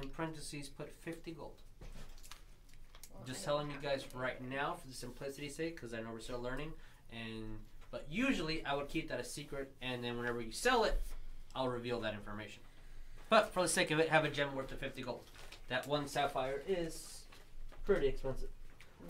[SPEAKER 2] In parentheses, put 50 gold.
[SPEAKER 8] Well, I
[SPEAKER 2] Just
[SPEAKER 8] don't
[SPEAKER 2] telling you
[SPEAKER 8] have
[SPEAKER 2] guys
[SPEAKER 8] it.
[SPEAKER 2] right now for the simplicity's sake, because I know we're still learning. And but usually I would keep that a secret, and then whenever you sell it, I'll reveal that information. But for the sake of it, have a gem worth of 50 gold. That one sapphire is pretty expensive.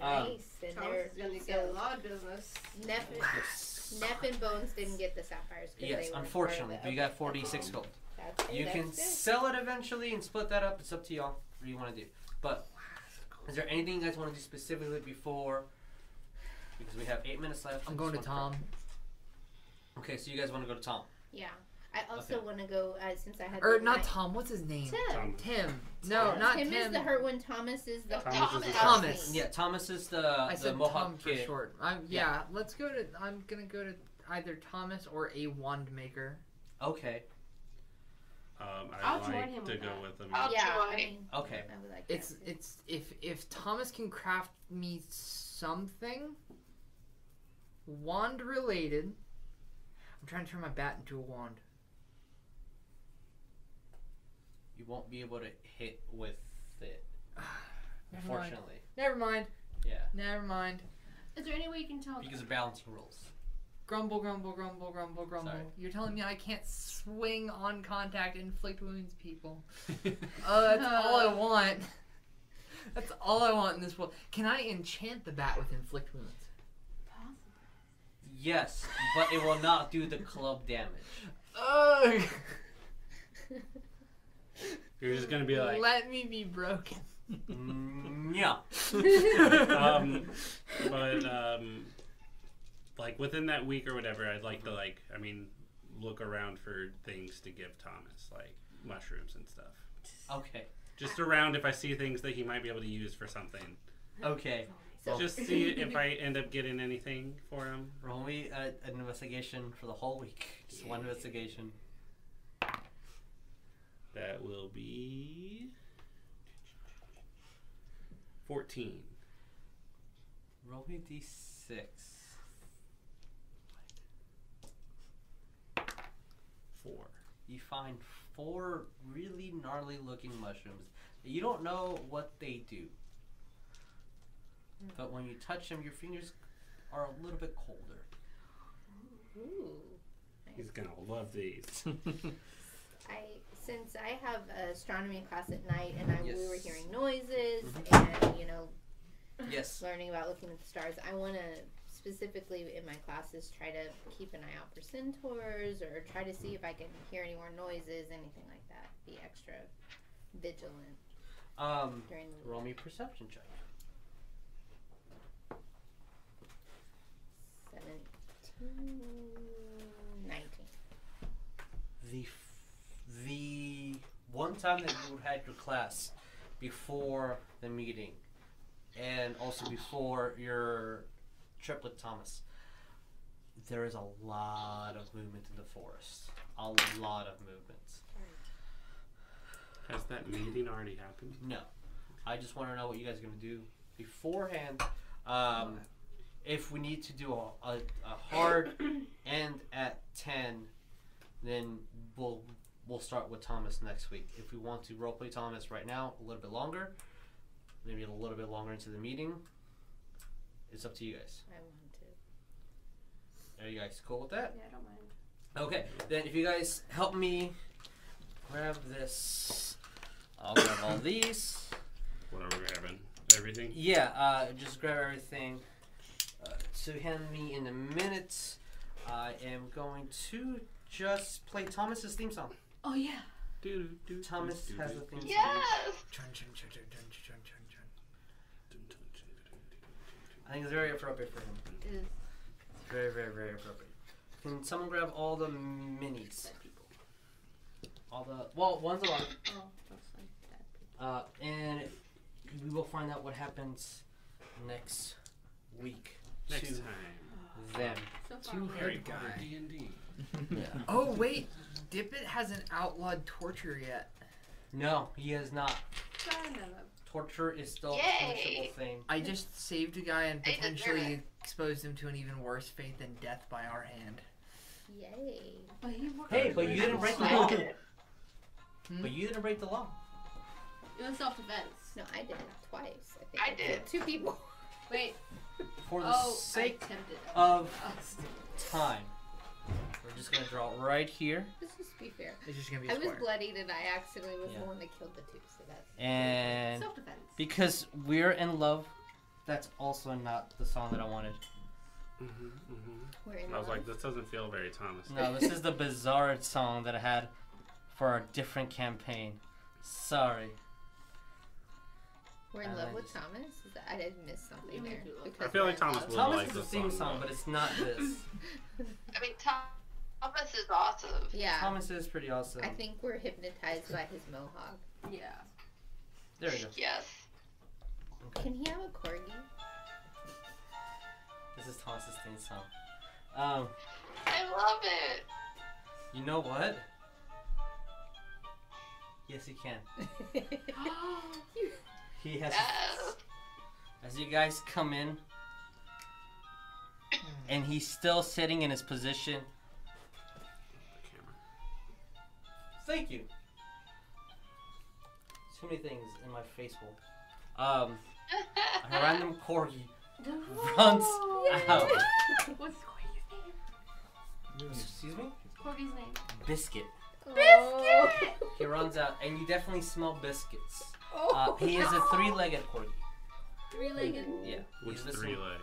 [SPEAKER 2] Um,
[SPEAKER 8] Nice. and
[SPEAKER 5] Thomas
[SPEAKER 8] they're.
[SPEAKER 5] is gonna get a
[SPEAKER 8] So,
[SPEAKER 5] lot of business.
[SPEAKER 8] Nep,
[SPEAKER 2] Yes.
[SPEAKER 8] Nep and Bones didn't get the sapphires. 'cause
[SPEAKER 2] Yes,
[SPEAKER 8] they weren't part of
[SPEAKER 2] unfortunately,
[SPEAKER 8] the-
[SPEAKER 2] but you
[SPEAKER 8] okay,
[SPEAKER 2] got 46 gold.
[SPEAKER 8] That's,
[SPEAKER 2] You
[SPEAKER 8] that's
[SPEAKER 2] can
[SPEAKER 8] good.
[SPEAKER 2] sell it eventually and split that up. It's up to y'all. What do you want to do? But is there anything you guys want to do specifically before? Because we have eight minutes left.
[SPEAKER 4] I'm
[SPEAKER 2] I
[SPEAKER 4] going to
[SPEAKER 2] just wanna-
[SPEAKER 4] Tom.
[SPEAKER 2] Okay, so you guys want to go to Tom.
[SPEAKER 8] Yeah. I also
[SPEAKER 2] Okay. Er,
[SPEAKER 8] want to go uh, since I had.
[SPEAKER 4] Or
[SPEAKER 8] the
[SPEAKER 4] Er, not
[SPEAKER 8] night-
[SPEAKER 4] Tom, what's his name?
[SPEAKER 8] Tim.
[SPEAKER 6] Tom-
[SPEAKER 4] Tim. No, not
[SPEAKER 8] Oh, Tim
[SPEAKER 4] Tim.
[SPEAKER 8] is the hurt one. Thomas is the
[SPEAKER 6] Thomas is
[SPEAKER 4] Thomas.
[SPEAKER 6] the
[SPEAKER 8] Thomas.
[SPEAKER 2] Yeah, Thomas is the
[SPEAKER 4] I
[SPEAKER 2] Uh, the
[SPEAKER 4] said
[SPEAKER 2] Mohawk
[SPEAKER 4] Tom for
[SPEAKER 2] kid.
[SPEAKER 4] short. I'm, yeah,
[SPEAKER 2] Yeah.
[SPEAKER 4] let's go to. I'm gonna go to either Thomas or a wand maker.
[SPEAKER 2] Okay,
[SPEAKER 6] Um, I'd
[SPEAKER 5] I'll
[SPEAKER 6] like
[SPEAKER 5] join him
[SPEAKER 6] to
[SPEAKER 5] with
[SPEAKER 6] go
[SPEAKER 5] that.
[SPEAKER 6] with him.
[SPEAKER 3] I'll-
[SPEAKER 8] Yeah. I
[SPEAKER 3] Joy.
[SPEAKER 8] mean,
[SPEAKER 2] okay.
[SPEAKER 8] I would like
[SPEAKER 4] It's
[SPEAKER 8] that.
[SPEAKER 4] it's if if Thomas can craft me something wand related. I'm trying to turn my bat into a wand.
[SPEAKER 2] you won't be able to hit with it.
[SPEAKER 4] Never mind.
[SPEAKER 2] Unfortunately.
[SPEAKER 4] Never mind.
[SPEAKER 2] Yeah.
[SPEAKER 4] Never mind.
[SPEAKER 8] Is there any way you can tell?
[SPEAKER 2] Because of balance rules.
[SPEAKER 4] Grumble, grumble, grumble, grumble, grumble.
[SPEAKER 2] Sorry.
[SPEAKER 4] You're telling me I can't swing on contact, inflict wounds, people. Oh, that's all I want. That's all I want in this world. Can I enchant the bat with inflict wounds?
[SPEAKER 2] yes, but it will not do the club damage.
[SPEAKER 4] Ugh.
[SPEAKER 6] You're just gonna be like,
[SPEAKER 4] Let me be broken.
[SPEAKER 2] Mm, yeah.
[SPEAKER 6] um, but um, like within that week or whatever, I'd like to like, I mean, look around for things to give Thomas, like mushrooms and stuff.
[SPEAKER 2] Okay.
[SPEAKER 6] Just around if I see things that he might be able to use for something.
[SPEAKER 2] Okay. So
[SPEAKER 6] Just see if I end up getting anything for him.
[SPEAKER 2] roll me uh, an investigation for the whole week. Just one investigation.
[SPEAKER 6] That will be fourteen.
[SPEAKER 2] Roll me d6.
[SPEAKER 6] Four.
[SPEAKER 2] you find four really gnarly looking mushrooms. You don't know what they do. But when you touch them, your fingers are a little bit colder.
[SPEAKER 5] Ooh.
[SPEAKER 6] He's gonna love these.
[SPEAKER 5] I since I have a astronomy class at night and I, we were
[SPEAKER 2] Yes.
[SPEAKER 5] hearing noises and you know
[SPEAKER 2] Yes.
[SPEAKER 5] learning about looking at the stars, I want to specifically in my classes try to keep an eye out for centaurs or try to see if I can hear any more noises, anything like that. Be extra vigilant
[SPEAKER 2] Um,
[SPEAKER 5] during the
[SPEAKER 2] roll me a perception check.
[SPEAKER 5] seventeen, nineteen.
[SPEAKER 2] The f- the one time that you had your class before the meeting, and also before your trip with Thomas, there is a lot of movement in the forest. A lot of movement.
[SPEAKER 6] Has that meeting already happened?
[SPEAKER 2] No. I just want to know what you guys are going to do beforehand. Um, if we need to do a, a, a hard end at 10, then we'll we'll start with Thomas next week. If we want to roleplay Thomas right now, a little bit longer, maybe a little bit longer into the meeting, it's up to you guys.
[SPEAKER 5] I want to.
[SPEAKER 2] Are you guys cool with that?
[SPEAKER 8] Yeah, I don't mind.
[SPEAKER 2] Okay, then if you guys help me grab this, I'll grab all these.
[SPEAKER 6] What are we grabbing? Everything?
[SPEAKER 2] Yeah, uh, just grab everything. Uh, so hand me in a minute. I am going to just play Thomas's theme song.
[SPEAKER 8] Oh yeah.
[SPEAKER 2] Thomas has a theme song.
[SPEAKER 8] Yes.
[SPEAKER 4] Chun, chun, chun, chun, chun, chun, chun, chun.
[SPEAKER 2] I think it's very appropriate for him. It's very, very, very appropriate. Can someone grab all the minis, people? All the well, one's a lot.
[SPEAKER 8] Oh, that's like that.
[SPEAKER 2] Uh, and we will find out what happens next week
[SPEAKER 6] Next
[SPEAKER 2] to
[SPEAKER 6] time.
[SPEAKER 2] them.
[SPEAKER 8] So far,
[SPEAKER 4] Two
[SPEAKER 8] we're-
[SPEAKER 4] hairy
[SPEAKER 6] Harry Potter
[SPEAKER 4] guy.
[SPEAKER 6] D&D.
[SPEAKER 2] Yeah.
[SPEAKER 4] Oh wait, Dippet hasn't outlawed torture yet.
[SPEAKER 2] No, he has not.
[SPEAKER 8] Try another.
[SPEAKER 2] Torture is still a
[SPEAKER 3] Yay.
[SPEAKER 2] punishable thing.
[SPEAKER 4] I just saved a guy and
[SPEAKER 3] I deserve
[SPEAKER 4] potentially exposed him to an even worse fate than death by our hand.
[SPEAKER 5] Yay.
[SPEAKER 8] But he worked
[SPEAKER 2] Hey,
[SPEAKER 8] on
[SPEAKER 2] but
[SPEAKER 8] it.
[SPEAKER 2] you didn't break the law. But you didn't break the law.
[SPEAKER 8] It was self defense.
[SPEAKER 5] No, I did it twice. I, think
[SPEAKER 3] I
[SPEAKER 5] killed
[SPEAKER 3] did.
[SPEAKER 5] Two people.
[SPEAKER 8] Wait.
[SPEAKER 2] For the
[SPEAKER 8] oh,
[SPEAKER 2] sake
[SPEAKER 8] I attempted. it.
[SPEAKER 2] of
[SPEAKER 8] Oh, stupid.
[SPEAKER 2] time, we're just gonna draw it right here,
[SPEAKER 5] Let's just be fair.
[SPEAKER 4] It's just gonna be a
[SPEAKER 5] I was
[SPEAKER 4] square.
[SPEAKER 5] bloodied and I accidentally was
[SPEAKER 2] Yeah.
[SPEAKER 5] the one that killed the two, so that's
[SPEAKER 2] and
[SPEAKER 8] self defense.
[SPEAKER 2] because we're in love, that's also not the song that I wanted.
[SPEAKER 6] Mhm, mhm.
[SPEAKER 5] we're in
[SPEAKER 6] I
[SPEAKER 5] love.
[SPEAKER 6] was like, this doesn't feel very Thomas.
[SPEAKER 2] No, this is the bizarre song that I had for our different campaign. Sorry.
[SPEAKER 5] We're in
[SPEAKER 2] and
[SPEAKER 5] love
[SPEAKER 2] then
[SPEAKER 5] with
[SPEAKER 2] just-
[SPEAKER 5] Thomas? Is that, I did miss something
[SPEAKER 8] You
[SPEAKER 5] there.
[SPEAKER 8] do love
[SPEAKER 5] because
[SPEAKER 6] I feel
[SPEAKER 5] we're
[SPEAKER 6] like
[SPEAKER 5] in
[SPEAKER 6] Thomas
[SPEAKER 5] love.
[SPEAKER 6] would
[SPEAKER 2] Thomas
[SPEAKER 6] like
[SPEAKER 2] is a
[SPEAKER 6] this
[SPEAKER 2] theme song,
[SPEAKER 6] though.
[SPEAKER 2] but it's not this.
[SPEAKER 3] I mean, Tom, Thomas is awesome.
[SPEAKER 5] Yeah.
[SPEAKER 2] Thomas is pretty awesome.
[SPEAKER 5] I think we're hypnotized by his mohawk.
[SPEAKER 8] Yeah.
[SPEAKER 2] There we go.
[SPEAKER 3] Yes.
[SPEAKER 5] Can he have a corgi?
[SPEAKER 2] This is Thomas's theme song. Um,
[SPEAKER 3] I love it.
[SPEAKER 2] you know what? Yes, he can.
[SPEAKER 5] You-
[SPEAKER 2] He has.
[SPEAKER 3] Yes.
[SPEAKER 2] As you guys come in, and he's still sitting in his position. Thank you. too many things in my Facebook. Um, a random corgi runs
[SPEAKER 5] Oh,
[SPEAKER 2] out.
[SPEAKER 5] What's Corgi's name?
[SPEAKER 2] Excuse me?
[SPEAKER 5] Corgi's name.
[SPEAKER 2] Biscuit.
[SPEAKER 5] Biscuit!
[SPEAKER 2] He runs out, and you definitely smell biscuits.
[SPEAKER 5] Oh.
[SPEAKER 2] Uh, he is a three-legged corgi.
[SPEAKER 5] Three-legged.
[SPEAKER 2] Yeah.
[SPEAKER 6] Which
[SPEAKER 2] he's this
[SPEAKER 6] three
[SPEAKER 2] one-
[SPEAKER 6] legs?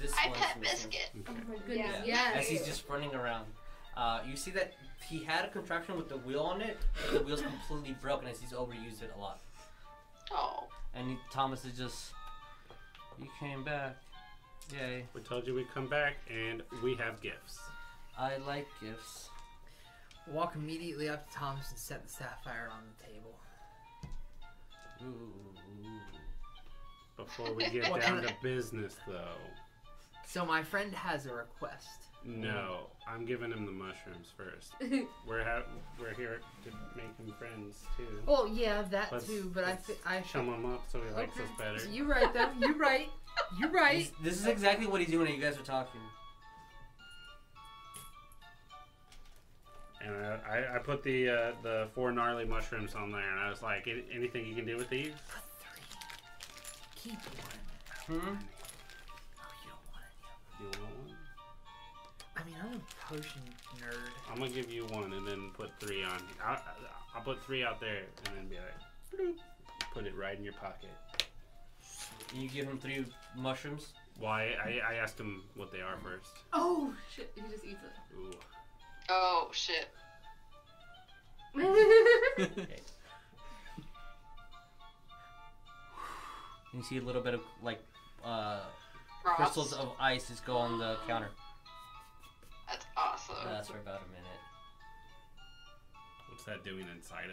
[SPEAKER 2] This
[SPEAKER 3] I
[SPEAKER 2] one's
[SPEAKER 3] pet
[SPEAKER 2] missing.
[SPEAKER 3] biscuit.
[SPEAKER 5] Oh
[SPEAKER 6] Okay.
[SPEAKER 5] my goodness.
[SPEAKER 8] Yeah.
[SPEAKER 2] As
[SPEAKER 5] Yes.
[SPEAKER 2] he's just running around, uh, you see that he had a contraption with the wheel on it, but the wheel's completely broken as he's overused it a lot.
[SPEAKER 3] Oh.
[SPEAKER 2] And he, Thomas is just, you came back, yay!
[SPEAKER 6] We told you we'd come back, and we have gifts.
[SPEAKER 2] I like gifts.
[SPEAKER 4] Walk immediately up to Thomas and set the sapphire on the table.
[SPEAKER 2] Ooh.
[SPEAKER 6] Before we get
[SPEAKER 4] What
[SPEAKER 6] down
[SPEAKER 4] can
[SPEAKER 6] to business, though,
[SPEAKER 4] So my friend has a request.
[SPEAKER 6] no, I'm giving him the mushrooms first. We're ha- we're here to make him friends too.
[SPEAKER 4] Well, yeah, that
[SPEAKER 6] Let's-
[SPEAKER 4] too. But I,
[SPEAKER 6] let's
[SPEAKER 4] thi- I
[SPEAKER 6] Chum him up so he likes us better.
[SPEAKER 4] You're right, though. You're right. You're right.
[SPEAKER 2] This, this is exactly what he's doing. And you guys are talking.
[SPEAKER 6] And I, I, I put the uh, the four gnarly mushrooms on there, and I was like, "Any- anything you can do with these?
[SPEAKER 4] Put three. Keep one.
[SPEAKER 2] Hmm.
[SPEAKER 4] Oh, you don't want any.
[SPEAKER 6] You want one?
[SPEAKER 4] of- I mean, I'm a potion nerd.
[SPEAKER 6] I'm gonna give you one, and then put three on. I, I, I'll put three out there, and then be like, bloop, put it right in your pocket.
[SPEAKER 2] And you give him three mushrooms.
[SPEAKER 6] Why? I, I asked him what they are first.
[SPEAKER 5] Oh shit! He just eats
[SPEAKER 6] Ooh.
[SPEAKER 3] Oh shit.
[SPEAKER 5] it.
[SPEAKER 2] Okay. you see a little bit of like uh,
[SPEAKER 3] Rocks.
[SPEAKER 2] crystals of ice just go on the counter.
[SPEAKER 3] That's awesome.
[SPEAKER 2] That's for about a minute.
[SPEAKER 6] What's that doing inside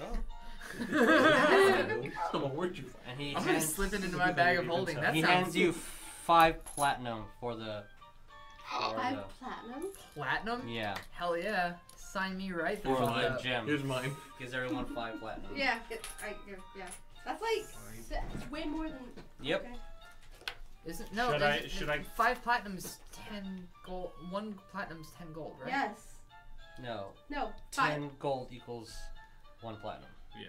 [SPEAKER 6] of him?
[SPEAKER 2] And he
[SPEAKER 4] I'm gonna
[SPEAKER 2] hands-
[SPEAKER 4] slip it into my bag of holding. That
[SPEAKER 2] he
[SPEAKER 4] sounds
[SPEAKER 2] hands you five platinum for the.
[SPEAKER 3] Oh.
[SPEAKER 2] For
[SPEAKER 5] Five
[SPEAKER 2] the
[SPEAKER 5] platinum.
[SPEAKER 4] platinum.
[SPEAKER 2] yeah,
[SPEAKER 4] Hell yeah! Sign me right there.
[SPEAKER 2] for
[SPEAKER 4] for
[SPEAKER 2] the
[SPEAKER 4] that.
[SPEAKER 2] gem.
[SPEAKER 7] Here's mine.
[SPEAKER 2] Gives everyone five platinum.
[SPEAKER 5] Yeah. It, I, yeah, yeah. That's like se- way more than.
[SPEAKER 2] Yep.
[SPEAKER 5] Okay.
[SPEAKER 4] Isn't no?
[SPEAKER 6] Should I-
[SPEAKER 4] there's-
[SPEAKER 6] should I-
[SPEAKER 4] Five platinums, ten gold. One platinum's ten gold, right?
[SPEAKER 5] Yes.
[SPEAKER 2] No,
[SPEAKER 5] No. Five.
[SPEAKER 2] ten gold equals one platinum.
[SPEAKER 6] Yeah.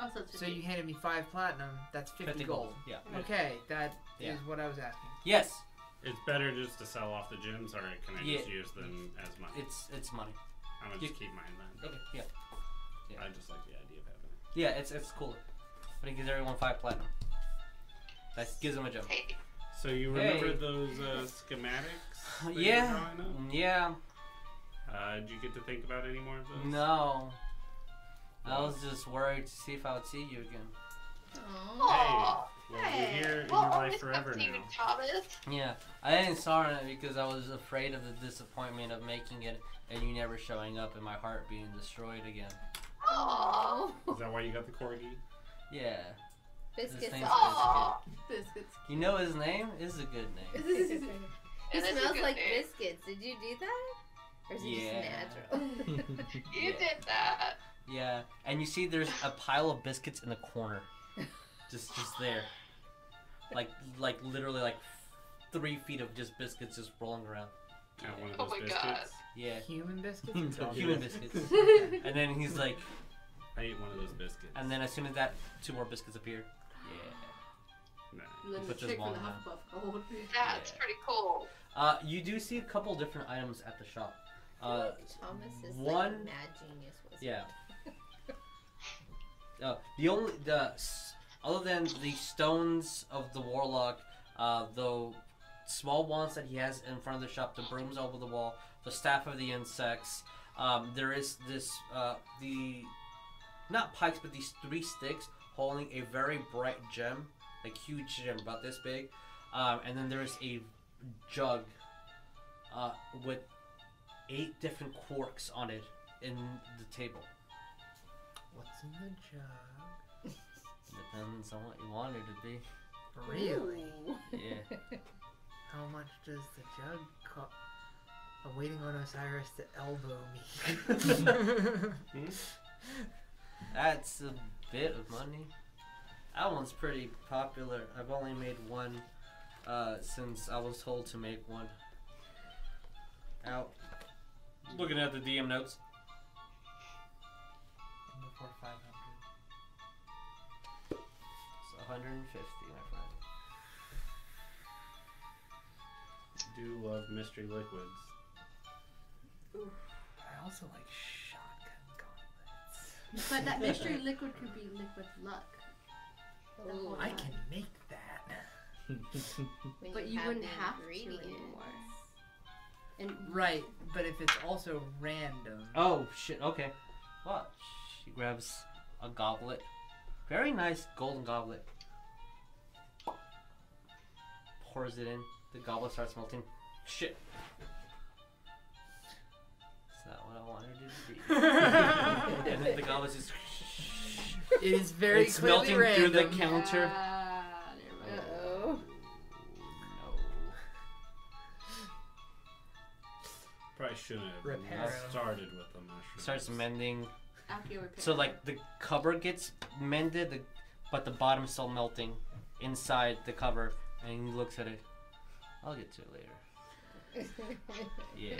[SPEAKER 5] Oh, so it's
[SPEAKER 4] So
[SPEAKER 5] 50.
[SPEAKER 4] you handed me five platinum. That's fifty, gold.
[SPEAKER 2] Yeah.
[SPEAKER 4] Okay, that is
[SPEAKER 2] Yeah.
[SPEAKER 4] what I was asking.
[SPEAKER 2] Yes,
[SPEAKER 6] It's better just to sell off the gems, or can I
[SPEAKER 2] Yeah.
[SPEAKER 6] just use them as money?
[SPEAKER 2] it's it's money.
[SPEAKER 6] I'm gonna
[SPEAKER 2] you-
[SPEAKER 6] just keep mine then.
[SPEAKER 2] Okay. Yeah. Yeah.
[SPEAKER 6] I just like the idea of having it.
[SPEAKER 2] Yeah, it's it's cool. But it gives everyone five platinum. That gives them a jump.
[SPEAKER 3] Hey.
[SPEAKER 6] So you
[SPEAKER 2] Hey.
[SPEAKER 6] remember those uh, schematics? that you were
[SPEAKER 2] Yeah.
[SPEAKER 6] drawing up?
[SPEAKER 2] Yeah.
[SPEAKER 6] Uh, did you get to think about any more of those?
[SPEAKER 2] No. I was just worried to see if I would see you again.
[SPEAKER 8] Aw.
[SPEAKER 3] Aw.
[SPEAKER 6] Well, you're here in
[SPEAKER 3] Well, oh,
[SPEAKER 6] your
[SPEAKER 3] I'll
[SPEAKER 6] life
[SPEAKER 3] just
[SPEAKER 6] forever
[SPEAKER 3] come see you,
[SPEAKER 6] now.
[SPEAKER 3] Thomas.
[SPEAKER 2] Yeah. I didn't start on it because I was afraid of the disappointment of making it and you never showing up and my heart being destroyed again.
[SPEAKER 8] Oh.
[SPEAKER 5] Oh!
[SPEAKER 3] Aw.
[SPEAKER 6] Is that why you got the corgi?
[SPEAKER 2] Yeah. His
[SPEAKER 8] Biscuits.
[SPEAKER 2] name's
[SPEAKER 8] all-
[SPEAKER 3] Aw.
[SPEAKER 5] Oh! biscuits.
[SPEAKER 2] You know his name? This is a good name.
[SPEAKER 8] It
[SPEAKER 3] It is a
[SPEAKER 8] smells
[SPEAKER 3] good
[SPEAKER 8] like
[SPEAKER 3] name.
[SPEAKER 8] biscuits. Did you do that? Or is it
[SPEAKER 2] Yeah.
[SPEAKER 8] just natural?
[SPEAKER 3] You
[SPEAKER 2] Yeah.
[SPEAKER 3] did that.
[SPEAKER 2] Yeah. And you see there's a pile of biscuits in the corner. Just just there. Like like literally like three feet of just biscuits just rolling around.
[SPEAKER 6] Got one of
[SPEAKER 3] Oh
[SPEAKER 6] those
[SPEAKER 3] my
[SPEAKER 6] biscuits.
[SPEAKER 3] God.
[SPEAKER 2] Yeah.
[SPEAKER 4] Human biscuits.
[SPEAKER 7] Dog
[SPEAKER 2] Human
[SPEAKER 7] biscuits.
[SPEAKER 2] biscuits. And then he's like
[SPEAKER 6] I ate one of those biscuits.
[SPEAKER 2] And then as soon as that, two more biscuits appear. Yeah.
[SPEAKER 6] Nah.
[SPEAKER 5] And then the
[SPEAKER 2] Put this
[SPEAKER 5] chick
[SPEAKER 2] one
[SPEAKER 5] from the
[SPEAKER 2] down.
[SPEAKER 5] Hufflepuff gold.
[SPEAKER 3] That's
[SPEAKER 2] Yeah.
[SPEAKER 3] pretty cool.
[SPEAKER 2] Uh, you do see a couple different items at the shop. Uh,
[SPEAKER 8] Thomas is
[SPEAKER 2] one-
[SPEAKER 8] like mad genius. Was
[SPEAKER 2] yeah. Uh, the only the s- other than the stones of the warlock, uh, the small wands that he has in front of the shop, the brooms over the wall, the staff of the insects. Um, there is this uh, the not pikes, but these three sticks holding a very bright gem, a huge gem about this big, um, and then there's a jug uh, with eight different quarks on it in the table.
[SPEAKER 4] What's in the jug?
[SPEAKER 2] Depends on what you want it to be.
[SPEAKER 4] Really?
[SPEAKER 2] Yeah.
[SPEAKER 4] How much does the jug cost? I'm waiting on Osiris to elbow me.
[SPEAKER 2] That's a bit of money. That one's pretty popular. I've only made one uh, since I was told to make one. Out. Looking at the DM notes. 150, my friend.
[SPEAKER 6] Do love mystery liquids.
[SPEAKER 11] I also like shotgun gauntlets.
[SPEAKER 5] But that mystery liquid could be liquid luck. The whole
[SPEAKER 11] I
[SPEAKER 5] time.
[SPEAKER 11] can make that.
[SPEAKER 8] When
[SPEAKER 5] But you wouldn't
[SPEAKER 8] the
[SPEAKER 5] have to
[SPEAKER 8] ingredients.
[SPEAKER 5] anymore.
[SPEAKER 8] And
[SPEAKER 11] Right, but if it's also random.
[SPEAKER 2] Oh shit! Okay. Well, she grabs a goblet, very nice golden goblet. Pours it in. The goblet starts melting. Shit. It's not what I wanted it to be. and then the goblet just.
[SPEAKER 11] It is very
[SPEAKER 2] it's
[SPEAKER 11] clearly
[SPEAKER 2] melting
[SPEAKER 11] random.
[SPEAKER 2] through the counter.
[SPEAKER 5] Ah, never mind.
[SPEAKER 8] Uh-oh.
[SPEAKER 2] No.
[SPEAKER 6] Probably shouldn't have
[SPEAKER 11] Reparo.
[SPEAKER 6] started with the mushroom.
[SPEAKER 2] Starts mending.
[SPEAKER 5] After you repair
[SPEAKER 2] So
[SPEAKER 5] it.
[SPEAKER 2] like the cover gets mended, the, but the bottom's still melting inside the cover, and he looks at it. I'll get to it later. Yeah,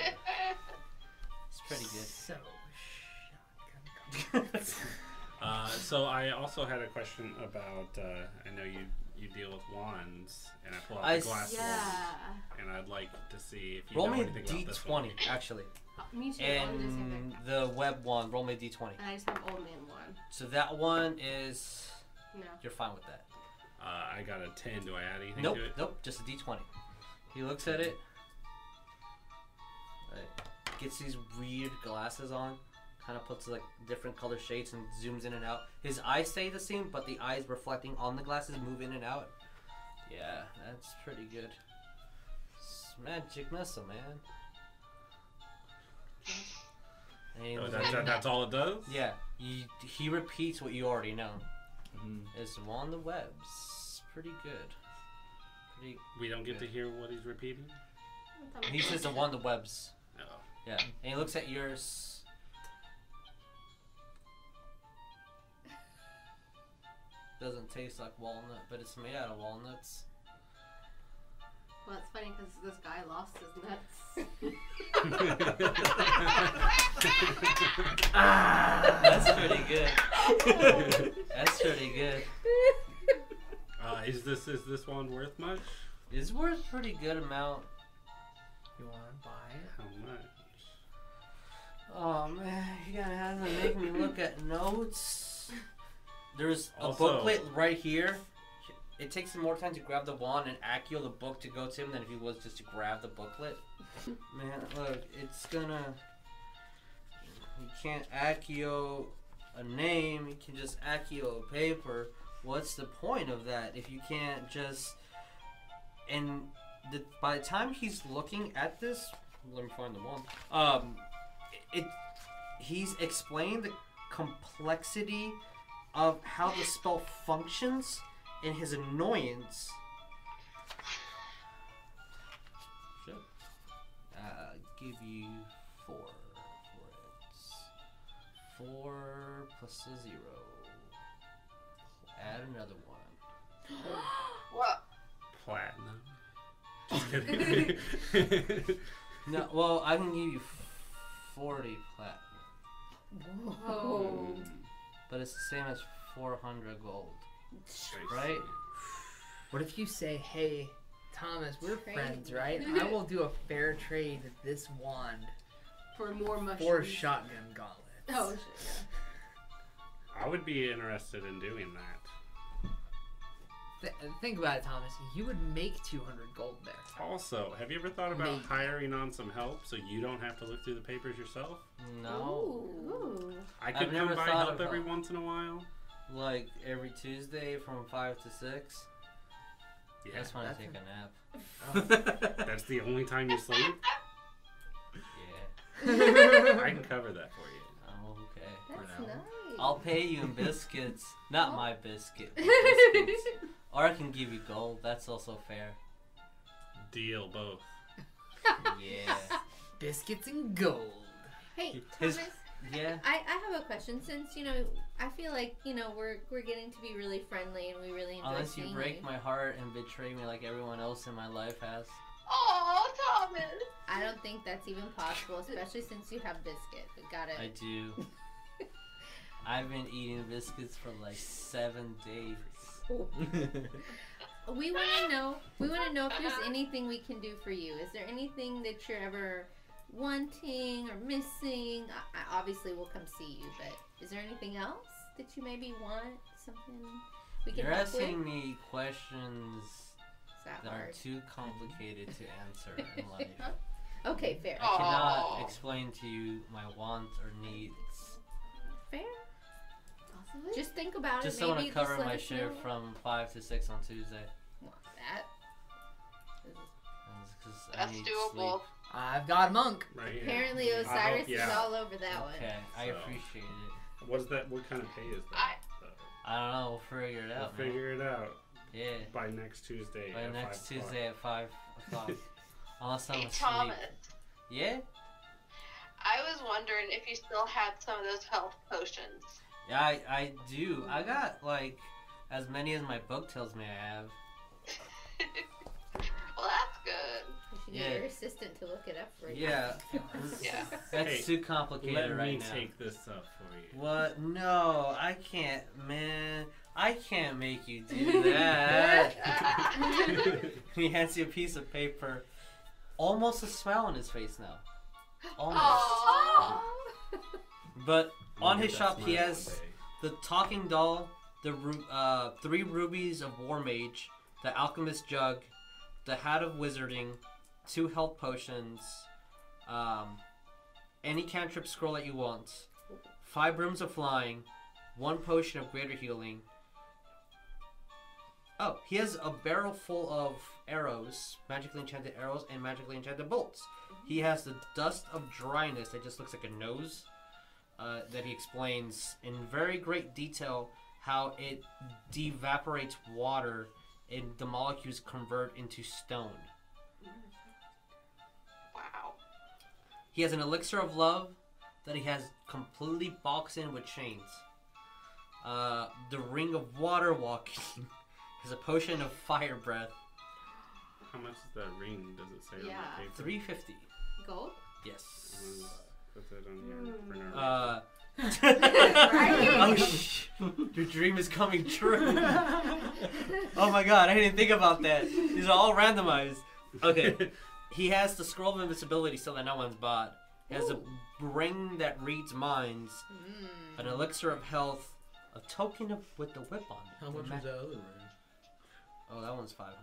[SPEAKER 2] it's pretty
[SPEAKER 11] So, shotgun gauntlets.
[SPEAKER 2] good.
[SPEAKER 6] Uh, so I also had a question about. Uh, I know you you deal with wands, and I pull out
[SPEAKER 2] I
[SPEAKER 6] the
[SPEAKER 2] s-
[SPEAKER 6] glass
[SPEAKER 5] Yeah.
[SPEAKER 6] wand, and I'd like to see if you
[SPEAKER 2] roll
[SPEAKER 6] know
[SPEAKER 2] me a
[SPEAKER 6] anything about this
[SPEAKER 2] d20
[SPEAKER 6] one.
[SPEAKER 2] actually,
[SPEAKER 5] Uh, Me too. I wanna do the same
[SPEAKER 2] and
[SPEAKER 5] thing.
[SPEAKER 2] the web one. Roll me a d20.
[SPEAKER 5] And I just have old man one.
[SPEAKER 2] So that one is
[SPEAKER 5] No.
[SPEAKER 2] you're fine with that.
[SPEAKER 6] Uh, I got a ten. Do I add anything
[SPEAKER 2] Nope,
[SPEAKER 6] to it?
[SPEAKER 2] nope, just a d20. He looks at it, like, gets these weird glasses on, kind of puts like different color shades and zooms in and out. His eyes stay the same, but the eyes reflecting on the glasses move in and out. Yeah, that's pretty good. It's magic missile, man. And he
[SPEAKER 6] Oh,
[SPEAKER 2] looks
[SPEAKER 6] that,
[SPEAKER 2] at-
[SPEAKER 6] that- that's all it does.
[SPEAKER 2] yeah, he, he repeats what you already know.
[SPEAKER 7] Mhm.
[SPEAKER 2] It's on the webs. Pretty good. Pretty
[SPEAKER 6] We don't get to
[SPEAKER 2] Yeah.
[SPEAKER 6] hear what he's repeating.
[SPEAKER 2] And He says the one the webs.
[SPEAKER 6] No.
[SPEAKER 2] Yeah. And he looks at yours. Doesn't taste like walnut, but it's made out of walnuts.
[SPEAKER 5] Well, it's funny because this guy lost his nuts.
[SPEAKER 2] That's pretty good. That's pretty good.
[SPEAKER 6] Uh, is this is this wand worth much?
[SPEAKER 2] It's worth pretty good amount.
[SPEAKER 11] You want to buy it?
[SPEAKER 6] How
[SPEAKER 2] Oh
[SPEAKER 6] much?
[SPEAKER 2] man, you're gonna have to make me look at notes. There's a
[SPEAKER 6] Also-
[SPEAKER 2] booklet right here. It takes him more time to grab the wand and Accio the book to go to him than if he was just to grab the booklet. man, look, it's gonna. You can't Accio a name, you can just Accio a paper. What's the point of that if you can't just. And the, by the time he's looking at this, let me find the wand. Um, it he's explained the complexity of how the spell functions and his annoyance. Should uh, give you four for it. Four plus a zero. Add another one.
[SPEAKER 3] What?
[SPEAKER 6] Platinum. Just kidding.
[SPEAKER 2] No, well, I can give you forty plat,
[SPEAKER 8] Whoa.
[SPEAKER 2] but it's the same as four hundred gold, right?
[SPEAKER 11] What if you say, hey, Thomas, we're
[SPEAKER 8] Trade
[SPEAKER 11] friends,
[SPEAKER 8] me."
[SPEAKER 11] right? I will do a fair trade of this wand
[SPEAKER 5] For more mushrooms.
[SPEAKER 11] for shotgun gauntlets.
[SPEAKER 5] Oh, shit.
[SPEAKER 6] I would be interested in doing that.
[SPEAKER 11] Th- think about it, Thomas. You would make 200 gold there.
[SPEAKER 6] Also, have you ever thought about
[SPEAKER 11] Maybe.
[SPEAKER 6] hiring on some help so you don't have to look through the papers yourself?
[SPEAKER 2] No,
[SPEAKER 5] Ooh.
[SPEAKER 6] I
[SPEAKER 2] I've
[SPEAKER 6] could
[SPEAKER 2] never
[SPEAKER 6] come by
[SPEAKER 2] thought
[SPEAKER 6] help
[SPEAKER 2] about-
[SPEAKER 6] every once in a while.
[SPEAKER 2] like every Tuesday from five to six.
[SPEAKER 6] Yeah,
[SPEAKER 2] That's when I
[SPEAKER 11] That's
[SPEAKER 2] take
[SPEAKER 11] a-
[SPEAKER 2] a nap.
[SPEAKER 6] that's the only time you sleep.
[SPEAKER 2] yeah.
[SPEAKER 6] I can cover that for you.
[SPEAKER 2] I'm okay. for
[SPEAKER 8] That's
[SPEAKER 2] now.
[SPEAKER 8] nice.
[SPEAKER 2] I'll pay you in biscuits, not my biscuit. but biscuits. or I can give you gold. That's also fair.
[SPEAKER 6] Deal both.
[SPEAKER 2] Yeah.
[SPEAKER 11] Biscuits and gold.
[SPEAKER 8] Hey,
[SPEAKER 2] His-
[SPEAKER 8] Thomas.
[SPEAKER 2] Yeah.
[SPEAKER 8] I, I have a question since you know I feel like you know we're we're getting to be really friendly and we really enjoy
[SPEAKER 2] Unless you
[SPEAKER 8] seeing
[SPEAKER 2] break my heart and betray me like everyone else in my life has.
[SPEAKER 3] Oh, Thomas.
[SPEAKER 8] I don't think that's even possible, especially since you have biscuit. We got
[SPEAKER 2] I
[SPEAKER 8] it.
[SPEAKER 2] do. I've been eating biscuits for like seven days.
[SPEAKER 8] We want to know. We want to know if there's anything we can do for you. Is there anything that you're ever wanting or missing? I, I obviously will come see you, but is there anything else that you maybe want? Something we can
[SPEAKER 2] You're
[SPEAKER 8] help with?
[SPEAKER 2] asking me questions
[SPEAKER 8] Is
[SPEAKER 2] that
[SPEAKER 8] that
[SPEAKER 2] are
[SPEAKER 8] hard?
[SPEAKER 2] too complicated to answer in life.
[SPEAKER 8] Okay, fair.
[SPEAKER 2] I cannot explain to you my wants or needs.
[SPEAKER 8] Fair. Just think about
[SPEAKER 2] Just
[SPEAKER 8] it.
[SPEAKER 2] want
[SPEAKER 8] maybe
[SPEAKER 2] to cover
[SPEAKER 8] just let
[SPEAKER 2] my
[SPEAKER 8] us
[SPEAKER 2] shift
[SPEAKER 8] know.
[SPEAKER 2] from five to six on Tuesday.
[SPEAKER 8] Want that.
[SPEAKER 2] And it's 'cause I
[SPEAKER 3] That's
[SPEAKER 2] need
[SPEAKER 3] doable.
[SPEAKER 2] Sleep.
[SPEAKER 11] I've got a monk.
[SPEAKER 6] Right here.
[SPEAKER 8] Apparently
[SPEAKER 6] I
[SPEAKER 8] Osiris
[SPEAKER 6] hope- yeah.
[SPEAKER 8] is all over that one.
[SPEAKER 2] Okay, I
[SPEAKER 6] So.
[SPEAKER 2] appreciate it.
[SPEAKER 6] What's that? What kind of pay is that?
[SPEAKER 3] I-
[SPEAKER 6] though?
[SPEAKER 2] I don't know. We'll figure it out,
[SPEAKER 6] we'll
[SPEAKER 2] man.
[SPEAKER 6] figure it out
[SPEAKER 2] Yeah.
[SPEAKER 6] by next Tuesday.
[SPEAKER 2] By
[SPEAKER 6] at
[SPEAKER 2] next
[SPEAKER 6] five o'clock.
[SPEAKER 2] Tuesday at five o'clock. Unless I'm
[SPEAKER 3] Hey,
[SPEAKER 2] asleep.
[SPEAKER 3] Thomas,
[SPEAKER 2] Yeah.
[SPEAKER 3] I was wondering if you still had some of those health potions.
[SPEAKER 2] Yeah, I, I do. I got like as many as my book tells me I have.
[SPEAKER 3] well, that's good.
[SPEAKER 8] You should
[SPEAKER 2] Yeah.
[SPEAKER 8] get your assistant to look it up for you.
[SPEAKER 2] Yeah.
[SPEAKER 3] Yeah.
[SPEAKER 2] That's
[SPEAKER 6] Hey,
[SPEAKER 2] too complicated
[SPEAKER 6] Let
[SPEAKER 2] right
[SPEAKER 6] me
[SPEAKER 2] now.
[SPEAKER 6] take this up for you.
[SPEAKER 2] What? No, I can't, man. I can't make you do that. he hands you a piece of paper. Almost a smile on his face now. Almost.
[SPEAKER 3] Aw.
[SPEAKER 2] But on
[SPEAKER 6] Maybe
[SPEAKER 2] his
[SPEAKER 6] that's
[SPEAKER 2] shop,
[SPEAKER 6] mine
[SPEAKER 2] he
[SPEAKER 6] one
[SPEAKER 2] has
[SPEAKER 6] day.
[SPEAKER 2] the talking doll, the ru- uh, three rubies of war mage, the alchemist jug, the hat of wizarding, two health potions, um, any cantrip scroll that you want, five brooms of flying, one potion of greater healing. Oh, he has a barrel full of arrows, magically enchanted arrows, and magically enchanted bolts. He has the dust of dryness that just looks like a nose uh, that he explains in very great detail how it devaporates water and the molecules convert into stone.
[SPEAKER 3] Wow.
[SPEAKER 2] He has an elixir of love that he has completely boxed in with chains. Uh, the ring of water walking is a potion of fire breath.
[SPEAKER 6] How much is that ring? Does it say on
[SPEAKER 5] Yeah.
[SPEAKER 6] that paper?
[SPEAKER 2] 350.
[SPEAKER 5] Gold?
[SPEAKER 2] Yes.
[SPEAKER 6] Mm, Put that on here for no reason.
[SPEAKER 2] Uh, oh, sh- your dream is coming true. oh my god, I didn't think about that. These are all randomized. Okay, he has the scroll of invisibility so that no one's bought. He has a ring that reads minds,
[SPEAKER 7] Mm.
[SPEAKER 2] an elixir of health, a token of with the whip on it.
[SPEAKER 7] How
[SPEAKER 2] The
[SPEAKER 7] much
[SPEAKER 2] ma-
[SPEAKER 7] was that other ring?
[SPEAKER 2] Oh, that one's 500.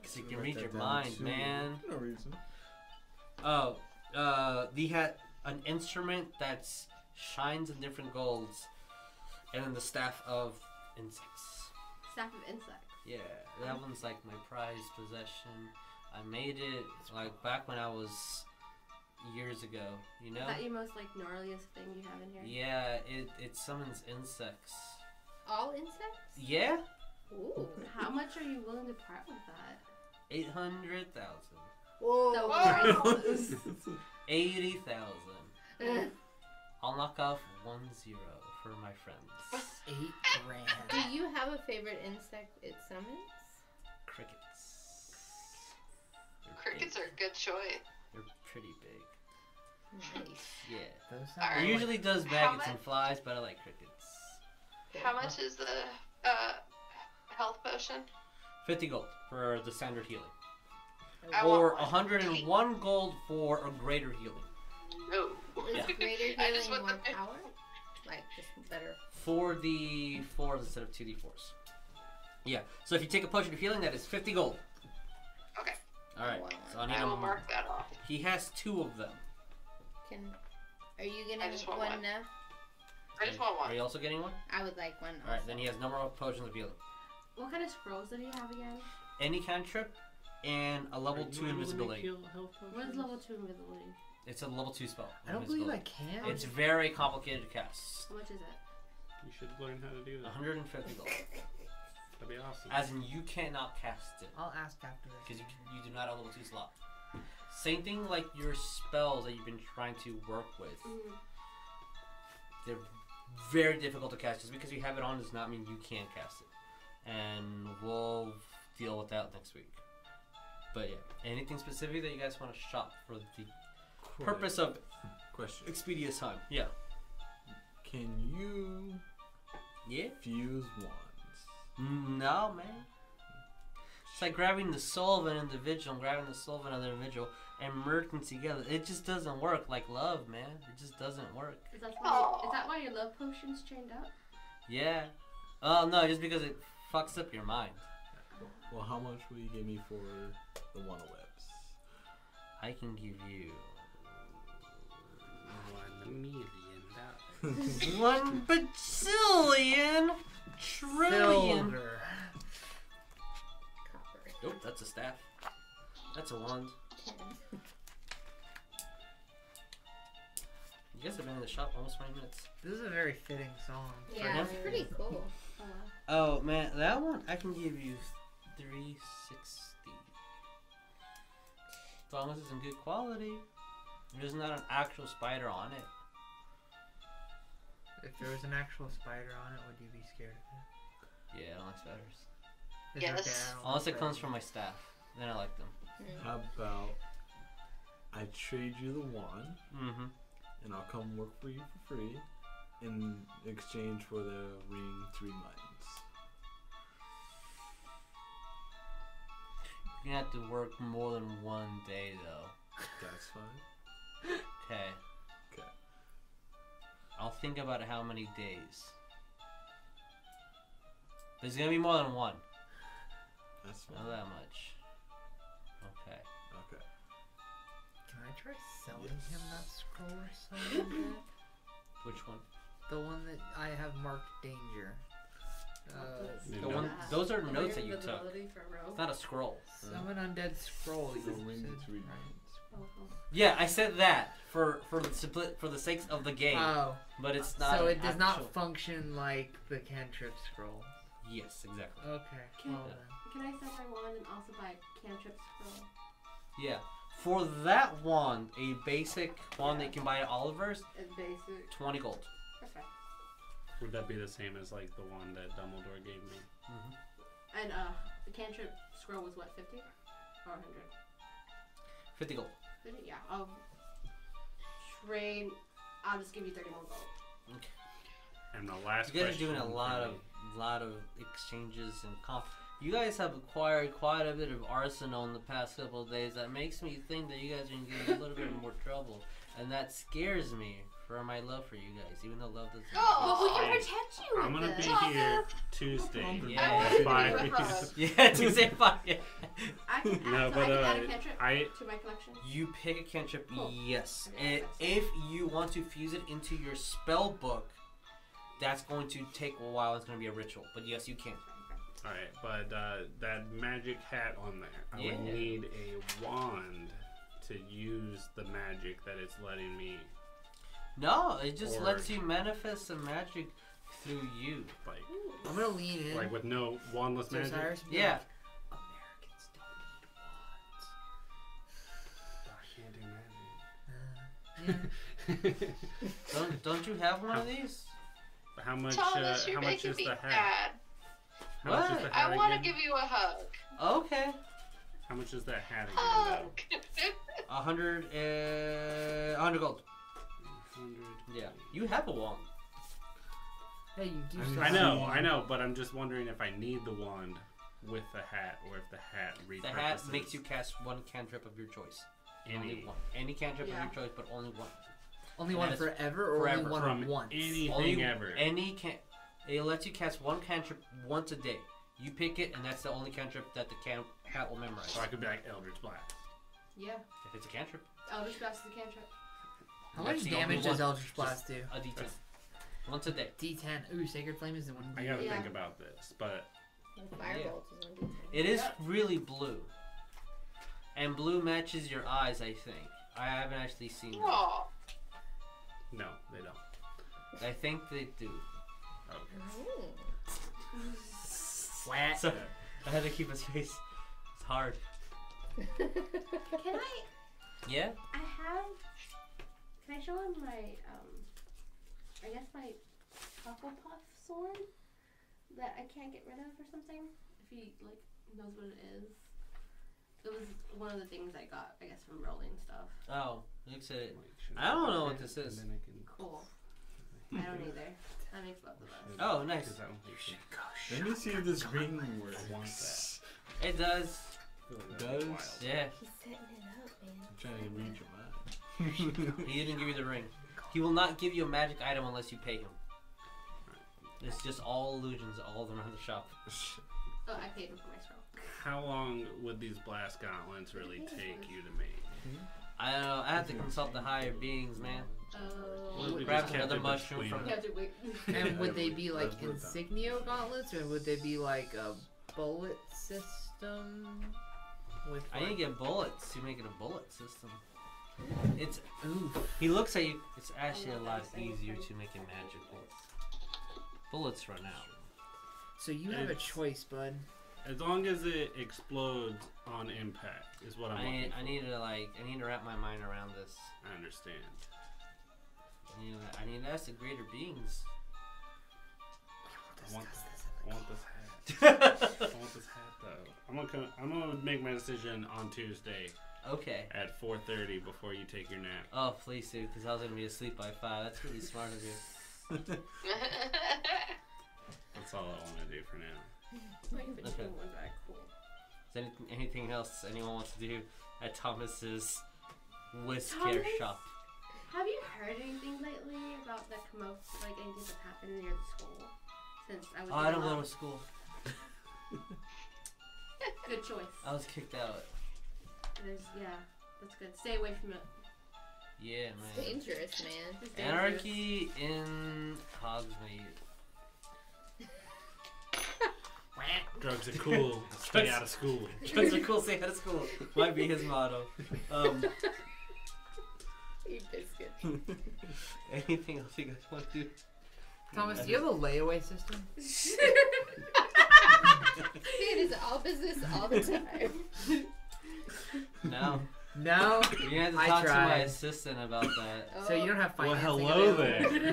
[SPEAKER 2] Because you
[SPEAKER 7] Should've
[SPEAKER 2] can
[SPEAKER 7] wrote
[SPEAKER 2] read
[SPEAKER 7] that
[SPEAKER 2] your
[SPEAKER 7] down
[SPEAKER 2] mind,
[SPEAKER 7] too.
[SPEAKER 2] man.
[SPEAKER 7] For No reason.
[SPEAKER 2] Oh, uh, he had an instrument that shines in different golds, and then the staff of insects.
[SPEAKER 5] Staff of insects.
[SPEAKER 2] Yeah, that one's like my prized possession. I made it like back when I was years ago, you know.
[SPEAKER 5] Is that your most like gnarliest thing you have in here?
[SPEAKER 2] Yeah, it it summons insects.
[SPEAKER 8] All insects?
[SPEAKER 2] Yeah,
[SPEAKER 8] Ooh.
[SPEAKER 5] How much are you willing to part with that?
[SPEAKER 2] eight hundred thousand.
[SPEAKER 5] The
[SPEAKER 8] Whoa.
[SPEAKER 5] price.
[SPEAKER 2] Eighty thousand. I'll knock off one zero for my friends.
[SPEAKER 11] Eight grand.
[SPEAKER 8] Do you have a favorite insect it summons?
[SPEAKER 2] Crickets. They're
[SPEAKER 3] Crickets
[SPEAKER 2] big.
[SPEAKER 3] are a good choice.
[SPEAKER 2] They're pretty big.
[SPEAKER 8] Nice.
[SPEAKER 2] Yeah.
[SPEAKER 11] Those sound
[SPEAKER 3] Alright.
[SPEAKER 2] It
[SPEAKER 11] like-
[SPEAKER 2] usually does
[SPEAKER 3] How
[SPEAKER 2] maggots and
[SPEAKER 3] much-
[SPEAKER 2] flies, but I like crickets.
[SPEAKER 3] How much is the uh, health potion?
[SPEAKER 2] Fifty gold for the standard healing.
[SPEAKER 3] I want
[SPEAKER 2] or
[SPEAKER 3] one.
[SPEAKER 2] 101 gold for a greater healing.
[SPEAKER 3] No.
[SPEAKER 8] Is greater
[SPEAKER 3] I just
[SPEAKER 8] healing
[SPEAKER 3] want
[SPEAKER 8] more
[SPEAKER 3] the-
[SPEAKER 8] power? Like, just better.
[SPEAKER 2] For the 4s instead of 2d4s. Yeah, so if you take a potion of healing, that is 50 gold.
[SPEAKER 3] Okay.
[SPEAKER 2] Alright,
[SPEAKER 8] Wow.
[SPEAKER 2] so I need
[SPEAKER 3] I
[SPEAKER 2] a
[SPEAKER 3] will
[SPEAKER 2] mark.
[SPEAKER 3] mark that off.
[SPEAKER 2] He has two of them.
[SPEAKER 8] Can. Are you
[SPEAKER 3] I
[SPEAKER 8] gonna
[SPEAKER 3] just
[SPEAKER 8] eat
[SPEAKER 3] want
[SPEAKER 8] one
[SPEAKER 3] one.
[SPEAKER 8] now?
[SPEAKER 3] I just want
[SPEAKER 2] Are
[SPEAKER 3] one.
[SPEAKER 2] you also getting one?
[SPEAKER 8] I would like one.
[SPEAKER 2] Alright,
[SPEAKER 8] also.
[SPEAKER 2] then he has no more potions of healing.
[SPEAKER 5] What kind of scrolls did he have again?
[SPEAKER 2] Any cantrip and a level
[SPEAKER 6] Are you
[SPEAKER 2] 2
[SPEAKER 6] able to
[SPEAKER 2] invisibility.
[SPEAKER 6] make heal- health
[SPEAKER 5] What is
[SPEAKER 6] potions?
[SPEAKER 5] level two invisibility?
[SPEAKER 2] It's a level 2 spell.
[SPEAKER 11] I don't believe I
[SPEAKER 2] Invisibility.
[SPEAKER 11] can.
[SPEAKER 2] It's very complicated to cast.
[SPEAKER 5] How much is it?
[SPEAKER 6] You should learn how to do that.
[SPEAKER 2] Uh-huh. 150 gold.
[SPEAKER 6] That'd be awesome.
[SPEAKER 2] As in, you cannot cast it.
[SPEAKER 11] I'll ask after this.
[SPEAKER 2] because you, you do not have level two slot. Same thing like your spells that you've been trying to work with. They're very difficult to cast. Just because you have it on does not mean you can cast it. And we'll deal with that next week. But yeah, anything specific that you guys want to shop for the
[SPEAKER 7] Quick
[SPEAKER 2] purpose of
[SPEAKER 7] question.
[SPEAKER 2] Expedia time? Yeah.
[SPEAKER 7] Can you
[SPEAKER 2] Yeah.
[SPEAKER 7] Fuse wands.
[SPEAKER 2] Mm, No, man. It's like grabbing the soul of an individual and grabbing the soul of another individual and merging together. It just doesn't work like love, man. It just doesn't work.
[SPEAKER 5] Is that, why, is that why your love potions turned up?
[SPEAKER 2] Yeah. Oh, no, just because it fucks up your mind.
[SPEAKER 7] Well, how much will you give me for the one of whips?
[SPEAKER 2] I can give you
[SPEAKER 6] One million dollars.
[SPEAKER 2] one bajillion trillion.
[SPEAKER 6] Silver.
[SPEAKER 2] Nope, that's a staff. That's a wand. You guys have been in the shop almost 20 minutes.
[SPEAKER 11] This is a very fitting song.
[SPEAKER 8] Yeah,
[SPEAKER 2] him?
[SPEAKER 8] it's pretty cool.
[SPEAKER 2] Oh man, that one I can give you three sixty. As long as it's in good quality. There's not an actual spider on it.
[SPEAKER 11] If there was an actual spider on it, would you be scared of
[SPEAKER 2] Yeah, I don't like spiders.
[SPEAKER 11] it? Is
[SPEAKER 3] Yes.
[SPEAKER 11] there a barrel
[SPEAKER 2] Unless it
[SPEAKER 11] or-
[SPEAKER 2] comes from my staff. Then I like them.
[SPEAKER 7] How about I trade you the wand
[SPEAKER 2] Mm-hmm.
[SPEAKER 7] and I'll come work for you for free in exchange for the ring three months.
[SPEAKER 2] You're gonna have to work more than one day though.
[SPEAKER 7] That's fine.
[SPEAKER 2] Okay.
[SPEAKER 7] Okay.
[SPEAKER 2] I'll think about how many days. There's gonna be more than one.
[SPEAKER 7] That's fine.
[SPEAKER 2] Not that much. Okay.
[SPEAKER 7] Okay.
[SPEAKER 11] Can I try selling
[SPEAKER 7] Yes.
[SPEAKER 11] him that scroll or something?
[SPEAKER 2] Which one?
[SPEAKER 11] the one that I have marked danger. Uh,
[SPEAKER 2] The one.
[SPEAKER 5] Yeah.
[SPEAKER 2] Those are
[SPEAKER 5] The
[SPEAKER 2] notes that
[SPEAKER 5] weird
[SPEAKER 2] you took.
[SPEAKER 5] visibility for row.
[SPEAKER 2] It's not a scroll.
[SPEAKER 11] summon undead scroll. You
[SPEAKER 7] The ring
[SPEAKER 11] said,
[SPEAKER 7] three
[SPEAKER 11] right?
[SPEAKER 7] months.
[SPEAKER 2] Yeah, I said that for for the simpli- for the sakes of the game,
[SPEAKER 11] Oh,
[SPEAKER 2] but it's not.
[SPEAKER 11] so
[SPEAKER 2] an
[SPEAKER 11] it does
[SPEAKER 2] actual-
[SPEAKER 11] not function like the cantrip scroll.
[SPEAKER 2] yes, exactly.
[SPEAKER 11] Okay.
[SPEAKER 5] Can-
[SPEAKER 11] Well,
[SPEAKER 5] Can I sell my wand and also buy cantrip scroll?
[SPEAKER 2] Yeah, for that wand, a basic wand that you can buy at Oliver's,
[SPEAKER 5] It's basic.
[SPEAKER 2] twenty gold.
[SPEAKER 5] Perfect.
[SPEAKER 6] Would that be the same as like the one that Dumbledore gave me?
[SPEAKER 5] And uh, the cantrip scroll was what, 50? Or 100?
[SPEAKER 2] Fifty gold.
[SPEAKER 5] 50? Yeah. I'll trade. I'll just give you 30 more gold.
[SPEAKER 6] And the last
[SPEAKER 2] You guys are
[SPEAKER 6] question
[SPEAKER 2] doing a
[SPEAKER 6] for
[SPEAKER 2] lot of
[SPEAKER 6] me-
[SPEAKER 2] lot of exchanges and comp. You guys have acquired quite a bit of arsenal in the past couple of days. That makes me think that you guys are gonna get a little bit more trouble, and that scares me for my love for you guys. Even though love doesn't.
[SPEAKER 5] Oh,
[SPEAKER 6] we can
[SPEAKER 5] protect you
[SPEAKER 6] I'm gonna be here Tuesday.
[SPEAKER 2] Oh, Yeah.
[SPEAKER 6] at
[SPEAKER 5] I
[SPEAKER 6] five
[SPEAKER 5] wanna be with
[SPEAKER 6] because-
[SPEAKER 5] us.
[SPEAKER 2] Yeah, to say fuck yeah.
[SPEAKER 5] I can, add, so
[SPEAKER 6] No, but
[SPEAKER 5] I can
[SPEAKER 6] uh,
[SPEAKER 5] add a cantrip
[SPEAKER 6] I
[SPEAKER 5] to my collection.
[SPEAKER 2] You pick a cantrip,
[SPEAKER 5] Cool.
[SPEAKER 2] yes.
[SPEAKER 5] Okay,
[SPEAKER 2] And
[SPEAKER 5] that's fine.
[SPEAKER 2] if you want to fuse it into your spell book, that's going to take a while. It's going to be a ritual. But yes, you can.
[SPEAKER 6] all right, but uh, that magic hat on there. I
[SPEAKER 2] Yeah.
[SPEAKER 6] would need a wand to use the magic that it's letting me
[SPEAKER 2] No, it just
[SPEAKER 6] Or-
[SPEAKER 2] lets you manifest some magic through you.
[SPEAKER 6] like
[SPEAKER 11] I'm gonna lean in.
[SPEAKER 6] like with no wandless
[SPEAKER 11] to
[SPEAKER 6] magic.
[SPEAKER 11] Cyrus and be
[SPEAKER 2] Yeah.
[SPEAKER 11] like, Americans don't
[SPEAKER 6] I can't do
[SPEAKER 11] need wands.
[SPEAKER 6] magic.
[SPEAKER 2] Don't don't you have one of these?
[SPEAKER 6] how much? Uh,
[SPEAKER 3] Thomas, you're
[SPEAKER 6] how much
[SPEAKER 3] making
[SPEAKER 6] is
[SPEAKER 3] me
[SPEAKER 6] the hat?
[SPEAKER 3] sad.
[SPEAKER 6] How much is
[SPEAKER 2] What?
[SPEAKER 6] the hat
[SPEAKER 3] I want to
[SPEAKER 6] again?
[SPEAKER 3] give you a hug.
[SPEAKER 2] Okay,
[SPEAKER 6] How much is that hat again?
[SPEAKER 3] Hug.
[SPEAKER 6] though?
[SPEAKER 2] a hundred uh, a hundred gold.
[SPEAKER 6] 100.
[SPEAKER 2] Yeah, you have a wand.
[SPEAKER 11] Hey, you do
[SPEAKER 7] I mean,
[SPEAKER 11] something.
[SPEAKER 6] I know, I know, but I'm just wondering if I need the wand with the hat or if the hat repurposes
[SPEAKER 2] The hat makes you cast one cantrip of your choice. Only
[SPEAKER 6] any
[SPEAKER 2] one. Any cantrip
[SPEAKER 5] Yeah.
[SPEAKER 2] of your choice, but only one.
[SPEAKER 11] Only
[SPEAKER 2] And
[SPEAKER 11] one
[SPEAKER 2] that's
[SPEAKER 11] forever or
[SPEAKER 2] forever.
[SPEAKER 11] only one
[SPEAKER 6] from
[SPEAKER 11] once?
[SPEAKER 6] anything
[SPEAKER 2] Only
[SPEAKER 6] ever.
[SPEAKER 2] Any can. It lets you cast one cantrip once a day. You pick it, and that's the only cantrip that the can- hat will memorize.
[SPEAKER 6] so I could be like Eldritch Blast.
[SPEAKER 5] Yeah.
[SPEAKER 2] If it's a cantrip,
[SPEAKER 5] Elder's Blast is the cantrip.
[SPEAKER 11] How
[SPEAKER 2] That's
[SPEAKER 11] much
[SPEAKER 2] the
[SPEAKER 11] damage
[SPEAKER 2] only
[SPEAKER 11] does
[SPEAKER 2] one.
[SPEAKER 11] Eldritch Blast do?
[SPEAKER 2] a D10. Once a day.
[SPEAKER 11] D10. Ooh, Sacred Flame is the one.
[SPEAKER 6] I gotta
[SPEAKER 5] Yeah.
[SPEAKER 6] think about this, but
[SPEAKER 8] Firebolt is one decent.
[SPEAKER 2] It is
[SPEAKER 5] Yeah.
[SPEAKER 2] really blue. And blue matches your eyes, I think. I haven't actually seen them.
[SPEAKER 3] Aw.
[SPEAKER 6] no, they don't.
[SPEAKER 2] I think they do.
[SPEAKER 6] Okay.
[SPEAKER 8] Mm.
[SPEAKER 11] Flat.
[SPEAKER 2] So, I had to keep his face. It's hard.
[SPEAKER 5] Can I?
[SPEAKER 2] Yeah?
[SPEAKER 5] I have. Can I show him my, um, I guess my Hufflepuff sword that I can't get rid of or something? If he like knows what it is. It was one of the things I got, I guess, from rolling stuff.
[SPEAKER 2] Oh, looks at it.
[SPEAKER 6] Like, should
[SPEAKER 2] I don't know what this
[SPEAKER 6] and
[SPEAKER 2] is.
[SPEAKER 6] then I can-
[SPEAKER 5] Cool. I don't either. That makes both of us.
[SPEAKER 2] Oh, nice.
[SPEAKER 6] Is that one?
[SPEAKER 7] Let me see if this ring works.
[SPEAKER 2] It does.
[SPEAKER 7] Does?
[SPEAKER 2] Yeah.
[SPEAKER 8] He's setting it up, man.
[SPEAKER 7] I'm trying to read your mind.
[SPEAKER 2] He didn't give you the ring. He will not give you a magic item unless you pay him. It's just all illusions all around the shop.
[SPEAKER 5] Oh, I paid him for my straw.
[SPEAKER 6] How long would these blast gauntlets really take you to make?
[SPEAKER 2] I don't know. I have to consult the higher beings, man.
[SPEAKER 5] Oh.
[SPEAKER 6] What if we
[SPEAKER 2] Grab
[SPEAKER 6] just kept
[SPEAKER 2] another
[SPEAKER 6] it
[SPEAKER 2] mushroom
[SPEAKER 6] between
[SPEAKER 2] from
[SPEAKER 6] us?
[SPEAKER 5] You have to wait.
[SPEAKER 11] And would they be like
[SPEAKER 7] That's what it's about.
[SPEAKER 11] insignia gauntlets, or would they be like a bullet system? With
[SPEAKER 2] I
[SPEAKER 11] like,
[SPEAKER 2] need to get bullets. You make it a bullet system. It's ooh. He looks at you. It's actually a lot easier to make it magical. Bullets run out.
[SPEAKER 11] so you have a
[SPEAKER 6] It's-
[SPEAKER 11] choice, bud.
[SPEAKER 6] As long as it explodes on impact is what I'm
[SPEAKER 2] I
[SPEAKER 6] looking
[SPEAKER 2] need,
[SPEAKER 6] for.
[SPEAKER 2] I need to like. I need to wrap my mind around this.
[SPEAKER 6] I understand.
[SPEAKER 2] I need, to- I need to ask the greater beings.
[SPEAKER 6] I want, I want this hat. I want this hat though. I'm gonna come, I'm gonna make my decision on Tuesday
[SPEAKER 2] okay.
[SPEAKER 6] at 4:30 before you take your nap.
[SPEAKER 2] Oh, please do, because I was gonna be asleep by five. That's really smart of you.
[SPEAKER 6] That's all I want to do for now.
[SPEAKER 2] Okay. Is anything, anything else anyone wants to do at Thomas's whisk care
[SPEAKER 5] Thomas?
[SPEAKER 2] shop?
[SPEAKER 5] Have you heard anything lately about the commotion, like anything that's happened near the school? Since I was
[SPEAKER 2] Oh, I don't
[SPEAKER 5] alone.
[SPEAKER 2] go to school.
[SPEAKER 5] Good choice.
[SPEAKER 2] I was kicked out.
[SPEAKER 5] There's, yeah, that's good. Stay away from it.
[SPEAKER 2] Yeah,
[SPEAKER 8] It's
[SPEAKER 2] man.
[SPEAKER 8] dangerous, man.
[SPEAKER 5] It's dangerous.
[SPEAKER 2] Anarchy in Hogsmeade.
[SPEAKER 6] Drugs are cool. Stay out of school.
[SPEAKER 2] That's a cool say out of school. Might be his motto. Um,
[SPEAKER 8] You biscuit.
[SPEAKER 2] anything else you guys want to do?
[SPEAKER 11] Thomas, do you have a layaway system?
[SPEAKER 8] It is all business all the time.
[SPEAKER 2] No.
[SPEAKER 11] No.
[SPEAKER 2] You have to
[SPEAKER 11] I
[SPEAKER 2] talk to my
[SPEAKER 11] tried.
[SPEAKER 2] assistant about that.
[SPEAKER 11] So
[SPEAKER 8] Oh.
[SPEAKER 11] you don't have
[SPEAKER 6] well,
[SPEAKER 11] financing.
[SPEAKER 6] hello
[SPEAKER 11] available?
[SPEAKER 6] there.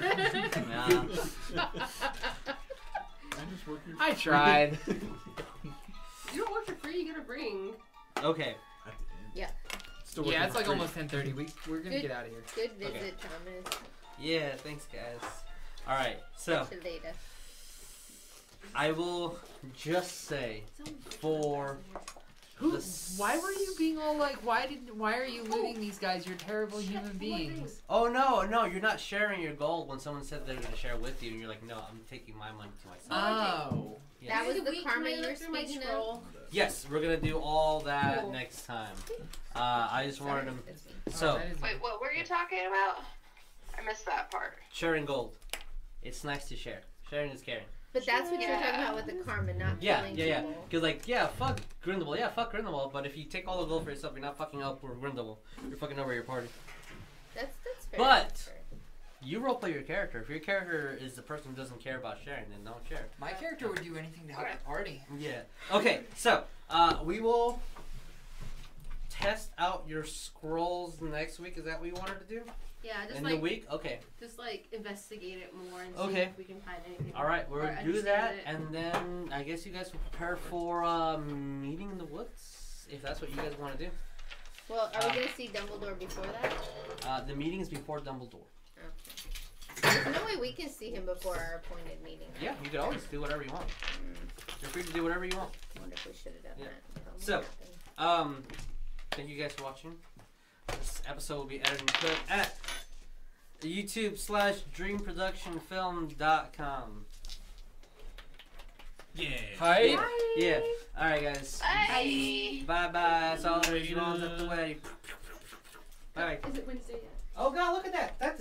[SPEAKER 2] Nah.
[SPEAKER 7] I'm just working.
[SPEAKER 11] I tried.
[SPEAKER 5] You don't work for free, you gotta bring.
[SPEAKER 2] Okay.
[SPEAKER 7] At the end.
[SPEAKER 8] Yeah.
[SPEAKER 7] Still
[SPEAKER 11] yeah,
[SPEAKER 7] working
[SPEAKER 11] it's like
[SPEAKER 7] for
[SPEAKER 11] almost 10:30. We we're gonna
[SPEAKER 8] Good.
[SPEAKER 11] get out of here.
[SPEAKER 8] Good visit, Thomas.
[SPEAKER 2] Yeah, thanks, guys. Alright, so
[SPEAKER 8] Catch you later.
[SPEAKER 2] I will just say for.
[SPEAKER 11] Who?
[SPEAKER 2] The
[SPEAKER 11] Why were you being all like, why did? Why are you looting these guys? You're terrible
[SPEAKER 5] Shit,
[SPEAKER 11] human
[SPEAKER 5] more
[SPEAKER 11] beings.
[SPEAKER 5] things.
[SPEAKER 2] Oh no, no, you're not sharing your gold when someone said they're gonna share with you, and you're like, no, I'm taking my money to myself.
[SPEAKER 11] Oh.
[SPEAKER 2] Yes.
[SPEAKER 8] That was
[SPEAKER 5] During
[SPEAKER 8] the
[SPEAKER 5] week,
[SPEAKER 8] karma
[SPEAKER 5] when I
[SPEAKER 8] you were
[SPEAKER 5] look through my
[SPEAKER 8] speaking of.
[SPEAKER 5] scroll,
[SPEAKER 2] Yes, we're gonna do all that
[SPEAKER 5] Cool.
[SPEAKER 2] next time. Uh, I just wanted
[SPEAKER 8] Sorry,
[SPEAKER 2] to.
[SPEAKER 8] that's me.
[SPEAKER 11] Oh,
[SPEAKER 2] So,
[SPEAKER 11] that is-
[SPEAKER 3] Wait, what were you talking about? I missed that part.
[SPEAKER 2] sharing gold. It's nice to share. Sharing is caring.
[SPEAKER 8] But that's what you were
[SPEAKER 3] Yeah.
[SPEAKER 8] talking about with the karma, not
[SPEAKER 2] Yeah,
[SPEAKER 8] killing
[SPEAKER 2] yeah, yeah.
[SPEAKER 8] people.
[SPEAKER 2] Because, like, yeah, fuck Grindelwald. Yeah, fuck Grindelwald. But if you take all the gold for yourself, you're not fucking up for Grindelwald. You're fucking over your party.
[SPEAKER 8] That's that's fair.
[SPEAKER 2] But-
[SPEAKER 8] That's fair.
[SPEAKER 2] You roleplay your character. If your character is the person who doesn't care about sharing, then don't share.
[SPEAKER 11] My character would do anything to help the party.
[SPEAKER 2] Yeah. Okay, so uh, we will test out your scrolls next week. Is that what you wanted to do?
[SPEAKER 5] Yeah, just
[SPEAKER 2] In
[SPEAKER 5] like
[SPEAKER 2] the week? Okay.
[SPEAKER 5] just like investigate it more and see
[SPEAKER 2] Okay.
[SPEAKER 5] if we can find anything.
[SPEAKER 2] All right, we'll
[SPEAKER 5] Or
[SPEAKER 2] do that,
[SPEAKER 5] understand it.
[SPEAKER 2] and then I guess you guys will prepare for uh, meeting in the woods, if that's what you guys want to do.
[SPEAKER 8] well, are
[SPEAKER 2] uh,
[SPEAKER 8] we gonna see Dumbledore before that?
[SPEAKER 2] Uh, the meeting is before Dumbledore.
[SPEAKER 8] There's no way we can see him before our appointed meeting.
[SPEAKER 2] Yeah, you can always do whatever you want. You're free to do whatever you want.
[SPEAKER 8] I wonder if we should have done
[SPEAKER 2] Yeah.
[SPEAKER 8] that. Probably
[SPEAKER 2] So-
[SPEAKER 8] happened.
[SPEAKER 2] Um, thank you guys for watching. This episode will be edited and put at YouTube slash dreamproductionfilm.com.
[SPEAKER 6] Yeah.
[SPEAKER 2] Hi. Yeah. All right, guys.
[SPEAKER 3] Bye.
[SPEAKER 2] Bye bye. It's all the originals at the way. Bye.
[SPEAKER 5] Is it Wednesday yet?
[SPEAKER 2] Oh God, look at that. That's